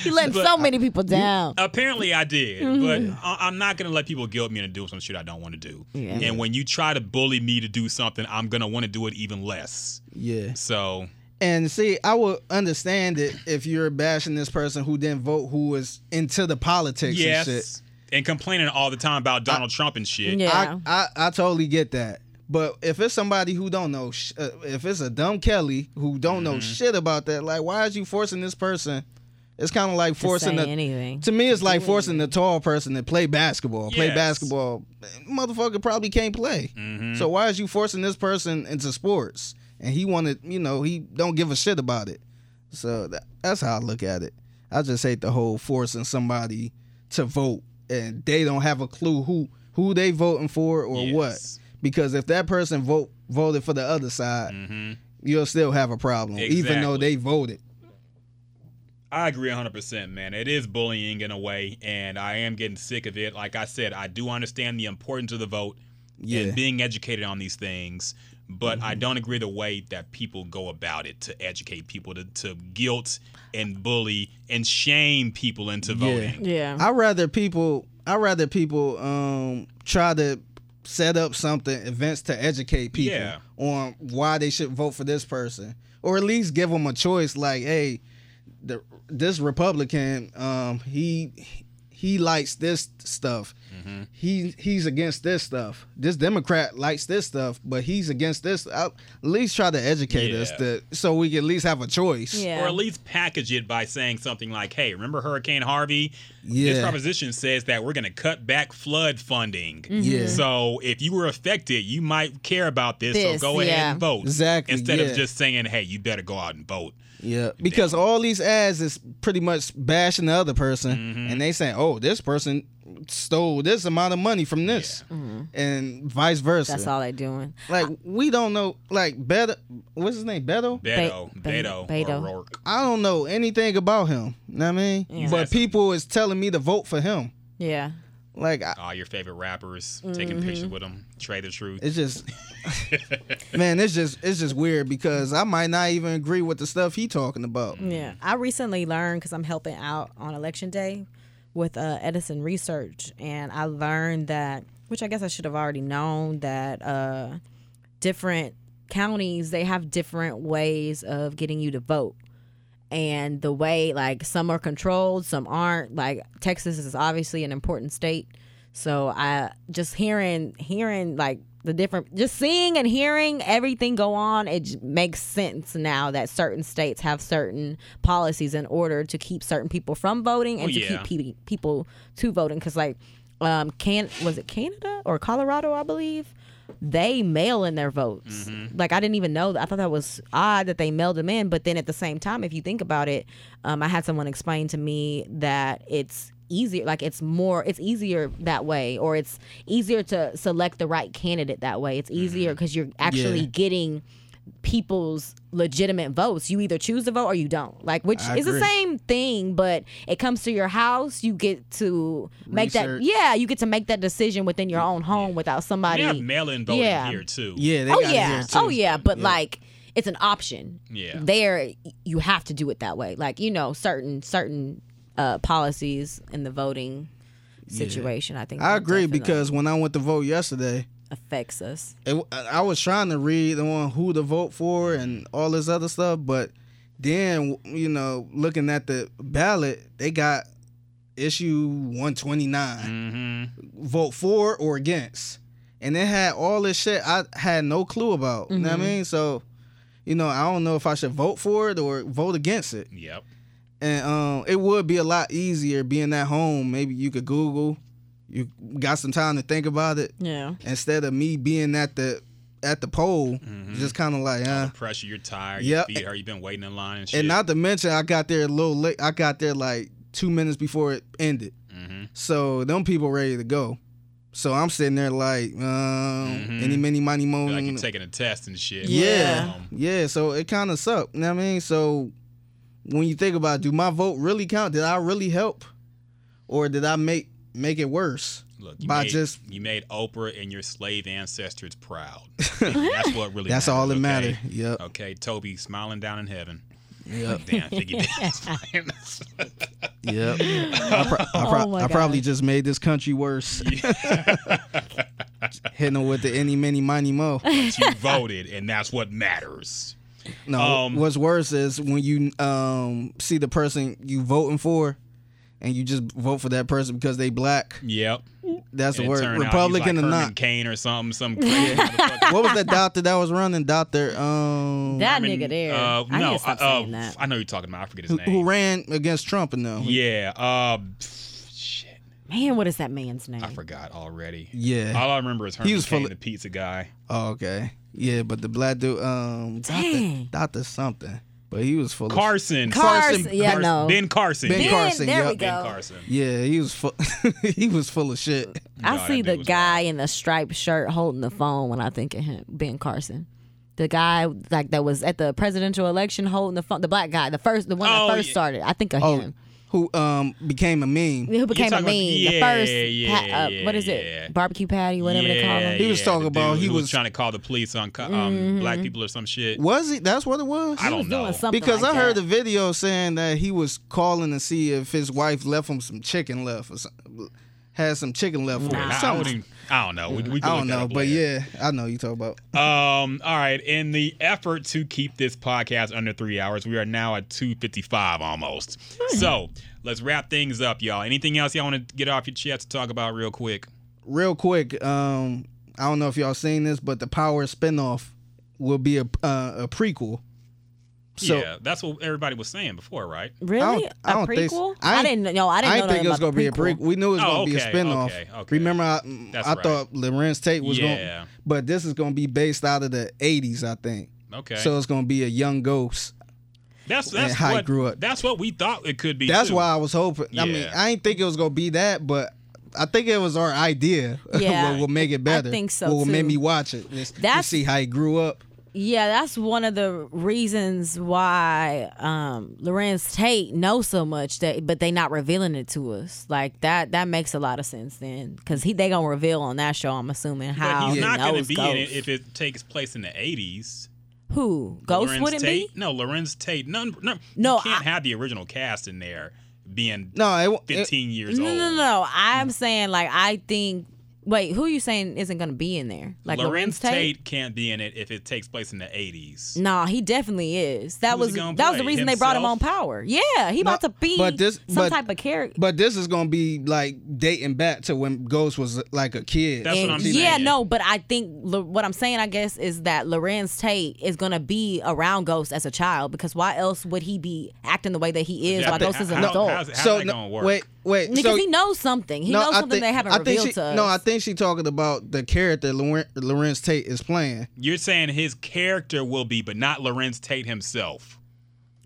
Speaker 4: You letting
Speaker 2: But-
Speaker 4: so many people down.
Speaker 2: Apparently, I did,
Speaker 4: Mm-hmm.
Speaker 2: but I- I'm not gonna let people guilt me into doing some shit I don't want to do.
Speaker 4: Yeah.
Speaker 2: And when you try to bully me to do something, I'm gonna want to do it even less.
Speaker 3: Yeah.
Speaker 2: So
Speaker 3: And see, I would understand it if you're bashing this person who didn't vote, who was into the politics
Speaker 2: yes,
Speaker 3: and
Speaker 2: and,
Speaker 3: shit.
Speaker 2: complaining all the time about Donald Trump and shit.
Speaker 4: Yeah.
Speaker 3: I, I I totally get that. But if it's somebody who don't know, sh- uh, if it's a dumb Kelly who don't know shit about that, like why is you forcing this person? It's kind of like forcing
Speaker 4: say
Speaker 3: the-
Speaker 4: anything.
Speaker 3: To me, it's like forcing the tall person to play basketball. Play
Speaker 2: Yes. Mm-hmm.
Speaker 3: basketball, motherfucker probably can't play. So why is you forcing this person into sports? And he wanted, you know, he don't give a shit about it. So that, that's how I look at it. I just hate the whole forcing somebody to vote and they don't have a clue who who they voting for or
Speaker 2: Yes.
Speaker 3: what. Because if that person vote voted for the other side, you'll still have a problem, even though
Speaker 2: Mm-hmm. Exactly.
Speaker 3: they voted.
Speaker 2: I agree 100%, man. It is bullying in a way, and I am getting sick of it. Like I said, I do understand the importance of the vote
Speaker 3: Yeah. Mm-hmm.
Speaker 2: and being educated on these things, but I don't agree the way that people go about it to educate people, to, to guilt and bully and shame people into voting.
Speaker 4: yeah.
Speaker 3: I rather people I rather people um try to set up something events to educate people
Speaker 2: Yeah.
Speaker 3: on why they should vote for this person or at least give them a choice like hey the this Republican um he he likes this stuff.
Speaker 2: Mm-hmm.
Speaker 3: He he's against this stuff. This Democrat likes this stuff, but he's against this. I, at least try to educate us
Speaker 2: Yeah.
Speaker 3: that so we can at least have a choice.
Speaker 4: Yeah.
Speaker 2: Or at least package it by saying something like, hey, remember Hurricane Harvey? This
Speaker 3: Yeah.
Speaker 2: proposition says that we're going to cut back flood funding.
Speaker 4: Mm-hmm.
Speaker 3: Yeah.
Speaker 2: So if you were affected, you might care about this.
Speaker 4: This,
Speaker 2: so go ahead
Speaker 4: yeah.
Speaker 2: and vote.
Speaker 3: Exactly,
Speaker 2: Instead
Speaker 3: yeah.
Speaker 2: of just saying, hey, you better go out and vote.
Speaker 3: Yeah, because all these ads is pretty much bashing the other person,
Speaker 4: Mm-hmm.
Speaker 3: and they say, "Oh, this person stole this amount of money from this," and vice versa.
Speaker 4: Mm-hmm. That's all they doing.
Speaker 3: Like we don't know, like Beto, what's his name, Beto?
Speaker 2: Beto,
Speaker 4: Be-
Speaker 2: Beto,
Speaker 4: Beto.
Speaker 2: or Rourke.
Speaker 3: I don't know anything about him. Know what I mean, but people is telling me to vote for him.
Speaker 4: Yeah.
Speaker 3: Like I,
Speaker 2: All your favorite rappers taking pictures with them. Trey the Truth.
Speaker 3: Mm-hmm. it's
Speaker 4: [LAUGHS]
Speaker 3: just, man, it's just it's just weird because I might not even agree with the stuff he talking about.
Speaker 4: Yeah. I recently learned because I'm helping out on election day with uh, Edison Research, and I learned that, which I guess I should have already known, that uh, different counties they have different ways of getting you to vote. And the way, like, some are controlled, some aren't. Like, Texas is obviously an important state, so I just hearing, hearing like the different, just seeing and hearing everything go on, it j- makes sense now that certain states have certain policies in order to keep certain people from voting and
Speaker 2: Well,
Speaker 4: to
Speaker 2: yeah.
Speaker 4: keep pe- people to voting. Because like, um, can was it Canada or Colorado? I believe they mail in their votes. Like I didn't even know that. I thought that was odd that they mailed them in. But then at the same time, if you think about it, um, I had someone explain to me that it's easier like it's more it's easier that way or it's easier to select the right candidate that way it's easier because you're actually getting people's legitimate votes. You either choose to vote or you don't. Like which
Speaker 3: I
Speaker 4: is the
Speaker 3: agree.
Speaker 4: same thing, but it comes to your house, you get to make
Speaker 3: Research.
Speaker 4: that yeah, you get to make that decision within your own home without
Speaker 2: They
Speaker 4: somebody
Speaker 2: have mail-in voting
Speaker 4: Yeah.
Speaker 2: here too.
Speaker 3: Yeah, they
Speaker 4: Oh
Speaker 3: got it
Speaker 4: yeah.
Speaker 3: here, too.
Speaker 4: Oh yeah, but like it's an option.
Speaker 2: Yeah.
Speaker 4: There you have to do it that way. Like, you know, certain certain uh policies in the voting situation, I think
Speaker 3: I
Speaker 4: that
Speaker 3: agree
Speaker 4: definitely
Speaker 3: because when I went to vote yesterday.
Speaker 4: affects us.
Speaker 3: it, I was trying to read on who to vote for and all this other stuff, but then you know, looking at the ballot, they got issue 129 vote for or against, and it had all this shit I had no clue about. You know what I mean? So, you know, I don't know if I should vote for it or vote against it
Speaker 2: Yep.
Speaker 3: and um, it would be a lot easier being at home. Maybe you could Google. You got some time to think about it.
Speaker 4: Yeah.
Speaker 3: Instead of me being at the at the poll,
Speaker 2: Mm-hmm.
Speaker 3: just kind of like, huh.
Speaker 2: Pressure, you're tired,
Speaker 3: Yep.
Speaker 2: your feet hurt, you've been waiting in line and shit.
Speaker 3: And not to mention, I got there a little late. I got there like two minutes before it ended.
Speaker 2: Mm-hmm.
Speaker 3: So them people ready to go. So I'm sitting there like, um, any mini money
Speaker 2: Feel Mm-hmm. like you're
Speaker 3: moan.
Speaker 2: taking a test and shit.
Speaker 3: Yeah.
Speaker 2: Um,
Speaker 3: Yeah, so it kind of sucked. You know what I mean? So when you think about it, do my vote really count? Did I really help? Or did I make make it worse?
Speaker 2: Look, you
Speaker 3: by
Speaker 2: made,
Speaker 3: just
Speaker 2: you made Oprah and your slave ancestors
Speaker 3: [LAUGHS]
Speaker 2: proud. That's what really.
Speaker 3: That's
Speaker 2: matters,
Speaker 3: all that
Speaker 2: okay?
Speaker 3: matter. Yep.
Speaker 2: Okay, Toby smiling down in heaven.
Speaker 3: Yep.
Speaker 2: Damn, Figgy
Speaker 3: [LAUGHS]
Speaker 2: Dance.
Speaker 3: Yep. I, pro- I, pro-
Speaker 4: Oh my
Speaker 3: I probably
Speaker 4: God.
Speaker 3: just made this
Speaker 2: [LAUGHS]
Speaker 3: country worse. [LAUGHS] Hitting them with the any, many, money, mo.
Speaker 2: But [LAUGHS] you voted, and that's what matters.
Speaker 3: No,
Speaker 2: Um,
Speaker 3: what's worse is when you um see the person you voting for, and you just vote for that person because they black.
Speaker 2: Yep.
Speaker 3: That's the
Speaker 2: And it
Speaker 3: word.
Speaker 2: turned out he's
Speaker 3: Republican
Speaker 2: like
Speaker 3: or
Speaker 2: Herman
Speaker 3: not.
Speaker 2: Cain or something, some crazy motherfucker.
Speaker 3: what was that doctor that was running? Doctor um
Speaker 4: That
Speaker 2: Herman,
Speaker 4: nigga there.
Speaker 2: Uh,
Speaker 4: I
Speaker 2: no,
Speaker 4: need to stop
Speaker 2: uh,
Speaker 4: saying that.
Speaker 2: I know you're talking about. I forget his
Speaker 3: who,
Speaker 2: name.
Speaker 3: who ran against Trump and them.
Speaker 2: Yeah. Uh, pff, shit.
Speaker 4: Man, what is that man's name?
Speaker 2: I forgot already.
Speaker 3: Yeah.
Speaker 2: All I remember is Herman
Speaker 3: was full
Speaker 2: Cain,
Speaker 3: of-
Speaker 2: the pizza guy.
Speaker 3: Oh, okay. Yeah, but the black dude um doctor,
Speaker 4: Dang.
Speaker 3: doctor something, but he was full of
Speaker 2: Carson.
Speaker 4: Carson. Yeah, no.
Speaker 2: Ben Carson.
Speaker 3: Ben
Speaker 4: Ben,
Speaker 3: Carson,
Speaker 4: there
Speaker 3: yep.
Speaker 4: we go.
Speaker 2: Ben Carson.
Speaker 3: yeah he was full [LAUGHS] he was full of shit.
Speaker 2: No,
Speaker 4: I
Speaker 2: that
Speaker 4: see
Speaker 2: dude
Speaker 4: the
Speaker 2: was
Speaker 4: guy in the striped shirt holding the phone when I think of him, Ben Carson. The guy like that was at the presidential election holding the phone, the black guy, the first, the one
Speaker 2: Oh,
Speaker 4: that first
Speaker 2: yeah.
Speaker 4: started. I think of
Speaker 3: Oh,
Speaker 4: him.
Speaker 3: who um became a meme.
Speaker 4: Who became a
Speaker 2: talking
Speaker 4: meme?
Speaker 2: about-
Speaker 4: the
Speaker 2: yeah,
Speaker 4: first,
Speaker 2: yeah,
Speaker 4: pa- uh, what is
Speaker 2: yeah.
Speaker 4: it? Barbecue patty, whatever they call
Speaker 2: Yeah,
Speaker 4: him.
Speaker 3: He was
Speaker 2: yeah,
Speaker 3: talking
Speaker 2: the
Speaker 3: about
Speaker 2: dude
Speaker 3: he
Speaker 2: who
Speaker 3: was-
Speaker 2: trying to call the police on co- um,
Speaker 4: Mm-hmm.
Speaker 2: black people or some shit.
Speaker 3: Was he? That's what it was.
Speaker 2: I
Speaker 4: He was
Speaker 2: don't know.
Speaker 4: doing something
Speaker 3: Because
Speaker 4: like
Speaker 3: I heard
Speaker 4: that.
Speaker 3: the video saying that he was calling to see if his wife left him some chicken left or something. Had some chicken left for
Speaker 2: I-
Speaker 3: him.
Speaker 2: I,
Speaker 3: Something.
Speaker 2: wouldn't even- I don't know. We, we can look
Speaker 3: I don't
Speaker 2: that
Speaker 3: know,
Speaker 2: up
Speaker 3: but
Speaker 2: later.
Speaker 3: yeah, I know you talk about.
Speaker 2: Um, all right. In the effort to keep this podcast under three hours, we are now at 255 almost. So let's wrap things up, y'all. Anything else y'all want to get off your chest to talk about real quick?
Speaker 3: Real quick, um, I don't know if y'all seen this, but the Power spinoff will be a uh, a prequel. So
Speaker 2: yeah, that's what everybody was saying before, right?
Speaker 3: I
Speaker 4: really
Speaker 3: don't, I
Speaker 4: a
Speaker 3: don't think
Speaker 4: prequel?
Speaker 3: so.
Speaker 4: I,
Speaker 3: ain't-
Speaker 4: didn't know. I didn't, know
Speaker 3: ain't think
Speaker 4: nothing
Speaker 3: it was
Speaker 4: about
Speaker 3: gonna be
Speaker 4: the
Speaker 3: a prequel. We knew it was
Speaker 2: Oh,
Speaker 3: gonna be a
Speaker 2: okay,
Speaker 3: spinoff.
Speaker 2: okay, okay.
Speaker 3: Remember, I, mm,
Speaker 2: That's
Speaker 3: I
Speaker 2: right.
Speaker 3: thought Lorenz Tate was
Speaker 2: Yeah.
Speaker 3: going, but this is gonna be based out of the '80s, I think.
Speaker 2: Okay.
Speaker 3: So it's gonna be a young ghost.
Speaker 2: that's
Speaker 3: and
Speaker 2: that's
Speaker 3: how he
Speaker 2: what
Speaker 3: grew up.
Speaker 2: that's what we thought it could be.
Speaker 3: That's
Speaker 2: too.
Speaker 3: why I was hoping. I mean,
Speaker 2: Yeah.
Speaker 3: I didn't think it was gonna be that, but I think it was our idea. [LAUGHS]
Speaker 4: Yeah.
Speaker 3: what will make it better.
Speaker 4: think so,
Speaker 3: What will make
Speaker 4: too.
Speaker 3: me watch it? Is to
Speaker 4: That's-
Speaker 3: see how he grew up.
Speaker 4: Yeah, that's one of the reasons why um Lorenz Tate knows so much that but they not revealing it to us. Like that that makes a lot of sense then cuz he they going to reveal on that show I'm assuming how
Speaker 2: But he's
Speaker 4: he
Speaker 2: not gonna
Speaker 4: knows
Speaker 2: be in it
Speaker 4: Ghost.
Speaker 2: if it takes place in the 80s.
Speaker 4: Who? Ghost
Speaker 2: Lorenz
Speaker 4: wouldn't
Speaker 2: Tate?
Speaker 4: be?
Speaker 2: No, Lorenz Tate. None. No,
Speaker 4: No,
Speaker 2: you can't
Speaker 4: I-
Speaker 2: have the original cast in there being
Speaker 3: No, it, it-
Speaker 2: 15 years
Speaker 4: No,
Speaker 2: old.
Speaker 4: no, no. I'm saying like I think wait, who you saying isn't going to be in there? Like
Speaker 2: Lorenz
Speaker 4: Lorenz,
Speaker 2: Tate? can't be in it if it takes place in the 80s.
Speaker 4: No, he definitely is. That
Speaker 2: Who's
Speaker 4: was
Speaker 2: he
Speaker 4: that
Speaker 2: gonna
Speaker 4: was the
Speaker 2: play?
Speaker 4: reason they brought him on
Speaker 2: Himself?
Speaker 4: Power. Yeah, he about to be
Speaker 3: but this-
Speaker 4: some
Speaker 3: but-
Speaker 4: type of character.
Speaker 3: but this is gonna be like dating back to when Ghost was like a kid.
Speaker 2: That's what
Speaker 4: And-
Speaker 2: I'm
Speaker 4: yeah,
Speaker 2: saying.
Speaker 4: no, but I think Lo- what I'm saying, I guess, is that Lorenz Tate is gonna be around Ghost as a child because why else would he be acting the way that he is
Speaker 2: Yeah,
Speaker 4: while
Speaker 2: but
Speaker 4: Ghost is an
Speaker 2: how-
Speaker 4: adult?
Speaker 2: How's, how's
Speaker 3: so
Speaker 2: that
Speaker 3: no-
Speaker 2: gonna work?
Speaker 3: wait, wait.
Speaker 4: because
Speaker 3: so,
Speaker 4: he knows something. He
Speaker 3: no,
Speaker 4: knows
Speaker 3: I
Speaker 4: something
Speaker 3: think-
Speaker 4: they haven't
Speaker 3: I think
Speaker 4: revealed
Speaker 3: she-
Speaker 4: to us.
Speaker 3: No, I think she talking about the character Loren- Lorenz Tate is playing.
Speaker 2: You're saying his character will be, but not Lorenz Tate himself.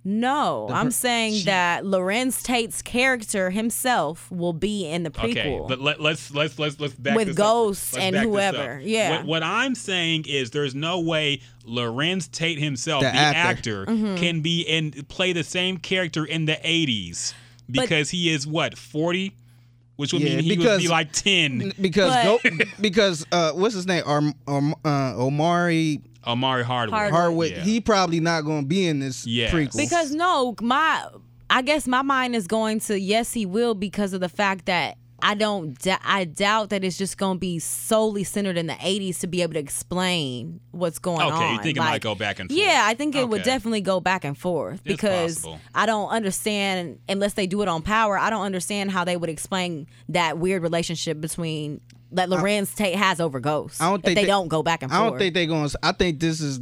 Speaker 4: No, I'm saying that Lorenz Tate's character himself will be in the prequel.
Speaker 2: Okay, but let, let's let's let's let's back
Speaker 4: With
Speaker 2: this
Speaker 4: Ghost
Speaker 2: up. Let's
Speaker 4: and
Speaker 2: back this
Speaker 4: whoever,
Speaker 2: up.
Speaker 4: yeah.
Speaker 2: What, what I'm saying is, there's no way Lorenz Tate himself,
Speaker 3: The
Speaker 2: the,
Speaker 3: actor.
Speaker 2: actor,
Speaker 4: Mm-hmm.
Speaker 2: can be and play the same character in the 80s because he is what 40, which would
Speaker 3: Yeah,
Speaker 2: mean he would
Speaker 3: because-
Speaker 2: be like 10.
Speaker 3: Because
Speaker 4: But-
Speaker 3: Go- because uh, what's his name? Arm Arm- uh, Omari
Speaker 2: Amari Hardwick.
Speaker 4: Hard-
Speaker 3: Hardwick.
Speaker 2: Yeah.
Speaker 3: He probably not going to be in this
Speaker 2: Yes.
Speaker 3: prequel
Speaker 4: Because no, my I guess my mind is going to yes, he will because of the fact that I don't d- I doubt that it's just going to be solely centered in the 80s to be able to explain what's going on.
Speaker 2: Okay, you think it might go back and forth.
Speaker 4: Yeah, I think it would
Speaker 2: Okay.
Speaker 4: definitely go back and forth because
Speaker 2: possible.
Speaker 4: I don't understand unless they do it on power. I don't understand how they would explain that weird relationship between that Lorenz Tate has over Ghost.
Speaker 3: I don't
Speaker 4: if
Speaker 3: think
Speaker 4: they,
Speaker 3: they-
Speaker 4: don't go back and
Speaker 3: I
Speaker 4: forth
Speaker 3: don't think they're going to. I think this is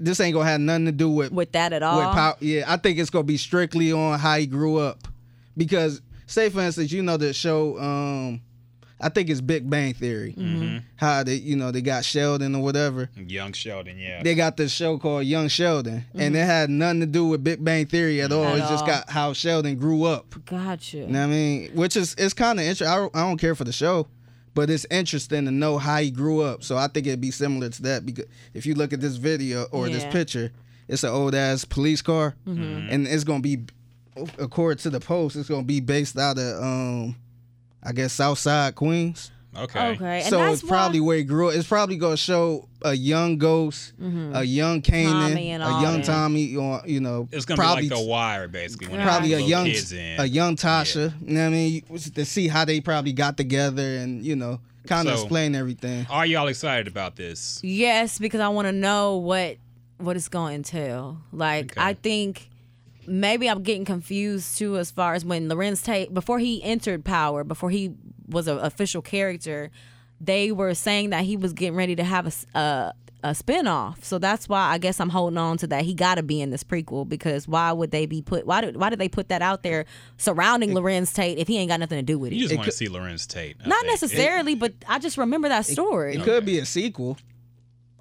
Speaker 3: this ain't going to have nothing to do with
Speaker 4: with that at all.
Speaker 3: with power. Yeah, I think it's going to be strictly on how he grew up. Because say for instance, you know the show. um I think it's Big Bang Theory. How they you know they got Sheldon or whatever.
Speaker 2: Young Sheldon, yeah.
Speaker 3: They got this show called Young Sheldon, and it had nothing to do with Big Bang Theory at all.
Speaker 4: Mm-hmm. At
Speaker 3: it's just
Speaker 4: all.
Speaker 3: got how Sheldon grew up.
Speaker 4: Gotcha.
Speaker 3: You know what I mean? Which is it's kind of interesting. I, I don't care for the show, but it's interesting to know how he grew up. So I think it'd be similar to that because if you look at this video or this
Speaker 4: Yeah. Mm-hmm.
Speaker 3: picture, it's an old ass police car, and it's gonna be, according to the post, it's gonna be based out of um, I guess Southside Queens.
Speaker 2: Okay.
Speaker 4: Okay. And
Speaker 3: so
Speaker 4: that's
Speaker 3: it's probably
Speaker 4: why,
Speaker 3: where he grew up. It's probably gonna show a young Ghost, a young Kanan,
Speaker 4: Mm-hmm. Tommy and
Speaker 3: a
Speaker 4: all
Speaker 3: young
Speaker 4: that.
Speaker 3: Tommy. Or you know,
Speaker 2: It's gonna
Speaker 3: probably
Speaker 2: be like The Wire, basically. When they
Speaker 3: probably
Speaker 2: put
Speaker 3: a
Speaker 2: little
Speaker 3: young
Speaker 2: kids in.
Speaker 3: a young Tasha. You know what I mean? You- was To see how they probably got together and you know, kind of
Speaker 2: So-
Speaker 3: explain everything.
Speaker 2: Are y'all excited about this?
Speaker 4: Yes, because I want to know what what it's going to entail. Like I think maybe I'm getting confused too as far as when Lorenz Tate before he entered power, before he was an official character, they were saying that he was getting ready to have a s- a, a spinoff. So that's why I guess I'm holding on to that. He got to be in this prequel because why would they be put? Why did why did they put that out there surrounding Lorenz Tate if he ain't got nothing to do with it?
Speaker 2: You just want to see Lorenz Tate. I
Speaker 4: Not
Speaker 2: think.
Speaker 4: necessarily, but I just remember that story.
Speaker 3: It could be a sequel.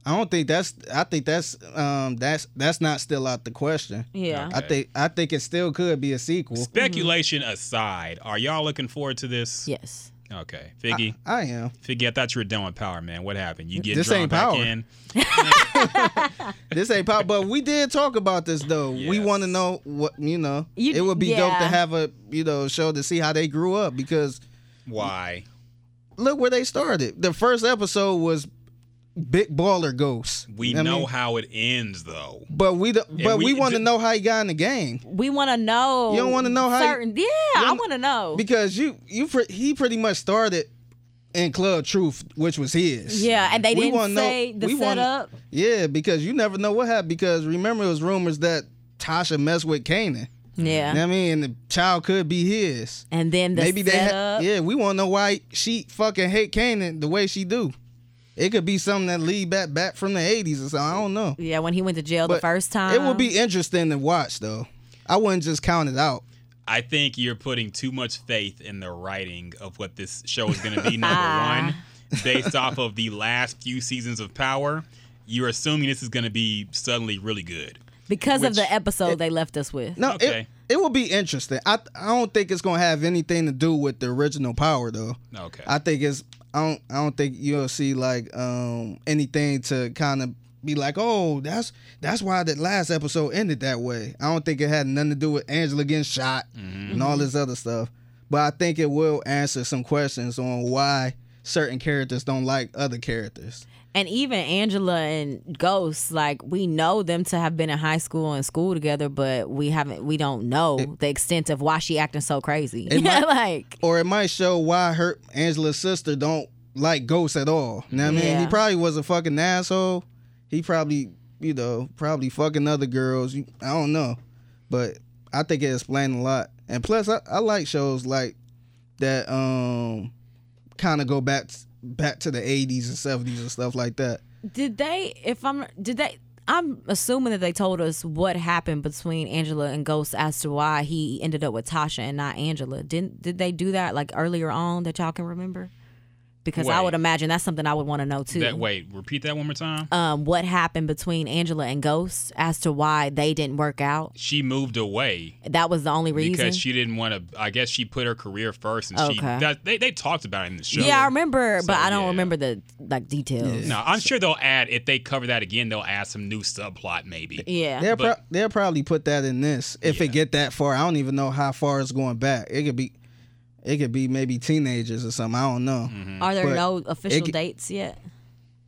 Speaker 3: I don't think that's. I think that's. Um, that's that's not still out the question.
Speaker 4: yeah.
Speaker 3: I think I think it still could be a sequel.
Speaker 2: Speculation aside, are y'all looking forward to this?
Speaker 4: Yes.
Speaker 2: Okay, Figgy.
Speaker 3: I am.
Speaker 2: Figgy, I thought you were done with Power, man. What happened? You get
Speaker 3: This
Speaker 2: drawn
Speaker 3: ain't
Speaker 2: back
Speaker 3: Power.
Speaker 2: in.
Speaker 3: This ain't pop, but we did talk about this though. We
Speaker 2: Yes.
Speaker 3: want to know what you know.
Speaker 4: You-
Speaker 3: it would be dope to
Speaker 4: yeah.
Speaker 3: have a you know show to see how they grew up because
Speaker 2: Why?
Speaker 3: look where they started. The first episode was Big Baller Ghost.
Speaker 2: We
Speaker 3: I
Speaker 2: know
Speaker 3: mean,
Speaker 2: how it ends, though.
Speaker 3: but we do, but
Speaker 2: we
Speaker 3: we, want to
Speaker 2: d-
Speaker 3: know how he got in the game
Speaker 4: We want to know.
Speaker 3: You don't wanna know how you-
Speaker 4: certain. yeah, I
Speaker 3: don't-
Speaker 4: want to know.
Speaker 3: because you you pre- he pretty much started in Club Truth, which was his.
Speaker 4: yeah, and they
Speaker 3: We
Speaker 4: didn't
Speaker 3: wanna know-
Speaker 4: say the
Speaker 3: we wanna-
Speaker 4: setup.
Speaker 3: Yeah, because you never know what happened. Because remember, it was rumors that Tasha messed with Kanan.
Speaker 4: yeah,
Speaker 3: You know what I mean, and the child could be his.
Speaker 4: and then the
Speaker 3: Maybe they, ha-
Speaker 4: setup.
Speaker 3: yeah, we want to know why she fucking hate Kanan the way she do. It could be something that lead back back from the eighties or something. I don't know.
Speaker 4: yeah, when he went to jail the
Speaker 3: But
Speaker 4: first time,
Speaker 3: it would be interesting to watch though. I wouldn't just count it out.
Speaker 2: I think you're putting too much faith in the writing of what this show is going to be. Number one, based off of the last few seasons of Power, you're assuming this is going to be suddenly really good.
Speaker 4: because of the episode they left us with.
Speaker 3: No,
Speaker 2: Okay.
Speaker 3: it it will be interesting. I I don't think it's gonna have anything to do with the original power though.
Speaker 2: Okay.
Speaker 3: I think it's I don't I don't think you'll see like um anything to kind of be like oh that's that's why that last episode ended that way. I don't think it had nothing to do with Angela getting shot
Speaker 2: Mm-hmm.
Speaker 3: and all this other stuff. But I think it will answer some questions on why certain characters don't like other characters.
Speaker 4: And even Angela and Ghost, like we know them to have been in high school and school together, but we haven't. We don't know the extent of why she acting so crazy. [LAUGHS] Yeah, like
Speaker 3: Or it might show why her Angela's sister don't like ghosts at all. You know what I mean? He
Speaker 4: Yeah.
Speaker 3: probably was a fucking asshole. He probably, you know, probably fucking other girls. You- I don't know. But I think it explained a lot. And plus I, I like shows like that um kind of go back back to the 80s and 70s and stuff like that.
Speaker 4: did they if i'm did they i'm assuming that they told us what happened between angela and ghost as to why he ended up with tasha and not angela didn't did they do that like earlier on that y'all can remember because i
Speaker 2: Wait.
Speaker 4: would imagine that's something i would want to know too
Speaker 2: that wait, repeat that one more time.
Speaker 4: um what happened between angela and ghost as to why they didn't work out
Speaker 2: she moved away
Speaker 4: that was the only reason
Speaker 2: because she didn't want to. I guess she put her career first, and she
Speaker 4: Okay.
Speaker 2: that, they they talked about it in the show.
Speaker 4: yeah i remember but i don't
Speaker 2: yeah.
Speaker 4: remember the like details
Speaker 2: No, I'm sure they'll add if they cover that again. They'll add some new subplot, maybe.
Speaker 4: yeah
Speaker 3: They'll,
Speaker 2: But-
Speaker 3: pro- they'll probably put that in this if it get that far. I don't even know how far it's going back. It could be, it could be maybe teenagers or something. I don't know.
Speaker 4: are there
Speaker 3: but
Speaker 4: no official
Speaker 3: g-
Speaker 4: dates yet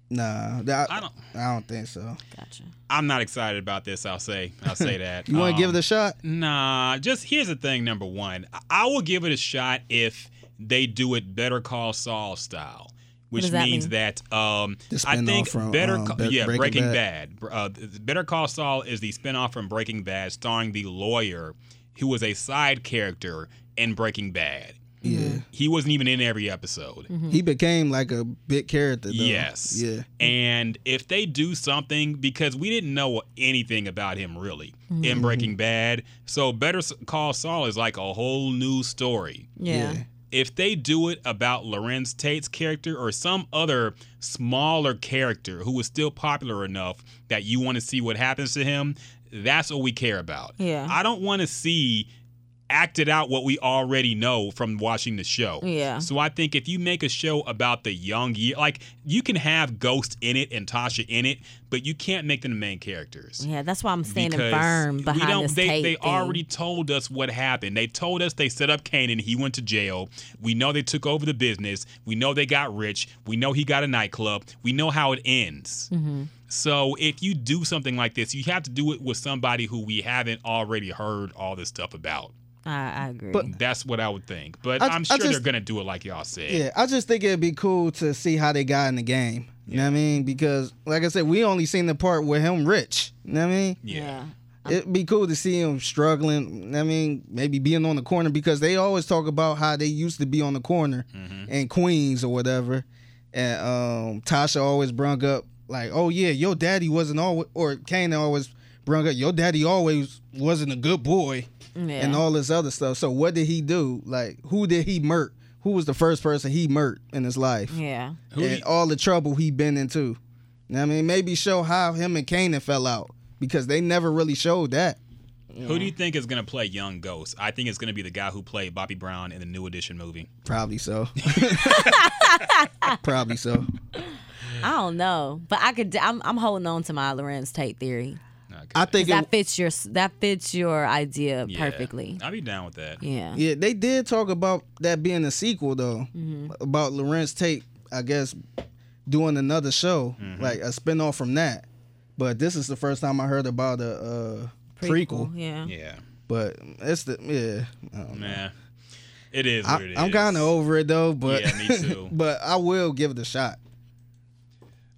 Speaker 3: Nah, that,
Speaker 2: I
Speaker 3: I
Speaker 2: don't-
Speaker 3: don't. I don't think so.
Speaker 4: gotcha
Speaker 2: I'm not excited about this. I'll say. I'll say that.
Speaker 3: You want to
Speaker 2: Um,
Speaker 3: give it a shot?
Speaker 2: Nah, just here's the thing. Number one, I- I will give it a shot if they do it Better Call Saul style, which
Speaker 4: does that
Speaker 2: means
Speaker 4: mean?
Speaker 2: that um,
Speaker 3: The
Speaker 2: I
Speaker 3: spin-off
Speaker 2: think
Speaker 3: from,
Speaker 2: Better,
Speaker 3: um,
Speaker 2: Ca-
Speaker 3: Be-
Speaker 2: yeah,
Speaker 3: Breaking
Speaker 2: Breaking Bad. Br- Uh, th- Better Call Saul is the spinoff from Breaking Bad, starring the lawyer who was a side character in Breaking Bad.
Speaker 3: Yeah.
Speaker 2: He wasn't even in every episode.
Speaker 3: He became like a big character. Though.
Speaker 2: Yes.
Speaker 3: Yeah.
Speaker 2: And if they do something, because we didn't know anything about him really in Breaking Bad, so Better Call Saul is like a whole new story.
Speaker 4: yeah,
Speaker 2: If they do it about Lorenz Tate's character or some other smaller character who is still popular enough that you want to see what happens to him, that's what we care about.
Speaker 4: Yeah.
Speaker 2: I don't want to see acted out what we already know from watching the show.
Speaker 4: Yeah.
Speaker 2: So I think if you make a show about the young year, like you can have Ghost in it and Tasha in it, but you can't make them the main characters.
Speaker 4: Yeah, that's why I'm standing
Speaker 2: Because
Speaker 4: firm behind
Speaker 2: we don't,
Speaker 4: this
Speaker 2: they,
Speaker 4: tape
Speaker 2: they
Speaker 4: thing.
Speaker 2: already told us what happened. They told us they set up Kanan. He went to jail. We know they took over the business. We know they got rich. We know he got a nightclub. We know how it ends.
Speaker 4: Mm-hmm.
Speaker 2: So if you do something like this, you have to do it with somebody who we haven't already heard all this stuff about.
Speaker 4: I, I agree.
Speaker 3: But-
Speaker 2: That's what I would think. But
Speaker 3: I-
Speaker 2: I, am
Speaker 3: I
Speaker 2: sure they're
Speaker 3: just-
Speaker 2: gonna do it like y'all said.
Speaker 3: Yeah, I just think it'd be cool to see how they got in the game. You know what I mean? Because, like I said, we only seen the part with him rich. You know what I mean?
Speaker 2: Yeah.
Speaker 3: It'd be cool to see him struggling. you know what I mean, maybe being on the corner because they always talk about how they used to be on the corner in Queens or whatever. And um, Tasha always brung up like, "Oh yeah, your daddy wasn't always," or Kanan always brung up, "Your daddy always wasn't a good boy."
Speaker 4: yeah.
Speaker 3: and all this other stuff. So what did he do? Like who did he murk? Who was the first person he murked in his life?
Speaker 4: yeah.
Speaker 2: Who
Speaker 3: and
Speaker 2: he-
Speaker 3: all the trouble he been into. You know what I mean, maybe show how him and Kanan fell out because they never really showed that.
Speaker 2: Who do you think is gonna play young Ghost? I think it's gonna be the guy who played Bobby Brown in the New Edition movie.
Speaker 3: Probably so. [LAUGHS] Probably so.
Speaker 4: I don't know, but I could. I'm, I'm holding on to my Lorenz Tate theory.
Speaker 3: I think
Speaker 4: 'Cause
Speaker 3: it,
Speaker 4: that fits your that fits your idea perfectly.
Speaker 2: I'd be down with that.
Speaker 4: Yeah.
Speaker 3: yeah, they did talk about that being a sequel though,
Speaker 4: Mm-hmm.
Speaker 3: about Lawrence Tate, I guess, doing another show
Speaker 2: Mm-hmm.
Speaker 3: like a spinoff from that. But this is the first time I heard about a, uh prequel.
Speaker 4: Yeah.
Speaker 2: Yeah.
Speaker 3: But it's the yeah. I don't know.
Speaker 2: Nah. It is what
Speaker 3: I,
Speaker 2: it
Speaker 3: I'm
Speaker 2: is.
Speaker 3: kind of over it though, but
Speaker 2: Yeah, me too.
Speaker 3: [LAUGHS] but I will give it a shot.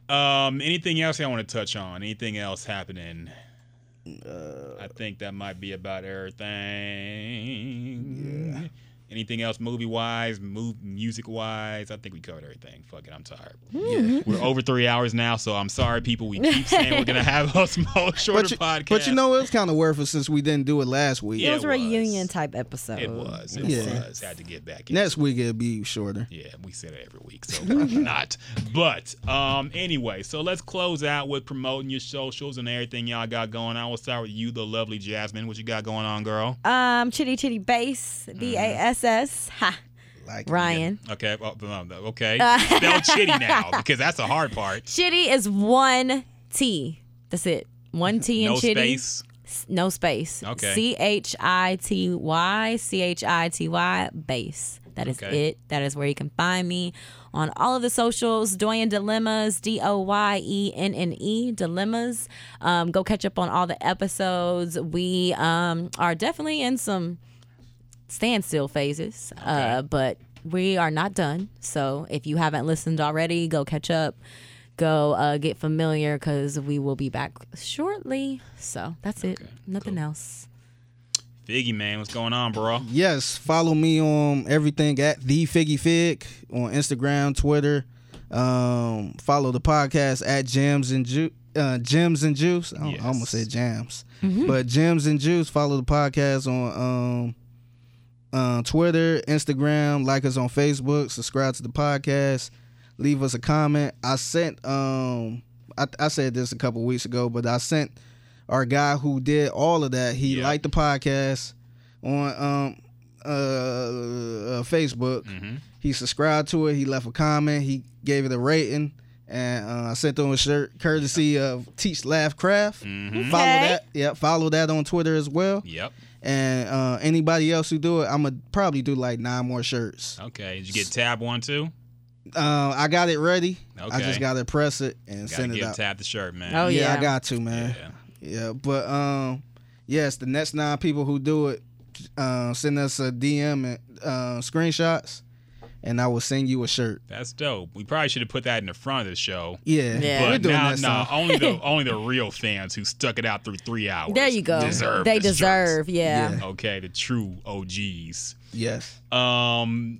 Speaker 2: Um, anything else I want to touch on? Anything else happening?
Speaker 3: Uh,
Speaker 2: I think that might be about everything. Anything else movie wise, move music wise? I think we covered everything. Fuck it, I'm tired.
Speaker 3: Mm-hmm.
Speaker 2: We're over three hours now, so I'm sorry, people. We keep saying we're gonna have a [LAUGHS] small, shorter
Speaker 3: But you,
Speaker 2: podcast.
Speaker 3: but you know it was kind of worth it since we didn't do it last week.
Speaker 2: Yeah,
Speaker 4: It was a
Speaker 2: it was.
Speaker 4: reunion type episode.
Speaker 2: it was, it
Speaker 3: Yeah.
Speaker 2: was. Had to get back. in.
Speaker 3: Next week it'll be shorter.
Speaker 2: Yeah, we said it every week, so
Speaker 4: [LAUGHS]
Speaker 2: why not. But um, anyway, so let's close out with promoting your socials and everything y'all got going on. We'll start with you, the lovely Jasmine. What you got going on, girl?
Speaker 4: Um, Chitty Chitty Bass,
Speaker 2: Mm-hmm.
Speaker 4: B A S S. Ha.
Speaker 3: Like
Speaker 4: Ryan.
Speaker 2: Okay, well, um,
Speaker 4: [LAUGHS]
Speaker 2: okay. Spell chitty now because that's the hard part.
Speaker 4: Chitty is one T. That's it. One T in
Speaker 2: No
Speaker 4: Chitty.
Speaker 2: space.
Speaker 4: S- No space.
Speaker 2: Okay.
Speaker 4: C H I T Y C H I T Y base. That is
Speaker 2: Okay.
Speaker 4: it. That is where you can find me on all of the socials. Doyen Dilemmas, D O Y E N N E Dilemmas. Um, go catch up on all the episodes. We um, are definitely in some standstill phases, uh, but we are not done. So if you haven't listened already, go catch up. Go uh, get familiar because we will be back shortly. So that's it. Nothing else.
Speaker 2: Figgy man, what's going on, bro?
Speaker 3: Yes, follow me on everything at the Figgy Fig on Instagram, Twitter. Um, follow the podcast at Jams and Ju- uh, Gems and Juice. I,
Speaker 2: Yes. Mm-hmm.
Speaker 3: I almost said Jams, but Gems and Juice. Follow the podcast on um, uh, Twitter, Instagram. Like us on Facebook. Subscribe to the podcast. Leave us a comment. I sent. Um, I, I said this a couple weeks ago, but I sent our guy who did all of that. He
Speaker 2: Yeah.
Speaker 3: liked the podcast on um uh, uh Facebook.
Speaker 2: Mm-hmm.
Speaker 3: He subscribed to it. He left a comment. He gave it a rating, and uh, I sent him a shirt courtesy of Teach Laugh Craft.
Speaker 2: Mm-hmm.
Speaker 3: Follow
Speaker 4: Okay.
Speaker 3: that. Yeah, follow that on Twitter as well.
Speaker 2: Yep.
Speaker 3: And uh, anybody else who do it, I'm gonna probably do like nine more shirts.
Speaker 2: Okay. Did you get tab one too?
Speaker 3: Uh, I got it ready. I
Speaker 2: Okay.
Speaker 3: just gotta press it and
Speaker 2: Gotta
Speaker 3: send it
Speaker 2: give
Speaker 3: out.
Speaker 2: tab the shirt, man.
Speaker 4: Oh,
Speaker 3: yeah,
Speaker 4: yeah.
Speaker 3: I got to man. Yeah, but um, yes, the next nine people who do it, uh, send us a DM and uh, screenshots, and I will send you a shirt.
Speaker 2: That's dope. We probably should have put that in the front of the show.
Speaker 3: Yeah,
Speaker 4: Yeah.
Speaker 2: But
Speaker 3: we're doing
Speaker 2: now, uh,
Speaker 3: that.
Speaker 2: no,
Speaker 3: song.
Speaker 2: only
Speaker 4: [LAUGHS]
Speaker 2: the only the real fans who stuck it out through three hours.
Speaker 4: There you go.
Speaker 2: Deserve
Speaker 4: they
Speaker 2: this shirt.
Speaker 4: deserve. Yeah.
Speaker 2: Okay, the true OGs.
Speaker 3: Yes,
Speaker 2: Um,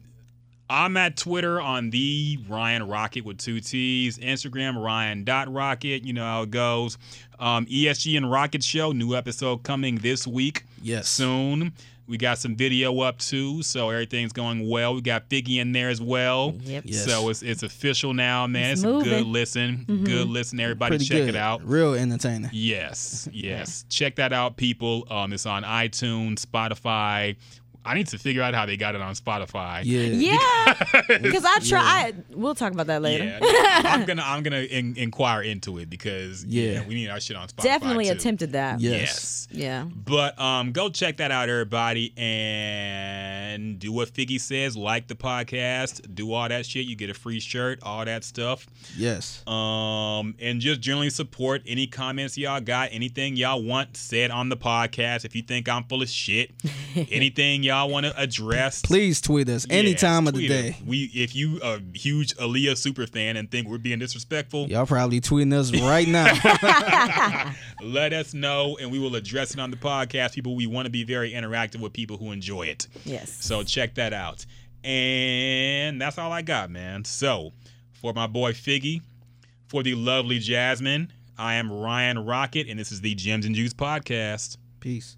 Speaker 2: I'm at Twitter on the Ryan Rocket with two T's. Instagram Ryan dot Rocket. You know how it goes. E Um, ESG and Rocket Show new episode coming this week
Speaker 3: yes.
Speaker 2: soon. We got some video up too, so everything's going well. We got Figgy in there as well.
Speaker 4: Yep.
Speaker 3: Yes.
Speaker 2: So it's it's official now, man.
Speaker 4: It's
Speaker 2: It's, a good
Speaker 4: moving. Mm-hmm.
Speaker 2: listen. Good listen. Everybody
Speaker 3: Pretty
Speaker 2: check
Speaker 3: good.
Speaker 2: it out.
Speaker 3: Real entertaining.
Speaker 2: Yes, yes. Check that out, people. Um, it's on iTunes, Spotify. I need to figure out how they got it on Spotify.
Speaker 3: Yeah.
Speaker 4: Yeah,
Speaker 2: [LAUGHS]
Speaker 4: because I try. I, we'll talk about that later.
Speaker 2: Yeah, I'm gonna I'm gonna in, inquire into it because yeah,
Speaker 3: Yeah.
Speaker 2: we need our shit on Spotify.
Speaker 4: Definitely
Speaker 2: too.
Speaker 4: attempted that.
Speaker 3: Yeah.
Speaker 2: Yes.
Speaker 4: Yeah.
Speaker 2: But um, go check that out, everybody, and do what Figgy says. Like the podcast, do all that shit. You get a free shirt, all that stuff.
Speaker 3: Yes.
Speaker 2: Um, and just generally support any comments y'all got, anything y'all want said on the podcast. If you think I'm full of shit, anything y'all want to address,
Speaker 3: Please tweet us any
Speaker 2: yes,
Speaker 3: time of the
Speaker 2: tweet us.
Speaker 3: day.
Speaker 2: We, if you a huge Aaliyah super fan and think we're being disrespectful,
Speaker 3: Y'all probably tweeting us right now.
Speaker 2: [LAUGHS] let us know and we will address it on the podcast. People, we want to be very interactive with people who enjoy it.
Speaker 4: Yes.
Speaker 2: So check that out. And that's all I got, man. So for my boy Figgy, for the lovely Jasmine, I am Ryan Rocket, and this is the Gems and Juice Podcast.
Speaker 3: Peace.